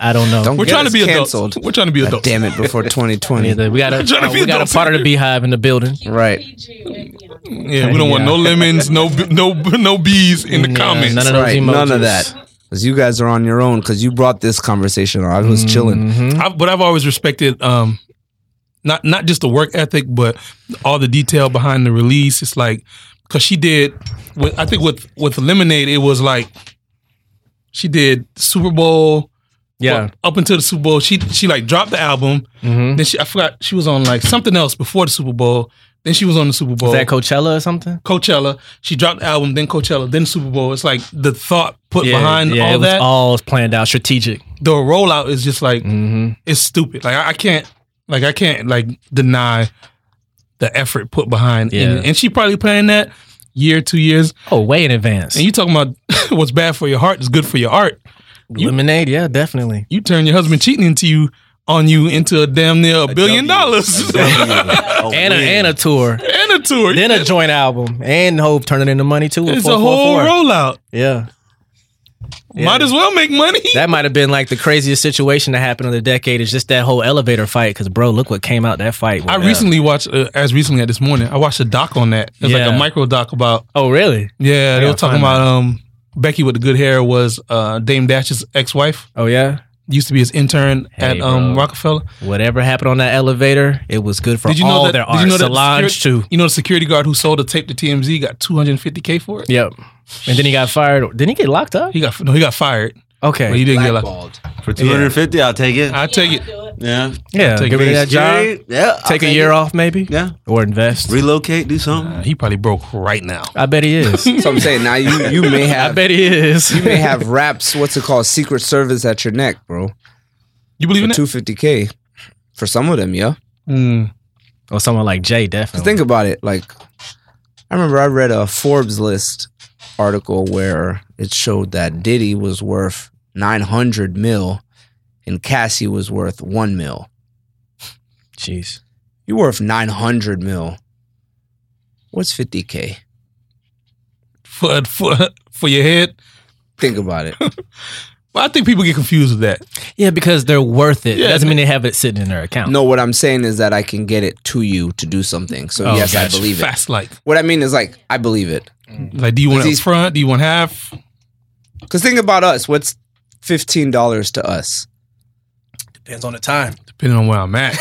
[SPEAKER 4] I don't know.
[SPEAKER 3] Don't
[SPEAKER 2] We're
[SPEAKER 3] get
[SPEAKER 2] trying to
[SPEAKER 3] us
[SPEAKER 2] be
[SPEAKER 3] canceled.
[SPEAKER 2] adults. We're trying to be
[SPEAKER 3] God
[SPEAKER 2] adults.
[SPEAKER 3] damn it! Before 2020,
[SPEAKER 4] Neither. We got a
[SPEAKER 2] Trying to
[SPEAKER 4] uh,
[SPEAKER 2] be
[SPEAKER 4] we got
[SPEAKER 2] adults.
[SPEAKER 4] a part of the beehive in the building.
[SPEAKER 3] right?
[SPEAKER 6] PG with Beyonce.
[SPEAKER 2] Yeah, we don't want no lemons, no b- no b- no bees in the
[SPEAKER 4] Yeah,
[SPEAKER 2] comments.
[SPEAKER 4] none of those
[SPEAKER 3] right,
[SPEAKER 4] emojis.
[SPEAKER 3] none of that. Because you guys are on your own. Because you brought this conversation. on. I
[SPEAKER 2] Mm.
[SPEAKER 3] was chilling.
[SPEAKER 4] Mm-hmm.
[SPEAKER 2] I, but I've always respected um, not not just the work ethic, but all the detail behind the release. It's like because she did. With, I think with with Lemonade, it was like she did Super Bowl.
[SPEAKER 4] Yeah.
[SPEAKER 2] Well, up until the Super Bowl, she she like dropped the album.
[SPEAKER 4] Mm-hmm.
[SPEAKER 2] Then she I forgot she was on like something else before the Super Bowl. Then she was on the Super Bowl.
[SPEAKER 4] Is that Coachella or something?
[SPEAKER 2] Coachella. She dropped the album, then Coachella, then Super Bowl. It's like the thought put behind
[SPEAKER 4] yeah,
[SPEAKER 2] all
[SPEAKER 4] it was
[SPEAKER 2] that.
[SPEAKER 4] all Mm-hmm. planned out, strategic.
[SPEAKER 2] the rollout is just like it's stupid. Like I, I can't, like I can't like deny the effort put behind.
[SPEAKER 4] Yeah.
[SPEAKER 2] And, and she probably planned that year, two years.
[SPEAKER 4] Oh, way in advance.
[SPEAKER 2] And you talking about what's bad for your heart is good for your art.
[SPEAKER 4] Lemonade, yeah, definitely.
[SPEAKER 2] You turn your husband cheating into you on you into a damn near a, billion
[SPEAKER 5] W.
[SPEAKER 2] dollars
[SPEAKER 4] And a, and a tour,
[SPEAKER 2] and a tour.
[SPEAKER 4] then a joint album, and Hope turning into money too. with
[SPEAKER 2] it's a
[SPEAKER 4] 444.
[SPEAKER 2] whole rollout.
[SPEAKER 4] Yeah,
[SPEAKER 2] Might as well make money.
[SPEAKER 4] that might have been like the craziest situation that happened in the decade. Is just that whole elevator fight. Because bro, look what came out that fight.
[SPEAKER 2] I
[SPEAKER 4] with.
[SPEAKER 2] recently watched, uh, as recently as this morning, I watched a doc on that. It was like
[SPEAKER 4] Yeah.
[SPEAKER 2] a micro doc about
[SPEAKER 4] Oh, really?
[SPEAKER 2] Yeah, they
[SPEAKER 4] gotta
[SPEAKER 2] were talking
[SPEAKER 4] find
[SPEAKER 2] about um Becky with the good hair was uh Dame Dash's ex wife.
[SPEAKER 4] Oh, yeah.
[SPEAKER 2] Used to be his intern
[SPEAKER 4] Hey,
[SPEAKER 2] at um
[SPEAKER 4] bro.
[SPEAKER 2] Rockefeller.
[SPEAKER 4] Whatever happened on that elevator, it was good for
[SPEAKER 2] Did you
[SPEAKER 4] all
[SPEAKER 2] know that?
[SPEAKER 4] their
[SPEAKER 2] did you know that the
[SPEAKER 4] Solange
[SPEAKER 2] security-
[SPEAKER 4] too.
[SPEAKER 2] You know the security guard who sold the tape to TMZ got 250k for it.
[SPEAKER 4] Yep. And then he got fired. Didn't he get locked up?
[SPEAKER 2] He got no, he got fired, but he
[SPEAKER 4] Okay.
[SPEAKER 2] didn't get
[SPEAKER 3] Blackballed.
[SPEAKER 5] for 250, I'll take it.
[SPEAKER 2] like. I take it.
[SPEAKER 6] Do it.
[SPEAKER 5] yeah.
[SPEAKER 4] Yeah. Get rid of that job.
[SPEAKER 5] Yeah. I'll
[SPEAKER 4] Take a year
[SPEAKER 5] it.
[SPEAKER 4] off, maybe.
[SPEAKER 5] Yeah.
[SPEAKER 4] Or invest.
[SPEAKER 5] Relocate, do something.
[SPEAKER 2] He probably broke right now.
[SPEAKER 4] I bet he is.
[SPEAKER 3] So I'm saying now you you may
[SPEAKER 4] I
[SPEAKER 3] have
[SPEAKER 4] bet he is.
[SPEAKER 3] you may have raps. What's it called? Secret Service at your neck, bro.
[SPEAKER 2] You believe
[SPEAKER 3] For
[SPEAKER 2] in that?
[SPEAKER 3] 250k. For some of them, yeah.
[SPEAKER 2] Mm.
[SPEAKER 4] or someone like Jay, definitely.
[SPEAKER 2] Oh.
[SPEAKER 3] Think about it. Like, I remember I read a Forbes list article where it showed that Diddy was worth 900 mil and Cassie was worth 1 mil.
[SPEAKER 4] Jeez.
[SPEAKER 3] You're worth 900 mil. What's 50K?
[SPEAKER 2] for for for your head.
[SPEAKER 3] Think about it.
[SPEAKER 2] But I think people get confused with that.
[SPEAKER 4] Yeah, because they're worth it.
[SPEAKER 2] Yeah,
[SPEAKER 4] Doesn't mean they have it sitting in their account.
[SPEAKER 3] no, what I'm saying is that I can get it to you to do something. So,
[SPEAKER 2] Oh,
[SPEAKER 3] yes, I
[SPEAKER 2] gotcha.
[SPEAKER 3] believe it.
[SPEAKER 2] Fast like,
[SPEAKER 3] What I mean is, like, I believe it.
[SPEAKER 2] like, do you want it
[SPEAKER 3] These-
[SPEAKER 2] up front? Do you want half?
[SPEAKER 3] Because think about us. What's $15 to us?
[SPEAKER 8] Depends on the time.
[SPEAKER 2] Depending on where I'm at,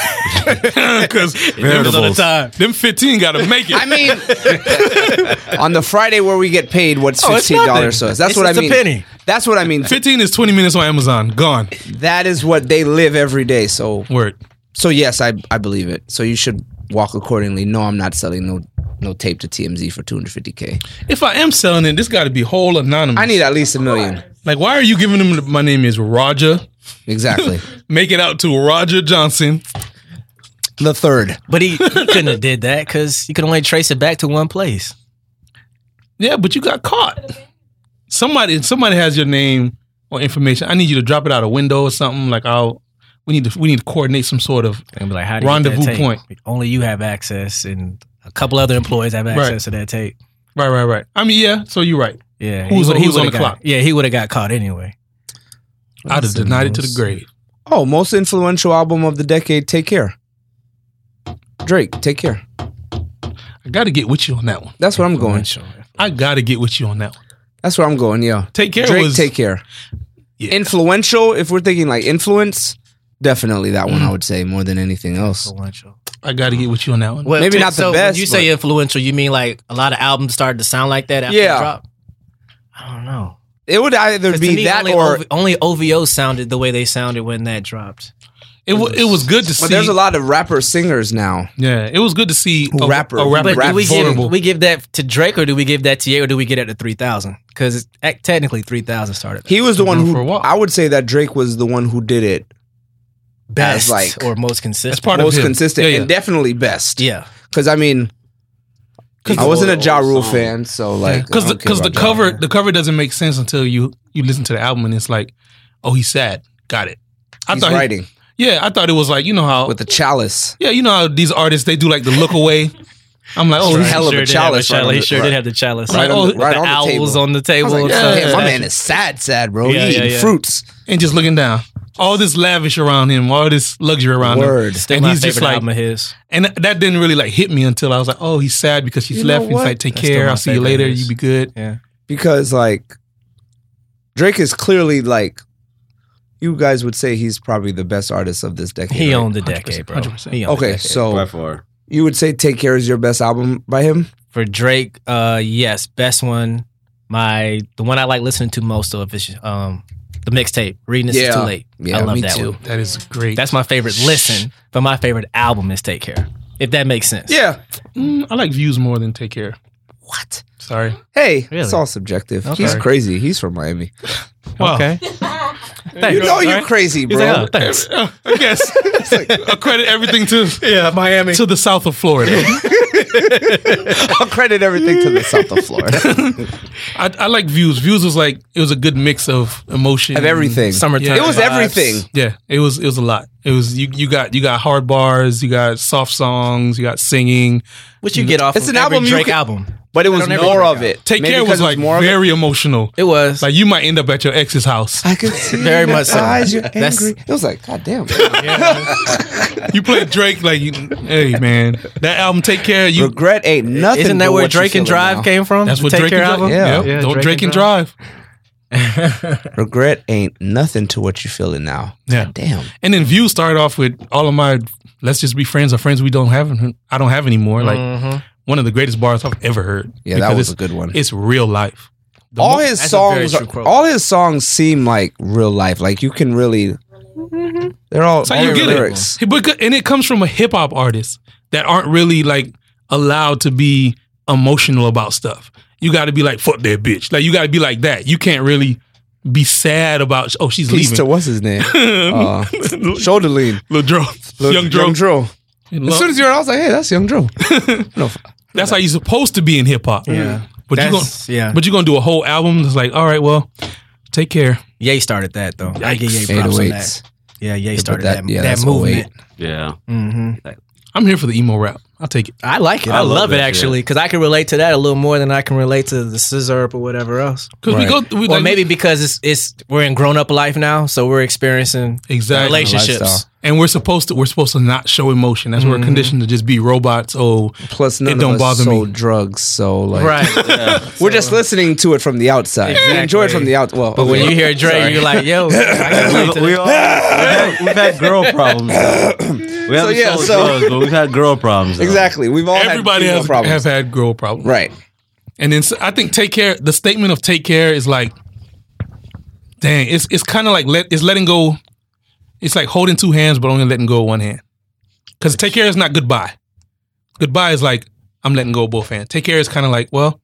[SPEAKER 2] because
[SPEAKER 5] Variables.
[SPEAKER 2] time. Them fifteen got to make it.
[SPEAKER 3] I mean, on the Friday where we get paid, what's
[SPEAKER 4] Oh, it's
[SPEAKER 3] fifteen dollars to
[SPEAKER 4] nothing.
[SPEAKER 3] us? That's
[SPEAKER 4] It's-
[SPEAKER 3] what
[SPEAKER 4] it's
[SPEAKER 3] I
[SPEAKER 4] a
[SPEAKER 3] mean.
[SPEAKER 4] penny.
[SPEAKER 3] That's what I mean.
[SPEAKER 2] fifteen is twenty minutes on Amazon. Gone.
[SPEAKER 3] That is what they live every day. So,
[SPEAKER 2] Word.
[SPEAKER 3] so yes, I I believe it. So you should walk accordingly. No, I'm not selling no no tape to TMZ for 250k.
[SPEAKER 2] If I am selling it, this got to be whole anonymous.
[SPEAKER 3] I need at least a million.
[SPEAKER 2] Like, why are you giving them? the- My name is Roger.
[SPEAKER 3] Exactly.
[SPEAKER 2] Make it out to Roger Johnson.
[SPEAKER 3] the third.
[SPEAKER 4] But he, he couldn't have did that because you can only trace it back to one place.
[SPEAKER 2] Yeah, but you got caught. Somebody, somebody has your name or information. I need you to drop it out a window or something. Like, I'll. We need to. We need to coordinate some sort of.
[SPEAKER 4] And be like, how do you get that
[SPEAKER 2] Rendezvous
[SPEAKER 4] tape?
[SPEAKER 2] point.
[SPEAKER 4] Only you have access, and a couple other employees have access to that tape.
[SPEAKER 2] Right, right, right. I mean, yeah. So you're right.
[SPEAKER 4] Yeah,
[SPEAKER 2] Who's-
[SPEAKER 4] would've-
[SPEAKER 2] who's on
[SPEAKER 4] would've
[SPEAKER 2] the
[SPEAKER 4] got-
[SPEAKER 2] clock?
[SPEAKER 4] Yeah, he would have got caught anyway.
[SPEAKER 2] I'd have denied it to the grave.
[SPEAKER 3] Oh, most influential album of the decade. Take care. Drake, take care.
[SPEAKER 2] I got to get with you on that one.
[SPEAKER 3] That's where I'm going.
[SPEAKER 2] I got to get with you on that one.
[SPEAKER 3] That's where I'm going. Yeah.
[SPEAKER 2] Take care.
[SPEAKER 3] Drake,
[SPEAKER 2] was,
[SPEAKER 3] take care.
[SPEAKER 2] Yeah.
[SPEAKER 3] Influential. If we're thinking like influence, definitely that
[SPEAKER 2] Mm.
[SPEAKER 3] one. I would say more than anything else.
[SPEAKER 4] Influential.
[SPEAKER 2] I got to get with you on that one.
[SPEAKER 3] Maybe not the
[SPEAKER 7] so
[SPEAKER 3] best,
[SPEAKER 7] When you say
[SPEAKER 3] but-
[SPEAKER 7] influential, you mean like a lot of albums started to sound like that after
[SPEAKER 3] Yeah.
[SPEAKER 7] the drop? I don't know.
[SPEAKER 3] It would either
[SPEAKER 7] 'Cause
[SPEAKER 3] be
[SPEAKER 7] to me,
[SPEAKER 3] that
[SPEAKER 7] only,
[SPEAKER 3] or.
[SPEAKER 7] OV only OVO sounded the way they sounded when that dropped.
[SPEAKER 2] It, wa- it was good to see.
[SPEAKER 3] but there's a lot of rapper singers now.
[SPEAKER 2] Yeah, it was good to see a
[SPEAKER 3] Rapper.
[SPEAKER 2] A rapper
[SPEAKER 7] But
[SPEAKER 3] rap
[SPEAKER 7] do we give,
[SPEAKER 2] vulnerable.
[SPEAKER 7] we give that to Drake or do we give that to Ye or do we get it to 3,000? Because technically 3,000 started.
[SPEAKER 3] He was the one
[SPEAKER 2] been for a
[SPEAKER 3] who.
[SPEAKER 2] while.
[SPEAKER 3] I would say that Drake was the one who did it
[SPEAKER 7] best
[SPEAKER 3] like-
[SPEAKER 7] or most
[SPEAKER 2] That's
[SPEAKER 7] consistent.
[SPEAKER 2] part of
[SPEAKER 3] most
[SPEAKER 2] him.
[SPEAKER 3] consistent
[SPEAKER 2] Yeah, yeah.
[SPEAKER 3] and definitely best.
[SPEAKER 7] yeah.
[SPEAKER 3] Because I mean, I wasn't a Ja Rule
[SPEAKER 5] song.
[SPEAKER 3] fan, so like
[SPEAKER 2] because
[SPEAKER 3] I
[SPEAKER 2] the,
[SPEAKER 3] don't care
[SPEAKER 2] cause the
[SPEAKER 3] about Ja
[SPEAKER 2] cover
[SPEAKER 3] Rule.
[SPEAKER 2] the cover doesn't make sense until you you listen to the album and it's like, oh, he's sad. Got it. I
[SPEAKER 3] He's
[SPEAKER 2] thought. he-
[SPEAKER 3] writing
[SPEAKER 2] yeah, I thought it was like you know how
[SPEAKER 3] with a chalice.
[SPEAKER 2] yeah you know how these artists they do like the look away. I'm like oh this
[SPEAKER 3] That's right. Hell of a
[SPEAKER 4] He sure did have
[SPEAKER 3] chalice right on
[SPEAKER 4] He
[SPEAKER 3] the-
[SPEAKER 4] sure did
[SPEAKER 3] right.
[SPEAKER 4] have the chalice.
[SPEAKER 2] Right
[SPEAKER 4] Like,
[SPEAKER 2] on the-
[SPEAKER 4] oh,
[SPEAKER 3] right
[SPEAKER 4] the
[SPEAKER 3] on the
[SPEAKER 4] owls
[SPEAKER 3] table.
[SPEAKER 4] on
[SPEAKER 3] I
[SPEAKER 4] the
[SPEAKER 3] was
[SPEAKER 4] table.
[SPEAKER 3] like,
[SPEAKER 4] and
[SPEAKER 3] "Damn,
[SPEAKER 4] stuff.
[SPEAKER 3] my man is sad, sad, bro.
[SPEAKER 4] Yeah,
[SPEAKER 3] he
[SPEAKER 4] yeah,
[SPEAKER 3] eating
[SPEAKER 4] yeah.
[SPEAKER 3] fruits.
[SPEAKER 2] and just looking down. All this lavish around him, all this luxury around him,
[SPEAKER 3] Word.
[SPEAKER 4] Still
[SPEAKER 2] and
[SPEAKER 4] my
[SPEAKER 2] he's just
[SPEAKER 4] favorite
[SPEAKER 2] like,
[SPEAKER 4] album of his.
[SPEAKER 2] and that didn't really like hit me until I was like, oh, he's sad because she's
[SPEAKER 3] You know
[SPEAKER 2] left. He's
[SPEAKER 3] what?
[SPEAKER 2] like, take
[SPEAKER 4] That's still
[SPEAKER 2] care,
[SPEAKER 4] my
[SPEAKER 2] I'll see you
[SPEAKER 4] favorite
[SPEAKER 2] later,
[SPEAKER 4] is.
[SPEAKER 2] you be good.
[SPEAKER 3] because like Drake is clearly like you guys would say he's probably the best artist of this decade.
[SPEAKER 4] He
[SPEAKER 3] right?
[SPEAKER 4] owned the
[SPEAKER 2] 100%,
[SPEAKER 4] decade, bro.
[SPEAKER 2] 100%.
[SPEAKER 4] He owned the
[SPEAKER 3] Okay,
[SPEAKER 4] decade.
[SPEAKER 3] so
[SPEAKER 5] By far.
[SPEAKER 3] you would say "Take Care" is your best album by him.
[SPEAKER 4] for Drake, uh, yes, best one. My the one I like listening to most of is um the mixtape. Reading this is
[SPEAKER 3] Yeah.
[SPEAKER 4] too late.
[SPEAKER 3] Yeah,
[SPEAKER 4] I love
[SPEAKER 3] me
[SPEAKER 4] that
[SPEAKER 3] too.
[SPEAKER 4] one.
[SPEAKER 2] That is great.
[SPEAKER 4] That's my favorite listen, but my favorite album is Take Care. If that makes sense.
[SPEAKER 3] Yeah.
[SPEAKER 2] Mm, I like views more than take care.
[SPEAKER 3] What?
[SPEAKER 2] Sorry.
[SPEAKER 3] Hey,
[SPEAKER 4] Really?
[SPEAKER 3] it's all subjective.
[SPEAKER 4] Okay.
[SPEAKER 3] He's crazy. He's from Miami.
[SPEAKER 2] Wow.
[SPEAKER 4] Okay.
[SPEAKER 3] You
[SPEAKER 4] Thanks.
[SPEAKER 3] know you're
[SPEAKER 4] Alright.
[SPEAKER 3] crazy, bro.
[SPEAKER 4] He's like, oh, thanks.
[SPEAKER 2] Uh, I guess I credit everything to
[SPEAKER 8] Yeah, Miami.
[SPEAKER 2] to the south of Florida.
[SPEAKER 3] I'll credit everything to the South of Florida
[SPEAKER 2] I, I like views. Views was like it was a good mix of emotion
[SPEAKER 3] of everything.
[SPEAKER 4] Summertime.
[SPEAKER 3] It was
[SPEAKER 4] vibes.
[SPEAKER 3] everything.
[SPEAKER 2] Yeah, it was it was a lot. It was you you got you got hard bars, you got soft songs, you got singing.
[SPEAKER 7] What you get off
[SPEAKER 3] It's
[SPEAKER 7] of
[SPEAKER 3] an
[SPEAKER 7] every
[SPEAKER 3] album you
[SPEAKER 7] Drake
[SPEAKER 3] can-
[SPEAKER 7] album.
[SPEAKER 3] but it was
[SPEAKER 7] don't ever
[SPEAKER 3] more
[SPEAKER 7] break
[SPEAKER 3] of it.
[SPEAKER 2] Take
[SPEAKER 3] Maybe
[SPEAKER 2] care was
[SPEAKER 3] because it
[SPEAKER 2] like
[SPEAKER 3] more of it.
[SPEAKER 2] very emotional.
[SPEAKER 7] It was.
[SPEAKER 2] Like you might end up at your ex's house.
[SPEAKER 3] I could see
[SPEAKER 7] Very
[SPEAKER 3] in your
[SPEAKER 7] much so.
[SPEAKER 3] Eyes, you're
[SPEAKER 7] That's-
[SPEAKER 3] angry. It was like, God damn.
[SPEAKER 2] You play Drake like, you, hey man, that album Take Care. You
[SPEAKER 3] Regret ain't nothing.
[SPEAKER 4] Isn't
[SPEAKER 3] but
[SPEAKER 4] that where
[SPEAKER 3] what you
[SPEAKER 4] Drake and
[SPEAKER 3] feeling
[SPEAKER 4] Drive
[SPEAKER 3] now.
[SPEAKER 4] came from?
[SPEAKER 2] that's
[SPEAKER 4] The
[SPEAKER 2] what
[SPEAKER 4] Take
[SPEAKER 2] Drake
[SPEAKER 4] Care
[SPEAKER 2] and
[SPEAKER 4] album.
[SPEAKER 2] Drive.
[SPEAKER 3] Yeah.
[SPEAKER 2] Yep.
[SPEAKER 4] Yeah,
[SPEAKER 2] Don't
[SPEAKER 4] Drake
[SPEAKER 2] Drake,
[SPEAKER 4] and
[SPEAKER 2] and drive.
[SPEAKER 3] Regret ain't nothing to what you're feeling now.
[SPEAKER 2] Yeah.
[SPEAKER 3] God damn.
[SPEAKER 2] And then View started off with all of my let's just be friends or friends we don't have I don't have anymore. Like one of the greatest bars I've ever heard.
[SPEAKER 3] Yeah, that was a
[SPEAKER 2] it's,
[SPEAKER 3] good one.
[SPEAKER 2] It's real life. The
[SPEAKER 3] all
[SPEAKER 2] mo-
[SPEAKER 3] his
[SPEAKER 7] that's a very
[SPEAKER 3] songs,
[SPEAKER 7] true
[SPEAKER 3] are-
[SPEAKER 7] quote.
[SPEAKER 3] all his songs seem like real life. Like you can really, they're all.
[SPEAKER 2] So
[SPEAKER 3] all
[SPEAKER 2] you
[SPEAKER 3] the
[SPEAKER 2] get
[SPEAKER 3] lyrics.
[SPEAKER 2] it. But, and it comes from a hip hop artist that aren't really like allowed to be emotional about stuff. You got to be like fuck that bitch. Like you got to be like that. You can't really be sad about oh she's
[SPEAKER 3] At least
[SPEAKER 2] leaving.
[SPEAKER 3] to what's his name? uh, Shoulder lean,
[SPEAKER 2] Little Dro,
[SPEAKER 3] Lil-
[SPEAKER 2] young Dro.
[SPEAKER 3] Dro. As soon as you're, I was like, hey, that's Young Dro. no, f-
[SPEAKER 2] That's how you're supposed to be in hip hop.
[SPEAKER 7] Yeah.
[SPEAKER 2] But you're gonna,
[SPEAKER 7] That's- yeah.
[SPEAKER 2] But you're gonna do a whole album that's like, all right, well, take care.
[SPEAKER 7] Ye started that though. I give Ye props on
[SPEAKER 3] 808s.
[SPEAKER 7] that. Yeah, Ye started
[SPEAKER 3] that-
[SPEAKER 7] that
[SPEAKER 3] oh yeah,
[SPEAKER 7] that
[SPEAKER 3] that's
[SPEAKER 7] movement.
[SPEAKER 5] Yeah.
[SPEAKER 7] hmm
[SPEAKER 2] I'm here for the emo rap. I'll take it.
[SPEAKER 7] I like it. I,
[SPEAKER 5] I love
[SPEAKER 7] love, it
[SPEAKER 5] that
[SPEAKER 7] actually because I can relate to that a little more than I can relate to the scissor or whatever else.
[SPEAKER 2] Cause we go, we
[SPEAKER 7] Or
[SPEAKER 2] like-
[SPEAKER 7] maybe because it's it's we're in grown up life now, so we're experiencing
[SPEAKER 2] Exactly.
[SPEAKER 7] relationships.
[SPEAKER 2] and we're supposed to we're supposed to not show emotion. That's where we're conditioned to just be robots. Oh,
[SPEAKER 3] Plus, none
[SPEAKER 2] It don't
[SPEAKER 3] of us
[SPEAKER 2] bother me.
[SPEAKER 3] sold drugs, so like,
[SPEAKER 7] Right.
[SPEAKER 3] we're just listening to it from the outside. We enjoy it from the out. Well,
[SPEAKER 7] But when you hear Dre, you're like, yo, I can relate to
[SPEAKER 5] We, we all, we've, had, we've had girl problems. though. We haven't
[SPEAKER 3] yeah,
[SPEAKER 5] sold
[SPEAKER 3] so-
[SPEAKER 5] drugs, but we've had girl problems. though.
[SPEAKER 3] exactly, we've all
[SPEAKER 2] everybody
[SPEAKER 3] had female
[SPEAKER 2] has
[SPEAKER 3] problems,
[SPEAKER 2] have had girl problems,
[SPEAKER 3] right?
[SPEAKER 2] And then s- I think take care. The statement of take care is like, dang, it's it's kind of like let it's letting go. It's like holding two hands, but only letting go of one hand. Because take care is not goodbye. Goodbye is like I'm letting go of both hands. Take care is kind of like well,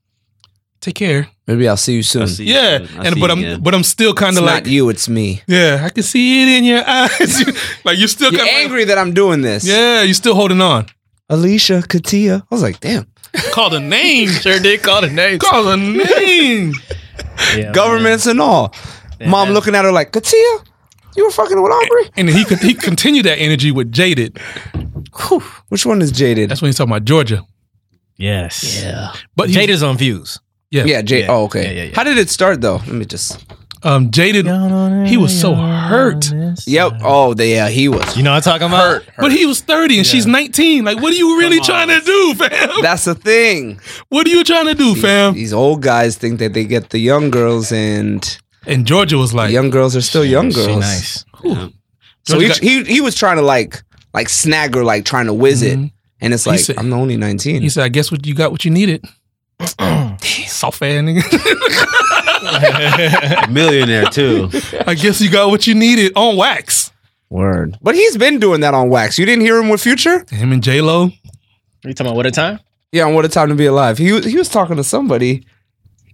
[SPEAKER 2] take care.
[SPEAKER 3] Maybe I'll see you soon.
[SPEAKER 5] I see you
[SPEAKER 2] Yeah,
[SPEAKER 5] soon. I
[SPEAKER 2] and
[SPEAKER 5] see
[SPEAKER 2] but
[SPEAKER 5] you
[SPEAKER 2] I'm
[SPEAKER 5] again.
[SPEAKER 2] but I'm still kind
[SPEAKER 3] It's
[SPEAKER 2] of like
[SPEAKER 3] not you, it's me.
[SPEAKER 2] yeah, I can see it in your eyes. like you're still
[SPEAKER 3] You're
[SPEAKER 2] kind of
[SPEAKER 3] angry that I'm doing this.
[SPEAKER 2] Yeah, you're still holding on.
[SPEAKER 3] Alicia Katia. I was like, damn.
[SPEAKER 2] Call the name.
[SPEAKER 7] Sure did call the name.
[SPEAKER 2] Call the name.
[SPEAKER 3] Governments and all. Mom looking at her like, Katia, you were fucking with Aubrey?
[SPEAKER 2] and he could he continued that energy with Jaded.
[SPEAKER 3] Which one is Jaded?
[SPEAKER 2] That's when he's talking about Georgia.
[SPEAKER 4] Yes.
[SPEAKER 2] But he,
[SPEAKER 7] Jada's on views.
[SPEAKER 2] yeah,
[SPEAKER 3] yeah, Jade. Oh, okay.
[SPEAKER 7] yeah, yeah, yeah.
[SPEAKER 3] How did it start though? Let me just.
[SPEAKER 2] um, Jaded. He was so hurt,
[SPEAKER 3] Yep. Oh, they, yeah, he was.
[SPEAKER 4] You know what I'm talking about?
[SPEAKER 2] but he was thirty and she's nineteen. Like, what are you really trying to do, fam?
[SPEAKER 3] That's the thing.
[SPEAKER 2] what are you trying to do, fam?
[SPEAKER 3] These old guys think that they get the young girls, and
[SPEAKER 2] And Georgia was
[SPEAKER 3] the
[SPEAKER 2] like,
[SPEAKER 3] young girls are still young
[SPEAKER 4] She
[SPEAKER 3] girls.
[SPEAKER 4] nice.
[SPEAKER 3] So he,
[SPEAKER 2] Georgia
[SPEAKER 3] he he was trying to like like snag her, like trying to whiz it, and it's like
[SPEAKER 2] said-
[SPEAKER 3] I'm the only 19.
[SPEAKER 2] he said, "I guess what you got, what you needed." Soft ass nigga.
[SPEAKER 5] millionaire too.
[SPEAKER 2] I guess you got what you needed on wax.
[SPEAKER 3] Word. But he's been doing that on wax. You didn't hear him with Future?
[SPEAKER 2] Him and J Lo.
[SPEAKER 4] You talking about what a time?
[SPEAKER 3] Yeah, on What a Time to Be Alive. He was- he was talking to somebody.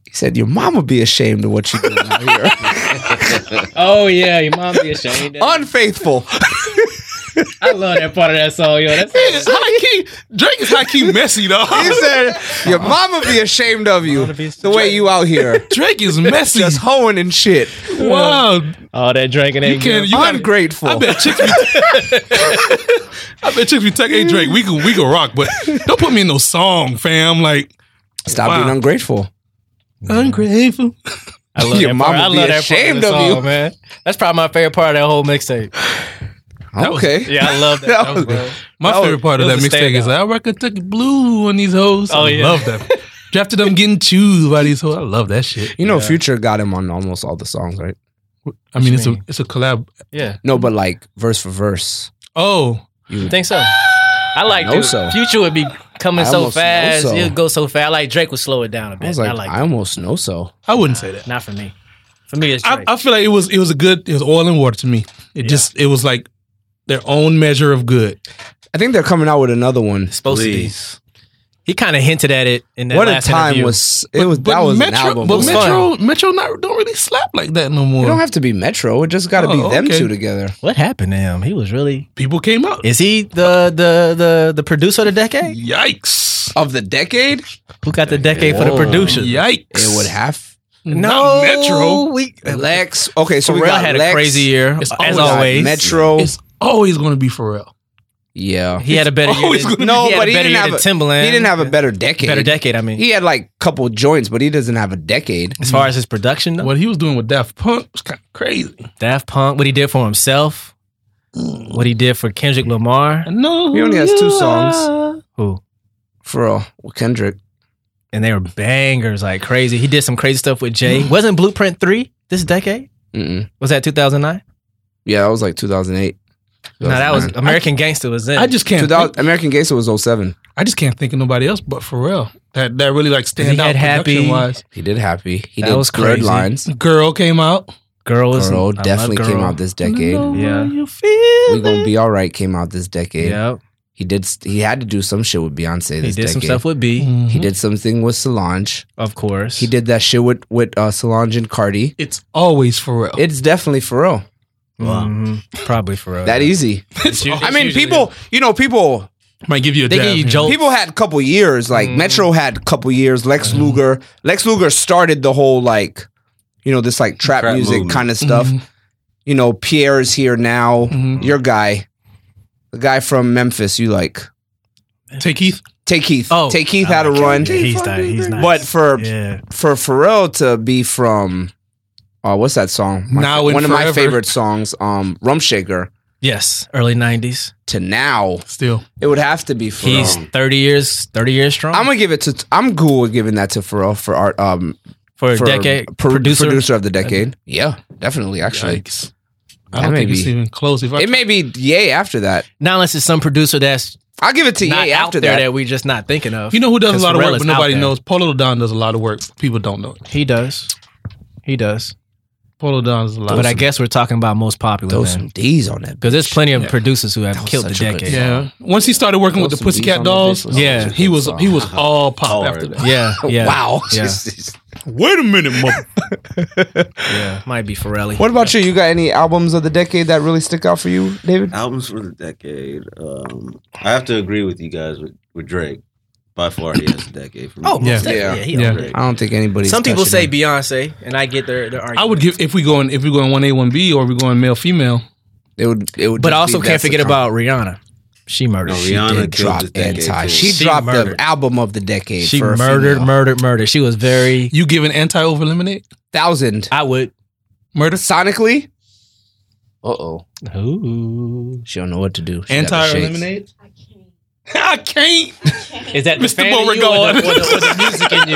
[SPEAKER 3] He said, "Your mama be ashamed of what you doing out here.
[SPEAKER 4] Oh yeah, your mom be ashamed.
[SPEAKER 3] Unfaithful."
[SPEAKER 4] I love that part of that song, yo. That's
[SPEAKER 2] High key. Drake is high key messy though.
[SPEAKER 3] He said, "Your mama be ashamed of you the way you out here,
[SPEAKER 2] Drake is messy.
[SPEAKER 3] just hoeing and shit.
[SPEAKER 2] wow,
[SPEAKER 4] all that drinking.
[SPEAKER 2] you can. You gotta-
[SPEAKER 3] Ungrateful."
[SPEAKER 2] I bet chicks be. I bet chicks be tech. Hey Drake, we can we can rock, but don't put me in no song, fam. Like
[SPEAKER 3] Stop
[SPEAKER 2] Wow.
[SPEAKER 3] being ungrateful.
[SPEAKER 2] ungrateful.
[SPEAKER 4] I love
[SPEAKER 3] Your
[SPEAKER 4] that
[SPEAKER 3] mama
[SPEAKER 4] part. I
[SPEAKER 3] be
[SPEAKER 4] love that
[SPEAKER 3] ashamed
[SPEAKER 4] part
[SPEAKER 3] of
[SPEAKER 4] the
[SPEAKER 3] you.
[SPEAKER 4] song, man. That's probably my favorite part of that whole mixtape.
[SPEAKER 2] was-
[SPEAKER 3] okay.
[SPEAKER 4] Yeah, I love that.
[SPEAKER 3] That
[SPEAKER 4] that was,
[SPEAKER 3] was-
[SPEAKER 4] good.
[SPEAKER 2] My
[SPEAKER 4] That was-
[SPEAKER 2] favorite part of
[SPEAKER 4] that
[SPEAKER 2] that
[SPEAKER 4] was a
[SPEAKER 2] mixtape is
[SPEAKER 4] standout.
[SPEAKER 2] I rock Kentucky blue on these hoes.
[SPEAKER 4] Oh,
[SPEAKER 2] I
[SPEAKER 4] yeah.
[SPEAKER 2] love that. Drafted them getting chewed by these hoes. I love that shit.
[SPEAKER 3] You know, Future got him on almost all the songs, right?
[SPEAKER 2] I mean, it's a it's a collab.
[SPEAKER 4] Yeah,
[SPEAKER 3] No, but like verse for verse.
[SPEAKER 2] Oh,
[SPEAKER 4] I think so. I like
[SPEAKER 3] know
[SPEAKER 4] the
[SPEAKER 3] so.
[SPEAKER 4] Future would be coming
[SPEAKER 3] I
[SPEAKER 4] so
[SPEAKER 3] almost know
[SPEAKER 4] fast.
[SPEAKER 3] so.
[SPEAKER 4] It'll go so fast. I like Drake would slow it down a bit.
[SPEAKER 3] I was like, I,
[SPEAKER 4] like
[SPEAKER 3] almost know so.
[SPEAKER 2] I wouldn't say that.
[SPEAKER 4] that. not for me. For me, it's
[SPEAKER 2] I,
[SPEAKER 4] Drake.
[SPEAKER 2] I feel like it was it was a good. It was oil and water to me. It just it was like their own measure of good.
[SPEAKER 3] I think they're coming out with another one.
[SPEAKER 7] Supposed
[SPEAKER 5] Please.
[SPEAKER 7] to be. He kind of hinted at it in that
[SPEAKER 3] what a
[SPEAKER 7] last
[SPEAKER 3] time
[SPEAKER 7] interview.
[SPEAKER 3] was it was that was an
[SPEAKER 2] Metro,
[SPEAKER 3] album. It
[SPEAKER 2] but
[SPEAKER 3] was
[SPEAKER 2] Metro, Metro not don't really slap like that no more.
[SPEAKER 3] It don't have to be Metro. It just got to
[SPEAKER 2] Oh,
[SPEAKER 3] be them
[SPEAKER 2] okay.
[SPEAKER 3] two together.
[SPEAKER 7] What happened to him? He was really.
[SPEAKER 2] People came out.
[SPEAKER 7] Is he the the the the producer of the decade?
[SPEAKER 2] Yikes!
[SPEAKER 3] Of the decade, it
[SPEAKER 7] Who got the decade for the
[SPEAKER 3] Whoa.
[SPEAKER 7] producer?
[SPEAKER 2] Yikes!
[SPEAKER 3] would have
[SPEAKER 4] Oh,
[SPEAKER 2] Not Metro.
[SPEAKER 7] We
[SPEAKER 3] Lex. Okay, so
[SPEAKER 7] Pharrell
[SPEAKER 3] we got
[SPEAKER 7] had
[SPEAKER 3] Lex,
[SPEAKER 7] a crazy year
[SPEAKER 2] It's
[SPEAKER 7] as
[SPEAKER 2] always-
[SPEAKER 3] we got
[SPEAKER 7] always.
[SPEAKER 3] Metro.
[SPEAKER 2] It's always going to be Pharrell.
[SPEAKER 3] yeah,
[SPEAKER 7] he had a better year.
[SPEAKER 2] always
[SPEAKER 7] Than,
[SPEAKER 2] gonna-
[SPEAKER 3] no,
[SPEAKER 7] he had
[SPEAKER 3] but
[SPEAKER 7] a
[SPEAKER 3] he
[SPEAKER 7] better
[SPEAKER 3] didn't
[SPEAKER 7] year
[SPEAKER 3] have
[SPEAKER 7] than
[SPEAKER 3] a,
[SPEAKER 7] Timbaland.
[SPEAKER 3] he didn't have a better decade.
[SPEAKER 7] better decade. I mean,
[SPEAKER 3] He had like couple joints, but he doesn't have a decade.
[SPEAKER 7] as far as his production, though,
[SPEAKER 2] What he was doing with Daft Punk was kind of crazy.
[SPEAKER 7] Daft Punk, what he did for himself, what he did for Kendrick Lamar,
[SPEAKER 2] I know
[SPEAKER 3] He only has two songs.
[SPEAKER 7] who,
[SPEAKER 3] For real, with Kendrick.
[SPEAKER 7] and they were bangers like crazy. He did some crazy stuff with Jay. Wasn't Blueprint three this decade?
[SPEAKER 3] Mm-mm.
[SPEAKER 7] Was that 2009?
[SPEAKER 3] Yeah, that was like 2008.
[SPEAKER 7] No, that was
[SPEAKER 3] 2009.
[SPEAKER 7] American Gangster was in.
[SPEAKER 2] I just can't.
[SPEAKER 3] 2000,
[SPEAKER 2] Think,
[SPEAKER 3] American Gangster was 07.
[SPEAKER 2] I just can't think of nobody else but Pharrell. That that really like stand
[SPEAKER 7] he
[SPEAKER 2] out
[SPEAKER 7] had Happy.
[SPEAKER 2] production wise.
[SPEAKER 3] He did Happy. He
[SPEAKER 7] That
[SPEAKER 3] did
[SPEAKER 7] was
[SPEAKER 3] Blurred
[SPEAKER 7] crazy.
[SPEAKER 3] Lines.
[SPEAKER 2] Girl came out.
[SPEAKER 7] Girl was I
[SPEAKER 3] Girl
[SPEAKER 7] Love
[SPEAKER 3] definitely
[SPEAKER 7] Girl.
[SPEAKER 3] came out this decade.
[SPEAKER 7] Yeah.
[SPEAKER 3] We Gonna Be Alright came out this decade.
[SPEAKER 7] Yep.
[SPEAKER 3] He did. He had to do some shit with Beyonce
[SPEAKER 7] He
[SPEAKER 3] this
[SPEAKER 7] did
[SPEAKER 3] decade.
[SPEAKER 7] some stuff with B,
[SPEAKER 2] Mm-hmm.
[SPEAKER 3] He did something with Solange.
[SPEAKER 7] of course.
[SPEAKER 3] He did that shit with with uh, Solange and Cardi.
[SPEAKER 2] It's always
[SPEAKER 7] Oh.
[SPEAKER 2] Pharrell.
[SPEAKER 3] It's definitely Pharrell.
[SPEAKER 7] Mhm. Probably for
[SPEAKER 3] That easy. I mean, people. You know, people
[SPEAKER 2] Might give you a
[SPEAKER 4] They
[SPEAKER 2] jab.
[SPEAKER 4] give you
[SPEAKER 2] yeah.
[SPEAKER 4] jolts.
[SPEAKER 3] People had a couple years, like
[SPEAKER 7] Mm.
[SPEAKER 3] Metro had a couple years. Lex
[SPEAKER 7] Mm-hmm.
[SPEAKER 3] Luger, Lex Luger started the whole like, you know, this like trap
[SPEAKER 5] Trap
[SPEAKER 3] music
[SPEAKER 5] movement.
[SPEAKER 3] kind of stuff.
[SPEAKER 7] Mm-hmm.
[SPEAKER 2] Mm-hmm.
[SPEAKER 3] You know, Pierre is here now. Your guy, the guy from Memphis, you like.
[SPEAKER 2] Take Keith.
[SPEAKER 3] Take Keith.
[SPEAKER 4] Oh.
[SPEAKER 3] Take Keith had a
[SPEAKER 9] Okay,
[SPEAKER 3] run.
[SPEAKER 9] yeah, He's not. He's not.
[SPEAKER 3] But for
[SPEAKER 9] yeah,
[SPEAKER 3] for Pharrell to be from, oh, what's that song? My-
[SPEAKER 2] Now and
[SPEAKER 3] one of my
[SPEAKER 2] Forever.
[SPEAKER 3] favorite songs, um, Rumshaker.
[SPEAKER 4] Yes, early '90s.
[SPEAKER 3] To now,
[SPEAKER 2] Still,
[SPEAKER 3] it would have to be Pharrell.
[SPEAKER 4] He's 30 years, 30 years strong.
[SPEAKER 3] I'm gonna give it to. I'm cool with giving that to Pharrell for art. Um,
[SPEAKER 4] for a
[SPEAKER 3] for
[SPEAKER 4] decade
[SPEAKER 3] pro-
[SPEAKER 4] producer.
[SPEAKER 3] producer of the decade. Yeah, definitely. Actually,
[SPEAKER 2] yikes. I
[SPEAKER 3] That
[SPEAKER 2] don't
[SPEAKER 3] may
[SPEAKER 2] think it's
[SPEAKER 3] be-
[SPEAKER 2] even close. If I,
[SPEAKER 3] it may be Yay after that.
[SPEAKER 4] Not unless it's some producer that's
[SPEAKER 3] I'll give it to
[SPEAKER 4] not
[SPEAKER 3] Yay
[SPEAKER 4] out
[SPEAKER 3] after
[SPEAKER 4] there
[SPEAKER 3] that.
[SPEAKER 4] that. we're just not thinking of.
[SPEAKER 2] you know who does a lot of
[SPEAKER 4] Pharrell
[SPEAKER 2] work,
[SPEAKER 4] is
[SPEAKER 2] but
[SPEAKER 4] out
[SPEAKER 2] nobody
[SPEAKER 4] there.
[SPEAKER 2] knows. Polo Don does a lot of work. People don't know it.
[SPEAKER 4] he does. He does.
[SPEAKER 2] Polo Don does a lot.
[SPEAKER 4] but
[SPEAKER 2] of
[SPEAKER 4] I guess we're talking about most popular
[SPEAKER 3] Throw
[SPEAKER 4] because
[SPEAKER 3] some D's on that.
[SPEAKER 4] there's plenty of producers who have killed the
[SPEAKER 3] such a good
[SPEAKER 4] decade.
[SPEAKER 3] song.
[SPEAKER 2] yeah. Once he started working with the
[SPEAKER 3] Throw some D's
[SPEAKER 2] Pussycat
[SPEAKER 3] on that
[SPEAKER 2] Dolls,
[SPEAKER 3] bitch was
[SPEAKER 4] yeah,
[SPEAKER 3] such a
[SPEAKER 2] he
[SPEAKER 3] good
[SPEAKER 2] was
[SPEAKER 3] song.
[SPEAKER 2] he was all pop
[SPEAKER 5] Howard.
[SPEAKER 2] after that.
[SPEAKER 4] Yeah, yeah.
[SPEAKER 3] Wow.
[SPEAKER 4] Yeah.
[SPEAKER 2] Wait a minute, mother.
[SPEAKER 4] yeah. Might be Pharrelli.
[SPEAKER 3] What about you? You got any albums of the decade that really stick out for you, David?
[SPEAKER 5] Albums for the decade. Um, I have to agree with you guys with, with Drake. By far, he has a decade for me.
[SPEAKER 4] Oh,
[SPEAKER 2] Yeah.
[SPEAKER 4] yeah. yeah.
[SPEAKER 3] Yeah.
[SPEAKER 4] he-
[SPEAKER 2] Yeah.
[SPEAKER 5] Drake.
[SPEAKER 3] I don't think anybody.
[SPEAKER 4] Some people say Beyonce, and I get their, their argument.
[SPEAKER 2] I would give if we going if we going one A one B or we going male female.
[SPEAKER 3] it would. It would.
[SPEAKER 4] but
[SPEAKER 3] just
[SPEAKER 4] I also
[SPEAKER 3] be
[SPEAKER 4] can't
[SPEAKER 3] that's the
[SPEAKER 4] forget
[SPEAKER 3] time.
[SPEAKER 4] about Rihanna. She murdered.
[SPEAKER 5] No,
[SPEAKER 4] she
[SPEAKER 5] Rihanna
[SPEAKER 4] did.
[SPEAKER 5] killed
[SPEAKER 3] drop
[SPEAKER 5] the decade.
[SPEAKER 3] anti.
[SPEAKER 5] too.
[SPEAKER 3] She,
[SPEAKER 4] She
[SPEAKER 3] dropped
[SPEAKER 4] murdered.
[SPEAKER 3] the album of the decade.
[SPEAKER 4] She
[SPEAKER 3] for a
[SPEAKER 4] murdered,
[SPEAKER 3] female.
[SPEAKER 4] murdered, murdered. She was very.
[SPEAKER 2] You giving anti over lemonade
[SPEAKER 3] thousand
[SPEAKER 4] I would.
[SPEAKER 2] murder
[SPEAKER 3] sonically. Uh oh,
[SPEAKER 4] Ooh.
[SPEAKER 3] she don't know what to do. She got
[SPEAKER 2] anti
[SPEAKER 3] the
[SPEAKER 2] or
[SPEAKER 3] shakes.
[SPEAKER 2] lemonade.
[SPEAKER 6] I can't.
[SPEAKER 2] I can't.
[SPEAKER 4] Is that the
[SPEAKER 2] Mr.
[SPEAKER 4] fan in you or the-
[SPEAKER 2] Beauregard.
[SPEAKER 4] or the, or the music in you?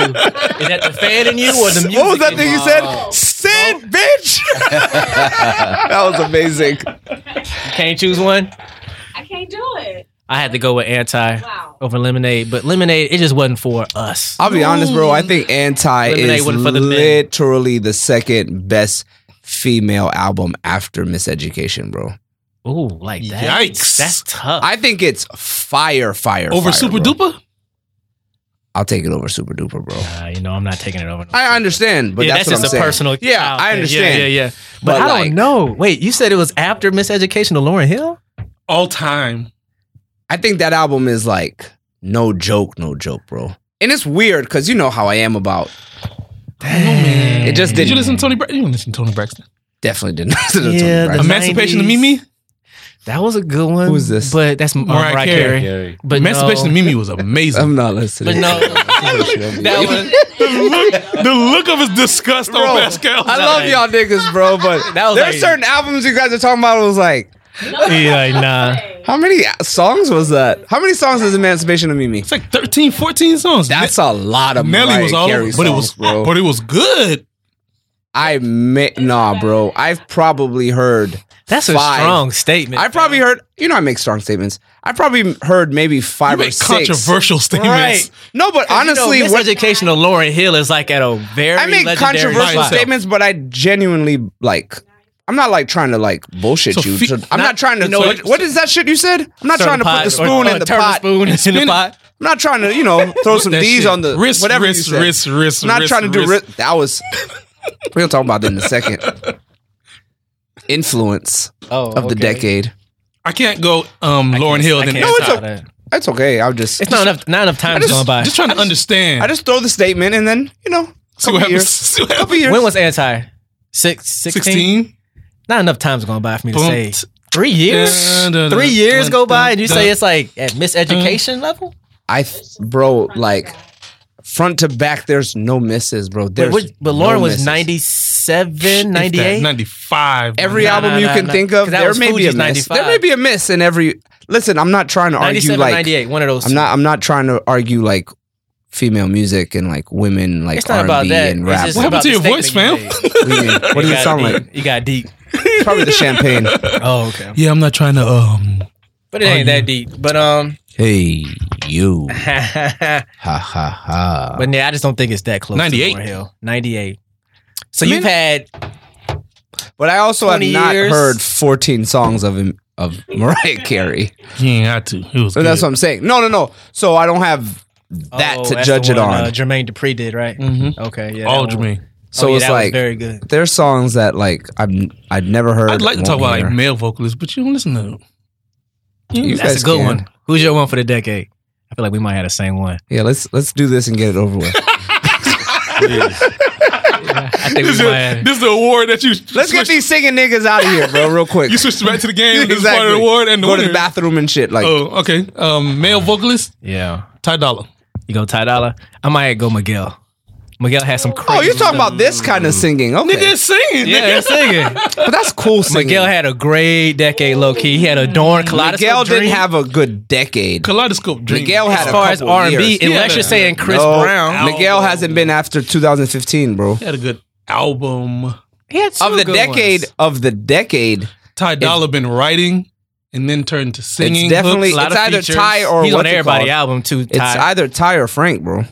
[SPEAKER 4] Is that the fan in you or the music?
[SPEAKER 3] What was that
[SPEAKER 4] in Oh.
[SPEAKER 3] thing you
[SPEAKER 4] you?
[SPEAKER 3] said? Sid, bitch. that was amazing.
[SPEAKER 4] Can't choose one.
[SPEAKER 6] I can't do it.
[SPEAKER 4] I had to go with anti
[SPEAKER 6] Wow.
[SPEAKER 4] over lemonade, but lemonade it just wasn't for us.
[SPEAKER 3] I'll be honest, bro. I think Anti
[SPEAKER 4] Lemonade
[SPEAKER 3] is
[SPEAKER 4] went for the men.
[SPEAKER 3] literally the second best female album after Miseducation, bro.
[SPEAKER 4] Ooh, like that.
[SPEAKER 2] Yikes.
[SPEAKER 4] That's tough.
[SPEAKER 3] I think it's fire, fire
[SPEAKER 2] Over
[SPEAKER 3] fire,
[SPEAKER 2] super
[SPEAKER 3] bro.
[SPEAKER 2] duper.
[SPEAKER 3] I'll take it over Super Duper, bro.
[SPEAKER 4] Uh, you know, I'm not taking it over. no-
[SPEAKER 3] I understand, but
[SPEAKER 4] yeah,
[SPEAKER 3] that's,
[SPEAKER 4] that's,
[SPEAKER 3] what
[SPEAKER 4] just
[SPEAKER 3] I'm
[SPEAKER 4] a
[SPEAKER 3] saying.
[SPEAKER 4] personal.
[SPEAKER 3] Yeah,
[SPEAKER 4] Oh,
[SPEAKER 3] I
[SPEAKER 4] okay.
[SPEAKER 3] understand.
[SPEAKER 4] Yeah, yeah, yeah. But,
[SPEAKER 3] But,
[SPEAKER 4] I don't
[SPEAKER 3] like-
[SPEAKER 4] know. Wait, you said it was after Miseducation of Lauren Hill?
[SPEAKER 2] All time.
[SPEAKER 3] I think that album is like no joke, no joke, bro. And it's weird because you know how I am about. It just
[SPEAKER 2] Did you
[SPEAKER 3] didn't.
[SPEAKER 2] listen to Tony? Bra- you didn't listen to Tony Braxton.
[SPEAKER 3] Definitely didn't listen to Tony
[SPEAKER 4] Yeah,
[SPEAKER 3] Braxton.
[SPEAKER 4] the-
[SPEAKER 2] Emancipation of
[SPEAKER 4] 90s.
[SPEAKER 2] Mimi.
[SPEAKER 4] That was a good one.
[SPEAKER 3] Who's this?
[SPEAKER 4] But that's uh,
[SPEAKER 2] Mariah
[SPEAKER 4] Mariah,
[SPEAKER 2] Carey.
[SPEAKER 4] Carey.
[SPEAKER 5] Gary.
[SPEAKER 4] But
[SPEAKER 2] Emancipation
[SPEAKER 4] no,
[SPEAKER 2] of Mimi was amazing.
[SPEAKER 3] I'm not listening.
[SPEAKER 4] But no, that
[SPEAKER 2] the
[SPEAKER 4] was
[SPEAKER 2] look of his disgust
[SPEAKER 3] Bro,
[SPEAKER 2] on Pascal.
[SPEAKER 3] I love y'all niggas, bro. But
[SPEAKER 4] That was
[SPEAKER 3] there's
[SPEAKER 4] like-
[SPEAKER 3] certain albums you guys are talking about. I was like,
[SPEAKER 4] Yeah, like, nah.
[SPEAKER 3] how many songs was that? How many songs is Emancipation of Mimi?
[SPEAKER 2] It's like 13, 14 songs.
[SPEAKER 3] That's a lot of
[SPEAKER 2] Nelly
[SPEAKER 3] Mariah
[SPEAKER 2] was all
[SPEAKER 3] Carey
[SPEAKER 2] over, but it was
[SPEAKER 3] songs, bro.
[SPEAKER 2] but it was good.
[SPEAKER 3] I may, nah, bro. I've probably heard.
[SPEAKER 4] That's a
[SPEAKER 3] Five.
[SPEAKER 4] strong statement.
[SPEAKER 3] I probably heard. You know, I make strong statements. I probably heard maybe
[SPEAKER 2] You
[SPEAKER 3] five or
[SPEAKER 2] make
[SPEAKER 3] six.
[SPEAKER 2] controversial statements.
[SPEAKER 3] Right. No, but honestly,
[SPEAKER 4] you know,
[SPEAKER 3] what-
[SPEAKER 4] Miseducation of Lauren Hill is like at a very
[SPEAKER 3] I make
[SPEAKER 4] legendary
[SPEAKER 3] controversial
[SPEAKER 4] spot.
[SPEAKER 3] statements, but I genuinely like. I'm not like trying to like bullshit
[SPEAKER 2] So
[SPEAKER 3] you.
[SPEAKER 2] fe-
[SPEAKER 3] So I'm not,
[SPEAKER 4] not-
[SPEAKER 3] trying to.
[SPEAKER 4] you know
[SPEAKER 3] what,
[SPEAKER 4] what-
[SPEAKER 3] what is that shit you said? I'm not trying
[SPEAKER 4] Turn
[SPEAKER 3] to put
[SPEAKER 4] pot
[SPEAKER 3] the
[SPEAKER 4] or-
[SPEAKER 3] spoon
[SPEAKER 4] or
[SPEAKER 3] in the
[SPEAKER 4] turn
[SPEAKER 3] pot.
[SPEAKER 4] spoon in the pot.
[SPEAKER 3] I'm not trying to, you know, throw some
[SPEAKER 2] That
[SPEAKER 3] D's
[SPEAKER 2] shit.
[SPEAKER 3] on the
[SPEAKER 2] wrist,
[SPEAKER 3] whatever you
[SPEAKER 2] wrist,
[SPEAKER 3] said.
[SPEAKER 2] wrist, wrist.
[SPEAKER 3] I'm not
[SPEAKER 2] wrist,
[SPEAKER 3] trying to do.
[SPEAKER 2] wrist.
[SPEAKER 3] ri- that was. We'll talk about that in a second. Influence
[SPEAKER 4] Oh,
[SPEAKER 3] of the
[SPEAKER 4] okay.
[SPEAKER 3] decade.
[SPEAKER 2] I can't go um, Lauren Hill.
[SPEAKER 4] I
[SPEAKER 2] Then
[SPEAKER 4] can't
[SPEAKER 3] No, it's
[SPEAKER 4] stop
[SPEAKER 3] a-
[SPEAKER 4] that.
[SPEAKER 3] That's okay. I'll just.
[SPEAKER 4] It's not enough. Not enough time
[SPEAKER 3] I
[SPEAKER 4] has
[SPEAKER 3] just-
[SPEAKER 4] gone by.
[SPEAKER 2] just trying to understand.
[SPEAKER 3] I just throw the statement and then you know.
[SPEAKER 2] see what
[SPEAKER 3] couple
[SPEAKER 2] happens.
[SPEAKER 3] years.
[SPEAKER 2] See what happens.
[SPEAKER 3] Couple years.
[SPEAKER 4] when was anti? Six, 16?
[SPEAKER 2] 16.
[SPEAKER 4] Not enough time's gone by for me to
[SPEAKER 2] Boom.
[SPEAKER 4] say. Three years?
[SPEAKER 2] Dun, dun, dun,
[SPEAKER 4] Three years
[SPEAKER 2] dun,
[SPEAKER 4] go by
[SPEAKER 2] dun,
[SPEAKER 4] and you
[SPEAKER 2] dun.
[SPEAKER 4] say it's like at miseducation level?
[SPEAKER 3] I, th- bro, like front to back, there's no misses, bro.
[SPEAKER 4] But,
[SPEAKER 3] There's
[SPEAKER 4] what- but Lauren
[SPEAKER 3] no
[SPEAKER 4] was
[SPEAKER 3] misses.
[SPEAKER 4] 97,
[SPEAKER 2] If that,
[SPEAKER 4] 98?
[SPEAKER 2] 95.
[SPEAKER 3] Every
[SPEAKER 4] Nah,
[SPEAKER 3] album
[SPEAKER 4] nah,
[SPEAKER 3] you
[SPEAKER 4] nah,
[SPEAKER 3] can
[SPEAKER 4] nah.
[SPEAKER 3] think of,
[SPEAKER 4] 'Cause that
[SPEAKER 3] there
[SPEAKER 4] was
[SPEAKER 3] may be a
[SPEAKER 4] Fuji's
[SPEAKER 3] miss.
[SPEAKER 4] 95.
[SPEAKER 3] There may be a miss in every. Listen, I'm not trying to argue
[SPEAKER 4] 97,
[SPEAKER 3] like
[SPEAKER 4] 98. One of those.
[SPEAKER 3] I'm not. I'm not trying to argue like female music and like women like
[SPEAKER 4] it's
[SPEAKER 3] R&B
[SPEAKER 4] not about that.
[SPEAKER 3] and
[SPEAKER 4] It's
[SPEAKER 3] rap.
[SPEAKER 4] just
[SPEAKER 2] What happened
[SPEAKER 4] about
[SPEAKER 2] to your
[SPEAKER 4] the
[SPEAKER 2] voice,
[SPEAKER 4] statement you
[SPEAKER 2] fam?
[SPEAKER 4] made.
[SPEAKER 3] What do you mean? What does
[SPEAKER 4] You
[SPEAKER 3] it
[SPEAKER 4] got
[SPEAKER 3] sound
[SPEAKER 4] deep.
[SPEAKER 3] like?
[SPEAKER 4] You got deep.
[SPEAKER 3] It's probably the champagne.
[SPEAKER 4] Oh, okay.
[SPEAKER 2] Yeah, I'm not trying to. um
[SPEAKER 4] But it ain't that deep. But um,
[SPEAKER 3] Hey you,
[SPEAKER 4] but
[SPEAKER 3] ha ha ha.
[SPEAKER 4] yeah, I just don't think it's that close.
[SPEAKER 2] 98.
[SPEAKER 4] to Lauryn Hill. ninety-eight. So
[SPEAKER 3] I
[SPEAKER 4] you've
[SPEAKER 3] mean-
[SPEAKER 4] had
[SPEAKER 3] But I also have
[SPEAKER 4] 20
[SPEAKER 3] not
[SPEAKER 4] years.
[SPEAKER 3] heard 14 songs of him of Mariah Carey.
[SPEAKER 2] You ain't had to. It was
[SPEAKER 3] So
[SPEAKER 2] good.
[SPEAKER 3] that's what I'm saying. No, no, no. So I don't have that
[SPEAKER 4] Oh,
[SPEAKER 3] to
[SPEAKER 4] that's
[SPEAKER 3] judge
[SPEAKER 4] the
[SPEAKER 3] it
[SPEAKER 4] one,
[SPEAKER 3] on.
[SPEAKER 4] Uh, Jermaine Dupri did right.
[SPEAKER 2] Mhm.
[SPEAKER 4] Okay, yeah.
[SPEAKER 2] All
[SPEAKER 4] Mm. that one.
[SPEAKER 2] Jermaine.
[SPEAKER 3] so
[SPEAKER 4] Oh, yeah,
[SPEAKER 3] it's
[SPEAKER 4] that was
[SPEAKER 3] like
[SPEAKER 4] very good.
[SPEAKER 3] there's songs that like I've I'd never heard.
[SPEAKER 2] I'd like to
[SPEAKER 3] won't
[SPEAKER 2] talk about like
[SPEAKER 3] hear.
[SPEAKER 2] male vocalists, but you don't listen to them.
[SPEAKER 3] You
[SPEAKER 4] That's
[SPEAKER 3] guys
[SPEAKER 4] a good
[SPEAKER 3] can.
[SPEAKER 4] one. Who's your one for the decade? I feel like we might have the same one.
[SPEAKER 3] Yeah, let's let's do this and get it over with.
[SPEAKER 4] I
[SPEAKER 2] This
[SPEAKER 4] think we
[SPEAKER 2] is,
[SPEAKER 4] might have.
[SPEAKER 2] this is the award that you.
[SPEAKER 3] let's get these singing niggas out of here, bro, real quick.
[SPEAKER 2] You switched back to the game. This is part of the
[SPEAKER 3] Exactly.
[SPEAKER 2] award and the
[SPEAKER 3] Go
[SPEAKER 2] winner.
[SPEAKER 3] to the bathroom and shit. Like,
[SPEAKER 2] Oh, okay. Um, male vocalist
[SPEAKER 4] Yeah.
[SPEAKER 2] Ty Dolla.
[SPEAKER 4] You go Ty Dolla. I might go Miguel. Miguel has some crazy.
[SPEAKER 3] oh, you're talking about this kind of singing, okay?
[SPEAKER 2] Just singing.
[SPEAKER 4] Yeah,
[SPEAKER 2] nigga.
[SPEAKER 4] that's singing.
[SPEAKER 3] But that's cool singing.
[SPEAKER 4] Miguel had a great decade, low key. He had a Dorn Kaleidoscope
[SPEAKER 3] Miguel
[SPEAKER 4] dream.
[SPEAKER 3] didn't have a good decade.
[SPEAKER 2] Kaleidoscope Dream.
[SPEAKER 3] Miguel had
[SPEAKER 4] as
[SPEAKER 3] a
[SPEAKER 4] far as
[SPEAKER 3] couple
[SPEAKER 4] R and B,
[SPEAKER 3] years.
[SPEAKER 4] unless you're saying Chris
[SPEAKER 3] No,
[SPEAKER 4] Brown.
[SPEAKER 3] Miguel hasn't been after 2015, bro.
[SPEAKER 2] He had a good album.
[SPEAKER 3] Of the
[SPEAKER 4] good
[SPEAKER 3] decade,
[SPEAKER 4] ones.
[SPEAKER 3] of the decade,
[SPEAKER 2] Ty Dolla been writing and then turned to singing.
[SPEAKER 3] it's definitely
[SPEAKER 2] hooks.
[SPEAKER 4] lot
[SPEAKER 3] it's
[SPEAKER 4] of
[SPEAKER 3] either
[SPEAKER 4] features.
[SPEAKER 3] Ty or
[SPEAKER 4] he's
[SPEAKER 3] what's
[SPEAKER 4] on
[SPEAKER 3] it
[SPEAKER 4] everybody
[SPEAKER 3] called?
[SPEAKER 4] album too.
[SPEAKER 3] It's
[SPEAKER 4] Ty,
[SPEAKER 3] either Ty or Frank, bro.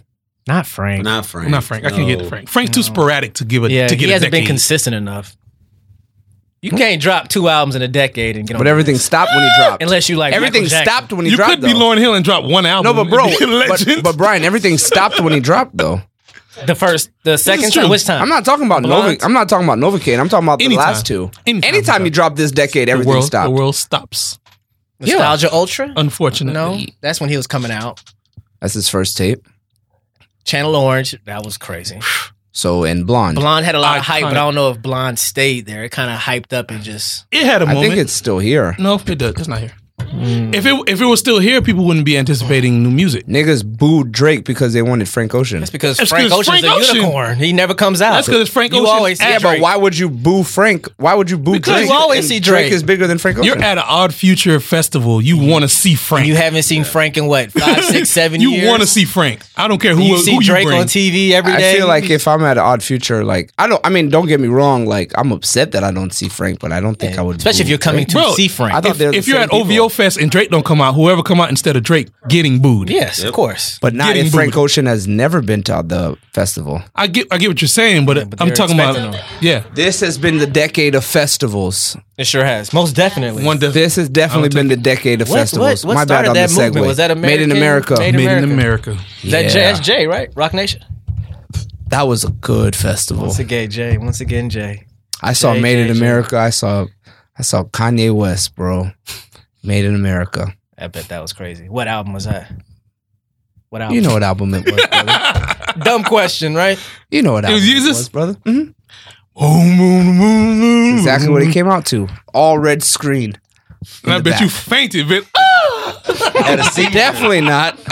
[SPEAKER 4] not Frank.
[SPEAKER 5] Not Frank.
[SPEAKER 2] Not Frank. I can't
[SPEAKER 5] No.
[SPEAKER 2] get Frank. Frank's too sporadic to give a
[SPEAKER 4] yeah,
[SPEAKER 2] to get
[SPEAKER 4] he
[SPEAKER 2] a
[SPEAKER 4] hasn't been
[SPEAKER 2] decade.
[SPEAKER 4] consistent enough. You can't drop two albums in a decade and get on.
[SPEAKER 3] But
[SPEAKER 4] the
[SPEAKER 3] everything
[SPEAKER 4] list.
[SPEAKER 3] stopped when he dropped.
[SPEAKER 4] unless you like
[SPEAKER 3] everything
[SPEAKER 4] Michael Jackson.
[SPEAKER 3] stopped when he
[SPEAKER 2] You
[SPEAKER 3] dropped.
[SPEAKER 2] could be
[SPEAKER 3] though.
[SPEAKER 2] Lauren Hill and drop one
[SPEAKER 3] No,
[SPEAKER 2] album.
[SPEAKER 3] but bro,
[SPEAKER 2] and be a
[SPEAKER 3] but,
[SPEAKER 2] legend.
[SPEAKER 3] but Brian, everything stopped when he dropped though.
[SPEAKER 4] The first, the second
[SPEAKER 2] true.
[SPEAKER 4] time. Which time?
[SPEAKER 3] I'm not talking about Nova.
[SPEAKER 4] Blonde.
[SPEAKER 3] I'm not talking about Novocaine. I'm talking about the
[SPEAKER 2] Anytime.
[SPEAKER 3] last two.
[SPEAKER 2] Anytime.
[SPEAKER 3] Anytime, you drop this decade,
[SPEAKER 2] the
[SPEAKER 3] everything
[SPEAKER 2] world,
[SPEAKER 3] stopped.
[SPEAKER 2] the world stops.
[SPEAKER 4] Nostalgia Ultra. no,
[SPEAKER 2] Unfortunately,
[SPEAKER 4] that's when he was coming out.
[SPEAKER 3] That's his first tape.
[SPEAKER 4] Channel Orange. That was crazy.
[SPEAKER 3] So and Blonde.
[SPEAKER 4] Blonde had a lot of hype, but I
[SPEAKER 2] Iconic.
[SPEAKER 4] don't know if Blonde stayed there. It kind of hyped up and just.
[SPEAKER 2] it had a
[SPEAKER 3] I
[SPEAKER 2] moment.
[SPEAKER 3] think it's still here.
[SPEAKER 2] no, it does. It's not here.
[SPEAKER 4] Mm.
[SPEAKER 2] If it if it was still here, people wouldn't be anticipating new music.
[SPEAKER 3] Niggas booed Drake because they wanted Frank Ocean.
[SPEAKER 4] That's because
[SPEAKER 2] That's
[SPEAKER 4] Frank
[SPEAKER 2] 'cause
[SPEAKER 4] Ocean's
[SPEAKER 2] Frank
[SPEAKER 4] a
[SPEAKER 2] Ocean.
[SPEAKER 4] unicorn. He never comes out.
[SPEAKER 2] That's 'cause it's Frank
[SPEAKER 4] you
[SPEAKER 2] Ocean
[SPEAKER 4] Always see
[SPEAKER 2] and
[SPEAKER 3] yeah,
[SPEAKER 4] Drake.
[SPEAKER 3] but why would you boo Frank? Why would you boo
[SPEAKER 2] Because
[SPEAKER 3] Drake?
[SPEAKER 2] you
[SPEAKER 4] always
[SPEAKER 3] And
[SPEAKER 4] see Drake.
[SPEAKER 3] is bigger than Frank Ocean.
[SPEAKER 2] You're at an Odd Future festival. You want to see Frank.
[SPEAKER 4] You haven't seen Frank in what five, six, seven
[SPEAKER 2] You
[SPEAKER 4] years.
[SPEAKER 2] want to see Frank. I don't care who
[SPEAKER 4] you
[SPEAKER 2] who
[SPEAKER 4] see
[SPEAKER 2] you
[SPEAKER 4] Drake
[SPEAKER 2] bring.
[SPEAKER 4] on TV every
[SPEAKER 3] I
[SPEAKER 4] day.
[SPEAKER 3] feel like if I'm at an odd future, like I don't. I mean, don't get me wrong. Like I'm upset that I don't see Frank, but I don't think I would.
[SPEAKER 4] especially if
[SPEAKER 3] boo
[SPEAKER 4] you're coming
[SPEAKER 3] Drake.
[SPEAKER 4] to
[SPEAKER 2] Bro,
[SPEAKER 4] see Frank.
[SPEAKER 3] I thought
[SPEAKER 2] If,
[SPEAKER 3] they're the
[SPEAKER 2] if you're
[SPEAKER 3] same
[SPEAKER 2] at OVO
[SPEAKER 3] people.
[SPEAKER 2] Fest and Drake don't come out, whoever come out instead of Drake getting booed.
[SPEAKER 4] yes, of course.
[SPEAKER 3] But not
[SPEAKER 2] getting
[SPEAKER 3] if Frank
[SPEAKER 2] booed.
[SPEAKER 3] Ocean has never been to the festival.
[SPEAKER 2] I get I get what you're saying, but,
[SPEAKER 4] but
[SPEAKER 2] I'm
[SPEAKER 4] they're
[SPEAKER 2] talking about
[SPEAKER 4] expecting
[SPEAKER 2] yeah.
[SPEAKER 3] This has been the decade of festivals.
[SPEAKER 4] It sure has, most definitely.
[SPEAKER 2] One def-
[SPEAKER 3] This has definitely been the decade of
[SPEAKER 4] What-
[SPEAKER 3] festivals.
[SPEAKER 4] what-
[SPEAKER 3] My
[SPEAKER 4] what
[SPEAKER 3] bad
[SPEAKER 4] started
[SPEAKER 3] on
[SPEAKER 4] that
[SPEAKER 3] the segue.
[SPEAKER 4] movement? Was that
[SPEAKER 3] Made in
[SPEAKER 4] American-
[SPEAKER 3] America?
[SPEAKER 4] Made-
[SPEAKER 2] made in America.
[SPEAKER 4] Is that Jay,
[SPEAKER 3] Yeah.
[SPEAKER 4] that's Jay, right? Rock Nation.
[SPEAKER 3] that was a good festival.
[SPEAKER 4] Once again, Jay. Once again, Jay.
[SPEAKER 3] I saw
[SPEAKER 4] Jay,
[SPEAKER 3] Made
[SPEAKER 4] Jay,
[SPEAKER 3] in
[SPEAKER 4] Jay.
[SPEAKER 3] America. I saw, I saw Kanye West, bro. Made in America.
[SPEAKER 4] I bet that was crazy. What album was that? What album?
[SPEAKER 3] You know what album it was, brother.
[SPEAKER 4] dumb question, right?
[SPEAKER 3] You know what album it
[SPEAKER 2] Jesus. Mm.
[SPEAKER 3] was, brother. Mhm.
[SPEAKER 2] Oh, moon, moon, moon.
[SPEAKER 3] Exactly what it came out to. All red screen.
[SPEAKER 2] And I
[SPEAKER 3] the
[SPEAKER 2] bet
[SPEAKER 3] back.
[SPEAKER 2] you fainted, but
[SPEAKER 3] Definitely not.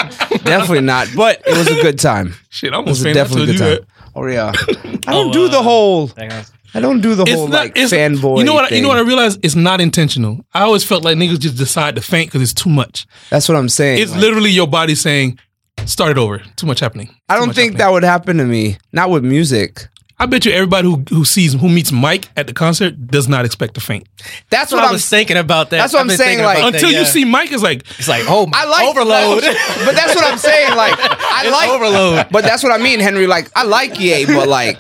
[SPEAKER 3] Definitely not. But it was a good time.
[SPEAKER 2] shit, I
[SPEAKER 3] It was
[SPEAKER 2] almost
[SPEAKER 3] a
[SPEAKER 2] fainted. I
[SPEAKER 3] definitely
[SPEAKER 2] told
[SPEAKER 3] good
[SPEAKER 2] you
[SPEAKER 3] time.
[SPEAKER 2] that.
[SPEAKER 3] Oh yeah. I don't do the whole. I don't do the whole like fanboy.
[SPEAKER 2] You know what?
[SPEAKER 3] Thing.
[SPEAKER 2] You know what? I realized it's not intentional. I always felt like niggas just decide to faint because it's too much.
[SPEAKER 3] That's what I'm saying.
[SPEAKER 2] It's
[SPEAKER 3] Like,
[SPEAKER 2] literally your body saying, "Start it over. Too much happening." Too
[SPEAKER 3] I don't
[SPEAKER 2] much
[SPEAKER 3] think
[SPEAKER 2] happening."
[SPEAKER 3] that would happen to me. Not with music.
[SPEAKER 2] I bet you everybody who who sees who meets Mike at the concert does not expect to faint
[SPEAKER 3] That's
[SPEAKER 4] That's
[SPEAKER 3] what,
[SPEAKER 4] what I
[SPEAKER 3] I'm
[SPEAKER 4] was thinking about that.
[SPEAKER 3] That's what
[SPEAKER 4] I've
[SPEAKER 3] I'm
[SPEAKER 4] been
[SPEAKER 3] saying,
[SPEAKER 4] thinking about
[SPEAKER 3] like-
[SPEAKER 4] that,
[SPEAKER 2] until
[SPEAKER 4] yeah.
[SPEAKER 2] you see Mike. It's like
[SPEAKER 4] It's like, oh my,
[SPEAKER 3] I like
[SPEAKER 4] overload.
[SPEAKER 3] but that's what I'm saying. Like I like
[SPEAKER 4] overload.
[SPEAKER 3] But that's what I mean, Henry. Like I like Ye, but like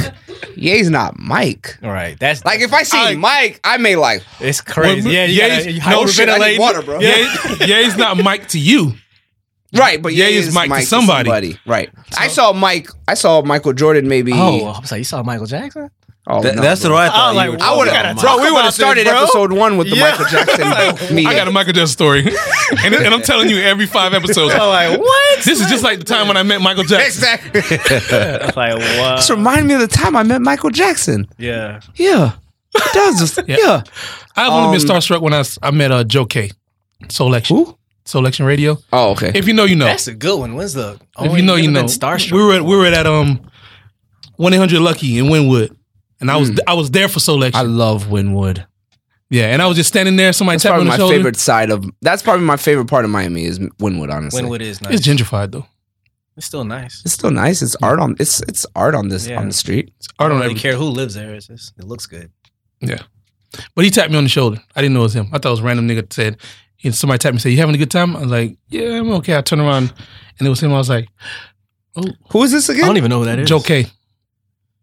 [SPEAKER 3] Ye's not Mike.
[SPEAKER 4] All right, that's
[SPEAKER 3] Like if I see
[SPEAKER 2] I-
[SPEAKER 3] Mike, I may like
[SPEAKER 4] it's crazy.
[SPEAKER 2] Well,
[SPEAKER 4] yeah, you
[SPEAKER 2] yeah,
[SPEAKER 4] gotta,
[SPEAKER 2] he's-
[SPEAKER 4] no
[SPEAKER 2] no shit,
[SPEAKER 3] I need water, bro.
[SPEAKER 2] yeah, yeah, he's not Mike to you.
[SPEAKER 3] Right, but
[SPEAKER 2] Ye
[SPEAKER 3] Ye
[SPEAKER 2] is
[SPEAKER 3] is
[SPEAKER 2] Mike to somebody.
[SPEAKER 3] Right. I saw Mike. I saw Michael Jordan. Maybe.
[SPEAKER 4] Oh, I was like, you saw Michael Jackson?
[SPEAKER 3] Oh,
[SPEAKER 5] Th-
[SPEAKER 3] no,
[SPEAKER 5] that's
[SPEAKER 3] bro.
[SPEAKER 5] what I thought.
[SPEAKER 4] like,
[SPEAKER 5] you were
[SPEAKER 3] I would
[SPEAKER 5] talking
[SPEAKER 3] have,
[SPEAKER 5] about.
[SPEAKER 3] bro. We would have started episode one with the Michael Jackson. me.
[SPEAKER 2] I got a Michael Jackson story, and, and I'm telling you, every five episodes,
[SPEAKER 4] Like what?
[SPEAKER 2] this is just like the time when I met Michael Jackson.
[SPEAKER 3] exactly.
[SPEAKER 4] like
[SPEAKER 3] This
[SPEAKER 4] what?
[SPEAKER 3] remind me of the time I met Michael Jackson.
[SPEAKER 4] Yeah.
[SPEAKER 3] Yeah, it does. Just- yeah.
[SPEAKER 2] I've only been
[SPEAKER 3] Um,
[SPEAKER 2] starstruck when I, s- I met uh, Joe K. Selection.
[SPEAKER 3] Who?
[SPEAKER 2] Selection Radio.
[SPEAKER 3] Oh, okay.
[SPEAKER 2] If you know, you know.
[SPEAKER 4] That's a good one. When's the? Oh,
[SPEAKER 2] if you know,
[SPEAKER 4] ain't
[SPEAKER 2] you
[SPEAKER 4] never
[SPEAKER 2] know.
[SPEAKER 4] been Starstruck.
[SPEAKER 2] We were at, we were at um one eight hundred Lucky in Winwood, and I was I was there for Selection.
[SPEAKER 3] I love Winwood.
[SPEAKER 2] yeah, and I was just standing there. Somebody
[SPEAKER 3] That's
[SPEAKER 2] tapped me on the
[SPEAKER 3] probably my
[SPEAKER 2] shoulder.
[SPEAKER 3] favorite side of. That's probably my favorite part of Miami is Winwood. Honestly,
[SPEAKER 4] Winwood is nice.
[SPEAKER 2] It's gentrified though.
[SPEAKER 4] It's still nice.
[SPEAKER 3] it's still nice. It's art on. It's it's art on this
[SPEAKER 4] Yeah.
[SPEAKER 3] on the street.
[SPEAKER 2] It's art
[SPEAKER 4] I
[SPEAKER 2] on
[SPEAKER 4] don't really
[SPEAKER 2] everything.
[SPEAKER 4] care who lives there. It's just, it looks good.
[SPEAKER 2] But he tapped me on the shoulder. I didn't know it was him. I thought it was a random nigga said. And somebody tapped me and said, "You having a good time?" I was like, "Yeah, I'm okay." I turned around, and it was him. I was like,
[SPEAKER 3] Who is this again?
[SPEAKER 4] even know who that
[SPEAKER 2] "Joe K.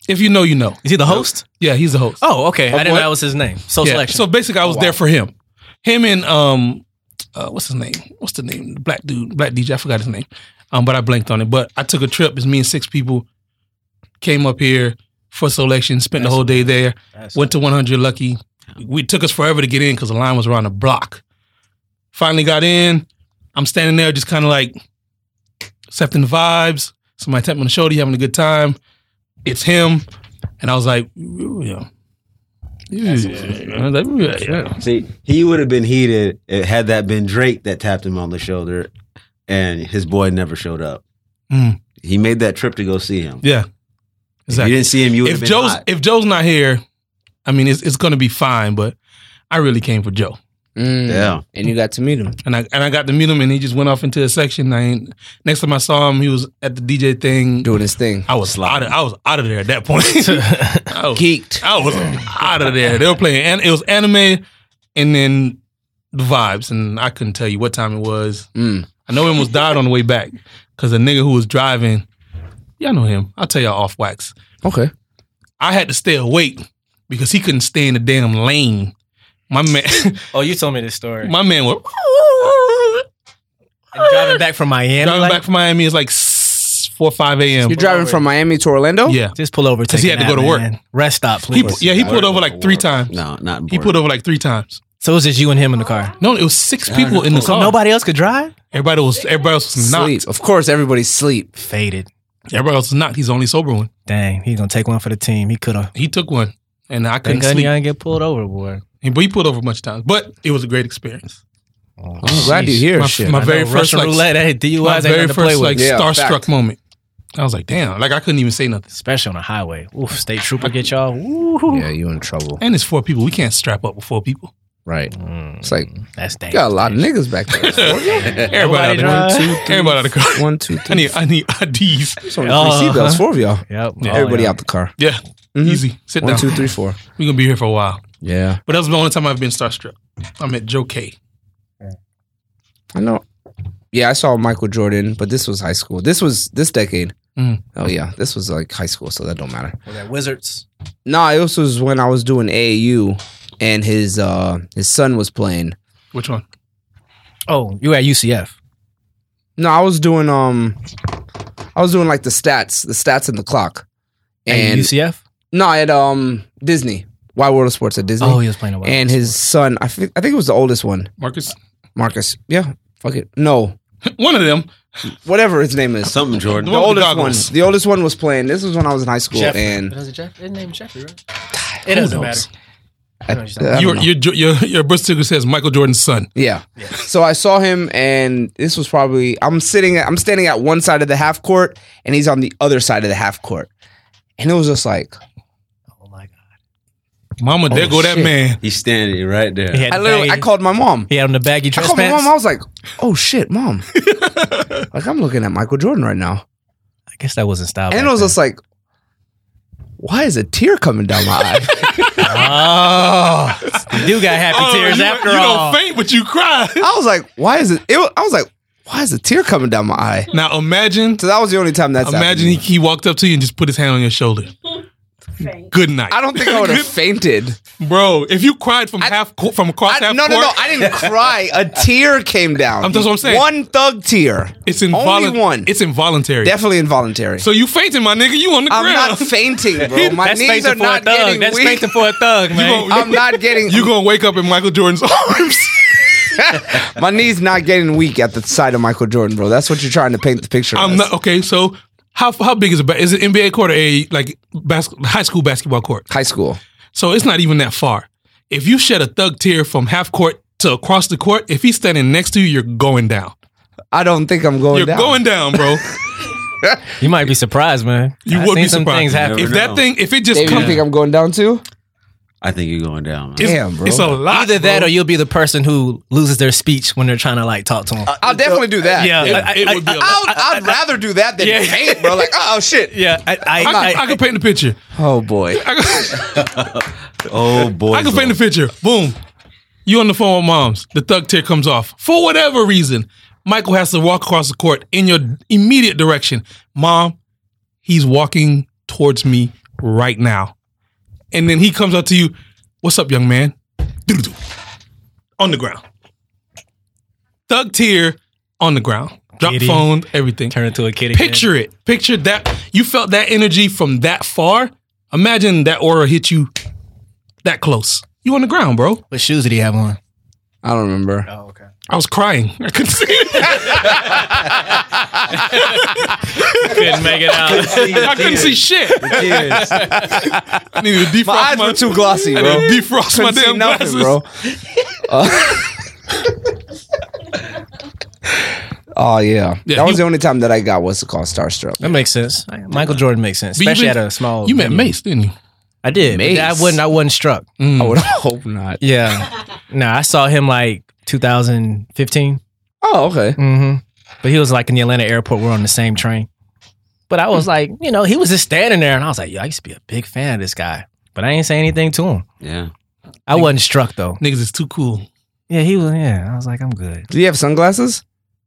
[SPEAKER 2] If you know, you know."
[SPEAKER 4] Is he the host?
[SPEAKER 2] Yeah, he's the host.
[SPEAKER 4] Oh, okay. I didn't
[SPEAKER 2] what?
[SPEAKER 4] know that was his name. So
[SPEAKER 2] Yeah,
[SPEAKER 4] selection.
[SPEAKER 2] So basically, I was there for him. Him and um, uh, what's his name? What's the name? The black dude, black DJ. I forgot his name. Um, but I blanked on it. But I took a trip. It's me and six people. Came up here for selection. Spent the whole day there. Went to 100 Lucky. We it took us forever to get in because the line was around the block. Finally got in. I'm standing there just kind of like accepting the vibes. Somebody tapped me on the shoulder, you having a good time. It's him. And I was like, yeah. Yeah, I was like, yeah, yeah.
[SPEAKER 5] See, he would have been heated eh, had that been Drake that tapped him on the shoulder, and his boy never showed up.
[SPEAKER 2] Mm.
[SPEAKER 5] He made that trip to go see him.
[SPEAKER 2] Yeah.
[SPEAKER 5] If you didn't see him, you would have
[SPEAKER 2] if
[SPEAKER 5] been
[SPEAKER 2] Joe's
[SPEAKER 5] hot.
[SPEAKER 2] if Joe's not here, I mean it's it's gonna be fine. But I really came for Joe,
[SPEAKER 3] Mm.
[SPEAKER 5] Yeah.
[SPEAKER 3] And you got to meet him.
[SPEAKER 2] and I and I got to meet him, and he just went off into a section. I ain't, next time I saw him, he was at the DJ thing.
[SPEAKER 3] Doing his thing.
[SPEAKER 2] I was out of, I was out of there at that point. I was,
[SPEAKER 3] Geeked.
[SPEAKER 2] I was out of there. They were playing and it was anime, and then the vibes, and I couldn't tell you what time it was.
[SPEAKER 3] Mm.
[SPEAKER 2] I know he almost died on the way back because a nigga who was driving, y'all know him. I'll tell y'all off wax.
[SPEAKER 3] Okay.
[SPEAKER 2] I had to stay awake because he couldn't stay in the damn lane. My man,
[SPEAKER 7] Oh, you told me this story.
[SPEAKER 2] my man was
[SPEAKER 7] And driving back from Miami,
[SPEAKER 2] driving
[SPEAKER 7] like,
[SPEAKER 2] back from Miami. It's like s- four five a.m.
[SPEAKER 3] You're driving from Miami to Orlando?
[SPEAKER 2] Yeah,
[SPEAKER 7] just pull over
[SPEAKER 2] 'Cause he
[SPEAKER 7] take
[SPEAKER 2] had
[SPEAKER 7] it
[SPEAKER 2] to go
[SPEAKER 7] out,
[SPEAKER 2] to work.
[SPEAKER 7] man. Rest stop,
[SPEAKER 2] he,
[SPEAKER 7] please.
[SPEAKER 2] yeah. He pulled over like three times.
[SPEAKER 5] No, not
[SPEAKER 2] He
[SPEAKER 5] important.
[SPEAKER 2] pulled over like three times.
[SPEAKER 7] so it was just you and him in the car.
[SPEAKER 2] No, it was six people in the
[SPEAKER 7] So
[SPEAKER 2] car.
[SPEAKER 7] nobody else could drive.
[SPEAKER 2] Everybody was. Everybody else was
[SPEAKER 3] Sleep.
[SPEAKER 2] knocked.
[SPEAKER 3] Of course, everybody's sleep.
[SPEAKER 7] Faded.
[SPEAKER 2] Everybody else was knocked. He's the only sober one.
[SPEAKER 7] Dang, he's gonna take one for the team. He could have.
[SPEAKER 2] He took one, and I couldn't
[SPEAKER 7] Thank God he
[SPEAKER 2] sleep.
[SPEAKER 7] didn't get pulled overboard.
[SPEAKER 2] He, but he pulled over a bunch of times. But it was a great experience.
[SPEAKER 4] Oh,
[SPEAKER 3] I'm glad you
[SPEAKER 2] My,
[SPEAKER 3] hear shit.
[SPEAKER 2] my very first
[SPEAKER 7] Russian
[SPEAKER 2] like
[SPEAKER 7] roulette. Hey, DUIs
[SPEAKER 2] my
[SPEAKER 7] ain't
[SPEAKER 2] very
[SPEAKER 7] nothing to play
[SPEAKER 2] first
[SPEAKER 7] with.
[SPEAKER 2] like
[SPEAKER 3] Yeah,
[SPEAKER 2] starstruck
[SPEAKER 3] fact.
[SPEAKER 2] moment. I was like, damn. Like I couldn't even say nothing.
[SPEAKER 7] Especially on the highway. Oof, state trooper get y'all. Ooh.
[SPEAKER 3] yeah, you in trouble.
[SPEAKER 2] And it's four people. We can't strap up with four people.
[SPEAKER 3] Right. It's like, you
[SPEAKER 7] That's dangerous.
[SPEAKER 3] got a lot of niggas back there.
[SPEAKER 2] Everybody
[SPEAKER 7] Nobody
[SPEAKER 2] out of the
[SPEAKER 7] drive.
[SPEAKER 2] car. Everybody out of the car.
[SPEAKER 3] One, two, three.
[SPEAKER 2] I need I need IDs.
[SPEAKER 3] It's only
[SPEAKER 7] Uh-huh.
[SPEAKER 3] three seatbelts, four of y'all.
[SPEAKER 7] Yep. Oh,
[SPEAKER 3] Everybody
[SPEAKER 7] yeah.
[SPEAKER 3] out the car.
[SPEAKER 2] Yeah. Easy. Sit
[SPEAKER 3] Mm-hmm.
[SPEAKER 2] down.
[SPEAKER 3] One, two, three, four.
[SPEAKER 2] We're gonna be here for a while.
[SPEAKER 3] Yeah.
[SPEAKER 2] But that was the only time I've been starstruck. I met Joe K.
[SPEAKER 3] I know. Yeah, I saw Michael Jordan, but this was high school. This was this decade.
[SPEAKER 2] Mm.
[SPEAKER 3] Oh yeah, this was like high school, so that don't matter.
[SPEAKER 7] Were that Wizards.
[SPEAKER 3] Nah, this was when I was doing AAU, and his uh his son was playing.
[SPEAKER 2] Which one?
[SPEAKER 7] Oh, you were at UCF.
[SPEAKER 3] No, I was doing um, I was doing like the stats, the stats and the clock,
[SPEAKER 7] And
[SPEAKER 3] and
[SPEAKER 7] UCF.
[SPEAKER 3] no, at um Disney, Wide World of Sports at Disney,
[SPEAKER 7] Oh, he was playing a while.
[SPEAKER 3] and his son, I think I think it was the oldest one,
[SPEAKER 2] Marcus?
[SPEAKER 3] Marcus. Yeah, fuck it, no,
[SPEAKER 2] One of them.
[SPEAKER 3] whatever his name is.
[SPEAKER 5] something, Jordan.
[SPEAKER 2] The
[SPEAKER 3] The
[SPEAKER 2] one with the
[SPEAKER 3] oldest one,
[SPEAKER 2] goggles.
[SPEAKER 3] the oldest one was playing. This was when I was in high school,
[SPEAKER 8] Jeffrey.
[SPEAKER 3] and
[SPEAKER 7] was it Jeff? His name Jeffrey, right?
[SPEAKER 8] It doesn't
[SPEAKER 3] knows?
[SPEAKER 8] matter.
[SPEAKER 3] I-
[SPEAKER 7] know what
[SPEAKER 3] I don't
[SPEAKER 2] Your
[SPEAKER 3] know.
[SPEAKER 2] your your your, your birth certificate says Michael Jordan's son.
[SPEAKER 3] Yeah. So I saw him, and this was probably I'm sitting, I'm standing at one side of the half court, and he's on the other side of the half court, and it was just like
[SPEAKER 7] Oh my god.
[SPEAKER 2] Mama, there
[SPEAKER 3] Oh,
[SPEAKER 2] go that
[SPEAKER 3] shit.
[SPEAKER 2] man.
[SPEAKER 5] He's standing right there.
[SPEAKER 7] He had
[SPEAKER 3] I
[SPEAKER 7] the
[SPEAKER 3] literally I
[SPEAKER 7] baggy-
[SPEAKER 3] called my mom.
[SPEAKER 7] He had on the baggy
[SPEAKER 3] I
[SPEAKER 7] dress
[SPEAKER 3] called my
[SPEAKER 7] pants.
[SPEAKER 3] mom. I was like, "Oh shit, mom!" like I'm looking at Michael Jordan right now,
[SPEAKER 7] I guess that wasn't style.
[SPEAKER 3] and
[SPEAKER 7] back
[SPEAKER 3] it was
[SPEAKER 7] then.
[SPEAKER 3] just like, "Why is a tear coming down my eye?"
[SPEAKER 7] Oh, you do got happy
[SPEAKER 2] Oh,
[SPEAKER 7] tears
[SPEAKER 2] you,
[SPEAKER 7] after
[SPEAKER 2] you
[SPEAKER 7] all.
[SPEAKER 2] don't faint, but you cry.
[SPEAKER 3] I was like, "Why is it?" it was, I was like, "Why is a tear coming down my eye?"
[SPEAKER 2] Now imagine
[SPEAKER 3] So that was the only time that's
[SPEAKER 2] Imagine he,
[SPEAKER 3] happened.
[SPEAKER 2] he walked up to you and just put his hand on your shoulder. Good night.
[SPEAKER 3] I don't think I would have fainted.
[SPEAKER 2] bro. If you cried from half co- from across
[SPEAKER 3] I,
[SPEAKER 2] half
[SPEAKER 3] no,
[SPEAKER 2] court,
[SPEAKER 3] no, no! I didn't cry. A tear came down.
[SPEAKER 2] I'm- that's what I'm saying.
[SPEAKER 3] One thug tear.
[SPEAKER 2] it's
[SPEAKER 3] only
[SPEAKER 2] involuntary.
[SPEAKER 3] one.
[SPEAKER 2] It's involuntary.
[SPEAKER 3] definitely involuntary.
[SPEAKER 2] so you fainting, my nigga. You on the
[SPEAKER 3] I'm
[SPEAKER 2] ground.
[SPEAKER 3] not fainting, bro. My
[SPEAKER 7] That's
[SPEAKER 3] knees
[SPEAKER 7] fainting
[SPEAKER 3] are
[SPEAKER 7] for a
[SPEAKER 3] not
[SPEAKER 7] thug.
[SPEAKER 3] getting
[SPEAKER 7] That's
[SPEAKER 3] weak.
[SPEAKER 7] fainting for a thug, man.
[SPEAKER 2] gon-
[SPEAKER 3] I'm not getting.
[SPEAKER 2] you gonna wake up in Michael Jordan's arms.
[SPEAKER 3] my knees not getting weak at the side of Michael Jordan, bro. That's what you're trying to paint the picture.
[SPEAKER 2] I'm
[SPEAKER 3] as.
[SPEAKER 2] not okay. So how how big is it? Is it NBA court or a like bas- high school basketball court?
[SPEAKER 3] high school.
[SPEAKER 2] So it's not even that far. If you shed a thug tear from half court to across the court, if he's standing next to you, you're going down.
[SPEAKER 3] I don't think I'm going
[SPEAKER 2] You're
[SPEAKER 3] down.
[SPEAKER 2] going down, bro.
[SPEAKER 7] You might be surprised, man.
[SPEAKER 2] You
[SPEAKER 7] I've
[SPEAKER 2] would
[SPEAKER 7] seen
[SPEAKER 2] be
[SPEAKER 7] some
[SPEAKER 2] surprised.
[SPEAKER 7] things happen.
[SPEAKER 5] Never
[SPEAKER 2] if that
[SPEAKER 5] know.
[SPEAKER 2] thing, if it just
[SPEAKER 3] David,
[SPEAKER 2] comes,
[SPEAKER 3] you think I'm going down too?
[SPEAKER 5] I think you're going down. man.
[SPEAKER 2] it's,
[SPEAKER 3] Damn, bro.
[SPEAKER 2] it's a lot.
[SPEAKER 7] Either that,
[SPEAKER 2] bro.
[SPEAKER 7] or you'll be the person who loses their speech when they're trying to like talk to him.
[SPEAKER 3] I'll definitely do that.
[SPEAKER 7] yeah,
[SPEAKER 2] It,
[SPEAKER 7] I-
[SPEAKER 2] it
[SPEAKER 7] I-
[SPEAKER 2] would be a lot.
[SPEAKER 3] I'll, I'd rather do that than
[SPEAKER 7] Yeah.
[SPEAKER 3] paint, bro. Like, oh shit.
[SPEAKER 7] yeah, I, I,
[SPEAKER 2] I, I,
[SPEAKER 7] I,
[SPEAKER 2] can paint the picture.
[SPEAKER 3] Oh boy.
[SPEAKER 5] Oh boy.
[SPEAKER 2] I can paint the picture. Boom. You on the phone with moms. The thug tear comes off. For whatever reason, Michael has to walk across the court in your immediate direction. Mom, he's walking towards me right now. And then he comes up to you. What's up, young man? Doo-doo-doo. On the ground. Thug tear on the ground. Drop
[SPEAKER 7] Giddy.
[SPEAKER 2] phone, everything.
[SPEAKER 7] turn into a kid. again.
[SPEAKER 2] Picture it. Picture that. You felt that energy from that far. Imagine that aura hit you that close. You on the ground, bro.
[SPEAKER 7] What shoes did he have on?
[SPEAKER 3] I don't remember.
[SPEAKER 7] Oh, okay.
[SPEAKER 2] I was crying. I couldn't see
[SPEAKER 4] Couldn't make it out.
[SPEAKER 2] I couldn't see shit. I needed to defrost
[SPEAKER 3] My eyes
[SPEAKER 2] my-
[SPEAKER 3] were too glossy,
[SPEAKER 2] I
[SPEAKER 3] bro.
[SPEAKER 2] needed to defrost my
[SPEAKER 3] Couldn't see
[SPEAKER 2] damn
[SPEAKER 3] nothing,
[SPEAKER 2] glasses.
[SPEAKER 3] bro. oh yeah.
[SPEAKER 2] Yeah,
[SPEAKER 3] that was
[SPEAKER 2] he-
[SPEAKER 3] the only time that I got what's it called starstruck.
[SPEAKER 4] That makes sense. Michael Jordan makes sense,
[SPEAKER 2] But you
[SPEAKER 4] especially
[SPEAKER 2] been-
[SPEAKER 4] at a small.
[SPEAKER 2] You
[SPEAKER 3] Oh,
[SPEAKER 2] met
[SPEAKER 4] venue.
[SPEAKER 2] Mace, didn't you? Mm.
[SPEAKER 4] I did. but I
[SPEAKER 3] Mace.
[SPEAKER 4] wasn't. I wasn't struck.
[SPEAKER 2] Hmm.
[SPEAKER 3] I would hope not.
[SPEAKER 4] Yeah. no, I saw him like 2015.
[SPEAKER 3] Oh okay.
[SPEAKER 4] Mm-hmm. But he was like in the Atlanta airport. We're on the same train. But I was like, you know, he was just standing there, and I was like, yo, I used to be a big fan of this guy, but I ain't say anything to him.
[SPEAKER 5] Yeah.
[SPEAKER 4] I wasn't struck though.
[SPEAKER 2] Niggas is too cool.
[SPEAKER 4] Yeah, he was. Yeah, I was like, I'm good.
[SPEAKER 3] Do you have sunglasses?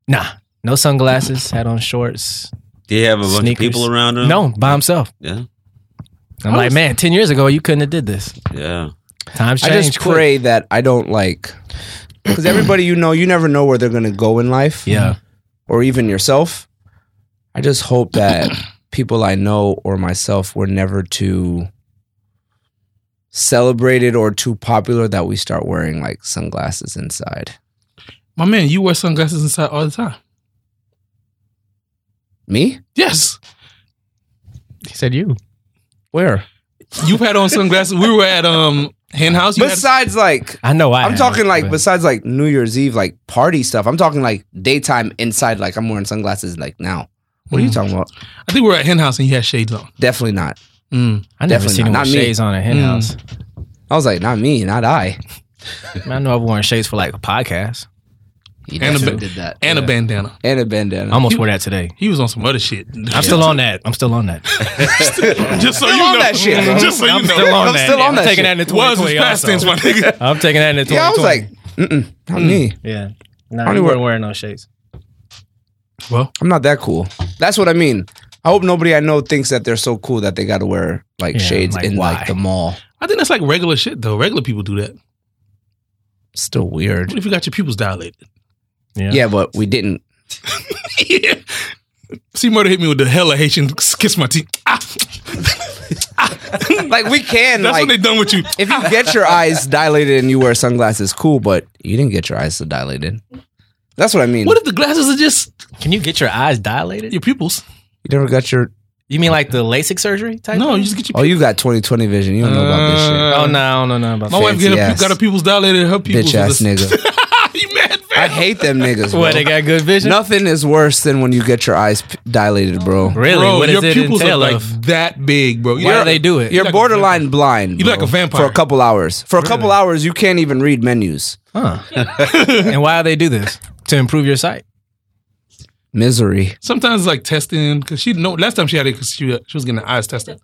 [SPEAKER 4] Nah, no sunglasses. Had on shorts.
[SPEAKER 5] Do you have a bunch
[SPEAKER 4] Sneakers.
[SPEAKER 5] of people around him?
[SPEAKER 4] No, by himself.
[SPEAKER 5] Yeah.
[SPEAKER 4] I'm like, man, ten years ago, you couldn't have did this.
[SPEAKER 5] Yeah.
[SPEAKER 4] Times
[SPEAKER 3] I
[SPEAKER 4] change.
[SPEAKER 3] just pray that I don't like because everybody you know, you never know where they're gonna go in life.
[SPEAKER 4] Yeah.
[SPEAKER 3] Or even yourself. I just hope that people I know or myself were never too celebrated or too popular that we start wearing like sunglasses inside.
[SPEAKER 2] My man, you wear sunglasses inside all the time.
[SPEAKER 3] Me?
[SPEAKER 2] Yes.
[SPEAKER 4] He said you.
[SPEAKER 3] Where?
[SPEAKER 2] You've had on sunglasses. We were at um hen house. You had-
[SPEAKER 3] Besides like
[SPEAKER 4] I know. I
[SPEAKER 3] I'm
[SPEAKER 4] have,
[SPEAKER 3] talking like
[SPEAKER 4] but-
[SPEAKER 3] besides like New Year's Eve like party stuff. I'm talking like daytime inside like I'm wearing sunglasses like now. What are you talking about?
[SPEAKER 2] I think we were at hen house and you had shades on.
[SPEAKER 3] Definitely not.
[SPEAKER 2] Mm.
[SPEAKER 4] I never
[SPEAKER 3] Definitely
[SPEAKER 4] seen him
[SPEAKER 3] not
[SPEAKER 4] with
[SPEAKER 3] me.
[SPEAKER 4] shades on a hen
[SPEAKER 2] Mm.
[SPEAKER 4] house.
[SPEAKER 3] I was like, not me, not I.
[SPEAKER 4] Man, I know I've worn shades for like a podcast.
[SPEAKER 3] He
[SPEAKER 2] And a
[SPEAKER 3] definitely
[SPEAKER 2] ba-
[SPEAKER 3] did that.
[SPEAKER 2] And a bandana.
[SPEAKER 3] And a bandana.
[SPEAKER 4] I almost wore that today.
[SPEAKER 2] He was on some other shit.
[SPEAKER 4] I'm still on that. I'm still on that.
[SPEAKER 2] Just so you
[SPEAKER 3] on
[SPEAKER 2] know.
[SPEAKER 3] that shit, bro.
[SPEAKER 2] Just so
[SPEAKER 4] I'm
[SPEAKER 2] you know.
[SPEAKER 4] still on
[SPEAKER 3] I'm
[SPEAKER 4] that.
[SPEAKER 3] still on
[SPEAKER 4] I'm
[SPEAKER 3] that
[SPEAKER 4] taking
[SPEAKER 3] shit.
[SPEAKER 4] that into
[SPEAKER 2] Was his
[SPEAKER 4] 2020
[SPEAKER 2] past
[SPEAKER 4] also.
[SPEAKER 2] tense, my nigga.
[SPEAKER 4] I'm taking that into 2020.
[SPEAKER 3] yeah, I was like, mm-mm, not me.
[SPEAKER 4] yeah. Nah,
[SPEAKER 3] I only
[SPEAKER 4] you
[SPEAKER 3] wear-
[SPEAKER 4] weren't wearing no shades.
[SPEAKER 3] I'm not that cool. That's what I mean. I hope nobody I know thinks that they're so cool that they got to wear like
[SPEAKER 4] Yeah,
[SPEAKER 3] shades
[SPEAKER 4] like,
[SPEAKER 3] in
[SPEAKER 4] why?
[SPEAKER 3] like the mall.
[SPEAKER 2] I think that's like regular shit though. Regular people do that.
[SPEAKER 3] Still
[SPEAKER 2] What
[SPEAKER 3] weird.
[SPEAKER 2] if you got your pupils dilated?
[SPEAKER 4] Yeah.
[SPEAKER 3] Yeah, but we didn't.
[SPEAKER 2] yeah. See, murder hit me with the hella Haitian kiss my teeth. Ah,
[SPEAKER 3] Like we can.
[SPEAKER 2] that's
[SPEAKER 3] like,
[SPEAKER 2] what they done with you.
[SPEAKER 3] if you get your eyes dilated and you wear sunglasses, cool. But you didn't get your eyes so dilated. That's what I mean.
[SPEAKER 2] What if the glasses are just
[SPEAKER 4] Can you get your eyes dilated?
[SPEAKER 2] your pupils?
[SPEAKER 3] you never got your.
[SPEAKER 4] You mean like the LASIK surgery type?
[SPEAKER 2] No,
[SPEAKER 4] thing?
[SPEAKER 2] you just get your.
[SPEAKER 3] Oh, you got 20/20 vision. You don't know about this shit.
[SPEAKER 4] Oh, no, I don't know nothing about
[SPEAKER 2] My
[SPEAKER 4] that.
[SPEAKER 2] wife get her,
[SPEAKER 3] fancy-ass-
[SPEAKER 2] got her pupils dilated. Her pupils.
[SPEAKER 3] Bitch ass
[SPEAKER 2] are just-
[SPEAKER 3] nigga.
[SPEAKER 2] you mad?
[SPEAKER 3] I
[SPEAKER 2] fam?
[SPEAKER 3] hate them niggas. Bro.
[SPEAKER 4] What, they got good vision?
[SPEAKER 3] Nothing is worse than when you get your eyes p- dilated, bro.
[SPEAKER 4] Really?
[SPEAKER 2] Bro,
[SPEAKER 4] what does
[SPEAKER 2] your
[SPEAKER 4] it
[SPEAKER 2] pupils are
[SPEAKER 4] entail
[SPEAKER 2] like
[SPEAKER 4] of?
[SPEAKER 2] that big, bro.
[SPEAKER 4] Why do they do it?
[SPEAKER 3] You're
[SPEAKER 2] like a
[SPEAKER 3] borderline blind.
[SPEAKER 2] You look
[SPEAKER 3] bro,
[SPEAKER 2] like a vampire.
[SPEAKER 3] for a couple hours. For a couple hours, you can't even read menus.
[SPEAKER 4] and why do they do this? To improve your sight.
[SPEAKER 3] Misery.
[SPEAKER 2] Sometimes it's like testing because she no. Last time she had it because she uh, she was getting her eyes tested.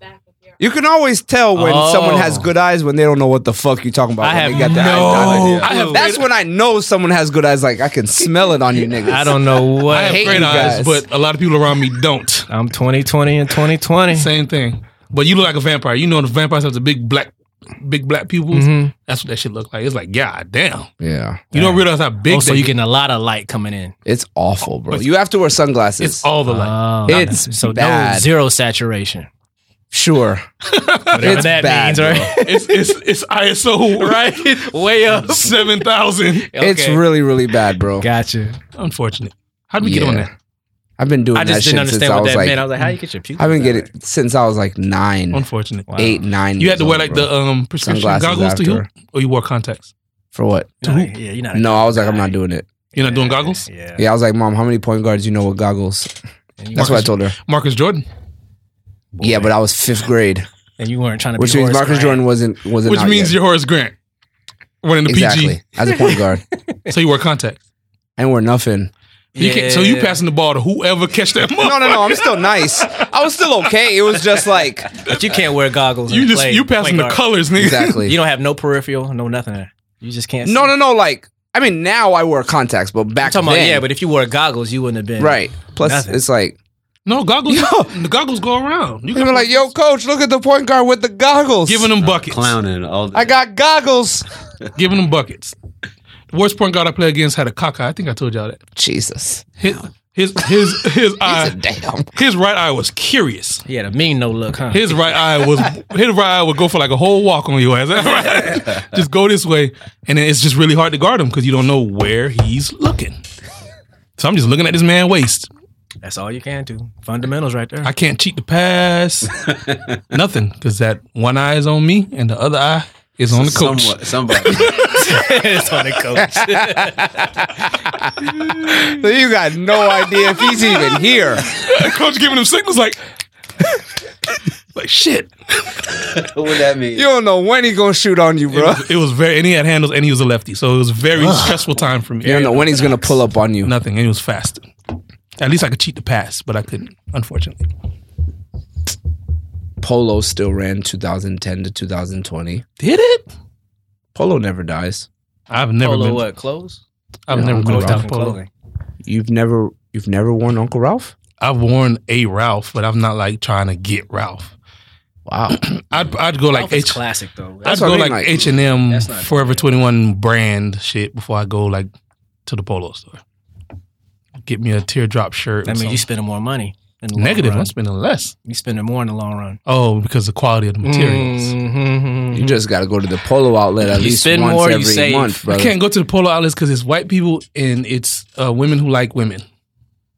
[SPEAKER 3] You can always tell when
[SPEAKER 4] Oh.
[SPEAKER 3] someone has good eyes when they don't know what the fuck you talking about.
[SPEAKER 4] I
[SPEAKER 3] when
[SPEAKER 4] have
[SPEAKER 3] they got their eyes
[SPEAKER 4] no
[SPEAKER 3] dilated.
[SPEAKER 2] I have
[SPEAKER 3] That's
[SPEAKER 2] great-
[SPEAKER 3] when I know someone has good eyes. Like I can smell it on you niggas.
[SPEAKER 4] I don't know what.
[SPEAKER 2] I have
[SPEAKER 3] hate
[SPEAKER 2] great
[SPEAKER 3] you
[SPEAKER 2] eyes,
[SPEAKER 3] guys.
[SPEAKER 2] but a lot of people around me don't.
[SPEAKER 4] I'm 2020 and Oh, 2020.
[SPEAKER 2] Same thing. But you look like a vampire. You know the vampires have the big black, big black pupils.
[SPEAKER 3] Mm-hmm.
[SPEAKER 2] That's what that shit look like. It's like god damn.
[SPEAKER 3] Yeah,
[SPEAKER 2] You don't realize how big.
[SPEAKER 4] Oh, so
[SPEAKER 2] they
[SPEAKER 4] you
[SPEAKER 2] get.
[SPEAKER 4] getting a lot of light coming in.
[SPEAKER 3] it's awful, bro. You have to wear sunglasses.
[SPEAKER 2] It's all the
[SPEAKER 3] Uh.
[SPEAKER 2] light.
[SPEAKER 4] Oh,
[SPEAKER 3] It's
[SPEAKER 4] so no
[SPEAKER 3] bad.
[SPEAKER 4] zero saturation.
[SPEAKER 3] sure.
[SPEAKER 4] Whatever
[SPEAKER 3] It's
[SPEAKER 4] that
[SPEAKER 3] bad,
[SPEAKER 4] means, right?
[SPEAKER 2] it's it's it's ISO right
[SPEAKER 4] Way up.
[SPEAKER 2] seven thousand.
[SPEAKER 3] It's
[SPEAKER 4] Okay.
[SPEAKER 3] really, really bad, bro.
[SPEAKER 4] Gotcha.
[SPEAKER 2] Unfortunate. How do we get on
[SPEAKER 3] Yeah.
[SPEAKER 2] that?
[SPEAKER 3] I've been doing
[SPEAKER 4] I
[SPEAKER 3] that
[SPEAKER 4] just
[SPEAKER 3] shit
[SPEAKER 4] didn't
[SPEAKER 3] since
[SPEAKER 4] understand
[SPEAKER 3] I
[SPEAKER 4] what
[SPEAKER 3] was
[SPEAKER 4] that
[SPEAKER 3] like,
[SPEAKER 4] meant. I was like, how you get your pupils?
[SPEAKER 3] I've been
[SPEAKER 4] out?
[SPEAKER 3] getting it since I was like nine,
[SPEAKER 2] Unfortunate.
[SPEAKER 3] eight, nine.
[SPEAKER 2] Oh, You had to
[SPEAKER 3] years
[SPEAKER 2] wear
[SPEAKER 3] old,
[SPEAKER 2] like
[SPEAKER 3] bro.
[SPEAKER 2] the um prescription
[SPEAKER 3] Sunglasses
[SPEAKER 2] goggles to
[SPEAKER 3] after.
[SPEAKER 2] you, or you wore contacts.
[SPEAKER 3] for what?
[SPEAKER 4] You're not- yeah, you're not. a-
[SPEAKER 3] No, I was like, I'm not doing it.
[SPEAKER 2] You're not doing goggles.
[SPEAKER 4] Yeah.
[SPEAKER 3] Yeah, I was like, Mom, how many point guards you know with goggles?
[SPEAKER 4] And you,
[SPEAKER 3] That's
[SPEAKER 4] weren't-
[SPEAKER 3] what I told her.
[SPEAKER 2] Marcus Jordan,
[SPEAKER 3] Yeah, but I was fifth grade,
[SPEAKER 4] and you weren't trying to.
[SPEAKER 3] which
[SPEAKER 4] be
[SPEAKER 3] means
[SPEAKER 4] Horace
[SPEAKER 3] Marcus
[SPEAKER 4] Grant.
[SPEAKER 3] Jordan wasn't wasn't.
[SPEAKER 2] which
[SPEAKER 3] out
[SPEAKER 2] means
[SPEAKER 3] yet.
[SPEAKER 2] you're Horace Grant running the
[SPEAKER 3] exactly as a point guard.
[SPEAKER 2] PG. So you wear contacts.
[SPEAKER 3] And we're nothing.
[SPEAKER 2] You can, so you
[SPEAKER 4] Yeah.
[SPEAKER 2] passing the ball to whoever catch that.
[SPEAKER 3] No, no, no. I'm still nice. I was still okay. It was just like
[SPEAKER 4] But you can't wear goggles.
[SPEAKER 2] You
[SPEAKER 4] and
[SPEAKER 2] just
[SPEAKER 4] play-
[SPEAKER 2] you
[SPEAKER 4] play
[SPEAKER 2] passing the
[SPEAKER 4] guard.
[SPEAKER 2] colors, nigga.
[SPEAKER 3] exactly.
[SPEAKER 4] You don't have no peripheral, no nothing. You just can't.
[SPEAKER 3] No,
[SPEAKER 4] see.
[SPEAKER 3] no, no. Like I mean, now I wear contacts, but
[SPEAKER 4] I'm
[SPEAKER 3] back
[SPEAKER 4] talking
[SPEAKER 3] then,
[SPEAKER 4] about yeah, but if you wore goggles, you wouldn't have been
[SPEAKER 3] right. Plus,
[SPEAKER 4] Nothing.
[SPEAKER 3] it's like
[SPEAKER 2] No goggles.
[SPEAKER 3] Yo.
[SPEAKER 2] The goggles go around. You
[SPEAKER 3] they were like, "Yo, coach, look at the point guard with the goggles."
[SPEAKER 2] giving them buckets.
[SPEAKER 5] Clowning all day.
[SPEAKER 3] I got goggles.
[SPEAKER 2] Giving them buckets. The worst point guard I played against had a caca. I think I told y'all that.
[SPEAKER 3] Jesus.
[SPEAKER 2] His, His his his eye,
[SPEAKER 3] Damn.
[SPEAKER 2] his right eye was curious.
[SPEAKER 4] He had a mean no look, huh?
[SPEAKER 2] His right eye was his right eye would go for like a whole walk on your ass. Right? just go this way, and then it's just really hard to guard him because you don't know where he's looking. So I'm just looking at this man waist.
[SPEAKER 4] That's all you can do. Fundamentals right there.
[SPEAKER 2] I can't cheat the pass, nothing, because that one eye is on me and the other eye is on the coach.
[SPEAKER 5] Somewhat- somebody.
[SPEAKER 4] it's on the coach.
[SPEAKER 3] So you got no idea if he's even here.
[SPEAKER 2] coach giving him signals like, like shit.
[SPEAKER 5] what would that mean?
[SPEAKER 3] You don't know when he's gonna shoot on you,
[SPEAKER 2] It
[SPEAKER 3] bro.
[SPEAKER 2] was, it was very, and he had handles, and he was a lefty, so it was a very stressful time for me.
[SPEAKER 3] You don't know when he's gonna pull up on you.
[SPEAKER 2] Nothing, and it was fast. At least I could cheat the pass, but I couldn't, unfortunately.
[SPEAKER 3] Polo still ran 2010 to 2020.
[SPEAKER 2] Did it?
[SPEAKER 3] Polo never dies.
[SPEAKER 2] I've never
[SPEAKER 4] Polo
[SPEAKER 2] been.
[SPEAKER 4] what? Clothes?
[SPEAKER 2] I've
[SPEAKER 3] Yeah,
[SPEAKER 2] never
[SPEAKER 3] I'm
[SPEAKER 2] been
[SPEAKER 3] not
[SPEAKER 2] without
[SPEAKER 4] Different
[SPEAKER 2] polo.
[SPEAKER 4] clothing.
[SPEAKER 3] You've never you've never worn Uncle Ralph?
[SPEAKER 2] I've worn a Ralph, but I'm not like trying to get Ralph.
[SPEAKER 3] Wow.
[SPEAKER 2] I'd I'd go like
[SPEAKER 4] Ralph is
[SPEAKER 2] H.
[SPEAKER 4] classic though.
[SPEAKER 2] I'd
[SPEAKER 3] what I
[SPEAKER 2] go
[SPEAKER 3] mean,
[SPEAKER 2] like
[SPEAKER 3] like-
[SPEAKER 2] H and M,
[SPEAKER 4] That's not-
[SPEAKER 2] Forever Twenty One brand shit before I go like to the polo store. Get me a teardrop shirt.
[SPEAKER 4] That
[SPEAKER 2] or
[SPEAKER 4] means you
[SPEAKER 2] something.
[SPEAKER 4] spending more money. in the long
[SPEAKER 2] negative.
[SPEAKER 4] run.
[SPEAKER 2] I'm spending less.
[SPEAKER 4] You spending more in the long run. Mm-hmm.
[SPEAKER 2] Oh, because the quality
[SPEAKER 3] Mm,
[SPEAKER 2] of the materials.
[SPEAKER 3] You just gotta go to the polo outlet at
[SPEAKER 4] You
[SPEAKER 3] least
[SPEAKER 4] spend
[SPEAKER 3] once
[SPEAKER 4] more, you
[SPEAKER 3] every
[SPEAKER 4] save.
[SPEAKER 3] month,
[SPEAKER 2] I
[SPEAKER 3] brother.
[SPEAKER 2] can't go to the polo outlets because it's white people and it's uh, women who like women.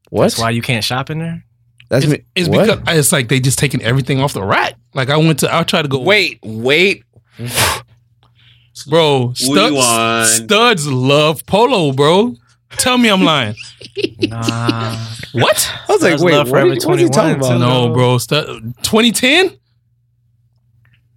[SPEAKER 3] what?
[SPEAKER 4] That's why you can't shop in there.
[SPEAKER 3] That's
[SPEAKER 2] It's,
[SPEAKER 3] me.
[SPEAKER 2] it's
[SPEAKER 3] what?
[SPEAKER 2] because it's like they just taking everything off the rack. Like I went to, I tried to go.
[SPEAKER 3] wait, wait.
[SPEAKER 2] bro, studs,
[SPEAKER 5] want-
[SPEAKER 2] studs love polo, bro. Tell me I'm lying.
[SPEAKER 4] Nah.
[SPEAKER 2] what?
[SPEAKER 3] I was like,
[SPEAKER 4] That's
[SPEAKER 3] wait, what
[SPEAKER 4] Love
[SPEAKER 3] are,
[SPEAKER 4] Forever
[SPEAKER 3] you, what are you
[SPEAKER 4] 21
[SPEAKER 3] talking about?
[SPEAKER 4] too.
[SPEAKER 2] No, bro. Stud 2010.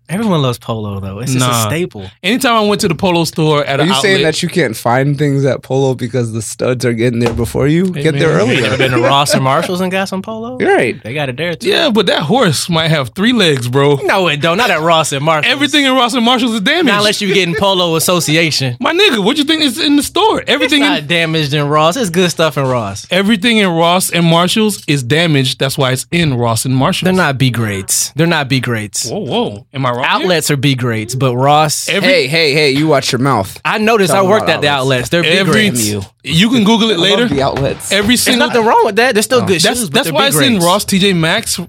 [SPEAKER 4] Everyone loves polo though. It's just
[SPEAKER 2] Nah.
[SPEAKER 4] a staple.
[SPEAKER 2] Anytime I went to the polo store at
[SPEAKER 3] Are
[SPEAKER 2] an
[SPEAKER 3] you
[SPEAKER 2] outlet,
[SPEAKER 3] saying that you can't find things at polo because the studs are getting there before you?
[SPEAKER 2] Hey,
[SPEAKER 3] Get there
[SPEAKER 2] man.
[SPEAKER 4] You ever
[SPEAKER 3] earlier.
[SPEAKER 4] been to Ross and Marshalls and got some polo?
[SPEAKER 3] You're right.
[SPEAKER 4] They got it there too.
[SPEAKER 2] yeah, but that horse might have three legs, bro.
[SPEAKER 4] No, it don't. Not at Ross and Marshalls.
[SPEAKER 2] Everything in Ross and Marshalls is damaged.
[SPEAKER 4] Not unless you getting Polo Association.
[SPEAKER 2] My nigga, what you think is in the store?
[SPEAKER 4] It's
[SPEAKER 2] Everything in
[SPEAKER 4] not damaged in Ross. It's good stuff in Ross.
[SPEAKER 2] Everything in Ross and Marshalls is damaged. That's why it's in Ross and Marshalls.
[SPEAKER 4] They're not B grades. They're not B grades.
[SPEAKER 2] Whoa, whoa. Am I wrong?
[SPEAKER 4] Outlets are B grades, but Ross.
[SPEAKER 2] Every,
[SPEAKER 3] Hey, hey, hey, you watch your mouth.
[SPEAKER 4] I noticed I
[SPEAKER 3] Talking
[SPEAKER 4] worked
[SPEAKER 3] about
[SPEAKER 4] at the outlets. They're B
[SPEAKER 2] every,
[SPEAKER 4] grades.
[SPEAKER 2] you. can Google it
[SPEAKER 3] Later.
[SPEAKER 2] later.
[SPEAKER 3] the outlets.
[SPEAKER 2] Every
[SPEAKER 4] There's
[SPEAKER 2] single.
[SPEAKER 4] nothing wrong with that. They're still good
[SPEAKER 2] that's
[SPEAKER 4] shoes. but
[SPEAKER 2] that's
[SPEAKER 4] they're
[SPEAKER 2] why
[SPEAKER 4] B
[SPEAKER 2] it's in
[SPEAKER 4] grades.
[SPEAKER 2] Ross, TJ Maxx,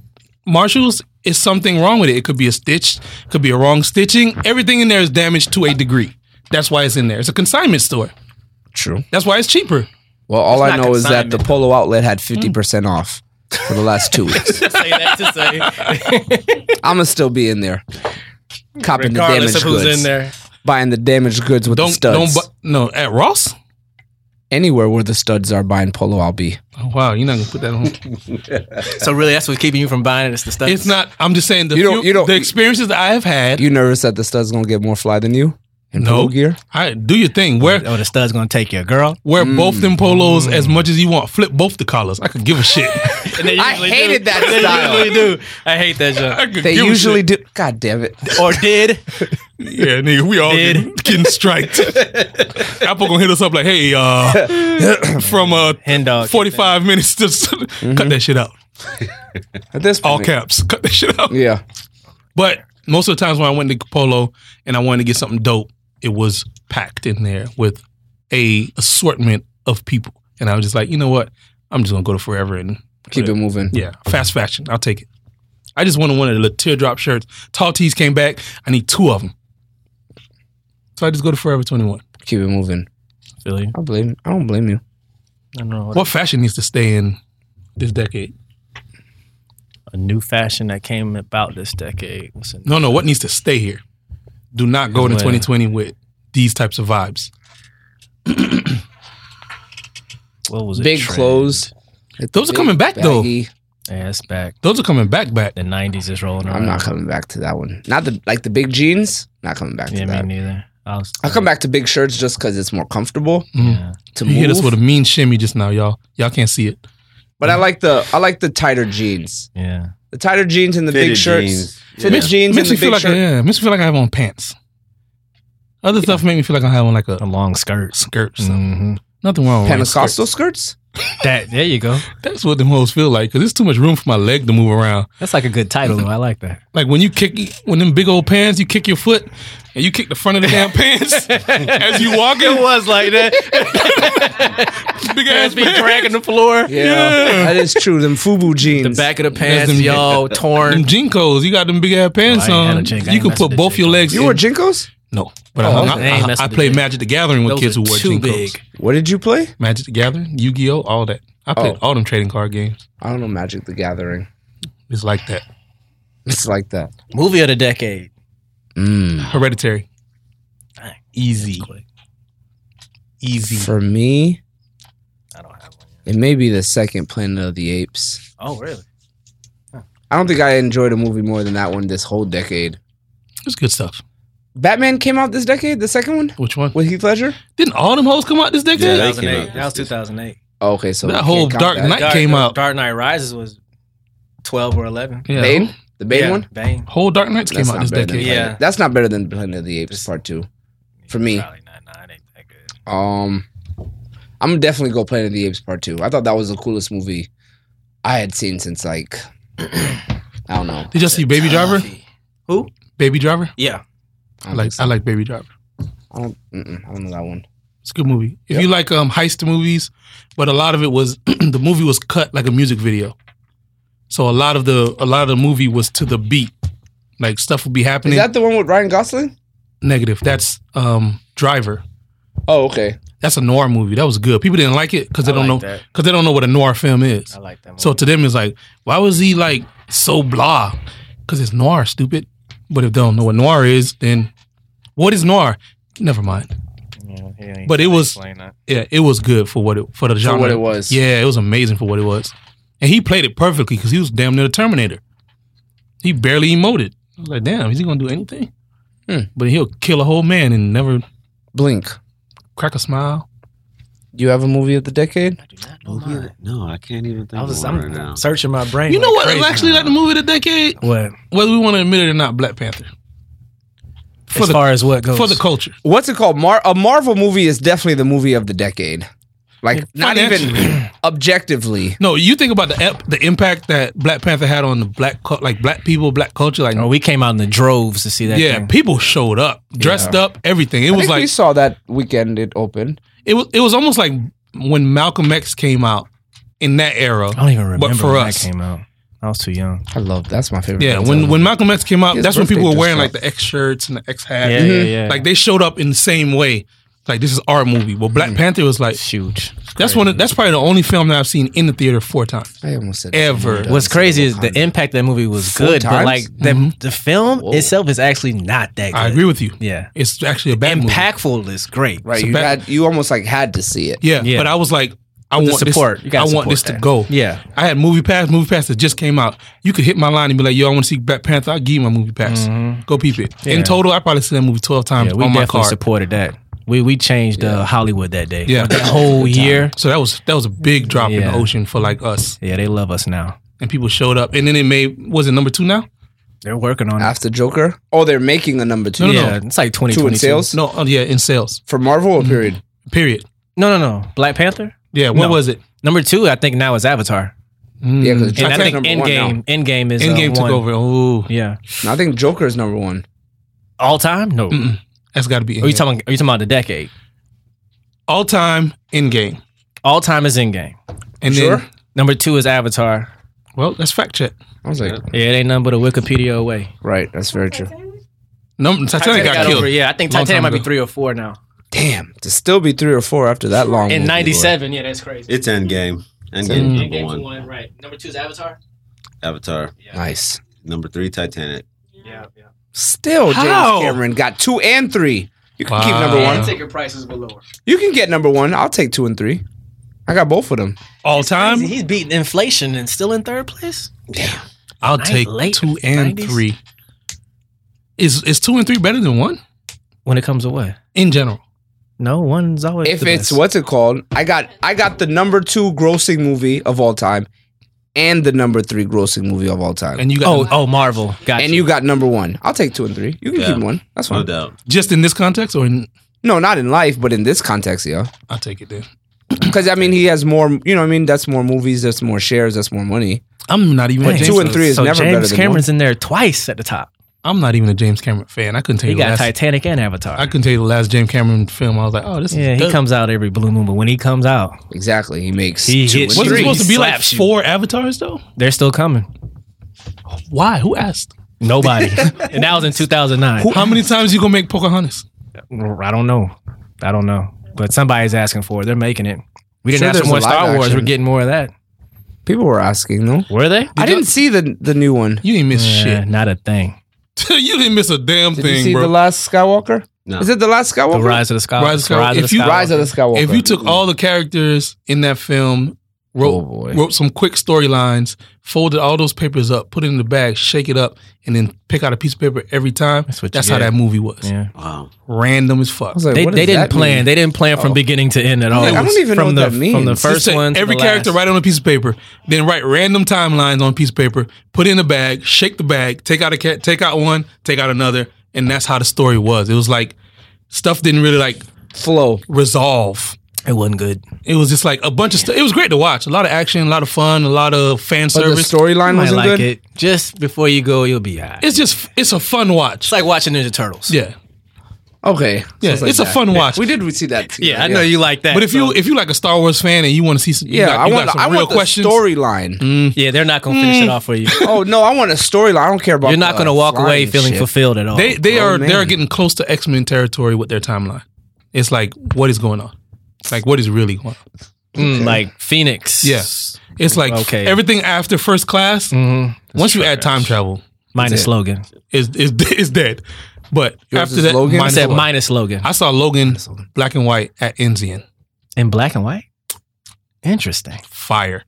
[SPEAKER 2] Marshalls. Is something wrong with it? It could be a stitch, could be a wrong stitching. Everything in there is damaged to a degree. That's why it's in there. It's a consignment store.
[SPEAKER 3] True.
[SPEAKER 2] That's why it's cheaper.
[SPEAKER 3] Well, all I
[SPEAKER 4] not
[SPEAKER 3] know is that the
[SPEAKER 4] consignment.
[SPEAKER 3] polo outlet had 50% off for the last two weeks.
[SPEAKER 4] say that to say.
[SPEAKER 3] I'm going to still be in there. Copping the
[SPEAKER 10] Regardless
[SPEAKER 3] damaged
[SPEAKER 10] of who's
[SPEAKER 3] goods.
[SPEAKER 10] in there.
[SPEAKER 3] Buying the damaged goods with the
[SPEAKER 2] Don't
[SPEAKER 3] studs.
[SPEAKER 2] don't bu- no at Ross.
[SPEAKER 3] Anywhere where the studs are buying polo, I'll be.
[SPEAKER 2] Oh, wow, you're not gonna put that on.
[SPEAKER 4] so really, that's what's keeping you from buying it. It's the stuff.
[SPEAKER 2] It's not. I'm just saying the
[SPEAKER 3] You don't-
[SPEAKER 2] few-
[SPEAKER 3] you don't-
[SPEAKER 2] the experiences that I have had.
[SPEAKER 3] You nervous that the studs going to get more fly than you? In
[SPEAKER 2] No.
[SPEAKER 3] polo gear?
[SPEAKER 2] I do your thing. Wear
[SPEAKER 4] Oh, the stud's gonna take you, girl.
[SPEAKER 2] wear
[SPEAKER 3] Mm.
[SPEAKER 2] both them polos as much as you want. Flip both the collars. I could give a shit.
[SPEAKER 4] And they
[SPEAKER 3] I
[SPEAKER 4] usually
[SPEAKER 3] hated that
[SPEAKER 4] They
[SPEAKER 3] style.
[SPEAKER 4] usually do. I hate that
[SPEAKER 2] I
[SPEAKER 4] joke.
[SPEAKER 2] could
[SPEAKER 3] They
[SPEAKER 2] give a
[SPEAKER 3] usually
[SPEAKER 2] shit.
[SPEAKER 3] do. God damn it.
[SPEAKER 4] Or did
[SPEAKER 2] Yeah, nigga, we all
[SPEAKER 4] Did.
[SPEAKER 2] getting, getting striked. Apple gonna hit us up like, hey, uh, from uh,
[SPEAKER 4] Hen dog.
[SPEAKER 2] forty five minutes to cut that shit out.
[SPEAKER 3] At this point.
[SPEAKER 2] All caps, cut that shit out.
[SPEAKER 3] Yeah.
[SPEAKER 2] But most of the times when I went to Polo and I wanted to get something dope, it was packed in there with a assortment of people, and I was just like, you know what, I'm just gonna go to Forever and
[SPEAKER 3] Keep it moving.
[SPEAKER 2] Yeah, fast fashion. I'll take it. I just wanted one of the little teardrop shirts. Tall tees came back. I need two of them. So I just go to Forever 21.
[SPEAKER 3] Keep it moving.
[SPEAKER 4] Feel you.
[SPEAKER 3] I blame. I don't blame you.
[SPEAKER 4] I don't know what
[SPEAKER 2] What fashion needs to stay in this decade?
[SPEAKER 4] a new fashion that came about this decade. What's in
[SPEAKER 2] No, no, what needs to stay here? Do not go into
[SPEAKER 4] Well-
[SPEAKER 2] 2020 with these types of vibes.
[SPEAKER 4] What was it?
[SPEAKER 3] Big
[SPEAKER 4] Trend.
[SPEAKER 3] clothes.
[SPEAKER 2] Those are coming back, though.
[SPEAKER 3] though.
[SPEAKER 4] Yeah, it's back.
[SPEAKER 2] Those are coming back, back.
[SPEAKER 4] The '90s is rolling around.
[SPEAKER 3] I'm not coming back to that one. Not the like the big jeans. Not coming back
[SPEAKER 4] Yeah,
[SPEAKER 3] to
[SPEAKER 4] me
[SPEAKER 3] that.
[SPEAKER 4] neither. I was.
[SPEAKER 3] I'll come back to big shirts just because it's more comfortable
[SPEAKER 4] Yeah.
[SPEAKER 3] to
[SPEAKER 2] You
[SPEAKER 3] move.
[SPEAKER 2] hit us with a mean shimmy just now, y'all. Y'all can't see it.
[SPEAKER 3] but I like the I like the tighter jeans.
[SPEAKER 4] Yeah.
[SPEAKER 3] The tighter jeans and the
[SPEAKER 5] Fitted
[SPEAKER 3] big shirts.
[SPEAKER 5] jeans.
[SPEAKER 3] Fitted
[SPEAKER 5] Yeah.
[SPEAKER 3] jeans and
[SPEAKER 2] Makes
[SPEAKER 3] the
[SPEAKER 2] me feel
[SPEAKER 3] big
[SPEAKER 2] like
[SPEAKER 3] shirt.
[SPEAKER 2] yeah, makes me feel like I have on pants. Other stuff make me feel like I have on like a
[SPEAKER 4] A long skirt.
[SPEAKER 2] skirt. or something.
[SPEAKER 4] Mm-hmm.
[SPEAKER 2] Nothing wrong with wearing
[SPEAKER 3] Pentecostal skirts?
[SPEAKER 4] That there you go.
[SPEAKER 2] skirts. That's what them hoes feel like because there's too much room for my leg to move around.
[SPEAKER 4] That's like a good title though. I like that.
[SPEAKER 2] Like when you kick, when them big old pants, you kick your foot and you kick the front of the damn pants as you walk
[SPEAKER 4] It was like that.
[SPEAKER 2] Big ass
[SPEAKER 4] be
[SPEAKER 2] pants.
[SPEAKER 4] dragging the floor.
[SPEAKER 3] Yeah, that is true. Them FUBU
[SPEAKER 11] The
[SPEAKER 3] jeans.
[SPEAKER 11] back of the pants,
[SPEAKER 2] them-
[SPEAKER 11] y'all
[SPEAKER 2] Them
[SPEAKER 11] torn.
[SPEAKER 2] jinkos, you got them big ass pants
[SPEAKER 4] Oh, I ain't had a
[SPEAKER 2] on.
[SPEAKER 4] jink. I
[SPEAKER 2] You
[SPEAKER 4] ain't
[SPEAKER 2] can
[SPEAKER 4] messing
[SPEAKER 2] put
[SPEAKER 4] with
[SPEAKER 2] both
[SPEAKER 4] jinkos.
[SPEAKER 2] your legs.
[SPEAKER 3] you
[SPEAKER 2] in.
[SPEAKER 3] were jinkos?
[SPEAKER 2] no, but
[SPEAKER 4] Oh,
[SPEAKER 2] I,
[SPEAKER 4] I ain't
[SPEAKER 2] I, I,
[SPEAKER 4] messing with
[SPEAKER 2] played
[SPEAKER 4] jinkos.
[SPEAKER 2] Magic the Gathering with
[SPEAKER 11] Those
[SPEAKER 2] kids
[SPEAKER 11] are
[SPEAKER 2] who wore
[SPEAKER 11] too
[SPEAKER 2] jinkos.
[SPEAKER 11] big.
[SPEAKER 3] What did you play?
[SPEAKER 2] Magic the Gathering, Yu Gi Oh, all that. I played
[SPEAKER 3] Oh.
[SPEAKER 2] all them trading card games.
[SPEAKER 3] I don't know. Magic the Gathering.
[SPEAKER 2] It's like that.
[SPEAKER 3] It's like that.
[SPEAKER 11] Movie of the decade.
[SPEAKER 3] Mm.
[SPEAKER 2] Hereditary.
[SPEAKER 11] Easy.
[SPEAKER 2] Easy.
[SPEAKER 3] For me,
[SPEAKER 4] I don't have one.
[SPEAKER 3] it may be the second Planet of the Apes.
[SPEAKER 4] Oh really?
[SPEAKER 3] I don't think I enjoyed a movie more than that one this whole decade.
[SPEAKER 2] It's good stuff.
[SPEAKER 3] Batman came out this decade, the second one
[SPEAKER 2] Which one?
[SPEAKER 3] with Heath Ledger.
[SPEAKER 2] Didn't all them hoes come out this decade?
[SPEAKER 5] Yeah, they came
[SPEAKER 4] 2008.
[SPEAKER 5] out this-
[SPEAKER 4] That was 2008.
[SPEAKER 3] Oh, okay, so
[SPEAKER 2] That
[SPEAKER 3] we
[SPEAKER 2] whole
[SPEAKER 3] can't count
[SPEAKER 2] Dark
[SPEAKER 3] that.
[SPEAKER 2] Knight came out.
[SPEAKER 4] Dark Knight Rises was 12 or 11.
[SPEAKER 2] Yeah,
[SPEAKER 3] Bane, the Bane
[SPEAKER 4] yeah,
[SPEAKER 3] one.
[SPEAKER 4] Bane.
[SPEAKER 2] Whole Dark Knights came
[SPEAKER 3] That's
[SPEAKER 2] out
[SPEAKER 3] not
[SPEAKER 2] this
[SPEAKER 3] better than
[SPEAKER 2] decade.
[SPEAKER 4] Yeah.
[SPEAKER 3] Planet- That's not better than Planet of the Apes Part Two. For me.
[SPEAKER 4] Probably not. Nah, it ain't that good.
[SPEAKER 3] Um, I'm gonna definitely go Planet of the Apes Part Two. I thought that was the coolest movie I had seen since like I don't know.
[SPEAKER 2] Did y'all see Baby Driver?
[SPEAKER 11] Who?
[SPEAKER 2] Baby Driver?
[SPEAKER 11] Yeah.
[SPEAKER 3] I
[SPEAKER 2] I
[SPEAKER 3] don't,
[SPEAKER 2] like I like Baby Driver.
[SPEAKER 3] I don't, mm-mm, I don't know that one.
[SPEAKER 2] It's a good movie. If you like um heist movies, but a lot of it was the movie was cut like a music video. So a lot of the a lot of the movie was to the beat. Like stuff would be
[SPEAKER 3] Is
[SPEAKER 2] happening.
[SPEAKER 3] that the one with Ryan Gosling?
[SPEAKER 2] Negative. That's um Driver.
[SPEAKER 3] Oh, okay.
[SPEAKER 2] That's a noir movie. That was good. People didn't like it because they
[SPEAKER 4] I
[SPEAKER 2] don't
[SPEAKER 4] like
[SPEAKER 2] know
[SPEAKER 4] that.
[SPEAKER 2] because they don't know what a noir film is.
[SPEAKER 4] I like that movie.
[SPEAKER 2] So to them, it's like, why was he like so blah? Because it's noir, stupid. But if they don't know what noir is, then what is noir? Never mind.
[SPEAKER 4] Yeah, he ain't
[SPEAKER 2] But it
[SPEAKER 4] gotta
[SPEAKER 2] was-
[SPEAKER 4] explain that.
[SPEAKER 2] Yeah, it was good for what it for the genre.
[SPEAKER 3] what it was.
[SPEAKER 2] Yeah, it was amazing for what it was, and he played it perfectly because he was damn near the Terminator. He barely emoted. I was like, damn, is he gonna do anything?
[SPEAKER 3] Hmm.
[SPEAKER 2] But he'll kill a whole man and never
[SPEAKER 3] Blink.
[SPEAKER 2] crack a smile.
[SPEAKER 3] You have a movie of the decade?
[SPEAKER 4] I do not know
[SPEAKER 5] Movie of
[SPEAKER 4] mine.
[SPEAKER 5] the- Oh, No, I can't even think
[SPEAKER 4] I was
[SPEAKER 5] of one
[SPEAKER 4] I'm
[SPEAKER 5] right now.
[SPEAKER 4] searching my brain.
[SPEAKER 2] You know
[SPEAKER 4] like
[SPEAKER 2] what?
[SPEAKER 4] Crazy.
[SPEAKER 2] It's actually like the movie of the decade,
[SPEAKER 4] what?
[SPEAKER 2] whether we want to admit it or not. Black Panther for
[SPEAKER 4] as
[SPEAKER 2] the
[SPEAKER 4] far as what goes
[SPEAKER 2] for the culture.
[SPEAKER 3] What's it called? Mar- a Marvel movie is definitely the movie of the decade. Like not even objectively.
[SPEAKER 2] No, you think about the ep- the impact that Black Panther had on the black cul- like black people, black culture, like
[SPEAKER 4] Oh, we came out in the droves to see that.
[SPEAKER 2] yeah,
[SPEAKER 4] thing.
[SPEAKER 2] people showed up, dressed up, everything. It
[SPEAKER 3] I
[SPEAKER 2] was
[SPEAKER 3] think we
[SPEAKER 2] like
[SPEAKER 3] saw that weekend it opened.
[SPEAKER 2] it was it was almost like when Malcolm X came out in that era.
[SPEAKER 4] I don't even remember
[SPEAKER 2] But for
[SPEAKER 4] when
[SPEAKER 2] us,
[SPEAKER 4] that came out. I was too young.
[SPEAKER 3] I love that's my favorite.
[SPEAKER 2] yeah,
[SPEAKER 3] thing.
[SPEAKER 2] when when Malcolm X came out,
[SPEAKER 3] His
[SPEAKER 2] that's when people
[SPEAKER 3] birthday
[SPEAKER 2] were
[SPEAKER 3] just
[SPEAKER 2] wearing like
[SPEAKER 3] dropped.
[SPEAKER 2] the X shirts and the X hats.
[SPEAKER 4] Yeah, yeah, yeah.
[SPEAKER 2] Like they showed up in the same way. Like this is our movie. Well, Black
[SPEAKER 4] Mm.
[SPEAKER 2] Panther was like
[SPEAKER 4] huge.
[SPEAKER 2] that's one. Of, that's probably the only film that I've seen in the theater four times
[SPEAKER 3] I almost said
[SPEAKER 2] ever.
[SPEAKER 4] What's crazy is the impact that movie was
[SPEAKER 3] Four
[SPEAKER 4] good,
[SPEAKER 3] times?
[SPEAKER 4] but like the the film itself is actually not that good.
[SPEAKER 2] I agree with you.
[SPEAKER 4] Yeah,
[SPEAKER 2] It's actually a bad movie.
[SPEAKER 4] impactful is great.
[SPEAKER 3] Right,
[SPEAKER 2] So
[SPEAKER 3] you
[SPEAKER 2] back-
[SPEAKER 3] had you almost like had to see it.
[SPEAKER 2] Yeah,
[SPEAKER 4] Yeah.
[SPEAKER 2] but I was like, I
[SPEAKER 4] the
[SPEAKER 2] want
[SPEAKER 4] support. You
[SPEAKER 2] This,
[SPEAKER 4] gotta
[SPEAKER 2] I want
[SPEAKER 4] support
[SPEAKER 2] this to
[SPEAKER 4] that.
[SPEAKER 2] go.
[SPEAKER 4] Yeah,
[SPEAKER 2] I had movie pass, movie pass that just came out. You could hit my line and be like, "Yo, I want to see Black Panther. I'll give you my movie pass. Go peep it." In
[SPEAKER 4] Mm-hmm. Yeah.
[SPEAKER 2] total, I probably see that movie twelve times
[SPEAKER 4] yeah. We
[SPEAKER 2] on my
[SPEAKER 4] definitely
[SPEAKER 2] card.
[SPEAKER 4] supported that. We we changed uh, Hollywood that day.
[SPEAKER 2] Yeah.
[SPEAKER 4] that whole year.
[SPEAKER 2] So that was that was a big drop in the
[SPEAKER 4] Yeah.
[SPEAKER 2] ocean for like us,
[SPEAKER 4] Yeah, they love us now.
[SPEAKER 2] and people showed up, and then it made was it number two now?
[SPEAKER 4] They're working on it.
[SPEAKER 3] After Joker. Oh, they're making a number two.
[SPEAKER 2] No, no,
[SPEAKER 4] Yeah, it's like twenty
[SPEAKER 3] Two in
[SPEAKER 4] twenty
[SPEAKER 3] sales
[SPEAKER 2] No, oh, yeah, in sales.
[SPEAKER 3] for Marvel or period.
[SPEAKER 2] Period.
[SPEAKER 4] No, no, no. Black Panther
[SPEAKER 2] Yeah, what
[SPEAKER 4] No.
[SPEAKER 2] was it? Mm.
[SPEAKER 4] number two. I think now is Avatar,
[SPEAKER 3] Yeah,
[SPEAKER 2] Mm-hmm.
[SPEAKER 3] because
[SPEAKER 4] and
[SPEAKER 3] Joker's
[SPEAKER 4] I think
[SPEAKER 3] number one now.
[SPEAKER 4] Endgame. Endgame is uh,
[SPEAKER 2] Endgame took
[SPEAKER 4] one.
[SPEAKER 2] over. Oh,
[SPEAKER 4] Yeah,
[SPEAKER 3] No, I think Joker's number one.
[SPEAKER 4] all time. No,
[SPEAKER 2] that's got to be.
[SPEAKER 4] are you
[SPEAKER 2] Endgame.
[SPEAKER 4] talking? Are you talking about the decade?
[SPEAKER 2] all time Endgame?
[SPEAKER 4] All time is Endgame.
[SPEAKER 2] And
[SPEAKER 3] Sure.
[SPEAKER 2] then,
[SPEAKER 4] Number two is Avatar.
[SPEAKER 2] well, that's fact check.
[SPEAKER 3] I was like,
[SPEAKER 4] Yeah, it ain't nothing but a Wikipedia away.
[SPEAKER 3] right, that's very true.
[SPEAKER 2] Number Titanic, got, killed.
[SPEAKER 4] over. Yeah, I think
[SPEAKER 2] Long
[SPEAKER 4] Titanic
[SPEAKER 2] time
[SPEAKER 4] might be
[SPEAKER 2] ago.
[SPEAKER 4] three or four now.
[SPEAKER 3] Damn, to still be three or four after that long.
[SPEAKER 4] In
[SPEAKER 3] movie,
[SPEAKER 4] '97, yeah, that's crazy.
[SPEAKER 5] It's Endgame.
[SPEAKER 2] Endgame.
[SPEAKER 5] Endgame number one.
[SPEAKER 4] right? Number two is Avatar.
[SPEAKER 5] Avatar.
[SPEAKER 3] boy. Nice.
[SPEAKER 5] Number three, Titanic.
[SPEAKER 4] Yeah, yeah.
[SPEAKER 3] Still, James
[SPEAKER 2] How?
[SPEAKER 3] Cameron got two and three. You can keep
[SPEAKER 2] Wow.
[SPEAKER 3] number one.
[SPEAKER 4] ticket prices were lower.
[SPEAKER 3] You can get number one. I'll take two and three. I got both of them.
[SPEAKER 2] All time,
[SPEAKER 4] He's beating inflation and still in third place.
[SPEAKER 2] I'll
[SPEAKER 4] Nine-
[SPEAKER 2] take
[SPEAKER 4] late
[SPEAKER 2] two and
[SPEAKER 4] 90s?
[SPEAKER 2] three. Is is two and three better than one
[SPEAKER 4] When it comes to what?
[SPEAKER 2] in general?
[SPEAKER 4] No, one's always.
[SPEAKER 3] If
[SPEAKER 4] the
[SPEAKER 3] it's
[SPEAKER 4] best.
[SPEAKER 3] what's it called? I got I got the number two grossing movie of all time, and the number three grossing movie of all time.
[SPEAKER 2] And you got
[SPEAKER 4] oh oh Marvel, got
[SPEAKER 3] and you got number one. I'll take two and three. You can
[SPEAKER 5] Yeah.
[SPEAKER 3] keep one. That's
[SPEAKER 5] No
[SPEAKER 3] fine.
[SPEAKER 5] doubt.
[SPEAKER 2] just in this context, or in,
[SPEAKER 3] No, not in life, but in this context, yeah.
[SPEAKER 2] I'll take it then.
[SPEAKER 3] Because I mean, he has more. You know, what I mean, that's more movies. That's more shares. That's more money.
[SPEAKER 2] I'm not even. a
[SPEAKER 3] But
[SPEAKER 2] James-
[SPEAKER 3] two and three is
[SPEAKER 4] so
[SPEAKER 3] never
[SPEAKER 4] James
[SPEAKER 3] better than
[SPEAKER 4] Cameron's in there twice at the top.
[SPEAKER 2] I'm not even a James Cameron fan. I couldn't tell
[SPEAKER 4] He
[SPEAKER 2] you. the
[SPEAKER 4] got
[SPEAKER 2] last,
[SPEAKER 4] Titanic and Avatar.
[SPEAKER 2] I couldn't tell you the last James Cameron film. I was like, oh, this
[SPEAKER 4] yeah,
[SPEAKER 2] is.
[SPEAKER 4] he
[SPEAKER 2] dope.
[SPEAKER 4] comes out every blue moon, but when he comes out,
[SPEAKER 3] one. Exactly. He makes.
[SPEAKER 4] He
[SPEAKER 3] two
[SPEAKER 4] hits
[SPEAKER 3] and
[SPEAKER 2] Wasn't it
[SPEAKER 3] three.
[SPEAKER 2] supposed to be like
[SPEAKER 4] slaps you.
[SPEAKER 2] four avatars though?
[SPEAKER 4] they're still coming.
[SPEAKER 2] Why? Who asked?
[SPEAKER 4] Nobody. and that was in 2009.
[SPEAKER 2] How many times you gonna make Pocahontas?
[SPEAKER 4] I don't know. I don't know. But somebody's asking for it. They're making it. We didn't
[SPEAKER 3] Sure,
[SPEAKER 4] have so
[SPEAKER 3] there's a
[SPEAKER 4] much
[SPEAKER 3] live
[SPEAKER 4] Star Wars.
[SPEAKER 3] action.
[SPEAKER 4] We're getting more of that.
[SPEAKER 3] People were asking though.
[SPEAKER 4] Were they?
[SPEAKER 3] I didn't see the the new one.
[SPEAKER 2] You didn't miss
[SPEAKER 4] Yeah, not a thing.
[SPEAKER 2] shit. you didn't miss a damn
[SPEAKER 3] Did you
[SPEAKER 2] thing,
[SPEAKER 3] see
[SPEAKER 2] bro.
[SPEAKER 3] the last Skywalker?
[SPEAKER 5] No.
[SPEAKER 3] Is it the last Skywalker?
[SPEAKER 4] The Rise of the Skywalker.
[SPEAKER 2] Rise of the Skywalker. If you-
[SPEAKER 3] Rise of the Skywalker.
[SPEAKER 2] if you took all the characters in that film,
[SPEAKER 3] Oh,
[SPEAKER 2] wrote
[SPEAKER 3] boy.
[SPEAKER 2] wrote some quick storylines, folded all those papers up, put it in the bag, shake it up, and then pick out a piece of paper every time. That's,
[SPEAKER 4] what you
[SPEAKER 2] how
[SPEAKER 4] get.
[SPEAKER 2] that movie was.
[SPEAKER 4] Yeah.
[SPEAKER 5] Wow.
[SPEAKER 2] Random as fuck.
[SPEAKER 3] I was like,
[SPEAKER 4] They,
[SPEAKER 3] what
[SPEAKER 4] they
[SPEAKER 3] does
[SPEAKER 4] didn't
[SPEAKER 3] that mean?
[SPEAKER 4] plan. They didn't plan from beginning to end at all.
[SPEAKER 3] like, I don't even know what
[SPEAKER 4] from the,
[SPEAKER 3] that
[SPEAKER 4] From the
[SPEAKER 3] means.
[SPEAKER 4] first
[SPEAKER 2] Just take
[SPEAKER 4] one, to
[SPEAKER 2] every
[SPEAKER 4] the
[SPEAKER 2] character
[SPEAKER 4] last.
[SPEAKER 2] write on a piece of paper, then write random timelines on a piece of paper, put it in a bag, shake the bag, take out a cat, take out one, take out another, and that's how the story was. It was like stuff didn't really like
[SPEAKER 3] flow.
[SPEAKER 2] resolve.
[SPEAKER 4] It wasn't good.
[SPEAKER 2] It was just like a bunch of stuff. It was great to watch. A lot of action, a lot of fun, a lot of fan
[SPEAKER 3] But the
[SPEAKER 2] service.
[SPEAKER 3] storyline
[SPEAKER 4] I
[SPEAKER 3] wasn't
[SPEAKER 4] like
[SPEAKER 3] good.
[SPEAKER 4] it. Just before you go, you'll be all right. It's
[SPEAKER 2] it's just it's a fun watch.
[SPEAKER 4] like watching Ninja Turtles.
[SPEAKER 2] yeah.
[SPEAKER 3] Okay, So
[SPEAKER 2] Yeah,
[SPEAKER 3] like
[SPEAKER 2] it's a
[SPEAKER 3] that.
[SPEAKER 2] fun watch.
[SPEAKER 3] We did we see that.
[SPEAKER 4] Yeah,
[SPEAKER 3] together,
[SPEAKER 4] I know you like that.
[SPEAKER 2] But if you if you like a Star Wars fan and you want to see some, you
[SPEAKER 3] Yeah,
[SPEAKER 2] got-
[SPEAKER 3] I
[SPEAKER 2] you
[SPEAKER 3] want
[SPEAKER 2] got some
[SPEAKER 3] I
[SPEAKER 2] real
[SPEAKER 3] want the
[SPEAKER 2] questions.
[SPEAKER 3] storyline.
[SPEAKER 4] yeah, they're not gonna
[SPEAKER 2] mm.
[SPEAKER 4] finish it off for you.
[SPEAKER 3] Oh no, I want a storyline. I don't care about.
[SPEAKER 4] You're not
[SPEAKER 3] the
[SPEAKER 4] gonna walk away
[SPEAKER 3] flying
[SPEAKER 4] feeling
[SPEAKER 3] shit.
[SPEAKER 4] fulfilled at all.
[SPEAKER 2] They they
[SPEAKER 3] Oh,
[SPEAKER 2] are
[SPEAKER 3] man.
[SPEAKER 2] they're getting close to X Men territory with their timeline. It's like what is going on? It's like what is really going on?
[SPEAKER 4] Mm, Like Phoenix.
[SPEAKER 2] Yeah. It's like
[SPEAKER 4] Okay.
[SPEAKER 2] everything after first class.
[SPEAKER 4] Mhm.
[SPEAKER 2] Mm-hmm. Once you add time travel,
[SPEAKER 4] Minus slogan.
[SPEAKER 2] is is is dead. But after
[SPEAKER 3] is
[SPEAKER 2] that,
[SPEAKER 3] Logan?
[SPEAKER 4] I
[SPEAKER 2] minus
[SPEAKER 4] said
[SPEAKER 2] what?
[SPEAKER 4] minus slogan.
[SPEAKER 2] I saw Logan black and white at Enzian.
[SPEAKER 4] In black and white? Interesting.
[SPEAKER 2] Fire,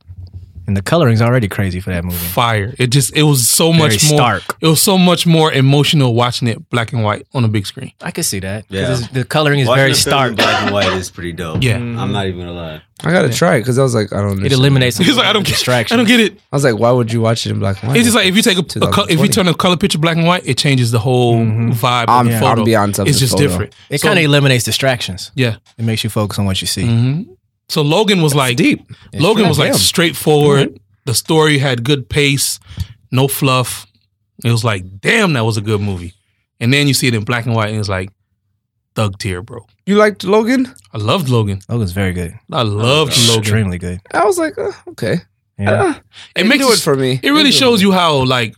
[SPEAKER 4] And the coloring's already crazy for that movie.
[SPEAKER 2] fire. It just it was so
[SPEAKER 4] Very
[SPEAKER 2] much more.
[SPEAKER 4] stark.
[SPEAKER 2] It was so much more emotional watching it black and white on a big screen.
[SPEAKER 4] I could see that. 'cause
[SPEAKER 5] Yeah.
[SPEAKER 4] it's- The coloring is
[SPEAKER 5] Watching
[SPEAKER 4] very
[SPEAKER 5] a film in
[SPEAKER 4] stark.
[SPEAKER 5] Black and white is pretty dope.
[SPEAKER 2] Yeah.
[SPEAKER 4] Mm.
[SPEAKER 5] I'm not even gonna lie.
[SPEAKER 3] I gotta try it because I was like, I don't.
[SPEAKER 4] It
[SPEAKER 3] Know.
[SPEAKER 4] eliminates
[SPEAKER 2] He's like, I don't get, I
[SPEAKER 4] distraction.
[SPEAKER 2] don't get it.
[SPEAKER 3] I was like, why would you watch it in black and white?
[SPEAKER 2] It's just like if you take a, a co- if you
[SPEAKER 3] 2020.
[SPEAKER 2] turn a color picture black and white, it changes the whole
[SPEAKER 3] Mm-hmm.
[SPEAKER 2] vibe. of
[SPEAKER 3] I'm-
[SPEAKER 2] the
[SPEAKER 3] I'm
[SPEAKER 2] photo.
[SPEAKER 3] beyond something
[SPEAKER 2] It's just
[SPEAKER 3] photo.
[SPEAKER 2] different.
[SPEAKER 4] It
[SPEAKER 2] So- Mm.
[SPEAKER 4] kind of eliminates distractions.
[SPEAKER 2] yeah. Mm-hmm.
[SPEAKER 4] It makes you focus on what you see.
[SPEAKER 2] So Logan was like
[SPEAKER 3] deep.
[SPEAKER 2] Logan was like
[SPEAKER 3] Goddamn.
[SPEAKER 2] straightforward. The story had good pace, no fluff. It was like, damn, that was a good movie. And then you see it in black and white, and it's like, thug tier, bro.
[SPEAKER 3] you liked Logan.
[SPEAKER 2] I loved Logan.
[SPEAKER 4] Logan's very good.
[SPEAKER 2] I loved Logan.
[SPEAKER 4] Extremely good.
[SPEAKER 3] I was like, uh, okay,
[SPEAKER 4] Yeah.
[SPEAKER 2] It
[SPEAKER 3] Didn't
[SPEAKER 2] makes
[SPEAKER 3] do
[SPEAKER 2] you-
[SPEAKER 3] it for me.
[SPEAKER 2] It really shows you how like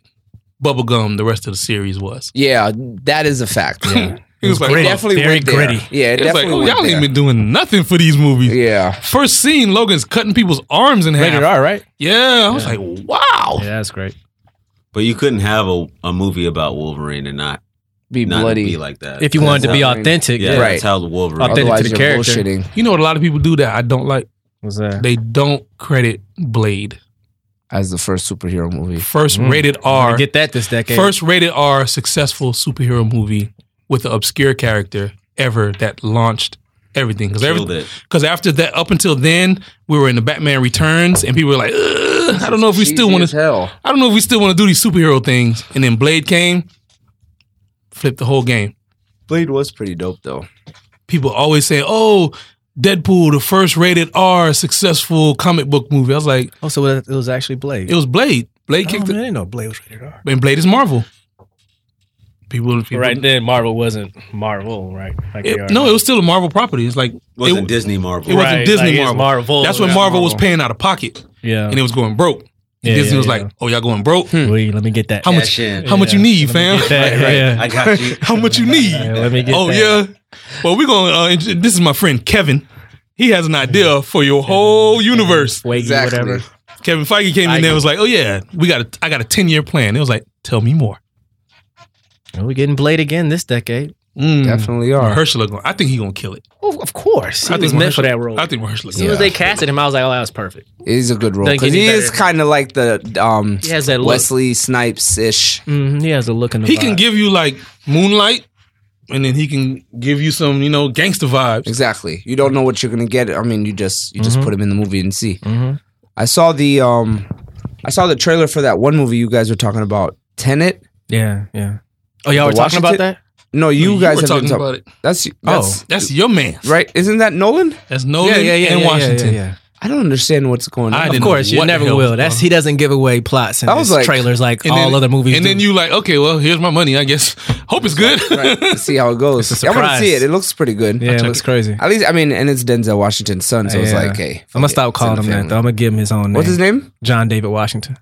[SPEAKER 2] bubblegum the rest of the series was.
[SPEAKER 3] Yeah, that is a fact. Yeah,
[SPEAKER 2] It was like,
[SPEAKER 4] gritty.
[SPEAKER 2] oh,
[SPEAKER 3] definitely
[SPEAKER 4] Very
[SPEAKER 3] went there.
[SPEAKER 4] gritty.
[SPEAKER 3] Yeah, it
[SPEAKER 2] it's like,
[SPEAKER 3] definitely
[SPEAKER 2] oh,
[SPEAKER 3] went
[SPEAKER 2] y'all ain't
[SPEAKER 3] there.
[SPEAKER 2] been doing nothing for these movies.
[SPEAKER 3] Yeah,
[SPEAKER 2] First scene, Logan's cutting people's arms in half.
[SPEAKER 4] Rated R, right?
[SPEAKER 2] Yeah, I was like, wow.
[SPEAKER 4] Yeah, that's great.
[SPEAKER 5] But you couldn't have a, a movie about Wolverine and not
[SPEAKER 3] be
[SPEAKER 5] not
[SPEAKER 3] bloody.
[SPEAKER 5] be like that.
[SPEAKER 4] If you wanted to be
[SPEAKER 5] That's
[SPEAKER 4] authentic,
[SPEAKER 5] how- yeah,
[SPEAKER 4] yeah.
[SPEAKER 5] that's how the Wolverine.
[SPEAKER 4] Authentic.
[SPEAKER 3] Otherwise,
[SPEAKER 4] to the
[SPEAKER 3] you're
[SPEAKER 4] character.
[SPEAKER 3] bullshitting.
[SPEAKER 2] You know, what a lot of people do that I don't like.
[SPEAKER 4] Was that?
[SPEAKER 2] They don't credit Blade.
[SPEAKER 3] As the first superhero movie,
[SPEAKER 2] First rated R.
[SPEAKER 4] Get that this decade.
[SPEAKER 2] First rated R successful superhero movie with an obscure character ever that launched everything.
[SPEAKER 5] Killed
[SPEAKER 2] Because
[SPEAKER 5] it.
[SPEAKER 2] after that, up until then, we were in the Batman Returns, and people were like, "Ugh, I don't know if we still
[SPEAKER 3] Cheesy
[SPEAKER 2] want
[SPEAKER 3] as
[SPEAKER 2] to.
[SPEAKER 3] hell.
[SPEAKER 2] I don't know if we still want to do these superhero things." And then Blade came, flipped the whole game.
[SPEAKER 3] Blade was pretty dope though.
[SPEAKER 2] People always say, "Oh, Deadpool, the first rated R successful comic book movie." I was like,
[SPEAKER 4] Oh, so it was actually Blade.
[SPEAKER 2] "It was Blade. Blade
[SPEAKER 4] oh,
[SPEAKER 2] kicked
[SPEAKER 4] man, I
[SPEAKER 2] it,
[SPEAKER 4] didn't know Blade was rated R.
[SPEAKER 2] and Blade is Marvel." People, people
[SPEAKER 4] Right then, Marvel wasn't Marvel, right? Like
[SPEAKER 2] It- no, it was still a Marvel property. It's like
[SPEAKER 5] It wasn't
[SPEAKER 2] it,
[SPEAKER 5] Disney Marvel.
[SPEAKER 2] it wasn't
[SPEAKER 4] Right,
[SPEAKER 2] Disney
[SPEAKER 4] like, it's
[SPEAKER 2] Marvel.
[SPEAKER 4] Marvel,
[SPEAKER 2] That's when
[SPEAKER 4] Oh, yeah,
[SPEAKER 2] Marvel, was
[SPEAKER 4] Marvel.
[SPEAKER 2] paying out of pocket,
[SPEAKER 4] yeah.
[SPEAKER 2] and it was going broke.
[SPEAKER 4] Yeah,
[SPEAKER 2] Disney
[SPEAKER 4] yeah,
[SPEAKER 2] was
[SPEAKER 4] yeah.
[SPEAKER 2] like, "Oh, y'all going broke? Hmm.
[SPEAKER 4] Wait, let me get that.
[SPEAKER 2] How much?
[SPEAKER 5] Cash in.
[SPEAKER 2] How much you need, fam?
[SPEAKER 4] That, yeah.
[SPEAKER 5] I got you.
[SPEAKER 2] how much you need?
[SPEAKER 4] let me get
[SPEAKER 2] oh
[SPEAKER 4] that.
[SPEAKER 2] yeah. Well, we're going. Uh, int- this is my friend Kevin. He has an idea for your whole universe.
[SPEAKER 4] Wakey,
[SPEAKER 3] Exactly.
[SPEAKER 4] whatever.
[SPEAKER 2] Kevin Feige came in there and was like, "Oh yeah, we got. A, I got a ten year plan." It was like, "Tell me more."
[SPEAKER 4] Well, we're getting Blade again this decade.
[SPEAKER 3] Hmm.
[SPEAKER 2] Mm.
[SPEAKER 3] Definitely are.
[SPEAKER 2] Herschel, gonna- I think he gonna kill it.
[SPEAKER 4] Oh, of course. He
[SPEAKER 2] I
[SPEAKER 4] was
[SPEAKER 2] think
[SPEAKER 4] meant for
[SPEAKER 2] Mahershala-
[SPEAKER 4] that role.
[SPEAKER 2] I think Herschel.
[SPEAKER 4] as soon
[SPEAKER 2] Yeah.
[SPEAKER 4] as they casted him, I was like, oh, that was perfect.
[SPEAKER 3] He's a good role
[SPEAKER 4] Doesn't get
[SPEAKER 3] because
[SPEAKER 4] any
[SPEAKER 3] he
[SPEAKER 4] better.
[SPEAKER 3] is kind of like the um
[SPEAKER 4] He has that look.
[SPEAKER 3] Wesley Snipes ish.
[SPEAKER 4] Mhm, he has a look in the
[SPEAKER 2] He can
[SPEAKER 4] vibe.
[SPEAKER 2] give you like moonlight, and then he can give you some, you know, gangster vibes.
[SPEAKER 3] Exactly. You don't know what you're gonna get. I mean, you just you just put him in the movie and see.
[SPEAKER 4] Mhm.
[SPEAKER 3] I saw the um, I saw the trailer for that one movie you guys were talking about, Tenet.
[SPEAKER 4] Yeah, yeah. Oh, y'all were
[SPEAKER 3] The
[SPEAKER 4] talking about
[SPEAKER 3] Washington-
[SPEAKER 4] that?
[SPEAKER 3] No, you,
[SPEAKER 2] you
[SPEAKER 3] guys
[SPEAKER 2] were
[SPEAKER 3] have
[SPEAKER 2] talking
[SPEAKER 3] been talking
[SPEAKER 2] about it. Oh,
[SPEAKER 3] That's that's
[SPEAKER 2] That's your man,
[SPEAKER 3] right. Isn't that Nolan?
[SPEAKER 2] That's Nolan and Washington.
[SPEAKER 3] I don't understand what's going
[SPEAKER 2] I
[SPEAKER 3] on.
[SPEAKER 2] didn't
[SPEAKER 4] Of course,
[SPEAKER 2] know
[SPEAKER 4] you
[SPEAKER 2] what the
[SPEAKER 4] never
[SPEAKER 2] hell was
[SPEAKER 4] will. That's
[SPEAKER 2] going
[SPEAKER 4] he doesn't give away plots and
[SPEAKER 3] I was
[SPEAKER 4] his
[SPEAKER 3] like-
[SPEAKER 4] trailers like all other movies.
[SPEAKER 2] And
[SPEAKER 4] do.
[SPEAKER 2] then you like, okay, well, here's my money. I guess. Hope it's good.
[SPEAKER 3] Right, see how it goes.
[SPEAKER 4] It's a
[SPEAKER 3] I want to
[SPEAKER 4] surprise.
[SPEAKER 3] see it. It looks pretty good.
[SPEAKER 4] yeah, it looks crazy.
[SPEAKER 3] At least I mean, and it's Denzel Washington's son, so it's
[SPEAKER 4] Yeah.
[SPEAKER 3] like, hey,
[SPEAKER 4] I'm
[SPEAKER 3] fuck
[SPEAKER 4] gonna
[SPEAKER 3] it,
[SPEAKER 4] stop
[SPEAKER 3] it's in
[SPEAKER 4] calling
[SPEAKER 3] the
[SPEAKER 4] him that.
[SPEAKER 3] family.
[SPEAKER 4] Though. I'm gonna give him his own name.
[SPEAKER 3] What's his name?
[SPEAKER 4] John David Washington.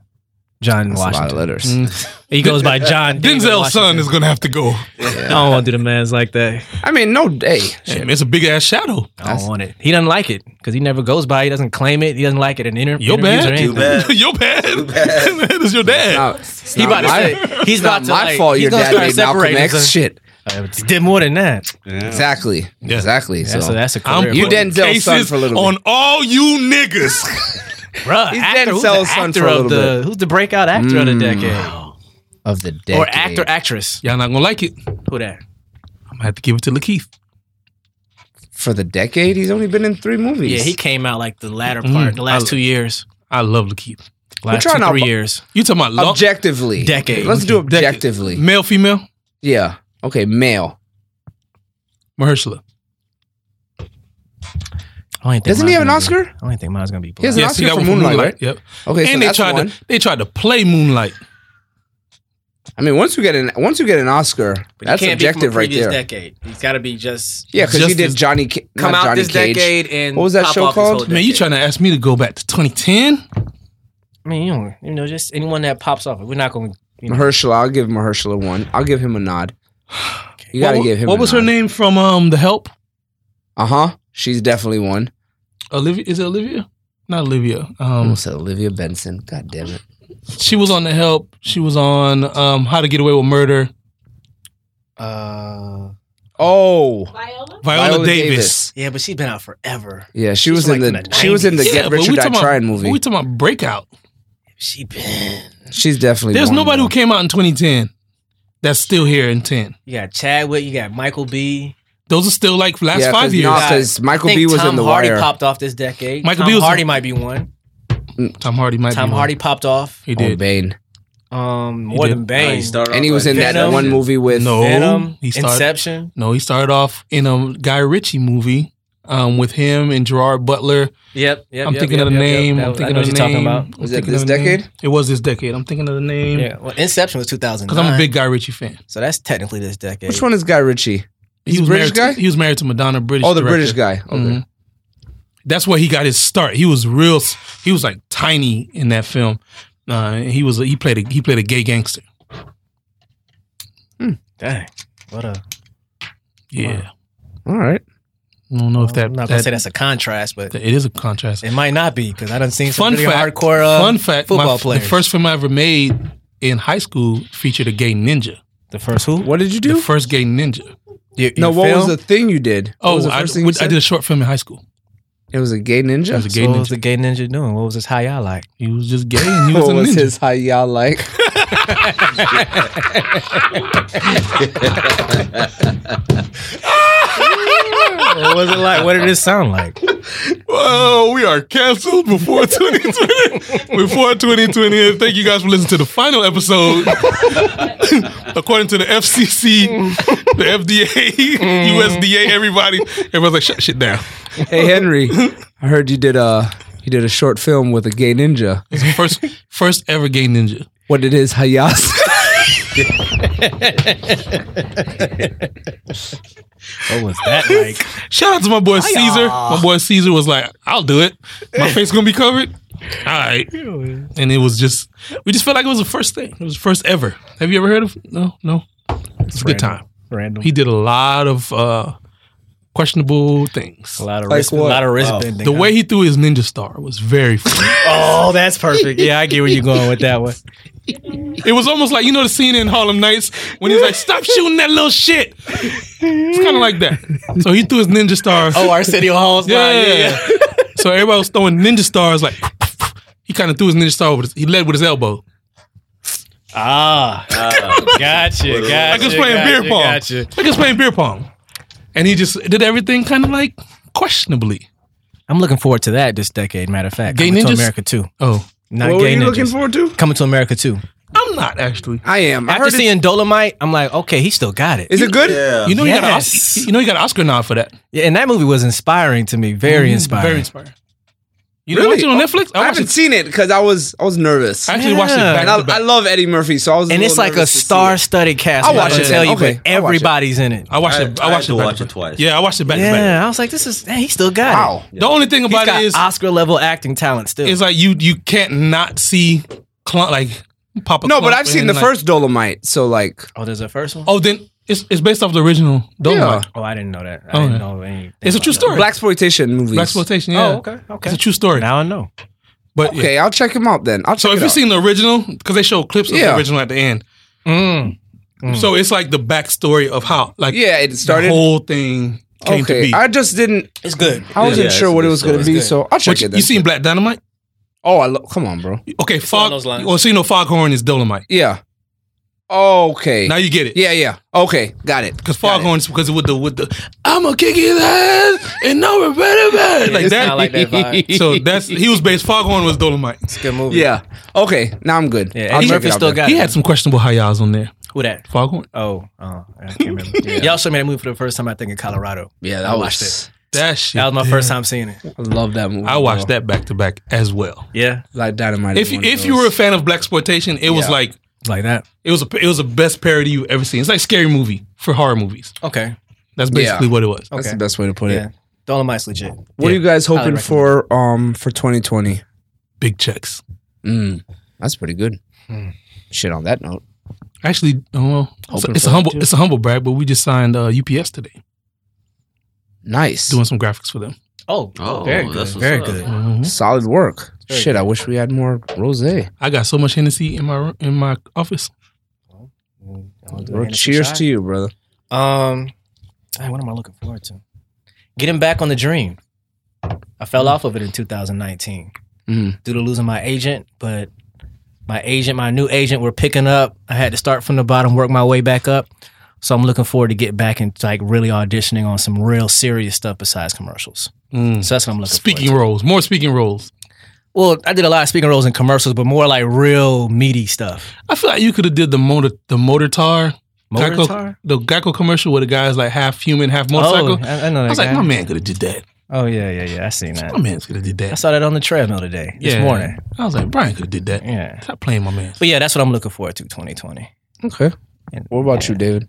[SPEAKER 4] John
[SPEAKER 3] That's A lot of
[SPEAKER 4] Washington. Mm.
[SPEAKER 3] letters.
[SPEAKER 4] He goes by John. David
[SPEAKER 2] Denzel's son
[SPEAKER 4] Washington.
[SPEAKER 2] is gonna have to go.
[SPEAKER 4] I don't want to do the man's like that.
[SPEAKER 3] I mean, no day.
[SPEAKER 2] Hey, man, it's a big ass shadow.
[SPEAKER 4] I don't want it. He doesn't like it because he never goes by. He doesn't claim it. He doesn't like it in inter-
[SPEAKER 2] Your bad.
[SPEAKER 4] interviews or anything.
[SPEAKER 5] bad.
[SPEAKER 2] your bad. that is your dad.
[SPEAKER 3] he
[SPEAKER 4] He about to say, he's about to
[SPEAKER 3] my
[SPEAKER 4] like,
[SPEAKER 3] fault.
[SPEAKER 4] he's
[SPEAKER 3] Your
[SPEAKER 4] gonna
[SPEAKER 3] dad
[SPEAKER 4] start
[SPEAKER 3] made Malcolm
[SPEAKER 4] separating
[SPEAKER 3] X.
[SPEAKER 4] us.
[SPEAKER 3] Shit.
[SPEAKER 4] He did more than that.
[SPEAKER 3] Exactly.
[SPEAKER 2] Yeah.
[SPEAKER 3] Exactly.
[SPEAKER 4] Yeah, so
[SPEAKER 3] so
[SPEAKER 4] that's a career.
[SPEAKER 2] I'm
[SPEAKER 4] move.
[SPEAKER 3] You
[SPEAKER 2] putting
[SPEAKER 3] Denzel's son
[SPEAKER 2] cases
[SPEAKER 3] for a little bit.
[SPEAKER 2] on all you niggas.
[SPEAKER 4] Bruh,
[SPEAKER 3] He's
[SPEAKER 4] actor,
[SPEAKER 3] Denzel's
[SPEAKER 4] who's the
[SPEAKER 3] son
[SPEAKER 4] actor
[SPEAKER 3] for a
[SPEAKER 4] of
[SPEAKER 3] little
[SPEAKER 4] the who's the breakout actor of the decade
[SPEAKER 3] of the decade.
[SPEAKER 4] or actor actress?
[SPEAKER 2] Y'all not gonna like it. I'm
[SPEAKER 4] Who that?
[SPEAKER 2] gonna have to give it to Lakeith.
[SPEAKER 3] for the decade. He's only been in three movies.
[SPEAKER 4] Yeah, he came out like the latter part, the last
[SPEAKER 2] Mm-hmm. I-
[SPEAKER 4] two years,
[SPEAKER 2] I love Lakeith.
[SPEAKER 4] last
[SPEAKER 3] Mm. trying
[SPEAKER 4] two
[SPEAKER 3] to-
[SPEAKER 4] three years.
[SPEAKER 2] You talking about lo-
[SPEAKER 3] objectively.
[SPEAKER 4] Decade.
[SPEAKER 3] Let's do
[SPEAKER 2] Decade.
[SPEAKER 3] objectively.
[SPEAKER 2] male, female,
[SPEAKER 3] Yeah. Okay. Male.
[SPEAKER 2] Mahershala?
[SPEAKER 4] I don't even think
[SPEAKER 3] Doesn't he have
[SPEAKER 4] mine's
[SPEAKER 3] an
[SPEAKER 4] gonna be-
[SPEAKER 3] Oscar?
[SPEAKER 4] I don't think mine's gonna be.
[SPEAKER 3] He has
[SPEAKER 4] black.
[SPEAKER 3] an
[SPEAKER 2] he
[SPEAKER 3] Oscar
[SPEAKER 2] got
[SPEAKER 3] for
[SPEAKER 2] one for
[SPEAKER 3] Moonlight, right?
[SPEAKER 2] Yep.
[SPEAKER 3] Okay. so
[SPEAKER 2] and they
[SPEAKER 3] that's
[SPEAKER 2] tried
[SPEAKER 3] one.
[SPEAKER 2] to they tried to play Moonlight.
[SPEAKER 3] I mean, once we get an once you get an Oscar,
[SPEAKER 4] But
[SPEAKER 3] that's
[SPEAKER 4] he can't be from a
[SPEAKER 3] objective right
[SPEAKER 4] previous
[SPEAKER 3] there.
[SPEAKER 4] Decade. He's got to be just
[SPEAKER 3] Yeah, because you
[SPEAKER 2] Just
[SPEAKER 3] did
[SPEAKER 2] as-
[SPEAKER 3] Johnny. Ca-
[SPEAKER 4] come
[SPEAKER 3] not
[SPEAKER 4] out
[SPEAKER 3] Johnny
[SPEAKER 4] this
[SPEAKER 3] Cage.
[SPEAKER 4] decade and
[SPEAKER 3] What was that
[SPEAKER 4] pop
[SPEAKER 3] show
[SPEAKER 4] off this
[SPEAKER 3] called?
[SPEAKER 4] whole
[SPEAKER 2] Man, you
[SPEAKER 4] decade.
[SPEAKER 2] trying to ask me to go back to 2010?
[SPEAKER 4] I mean, you, don't, you know, just anyone that pops off. We're not going. You know,
[SPEAKER 3] Mahershala. I'll give Mahershala one. I'll give him a nod. You gotta
[SPEAKER 2] what,
[SPEAKER 3] give him.
[SPEAKER 2] What was her name from um The Help?
[SPEAKER 3] Uh huh. She's definitely one.
[SPEAKER 2] Olivia? Is it Olivia? Not Olivia. Um,
[SPEAKER 3] Almost said Olivia Benson. God damn it.
[SPEAKER 2] she was on The Help. She was on um How to Get Away with Murder.
[SPEAKER 4] uh,
[SPEAKER 3] Oh.
[SPEAKER 6] Viola?
[SPEAKER 2] Viola,
[SPEAKER 3] Viola
[SPEAKER 2] Davis.
[SPEAKER 4] yeah, but she's been out forever.
[SPEAKER 3] Yeah, she
[SPEAKER 4] She's
[SPEAKER 3] was
[SPEAKER 4] like
[SPEAKER 3] in the,
[SPEAKER 4] in the
[SPEAKER 3] she was in the
[SPEAKER 4] 90s.
[SPEAKER 3] Get Rich or Die Trying movie.
[SPEAKER 2] We talking about Breakout.
[SPEAKER 4] She been.
[SPEAKER 3] She's definitely.
[SPEAKER 2] There's
[SPEAKER 3] one,
[SPEAKER 2] nobody who
[SPEAKER 3] though.
[SPEAKER 2] came out in 2010 that's still here in 10.
[SPEAKER 4] You got Chadwick. You got Michael B.
[SPEAKER 2] Those are still like last
[SPEAKER 3] Yeah,
[SPEAKER 2] five years.
[SPEAKER 4] nah.
[SPEAKER 3] because Michael
[SPEAKER 4] I
[SPEAKER 3] B
[SPEAKER 4] think
[SPEAKER 3] was
[SPEAKER 4] Tom
[SPEAKER 3] in the
[SPEAKER 4] Hardy
[SPEAKER 3] wire.
[SPEAKER 4] popped off this decade.
[SPEAKER 2] Michael
[SPEAKER 4] Tom
[SPEAKER 2] B was
[SPEAKER 4] Hardy
[SPEAKER 2] in-
[SPEAKER 4] might be one.
[SPEAKER 2] Tom Hardy might.
[SPEAKER 4] Tom
[SPEAKER 2] be one.
[SPEAKER 4] Hardy popped off.
[SPEAKER 2] He
[SPEAKER 3] Oh,
[SPEAKER 2] did.
[SPEAKER 3] Bane,
[SPEAKER 4] Um, more
[SPEAKER 2] did.
[SPEAKER 4] than
[SPEAKER 5] Oh,
[SPEAKER 4] Bane.
[SPEAKER 5] you start
[SPEAKER 3] and he
[SPEAKER 5] off
[SPEAKER 3] was
[SPEAKER 5] like
[SPEAKER 3] in that
[SPEAKER 4] Venom.
[SPEAKER 3] one movie with
[SPEAKER 2] No.
[SPEAKER 4] Venom.
[SPEAKER 2] He started-
[SPEAKER 4] Inception.
[SPEAKER 2] No, he started off in a Guy Ritchie movie um, with him and Gerard Butler.
[SPEAKER 4] Yep. Yep.
[SPEAKER 2] I'm
[SPEAKER 4] yep,
[SPEAKER 2] thinking
[SPEAKER 4] yep,
[SPEAKER 2] of the
[SPEAKER 4] yep, yep.
[SPEAKER 2] name.
[SPEAKER 4] That
[SPEAKER 2] I'm
[SPEAKER 4] was- I
[SPEAKER 2] thinking
[SPEAKER 4] know
[SPEAKER 2] of
[SPEAKER 4] what
[SPEAKER 2] the
[SPEAKER 4] you're talking
[SPEAKER 2] name.
[SPEAKER 4] about.
[SPEAKER 2] I'm
[SPEAKER 3] Was that
[SPEAKER 2] thinking
[SPEAKER 3] this
[SPEAKER 2] of the name.
[SPEAKER 3] decade?
[SPEAKER 2] It was this decade. I'm thinking of the name
[SPEAKER 4] Yeah. Well, Inception was 2009.
[SPEAKER 2] because I'm a big Guy Ritchie fan.
[SPEAKER 4] So that's technically this decade.
[SPEAKER 3] Which one is Guy Ritchie? He's
[SPEAKER 2] he was
[SPEAKER 3] a
[SPEAKER 2] married
[SPEAKER 3] British
[SPEAKER 2] to-
[SPEAKER 3] guy?
[SPEAKER 2] he was married to Madonna, British.
[SPEAKER 3] Oh, the
[SPEAKER 2] director.
[SPEAKER 3] British guy. Okay.
[SPEAKER 2] Mhm. That's where he got his start. He was real. s- He was like tiny in that film. Uh, and he was. He played. A, he played a gay gangster.
[SPEAKER 4] Dang. What a.
[SPEAKER 2] Yeah.
[SPEAKER 3] All right.
[SPEAKER 2] I don't know if that.
[SPEAKER 4] I'm not gonna
[SPEAKER 2] that-
[SPEAKER 4] say that's a contrast, but
[SPEAKER 2] that- it is a contrast.
[SPEAKER 4] it might not be because I done seen some
[SPEAKER 2] Fun
[SPEAKER 4] pretty
[SPEAKER 2] fact,
[SPEAKER 4] hardcore uh,
[SPEAKER 2] fun fact.
[SPEAKER 4] football
[SPEAKER 2] my, f-
[SPEAKER 4] players.
[SPEAKER 2] The first film I ever made in high school featured a gay ninja.
[SPEAKER 4] the first who?
[SPEAKER 3] What did you
[SPEAKER 2] The
[SPEAKER 3] do?
[SPEAKER 2] first gay ninja.
[SPEAKER 4] Your-
[SPEAKER 3] No,
[SPEAKER 4] your
[SPEAKER 3] what was
[SPEAKER 4] film?
[SPEAKER 3] the thing you did? What was
[SPEAKER 2] Oh,
[SPEAKER 3] the
[SPEAKER 2] I,
[SPEAKER 3] first thing you
[SPEAKER 2] which- I
[SPEAKER 3] said?
[SPEAKER 2] did a short film in high school.
[SPEAKER 3] It was a gay ninja.
[SPEAKER 2] It was a
[SPEAKER 4] So
[SPEAKER 2] gay
[SPEAKER 4] what
[SPEAKER 2] ninja.
[SPEAKER 4] was the gay ninja doing? What was his high eye like?
[SPEAKER 2] he was just gay and he was
[SPEAKER 3] what
[SPEAKER 2] a
[SPEAKER 3] was
[SPEAKER 2] ninja.
[SPEAKER 3] his how y'all like?
[SPEAKER 4] what was it like? What did it sound like?
[SPEAKER 2] Whoa, we are canceled before 2020. before 2020. Thank you guys for listening to the final episode. According to the FCC, the FDA,
[SPEAKER 3] Mm-hmm.
[SPEAKER 2] USDA, everybody, everyone's like, shut shit down.
[SPEAKER 3] hey Henry, I heard you did a you did a short film with a gay ninja.
[SPEAKER 2] It's the first, first ever gay ninja.
[SPEAKER 3] What did his hayas?
[SPEAKER 4] What was that like?
[SPEAKER 2] Shout out to my boy Caesar. My boy Caesar was like, I'll do it. My face gonna be covered. All right. And it was just, we just felt like it was the first thing. It was the first ever. Have you ever heard of? No, no. It's a good time.
[SPEAKER 4] Random.
[SPEAKER 2] He did a lot of uh, questionable things.
[SPEAKER 4] a lot of
[SPEAKER 3] Like
[SPEAKER 4] wrist, a
[SPEAKER 3] what?
[SPEAKER 4] lot of wrist bending.
[SPEAKER 2] Oh. The way he threw his ninja star was very funny.
[SPEAKER 4] Oh, that's perfect. Yeah, I get where you're going with that one.
[SPEAKER 2] it was almost like you know the scene in Harlem Nights when he's like, "Stop shooting that little shit." It's kind of like that. So he threw his ninja star.
[SPEAKER 4] Oh, Arsenio Hall's
[SPEAKER 2] yeah,
[SPEAKER 4] line,
[SPEAKER 2] yeah, yeah. so everybody was throwing ninja stars. Like he kind of threw his ninja star. With his, he led with his elbow.
[SPEAKER 4] Ah,
[SPEAKER 5] Uh,
[SPEAKER 4] gotcha, gotcha.
[SPEAKER 2] Like he's playing
[SPEAKER 4] gotcha,
[SPEAKER 2] beer pong.
[SPEAKER 4] Gotcha.
[SPEAKER 2] Like he's playing beer pong, and he just did everything kind of like questionably.
[SPEAKER 4] I'm looking forward to that this decade. Matter of fact,
[SPEAKER 2] Gay
[SPEAKER 4] coming
[SPEAKER 2] ninjas?
[SPEAKER 4] to America too.
[SPEAKER 2] Oh,
[SPEAKER 4] Not
[SPEAKER 3] what
[SPEAKER 4] gay
[SPEAKER 3] were you
[SPEAKER 4] ninjas.
[SPEAKER 3] looking forward to?
[SPEAKER 4] Coming to America too.
[SPEAKER 2] I'm not actually.
[SPEAKER 3] I am. I
[SPEAKER 4] After
[SPEAKER 3] heard it-
[SPEAKER 4] seeing Dolomite, I'm like, okay, he still got it.
[SPEAKER 3] is it good?
[SPEAKER 5] Yeah.
[SPEAKER 2] You know, he got an
[SPEAKER 4] Yes.
[SPEAKER 2] Oscar, you know, he got an Oscar nod for that.
[SPEAKER 4] Yeah, and that movie was inspiring to me. Very inspiring.
[SPEAKER 2] Very inspiring. You didn't
[SPEAKER 3] Really?
[SPEAKER 2] watch it on Netflix?
[SPEAKER 3] I,
[SPEAKER 2] I watched
[SPEAKER 3] haven't
[SPEAKER 2] it.
[SPEAKER 3] seen it because I was I was nervous.
[SPEAKER 2] I actually watched it
[SPEAKER 4] Yeah.
[SPEAKER 2] back
[SPEAKER 3] and
[SPEAKER 2] to
[SPEAKER 3] I, I
[SPEAKER 2] back.
[SPEAKER 3] love Eddie Murphy, so I was.
[SPEAKER 4] and
[SPEAKER 3] little
[SPEAKER 4] it's like a
[SPEAKER 3] nervous to see it.
[SPEAKER 4] star-studded cast.
[SPEAKER 3] I'll
[SPEAKER 4] I'm not
[SPEAKER 3] watch
[SPEAKER 4] gonna
[SPEAKER 3] it
[SPEAKER 4] Tell
[SPEAKER 3] then.
[SPEAKER 4] you,
[SPEAKER 3] Okay,
[SPEAKER 4] but
[SPEAKER 3] I'll watch it.
[SPEAKER 4] everybody's in it.
[SPEAKER 2] I watched
[SPEAKER 5] I-
[SPEAKER 2] it.
[SPEAKER 5] I
[SPEAKER 2] I
[SPEAKER 5] had
[SPEAKER 2] watched
[SPEAKER 5] to
[SPEAKER 2] it. back
[SPEAKER 5] watch
[SPEAKER 2] to
[SPEAKER 5] it
[SPEAKER 2] back.
[SPEAKER 5] twice.
[SPEAKER 2] Yeah, I watched it back to back.
[SPEAKER 4] Yeah, I was like, this is man, he still got
[SPEAKER 3] Wow.
[SPEAKER 4] it.
[SPEAKER 5] Yeah.
[SPEAKER 2] The only thing
[SPEAKER 4] He's
[SPEAKER 2] about
[SPEAKER 4] got
[SPEAKER 2] it is,
[SPEAKER 4] Oscar level acting talent still.
[SPEAKER 2] is like you you can't not see Clunk like Papa.
[SPEAKER 3] No, but
[SPEAKER 2] Klump
[SPEAKER 3] I've seen
[SPEAKER 2] and,
[SPEAKER 3] the
[SPEAKER 2] like-
[SPEAKER 3] first Dolomite, so like
[SPEAKER 4] oh, there's a first one.
[SPEAKER 2] Oh, then it's it's based off the original Dolomite.
[SPEAKER 4] Oh, I didn't know that. I
[SPEAKER 2] Oh,
[SPEAKER 4] didn't
[SPEAKER 2] yeah.
[SPEAKER 4] know anything.
[SPEAKER 2] It's a
[SPEAKER 4] about
[SPEAKER 2] true
[SPEAKER 4] that.
[SPEAKER 2] story.
[SPEAKER 3] black exploitation movies.
[SPEAKER 2] Black exploitation. Yeah.
[SPEAKER 4] Oh, okay, okay.
[SPEAKER 2] It's a true story.
[SPEAKER 4] Now I know.
[SPEAKER 2] But yeah.
[SPEAKER 3] Okay, I'll check him out then. I'll check
[SPEAKER 2] So if
[SPEAKER 3] it
[SPEAKER 2] you've
[SPEAKER 3] out.
[SPEAKER 2] seen the original, because they show clips of
[SPEAKER 3] Yeah.
[SPEAKER 2] the original at the end,
[SPEAKER 4] Mm.
[SPEAKER 2] so it's like the backstory of how like
[SPEAKER 3] yeah, it
[SPEAKER 2] the
[SPEAKER 3] started.
[SPEAKER 2] whole thing came to
[SPEAKER 3] Okay,
[SPEAKER 2] be.
[SPEAKER 3] I just didn't.
[SPEAKER 12] It's good.
[SPEAKER 3] I wasn't
[SPEAKER 5] Yeah,
[SPEAKER 3] sure
[SPEAKER 5] it's
[SPEAKER 3] what it
[SPEAKER 5] a
[SPEAKER 3] was
[SPEAKER 5] good
[SPEAKER 3] going to
[SPEAKER 5] story.
[SPEAKER 3] be, so I'll check
[SPEAKER 2] Which-
[SPEAKER 3] it. Then.
[SPEAKER 2] you seen Black Dynamite?
[SPEAKER 3] Oh, I lo- come on, bro.
[SPEAKER 2] Okay,
[SPEAKER 12] along
[SPEAKER 2] Fog.
[SPEAKER 12] those lines.
[SPEAKER 2] Well, see, no Foghorn is Dolomite.
[SPEAKER 3] Yeah. Okay.
[SPEAKER 2] Now you get it.
[SPEAKER 3] yeah, yeah. Okay, got it.
[SPEAKER 2] Because Foghorn's because with the with the I'm gonna kick his ass and no regret about it like
[SPEAKER 4] it's
[SPEAKER 2] that.
[SPEAKER 4] not like that vibe.
[SPEAKER 2] so that's he was based. Foghorn was Dolomite.
[SPEAKER 4] It's a good movie.
[SPEAKER 3] Yeah. Okay. Now I'm good.
[SPEAKER 4] Yeah,
[SPEAKER 3] I'll
[SPEAKER 4] Eddie
[SPEAKER 3] check it
[SPEAKER 4] Murphy
[SPEAKER 3] out
[SPEAKER 4] still
[SPEAKER 3] then.
[SPEAKER 4] got
[SPEAKER 2] He
[SPEAKER 4] it.
[SPEAKER 2] had some questionable hayas on there.
[SPEAKER 4] Who that?
[SPEAKER 2] Foghorn.
[SPEAKER 4] Oh, oh, I can't remember. Y'all showed me that movie for the first time. I think in Colorado.
[SPEAKER 3] Yeah,
[SPEAKER 4] I
[SPEAKER 3] that
[SPEAKER 4] watched
[SPEAKER 3] was.
[SPEAKER 2] That shit.
[SPEAKER 4] That was my
[SPEAKER 2] yeah.
[SPEAKER 4] first time seeing it.
[SPEAKER 3] I love that movie.
[SPEAKER 2] I watched that back to back as well.
[SPEAKER 4] Yeah,
[SPEAKER 3] Like Dynamite.
[SPEAKER 2] If you, if you were a fan of black exploitation, it was
[SPEAKER 3] Yeah.
[SPEAKER 2] like
[SPEAKER 4] like that.
[SPEAKER 2] it was a, it was the best parody you ever seen. It's like scary movie for horror movies.
[SPEAKER 4] Okay,
[SPEAKER 2] That's basically
[SPEAKER 3] Yeah.
[SPEAKER 2] what it was.
[SPEAKER 3] that's
[SPEAKER 4] okay.
[SPEAKER 3] the best way to put it.
[SPEAKER 4] Yeah. Dolomite's legit.
[SPEAKER 3] What are you guys
[SPEAKER 4] Highly
[SPEAKER 3] hoping for um for 2020?
[SPEAKER 2] Big checks.
[SPEAKER 3] Mm, that's pretty good. Shit. On that note,
[SPEAKER 2] Actually, oh, well, it's,
[SPEAKER 3] Hoping
[SPEAKER 2] it's
[SPEAKER 3] for
[SPEAKER 2] a
[SPEAKER 3] that
[SPEAKER 2] humble
[SPEAKER 3] too.
[SPEAKER 2] it's a humble brag, but we just signed uh, UPS today,
[SPEAKER 3] nice.
[SPEAKER 2] doing some graphics for them.
[SPEAKER 4] Oh,
[SPEAKER 5] Oh,
[SPEAKER 4] very good.
[SPEAKER 5] that's what's
[SPEAKER 4] very
[SPEAKER 5] up.
[SPEAKER 4] good.
[SPEAKER 3] Solid work.
[SPEAKER 4] Very
[SPEAKER 3] Shit. I wish we had more rosé.
[SPEAKER 2] I got so much Hennessy in my ro- in my office.
[SPEAKER 3] Well, Cheers to you, brother.
[SPEAKER 4] you. Um, dang, what am I looking forward to? Getting back on the dream. I fell
[SPEAKER 2] Mm.
[SPEAKER 4] off of it in 2019
[SPEAKER 3] Mm.
[SPEAKER 4] due to losing my agent, but my agent, my new agent, were picking up. I had to start from the bottom, work my way back up. So I'm looking forward to get back and like really auditioning on some real serious stuff besides commercials. So that's what I'm looking.
[SPEAKER 2] Speaking
[SPEAKER 4] forward to.
[SPEAKER 2] roles, more speaking roles.
[SPEAKER 4] well, I did a lot of speaking roles in commercials, but more like real meaty stuff.
[SPEAKER 2] I feel like you could have did the motor the motor tar.
[SPEAKER 4] Motor
[SPEAKER 2] Geico-
[SPEAKER 4] Tar?
[SPEAKER 2] the Geico commercial where the guy's like half human, half motorcycle.
[SPEAKER 4] Oh, I, I know that
[SPEAKER 2] I was
[SPEAKER 4] guy.
[SPEAKER 2] like, my man could have did that.
[SPEAKER 4] Oh yeah, yeah, yeah. I seen that.
[SPEAKER 2] My man's could have did
[SPEAKER 4] I
[SPEAKER 2] that.
[SPEAKER 4] saw that on the treadmill today this
[SPEAKER 2] Yeah.
[SPEAKER 4] morning.
[SPEAKER 2] I was like, Brian could have did that.
[SPEAKER 4] Yeah.
[SPEAKER 2] Stop playing my man.
[SPEAKER 4] But yeah, that's what I'm looking forward to 2020.
[SPEAKER 3] Okay.
[SPEAKER 4] And-
[SPEAKER 3] What about you, David?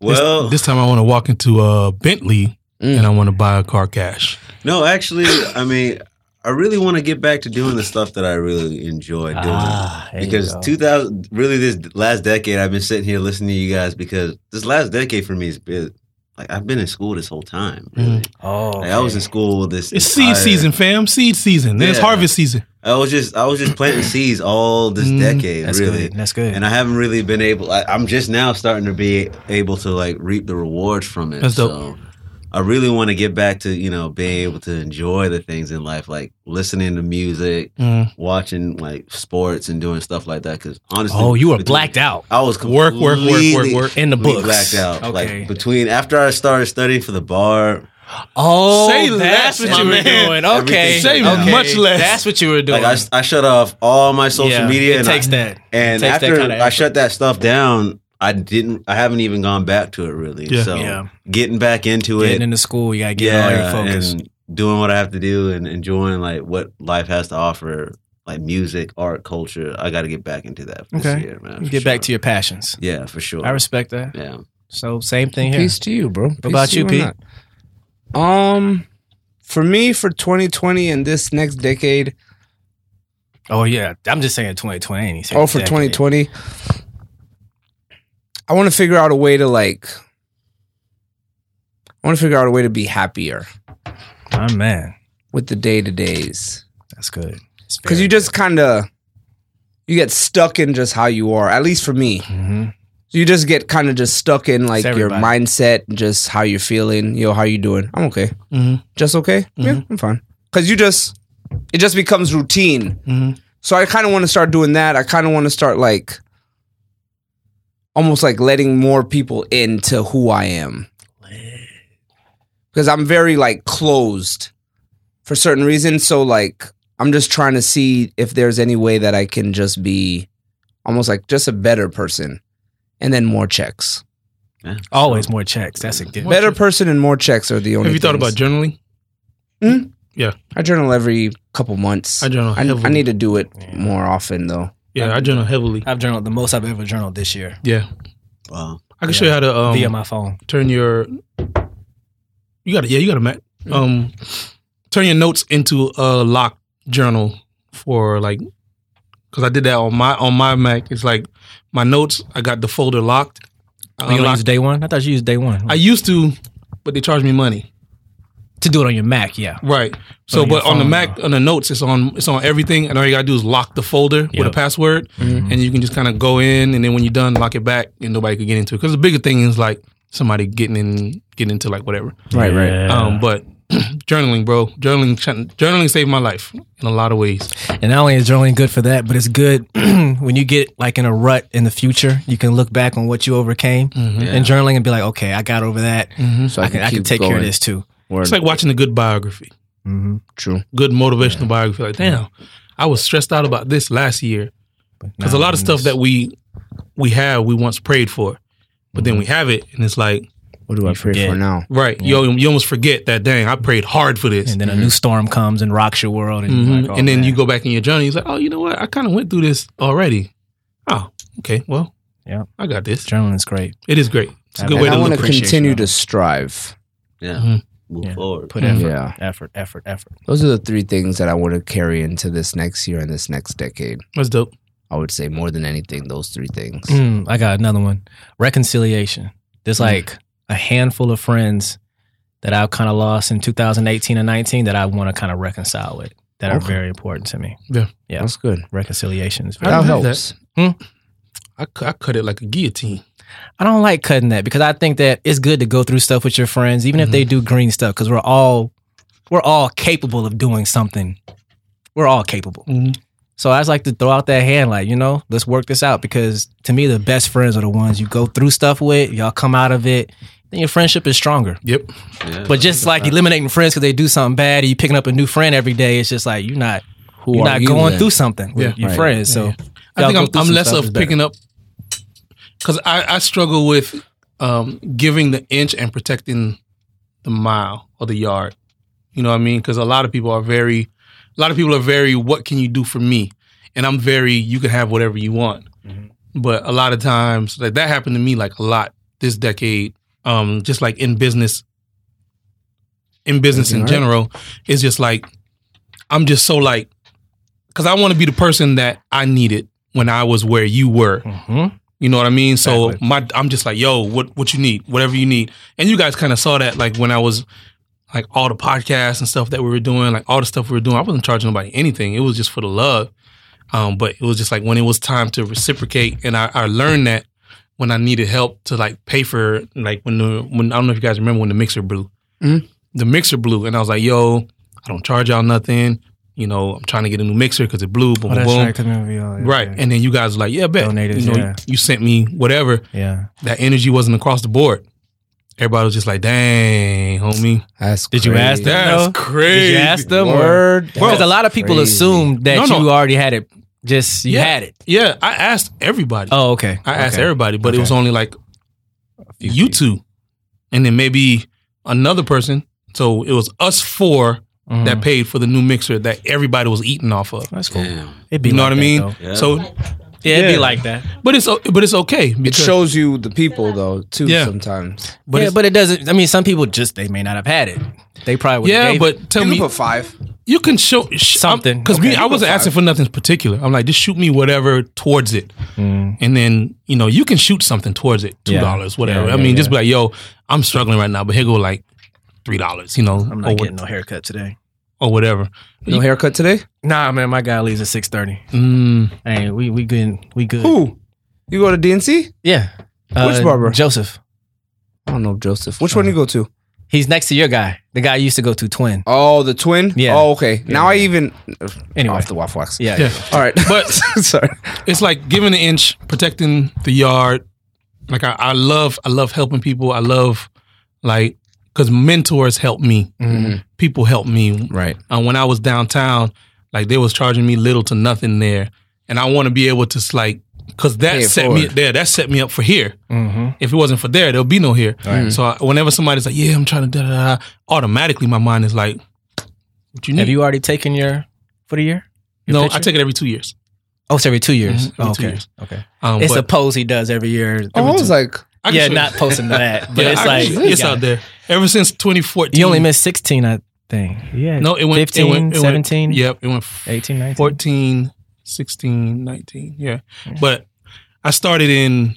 [SPEAKER 5] Well,
[SPEAKER 2] This time I want to walk into uh, Bentley
[SPEAKER 3] Mm.
[SPEAKER 2] and I want to buy a car cash.
[SPEAKER 5] no, actually, I mean, I really want to get back to doing the stuff that I really enjoy doing.
[SPEAKER 4] Ah, there you
[SPEAKER 5] because
[SPEAKER 4] go.
[SPEAKER 5] 2000 really this last decade i've been sitting here listening to you guys because this last decade for me has been like i've been in school this whole time really.
[SPEAKER 4] oh,
[SPEAKER 5] like, i was in school this
[SPEAKER 2] It's
[SPEAKER 5] entire-
[SPEAKER 2] seed season, fam. Seed season. Then it's
[SPEAKER 5] Yeah.
[SPEAKER 2] harvest season.
[SPEAKER 5] i was just i was just planting seeds all this
[SPEAKER 2] Mm,
[SPEAKER 5] decade
[SPEAKER 4] that's
[SPEAKER 5] really
[SPEAKER 4] good. That's good.
[SPEAKER 5] and i haven't really been able I, i'm just now starting to be able to like reap the rewards from it
[SPEAKER 2] That's dope.
[SPEAKER 5] so I really want to get back to you know being able to enjoy the things in life, like listening to music,
[SPEAKER 2] Mm.
[SPEAKER 5] watching like sports, and doing stuff like that. Because honestly,
[SPEAKER 4] oh, you were
[SPEAKER 5] between-
[SPEAKER 4] blacked out.
[SPEAKER 5] I was
[SPEAKER 2] Work, work, work, work,
[SPEAKER 5] completely-
[SPEAKER 2] work.
[SPEAKER 4] In the
[SPEAKER 5] completely
[SPEAKER 4] books.
[SPEAKER 5] blacked out.
[SPEAKER 4] Okay.
[SPEAKER 5] Like between after I started studying for the bar,
[SPEAKER 4] Oh,
[SPEAKER 2] Say less,
[SPEAKER 4] that's what
[SPEAKER 2] my
[SPEAKER 4] you were
[SPEAKER 2] man.
[SPEAKER 4] doing. Okay,
[SPEAKER 5] Everything- Say
[SPEAKER 4] okay.
[SPEAKER 2] much less.
[SPEAKER 4] That's what you were doing.
[SPEAKER 5] like I, I shut off all my social
[SPEAKER 4] Yeah,
[SPEAKER 5] media.
[SPEAKER 4] It
[SPEAKER 5] and
[SPEAKER 4] takes
[SPEAKER 5] I,
[SPEAKER 4] that.
[SPEAKER 5] And
[SPEAKER 4] takes that
[SPEAKER 5] after
[SPEAKER 4] kinda
[SPEAKER 5] I
[SPEAKER 4] effort.
[SPEAKER 5] shut that stuff down, I didn't. I haven't even gone back to it really.
[SPEAKER 2] Yeah.
[SPEAKER 5] So
[SPEAKER 4] Yeah.
[SPEAKER 5] getting back into
[SPEAKER 4] Getting
[SPEAKER 5] it,
[SPEAKER 4] into school, you gotta get all your
[SPEAKER 5] yeah,
[SPEAKER 4] focus.
[SPEAKER 5] and doing what I have to do and enjoying like what life has to offer, like music, art, culture. I got to get back into that this
[SPEAKER 4] Okay.
[SPEAKER 5] year, man. for
[SPEAKER 4] get back
[SPEAKER 5] sure.
[SPEAKER 4] to your passions.
[SPEAKER 5] yeah, for sure.
[SPEAKER 4] I respect that.
[SPEAKER 5] yeah.
[SPEAKER 4] So same thing here.
[SPEAKER 3] Peace to you, bro. What
[SPEAKER 4] about you, Pete?
[SPEAKER 3] Um, for me, for 2020 and this next decade,
[SPEAKER 4] Oh yeah, I'm just saying 2020. I ain't even saying
[SPEAKER 3] oh, for
[SPEAKER 4] decade.
[SPEAKER 3] 2020, I want to figure out a way to like. I want to figure out a way to be happier
[SPEAKER 4] My man,
[SPEAKER 3] with the day to days
[SPEAKER 4] that's good. That's
[SPEAKER 3] because
[SPEAKER 4] very
[SPEAKER 3] you just kind of you get stuck in just how you are. At least for me,
[SPEAKER 4] Mhm.
[SPEAKER 3] you just get kind of just stuck in like
[SPEAKER 4] It's
[SPEAKER 3] your
[SPEAKER 4] everybody.
[SPEAKER 3] mindset, just how you're feeling. Yo, how you doing? I'm okay.
[SPEAKER 4] Mm-hmm.
[SPEAKER 2] Mhm.
[SPEAKER 3] Just okay. Yeah, I'm fine. Cause you just it just becomes routine.
[SPEAKER 4] Mm-hmm.
[SPEAKER 2] Mhm.
[SPEAKER 3] So I kind of want to start doing that. I kind of want to start like almost like letting more people into who I am because I'm very like closed for certain reasons. So like I'm just trying to see if there's any way that I can just be almost like just a better person, and then more checks.
[SPEAKER 4] Always more checks. That's a good.
[SPEAKER 3] better person and more checks are the only.
[SPEAKER 2] Have you thought
[SPEAKER 3] things.
[SPEAKER 2] about journaling?
[SPEAKER 3] I journal every couple months.
[SPEAKER 2] I journal
[SPEAKER 3] I,
[SPEAKER 2] heavily.
[SPEAKER 3] I need to do it more often though.
[SPEAKER 2] Yeah, I journal heavily.
[SPEAKER 4] I've journaled the most I've ever journaled this year
[SPEAKER 2] Yeah,
[SPEAKER 5] Wow.
[SPEAKER 2] I can show you how to um,
[SPEAKER 4] via my phone.
[SPEAKER 2] turn your you got to yeah you got to Matt
[SPEAKER 4] Mm-hmm.
[SPEAKER 2] um turn your notes into a locked journal for like because I did that on my on my Mac. It's like my notes. I got the folder locked. I
[SPEAKER 4] Oh, You don't use
[SPEAKER 2] unlocked-
[SPEAKER 4] day one? I thought you used day one.
[SPEAKER 2] uh, I used to, but they charged me money.
[SPEAKER 4] to do it on your Mac, yeah.
[SPEAKER 2] Right. So,
[SPEAKER 4] On your
[SPEAKER 2] but on the
[SPEAKER 4] Oh, phone,
[SPEAKER 2] Mac, on the notes, it's on it's on everything, and all you gotta do is lock the folder with a
[SPEAKER 4] Yep. Mm-hmm.
[SPEAKER 2] password, and you can just kind of go in, and then when you're done, lock it back, and nobody could get into it. Because the bigger thing is like somebody getting in, getting into like whatever.
[SPEAKER 3] Right, right.
[SPEAKER 2] Um, but journaling, bro, journaling, journaling saved my life in a lot of ways.
[SPEAKER 4] And not only is journaling good for that, but it's good when you get like in a rut in the future, you can look back on what you overcame
[SPEAKER 2] Mm-hmm.
[SPEAKER 4] and journaling and be like, okay, I got over that.
[SPEAKER 3] So
[SPEAKER 4] I can, I can
[SPEAKER 3] keep
[SPEAKER 4] take care of
[SPEAKER 3] going. Mm-hmm.
[SPEAKER 4] this too.
[SPEAKER 3] Word.
[SPEAKER 2] It's like watching a good biography,
[SPEAKER 3] True.
[SPEAKER 2] good motivational biography. Like, damn, I was stressed out about this last year because a lot of stuff that we we have, we once prayed for, but then we
[SPEAKER 4] Mm-hmm.
[SPEAKER 2] have it, and it's like.
[SPEAKER 3] What do I pray
[SPEAKER 4] forget.
[SPEAKER 3] for now?
[SPEAKER 2] Right. You, you almost forget that, dang, I prayed hard for this.
[SPEAKER 4] And then a new storm comes and rocks your world. And, you're
[SPEAKER 2] Mhm.
[SPEAKER 4] like, oh,
[SPEAKER 2] and then
[SPEAKER 4] man.
[SPEAKER 2] you go back in your journey. It's like, oh, you know what? I kind of went through this already. Oh, okay. Well,
[SPEAKER 4] Yeah.
[SPEAKER 2] I got this.
[SPEAKER 4] Journaling is great.
[SPEAKER 2] It is great. It's a good
[SPEAKER 4] And
[SPEAKER 2] way
[SPEAKER 3] And
[SPEAKER 2] to
[SPEAKER 3] I want
[SPEAKER 2] look.
[SPEAKER 3] to
[SPEAKER 4] appreciate
[SPEAKER 3] continue
[SPEAKER 4] you.
[SPEAKER 3] to strive.
[SPEAKER 5] Yeah.
[SPEAKER 2] Mhm.
[SPEAKER 5] Move
[SPEAKER 4] Mm-hmm. Yeah.
[SPEAKER 5] forward.
[SPEAKER 4] Put effort,
[SPEAKER 3] Mm-hmm. Yeah.
[SPEAKER 4] effort, effort, effort.
[SPEAKER 3] Those are the three things that I want to carry into this next year and this next decade.
[SPEAKER 2] That's dope.
[SPEAKER 3] I would say more than anything, those three things.
[SPEAKER 4] Mm, I got another one. Reconciliation. There's like a handful of friends that I've kind of lost in 2018 and 19 that I want to kind of reconcile with that are
[SPEAKER 3] Okay.
[SPEAKER 4] very important to me.
[SPEAKER 3] That's good.
[SPEAKER 4] Reconciliation is very.
[SPEAKER 2] I
[SPEAKER 3] That
[SPEAKER 2] don't have
[SPEAKER 3] helps.
[SPEAKER 2] I, cu- I cut it like a guillotine.
[SPEAKER 4] I don't like cutting that because I think that it's good to go through stuff with your friends, even if
[SPEAKER 2] Mm-hmm.
[SPEAKER 4] they do green stuff, because we're all we're all capable of doing something. We're all capable.
[SPEAKER 2] Mhm.
[SPEAKER 4] So I just like to throw out that hand, like you know, let's work this out because to me, the best friends are the ones you go through stuff with. Y'all come out of it, then your friendship is stronger.
[SPEAKER 2] Yep.
[SPEAKER 5] Yeah.
[SPEAKER 4] But just like eliminating friends because they do something bad, or you picking up a new friend every day. It's just like you're not
[SPEAKER 3] Who
[SPEAKER 4] you're
[SPEAKER 3] are
[SPEAKER 4] not
[SPEAKER 3] you
[SPEAKER 4] going
[SPEAKER 3] then?
[SPEAKER 4] through something with
[SPEAKER 2] Yeah.
[SPEAKER 4] your
[SPEAKER 3] Right.
[SPEAKER 4] friends.
[SPEAKER 2] I
[SPEAKER 4] So y'all
[SPEAKER 2] think
[SPEAKER 4] go
[SPEAKER 2] I'm,
[SPEAKER 4] through
[SPEAKER 2] I'm
[SPEAKER 4] some
[SPEAKER 2] less
[SPEAKER 4] stuff
[SPEAKER 2] of
[SPEAKER 4] is better.
[SPEAKER 2] picking up because I, I struggle with um, giving the inch and protecting the mile or the yard. You know what I mean? Because a lot of people are very, a lot of people are very, what can you do for me? And I'm very, you can have whatever you want. But a lot of times, like that happened to me like a lot this decade. Um, just like in business, in business in general, it's just like I'm just so like, because I want to be the person that I needed when I was where you were.
[SPEAKER 4] Mm-hmm.
[SPEAKER 2] You know what I mean? So my I'm just like, yo, what what you need, whatever you need, and you guys kind of saw that like when I was like all the podcasts and stuff that we were doing, like all the stuff we were doing, I wasn't charging nobody anything. It was just for the love. Um, but it was just like when it was time to reciprocate, and I, I learned that when I needed help to like pay for like when the when I don't know if you guys remember when the mixer blew, the mixer blew, and I was like, yo, I don't charge y'all nothing. You know, I'm trying to get a new mixer because it blew.
[SPEAKER 4] Oh,
[SPEAKER 2] Boom, boom, boom. Right. And then you guys were like, yeah, bet.
[SPEAKER 4] Donated,
[SPEAKER 2] you know,
[SPEAKER 4] yeah.
[SPEAKER 2] you sent me whatever.
[SPEAKER 4] Yeah.
[SPEAKER 2] That energy wasn't across the board. Everybody was just like, dang, homie.
[SPEAKER 3] That's
[SPEAKER 4] Did you ask
[SPEAKER 3] crazy.
[SPEAKER 4] that?
[SPEAKER 2] That's
[SPEAKER 4] No.
[SPEAKER 2] crazy.
[SPEAKER 4] Did you ask them? Or?
[SPEAKER 3] Word.
[SPEAKER 4] Because a lot of people
[SPEAKER 3] Crazy.
[SPEAKER 4] assume that
[SPEAKER 2] No, no.
[SPEAKER 4] you already had it. Just you
[SPEAKER 2] Yeah.
[SPEAKER 4] had it.
[SPEAKER 2] Yeah, I asked everybody.
[SPEAKER 4] Oh, okay.
[SPEAKER 2] I asked
[SPEAKER 4] Okay.
[SPEAKER 2] everybody, but it was only like you two and then maybe another person. So it was us 4
[SPEAKER 4] Mm.
[SPEAKER 2] that paid for the new mixer that everybody was eating off of.
[SPEAKER 4] Mm-hmm. That's cool.
[SPEAKER 5] Damn.
[SPEAKER 4] It'd
[SPEAKER 2] You know
[SPEAKER 4] like
[SPEAKER 2] what I
[SPEAKER 4] that,
[SPEAKER 2] mean?
[SPEAKER 4] though.
[SPEAKER 5] Yeah.
[SPEAKER 2] So,
[SPEAKER 4] Yeah, it'd be like that.
[SPEAKER 2] but it's o- but it's okay.
[SPEAKER 3] It
[SPEAKER 2] Because,
[SPEAKER 3] shows you the people though too
[SPEAKER 2] Yeah.
[SPEAKER 3] sometimes.
[SPEAKER 2] but
[SPEAKER 4] yeah,
[SPEAKER 2] it's-
[SPEAKER 4] but it doesn't. I mean, some people just they may not have had it. They probably would.
[SPEAKER 2] yeah, but tell me,
[SPEAKER 3] five.
[SPEAKER 2] You can show sh-
[SPEAKER 4] Something.
[SPEAKER 2] because
[SPEAKER 4] Okay,
[SPEAKER 2] me,
[SPEAKER 4] you
[SPEAKER 2] I
[SPEAKER 4] go
[SPEAKER 2] wasn't
[SPEAKER 4] five.
[SPEAKER 2] asking for nothing particular. I'm like, just shoot me whatever towards it, and then you know you can shoot something towards it, two
[SPEAKER 4] Mm. Yeah.
[SPEAKER 2] dollars, whatever.
[SPEAKER 4] Yeah,
[SPEAKER 2] I
[SPEAKER 4] yeah,
[SPEAKER 2] mean, just
[SPEAKER 4] yeah.
[SPEAKER 2] be like, yo, I'm struggling right now, but here go like three dollars, you know,
[SPEAKER 4] I'm
[SPEAKER 2] or,
[SPEAKER 4] not
[SPEAKER 2] Oh, what-
[SPEAKER 4] getting no haircut today.
[SPEAKER 2] or whatever.
[SPEAKER 3] No haircut today?
[SPEAKER 4] Nah, man, my guy leaves at six thirty.
[SPEAKER 2] Mm,
[SPEAKER 4] Hey, we we good. We good.
[SPEAKER 3] Who? You go to DNC?
[SPEAKER 4] Yeah. Uh,
[SPEAKER 3] Which barber?
[SPEAKER 4] Joseph.
[SPEAKER 3] I don't know Joseph. Which one you go to?
[SPEAKER 4] He's next to your guy. The guy you used to go to, Twin.
[SPEAKER 3] Oh, the twin.
[SPEAKER 4] Yeah.
[SPEAKER 3] Oh, okay. now I even
[SPEAKER 4] Anyway.
[SPEAKER 3] off the waffle wax.
[SPEAKER 4] Yeah.
[SPEAKER 2] Yeah.
[SPEAKER 3] All right.
[SPEAKER 2] But-
[SPEAKER 3] sorry.
[SPEAKER 2] it's like giving an inch, protecting the yard. Like I, I love, I love helping people. I love like because mentors help me,
[SPEAKER 4] Mm-hmm.
[SPEAKER 2] people help me,
[SPEAKER 3] Right.
[SPEAKER 2] And when I was downtown, like they was charging me little to nothing there, and I want to be able to like because that
[SPEAKER 3] Pay it
[SPEAKER 2] set me
[SPEAKER 3] forward.
[SPEAKER 2] there. That set me up for here.
[SPEAKER 4] Mm-hmm.
[SPEAKER 2] If it wasn't for there, there'll be no here. So I, whenever somebody's like, "Yeah, I'm trying to," da, da, da, automatically my mind is like, "What you need?"
[SPEAKER 4] Have you already taken your for the year? your
[SPEAKER 2] no, I
[SPEAKER 4] picture?
[SPEAKER 2] take it every two years.
[SPEAKER 4] Oh, it's every two years.
[SPEAKER 2] Mhm, every
[SPEAKER 4] okay.
[SPEAKER 2] two years.
[SPEAKER 4] Okay.
[SPEAKER 2] Um,
[SPEAKER 4] It's
[SPEAKER 2] but
[SPEAKER 4] a pose he does every year.
[SPEAKER 3] Oh, I was like,
[SPEAKER 2] I can
[SPEAKER 4] yeah,
[SPEAKER 2] show you.
[SPEAKER 4] not posting that, but
[SPEAKER 2] Yeah,
[SPEAKER 4] it's
[SPEAKER 2] I
[SPEAKER 4] like
[SPEAKER 2] can show you. it's out there. Ever since 2014,
[SPEAKER 4] You only missed 16, I think. Yeah.
[SPEAKER 2] No, it went
[SPEAKER 4] 15,
[SPEAKER 2] it went, it went-
[SPEAKER 4] 17,
[SPEAKER 2] Yep, it went
[SPEAKER 4] 18, 19.
[SPEAKER 2] 14, 16, 19. Yeah. But I started in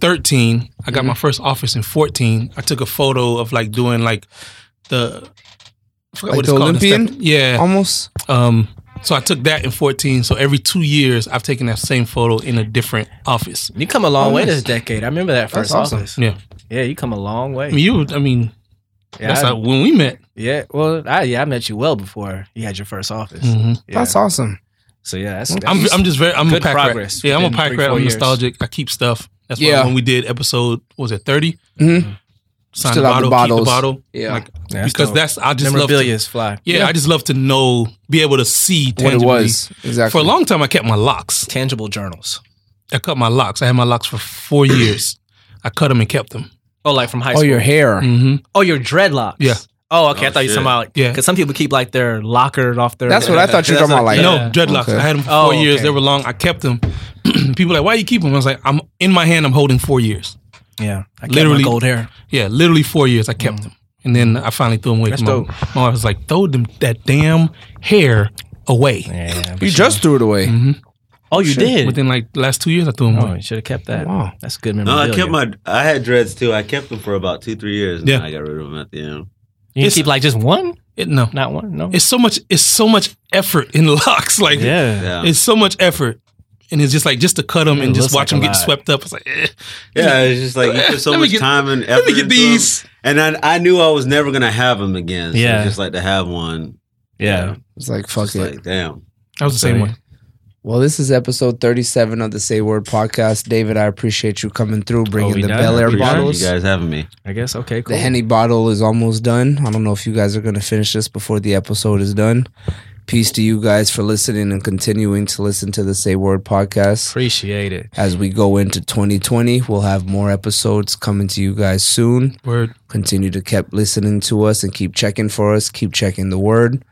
[SPEAKER 2] 13. I got my first office in 14. I took a photo of like doing like the I forgot
[SPEAKER 3] Like
[SPEAKER 2] what it's
[SPEAKER 3] the
[SPEAKER 2] called. the
[SPEAKER 3] Olympian?
[SPEAKER 2] step- Yeah.
[SPEAKER 3] almost.
[SPEAKER 2] Um so I took that in 14. So every 2 years I've taken that same photo in a different office.
[SPEAKER 4] You come a long
[SPEAKER 3] Oh,
[SPEAKER 4] way
[SPEAKER 3] nice.
[SPEAKER 4] this decade. I remember that first
[SPEAKER 3] awesome.
[SPEAKER 4] office.
[SPEAKER 2] Yeah.
[SPEAKER 4] Yeah, you come a long way.
[SPEAKER 2] I mean you I mean
[SPEAKER 4] yeah,
[SPEAKER 2] that's
[SPEAKER 4] I-
[SPEAKER 2] like when we met.
[SPEAKER 4] yeah, well, I yeah, I met you well before you had your first office.
[SPEAKER 2] Mhm.
[SPEAKER 4] Yeah.
[SPEAKER 3] That's awesome.
[SPEAKER 4] So yeah, that's,
[SPEAKER 2] I'm
[SPEAKER 4] that's-
[SPEAKER 2] I'm just very I'm a
[SPEAKER 4] Good
[SPEAKER 2] pack rat.
[SPEAKER 4] progress
[SPEAKER 2] Yeah, I'm a
[SPEAKER 4] within
[SPEAKER 2] pack
[SPEAKER 4] three,
[SPEAKER 2] rat.
[SPEAKER 4] four
[SPEAKER 2] I'm
[SPEAKER 4] years.
[SPEAKER 2] nostalgic. I keep stuff. That's why
[SPEAKER 3] Yeah.
[SPEAKER 2] when we did episode what was it 30?
[SPEAKER 3] Mhm.
[SPEAKER 2] Sign
[SPEAKER 3] Still
[SPEAKER 2] the
[SPEAKER 3] have the
[SPEAKER 2] bottle, keep the
[SPEAKER 3] bottles.
[SPEAKER 2] bottle.
[SPEAKER 3] Yeah.
[SPEAKER 2] Like
[SPEAKER 4] yeah,
[SPEAKER 2] because
[SPEAKER 4] dope.
[SPEAKER 2] that's I just love to,
[SPEAKER 4] memorabilia
[SPEAKER 2] yeah,
[SPEAKER 4] is fly.
[SPEAKER 2] I just love to know, be able to see
[SPEAKER 3] What it
[SPEAKER 2] tangibly.
[SPEAKER 3] was exactly
[SPEAKER 2] For a long time, I kept my locks.
[SPEAKER 4] Tangible journals.
[SPEAKER 2] I cut my locks. I had my locks for four years. I cut them and kept them.
[SPEAKER 4] Oh, like from high
[SPEAKER 3] Oh,
[SPEAKER 4] school.
[SPEAKER 3] your hair.
[SPEAKER 2] hmm
[SPEAKER 4] oh, your dreadlocks.
[SPEAKER 2] Yeah.
[SPEAKER 4] Oh, okay. I
[SPEAKER 5] Oh,
[SPEAKER 4] thought you were
[SPEAKER 5] shit.
[SPEAKER 4] talking about
[SPEAKER 2] Yeah.
[SPEAKER 4] because some people keep like their lockered off their.
[SPEAKER 3] That's what I thought you were
[SPEAKER 5] That's
[SPEAKER 3] talking about. Like,
[SPEAKER 5] like-
[SPEAKER 2] No
[SPEAKER 4] Yeah.
[SPEAKER 2] dreadlocks.
[SPEAKER 3] Okay.
[SPEAKER 2] I had them for
[SPEAKER 4] Oh,
[SPEAKER 2] four years.
[SPEAKER 4] okay.
[SPEAKER 2] They were long. I kept them. People were like, why you keep them? I was like, I'm in my hand. I'm holding four years.
[SPEAKER 4] Yeah, I kept
[SPEAKER 2] Literally-
[SPEAKER 4] my gold hair.
[SPEAKER 2] Yeah, literally four years. I kept them, and then I finally threw them away.
[SPEAKER 4] Mm. That's
[SPEAKER 2] my,
[SPEAKER 4] dope.
[SPEAKER 2] my wife was like, throw them that damn hair away.
[SPEAKER 4] Yeah.
[SPEAKER 3] you just threw it away.
[SPEAKER 4] Oh, you did.
[SPEAKER 2] Within like the last two years, I threw them
[SPEAKER 4] oh,
[SPEAKER 2] away.
[SPEAKER 4] you should have kept that.
[SPEAKER 3] Wow.
[SPEAKER 4] That's good
[SPEAKER 5] No, I
[SPEAKER 4] memorabilia.
[SPEAKER 5] kept my. I had dreads too. I kept them for about two, three years, and
[SPEAKER 2] Yeah.
[SPEAKER 5] then I got rid of them at the end.
[SPEAKER 4] You
[SPEAKER 2] It's-
[SPEAKER 4] keep like just one,
[SPEAKER 2] It, no,
[SPEAKER 4] not one. No.
[SPEAKER 2] it's so much. It's so much effort in locks. Like
[SPEAKER 4] yeah.
[SPEAKER 5] Yeah,
[SPEAKER 2] It's so much effort. And it's just like just to cut them
[SPEAKER 4] It
[SPEAKER 2] and just
[SPEAKER 4] looks
[SPEAKER 2] watch
[SPEAKER 4] like
[SPEAKER 2] them
[SPEAKER 4] a
[SPEAKER 2] get
[SPEAKER 4] lot.
[SPEAKER 2] swept up. It's like, eh.
[SPEAKER 5] yeah. It's just like you put so
[SPEAKER 2] Let me
[SPEAKER 5] much
[SPEAKER 2] get-
[SPEAKER 5] time and effort.
[SPEAKER 2] let me get
[SPEAKER 5] into 'em,
[SPEAKER 2] these.
[SPEAKER 5] and I, I knew I was never gonna have them again. So
[SPEAKER 4] Yeah.
[SPEAKER 5] yeah, just like to have one.
[SPEAKER 4] Yeah.
[SPEAKER 3] It's like
[SPEAKER 5] It's
[SPEAKER 3] fuck
[SPEAKER 5] just
[SPEAKER 3] it.
[SPEAKER 5] like damn.
[SPEAKER 2] I was the same one.
[SPEAKER 3] Well, this is episode 37 of the Say Word podcast. David, I appreciate you coming through, bringing
[SPEAKER 4] we
[SPEAKER 3] the
[SPEAKER 4] done?
[SPEAKER 3] Bel Air
[SPEAKER 5] Appreciate
[SPEAKER 3] bottles.
[SPEAKER 5] You guys having me?
[SPEAKER 4] I guess. Okay. Cool.
[SPEAKER 3] The Henny bottle is almost done. I don't know if you guys are going to finish this before the episode is done. Peace to you guys for listening and continuing to listen to the Say Word podcast.
[SPEAKER 4] Appreciate it.
[SPEAKER 3] As we go into 2020, we'll have more episodes coming to you guys soon.
[SPEAKER 2] Word.
[SPEAKER 3] Continue to keep listening to us and keep checking for us. Keep checking the word.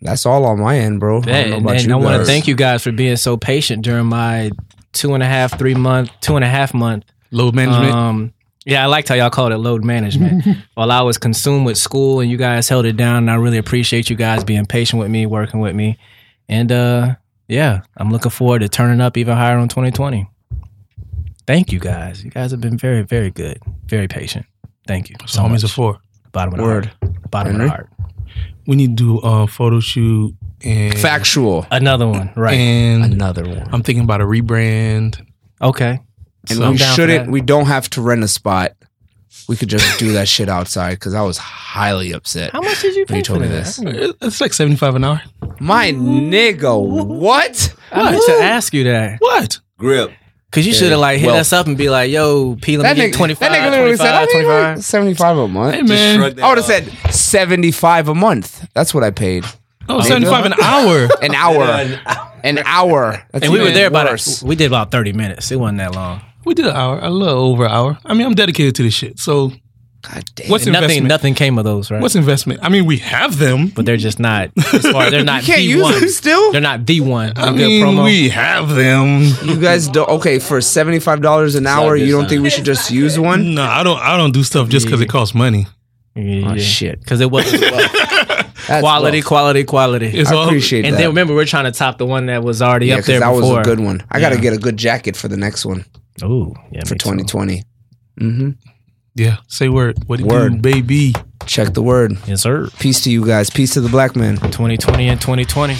[SPEAKER 3] That's all on my end, bro. I don't know
[SPEAKER 4] And,
[SPEAKER 3] about
[SPEAKER 4] and
[SPEAKER 3] you
[SPEAKER 4] I want to
[SPEAKER 3] guys.
[SPEAKER 4] thank you guys for being so patient during my two and a half, three month, two and a half month
[SPEAKER 2] Load management.
[SPEAKER 4] Um, yeah, I liked how y'all called it load management. While I was consumed with school and you guys held it down, and I really appreciate you guys being patient with me, working with me. And uh, yeah, I'm looking forward to turning up even higher on 2020. Thank you guys. You guys have been very, very good, very patient. Thank you.
[SPEAKER 2] That's all means before.
[SPEAKER 4] Bottom of the
[SPEAKER 3] Word.
[SPEAKER 4] heart. Bottom of
[SPEAKER 3] Henry?
[SPEAKER 4] the heart.
[SPEAKER 2] We need to do a photo shoot and
[SPEAKER 3] Factual.
[SPEAKER 4] Another one, right?
[SPEAKER 2] And
[SPEAKER 3] Another one.
[SPEAKER 2] I'm thinking about a rebrand.
[SPEAKER 4] Okay.
[SPEAKER 3] And
[SPEAKER 2] So-
[SPEAKER 3] we
[SPEAKER 4] I'm down for
[SPEAKER 3] shouldn't.
[SPEAKER 4] that.
[SPEAKER 3] We don't have to rent a spot. We could just do that shit outside because I was highly upset.
[SPEAKER 4] How much did you
[SPEAKER 3] When
[SPEAKER 4] pay
[SPEAKER 3] you told
[SPEAKER 4] for
[SPEAKER 3] me
[SPEAKER 4] that?
[SPEAKER 3] this.
[SPEAKER 4] I didn't-
[SPEAKER 2] It's like 75 an hour.
[SPEAKER 3] My nigga, what?
[SPEAKER 4] I meant to ask you that
[SPEAKER 2] What?
[SPEAKER 5] Grip.
[SPEAKER 4] because you should have like hit
[SPEAKER 3] Well-
[SPEAKER 4] us up and be like, "Yo, P, let
[SPEAKER 3] That
[SPEAKER 4] me get
[SPEAKER 3] nigga,
[SPEAKER 4] 25,
[SPEAKER 3] that nigga literally said, I
[SPEAKER 4] 25,
[SPEAKER 3] mean,
[SPEAKER 4] 25.
[SPEAKER 3] like, 75 a
[SPEAKER 2] Hey,
[SPEAKER 3] month.
[SPEAKER 2] man.
[SPEAKER 5] shrug that
[SPEAKER 3] I would have
[SPEAKER 5] off.
[SPEAKER 3] said 75 a month. That's what I paid.
[SPEAKER 2] Oh, 75 an hour.
[SPEAKER 3] An hour. An hour. That's
[SPEAKER 4] And we were
[SPEAKER 3] even
[SPEAKER 4] there about
[SPEAKER 3] worse.
[SPEAKER 4] a, we did about thirty minutes. It wasn't that long.
[SPEAKER 2] We did an hour, a little over an hour. I mean, I'm dedicated to this shit. So
[SPEAKER 3] God damn.
[SPEAKER 2] what's
[SPEAKER 4] And nothing,
[SPEAKER 2] investment?
[SPEAKER 4] nothing came of those, right?
[SPEAKER 2] What's investment? I mean, we have them.
[SPEAKER 4] but they're just not. As far, they're not
[SPEAKER 3] Can't
[SPEAKER 4] the
[SPEAKER 3] use
[SPEAKER 4] one.
[SPEAKER 3] them still?
[SPEAKER 4] They're not the one.
[SPEAKER 2] I
[SPEAKER 4] A good
[SPEAKER 2] mean,
[SPEAKER 4] promo.
[SPEAKER 2] we have them.
[SPEAKER 3] You guys don't. Okay, for $75 an hour, you don't think we should just use one?
[SPEAKER 2] No, I don't. I don't do stuff just because it costs money.
[SPEAKER 4] yeah,
[SPEAKER 3] Oh, shit.
[SPEAKER 4] because it wasn't
[SPEAKER 3] That's
[SPEAKER 4] quality,
[SPEAKER 3] rough.
[SPEAKER 4] quality, quality.
[SPEAKER 2] It's
[SPEAKER 3] I appreciate
[SPEAKER 4] and
[SPEAKER 3] that.
[SPEAKER 4] then remember, we're trying to top the one that was already
[SPEAKER 3] yeah,
[SPEAKER 4] up
[SPEAKER 3] 'cause
[SPEAKER 4] there
[SPEAKER 3] that
[SPEAKER 4] before.
[SPEAKER 3] was a good one. I got to get a good jacket for the next one
[SPEAKER 4] Ooh, yeah,
[SPEAKER 3] for
[SPEAKER 4] me too.
[SPEAKER 3] 2020. Mm-hmm.
[SPEAKER 2] Yeah, say word. What do you do,
[SPEAKER 3] Word.
[SPEAKER 2] baby?
[SPEAKER 3] Check the word.
[SPEAKER 4] Yes, sir.
[SPEAKER 3] Peace to you guys. Peace to the black man.
[SPEAKER 4] Twenty twenty and twenty twenty.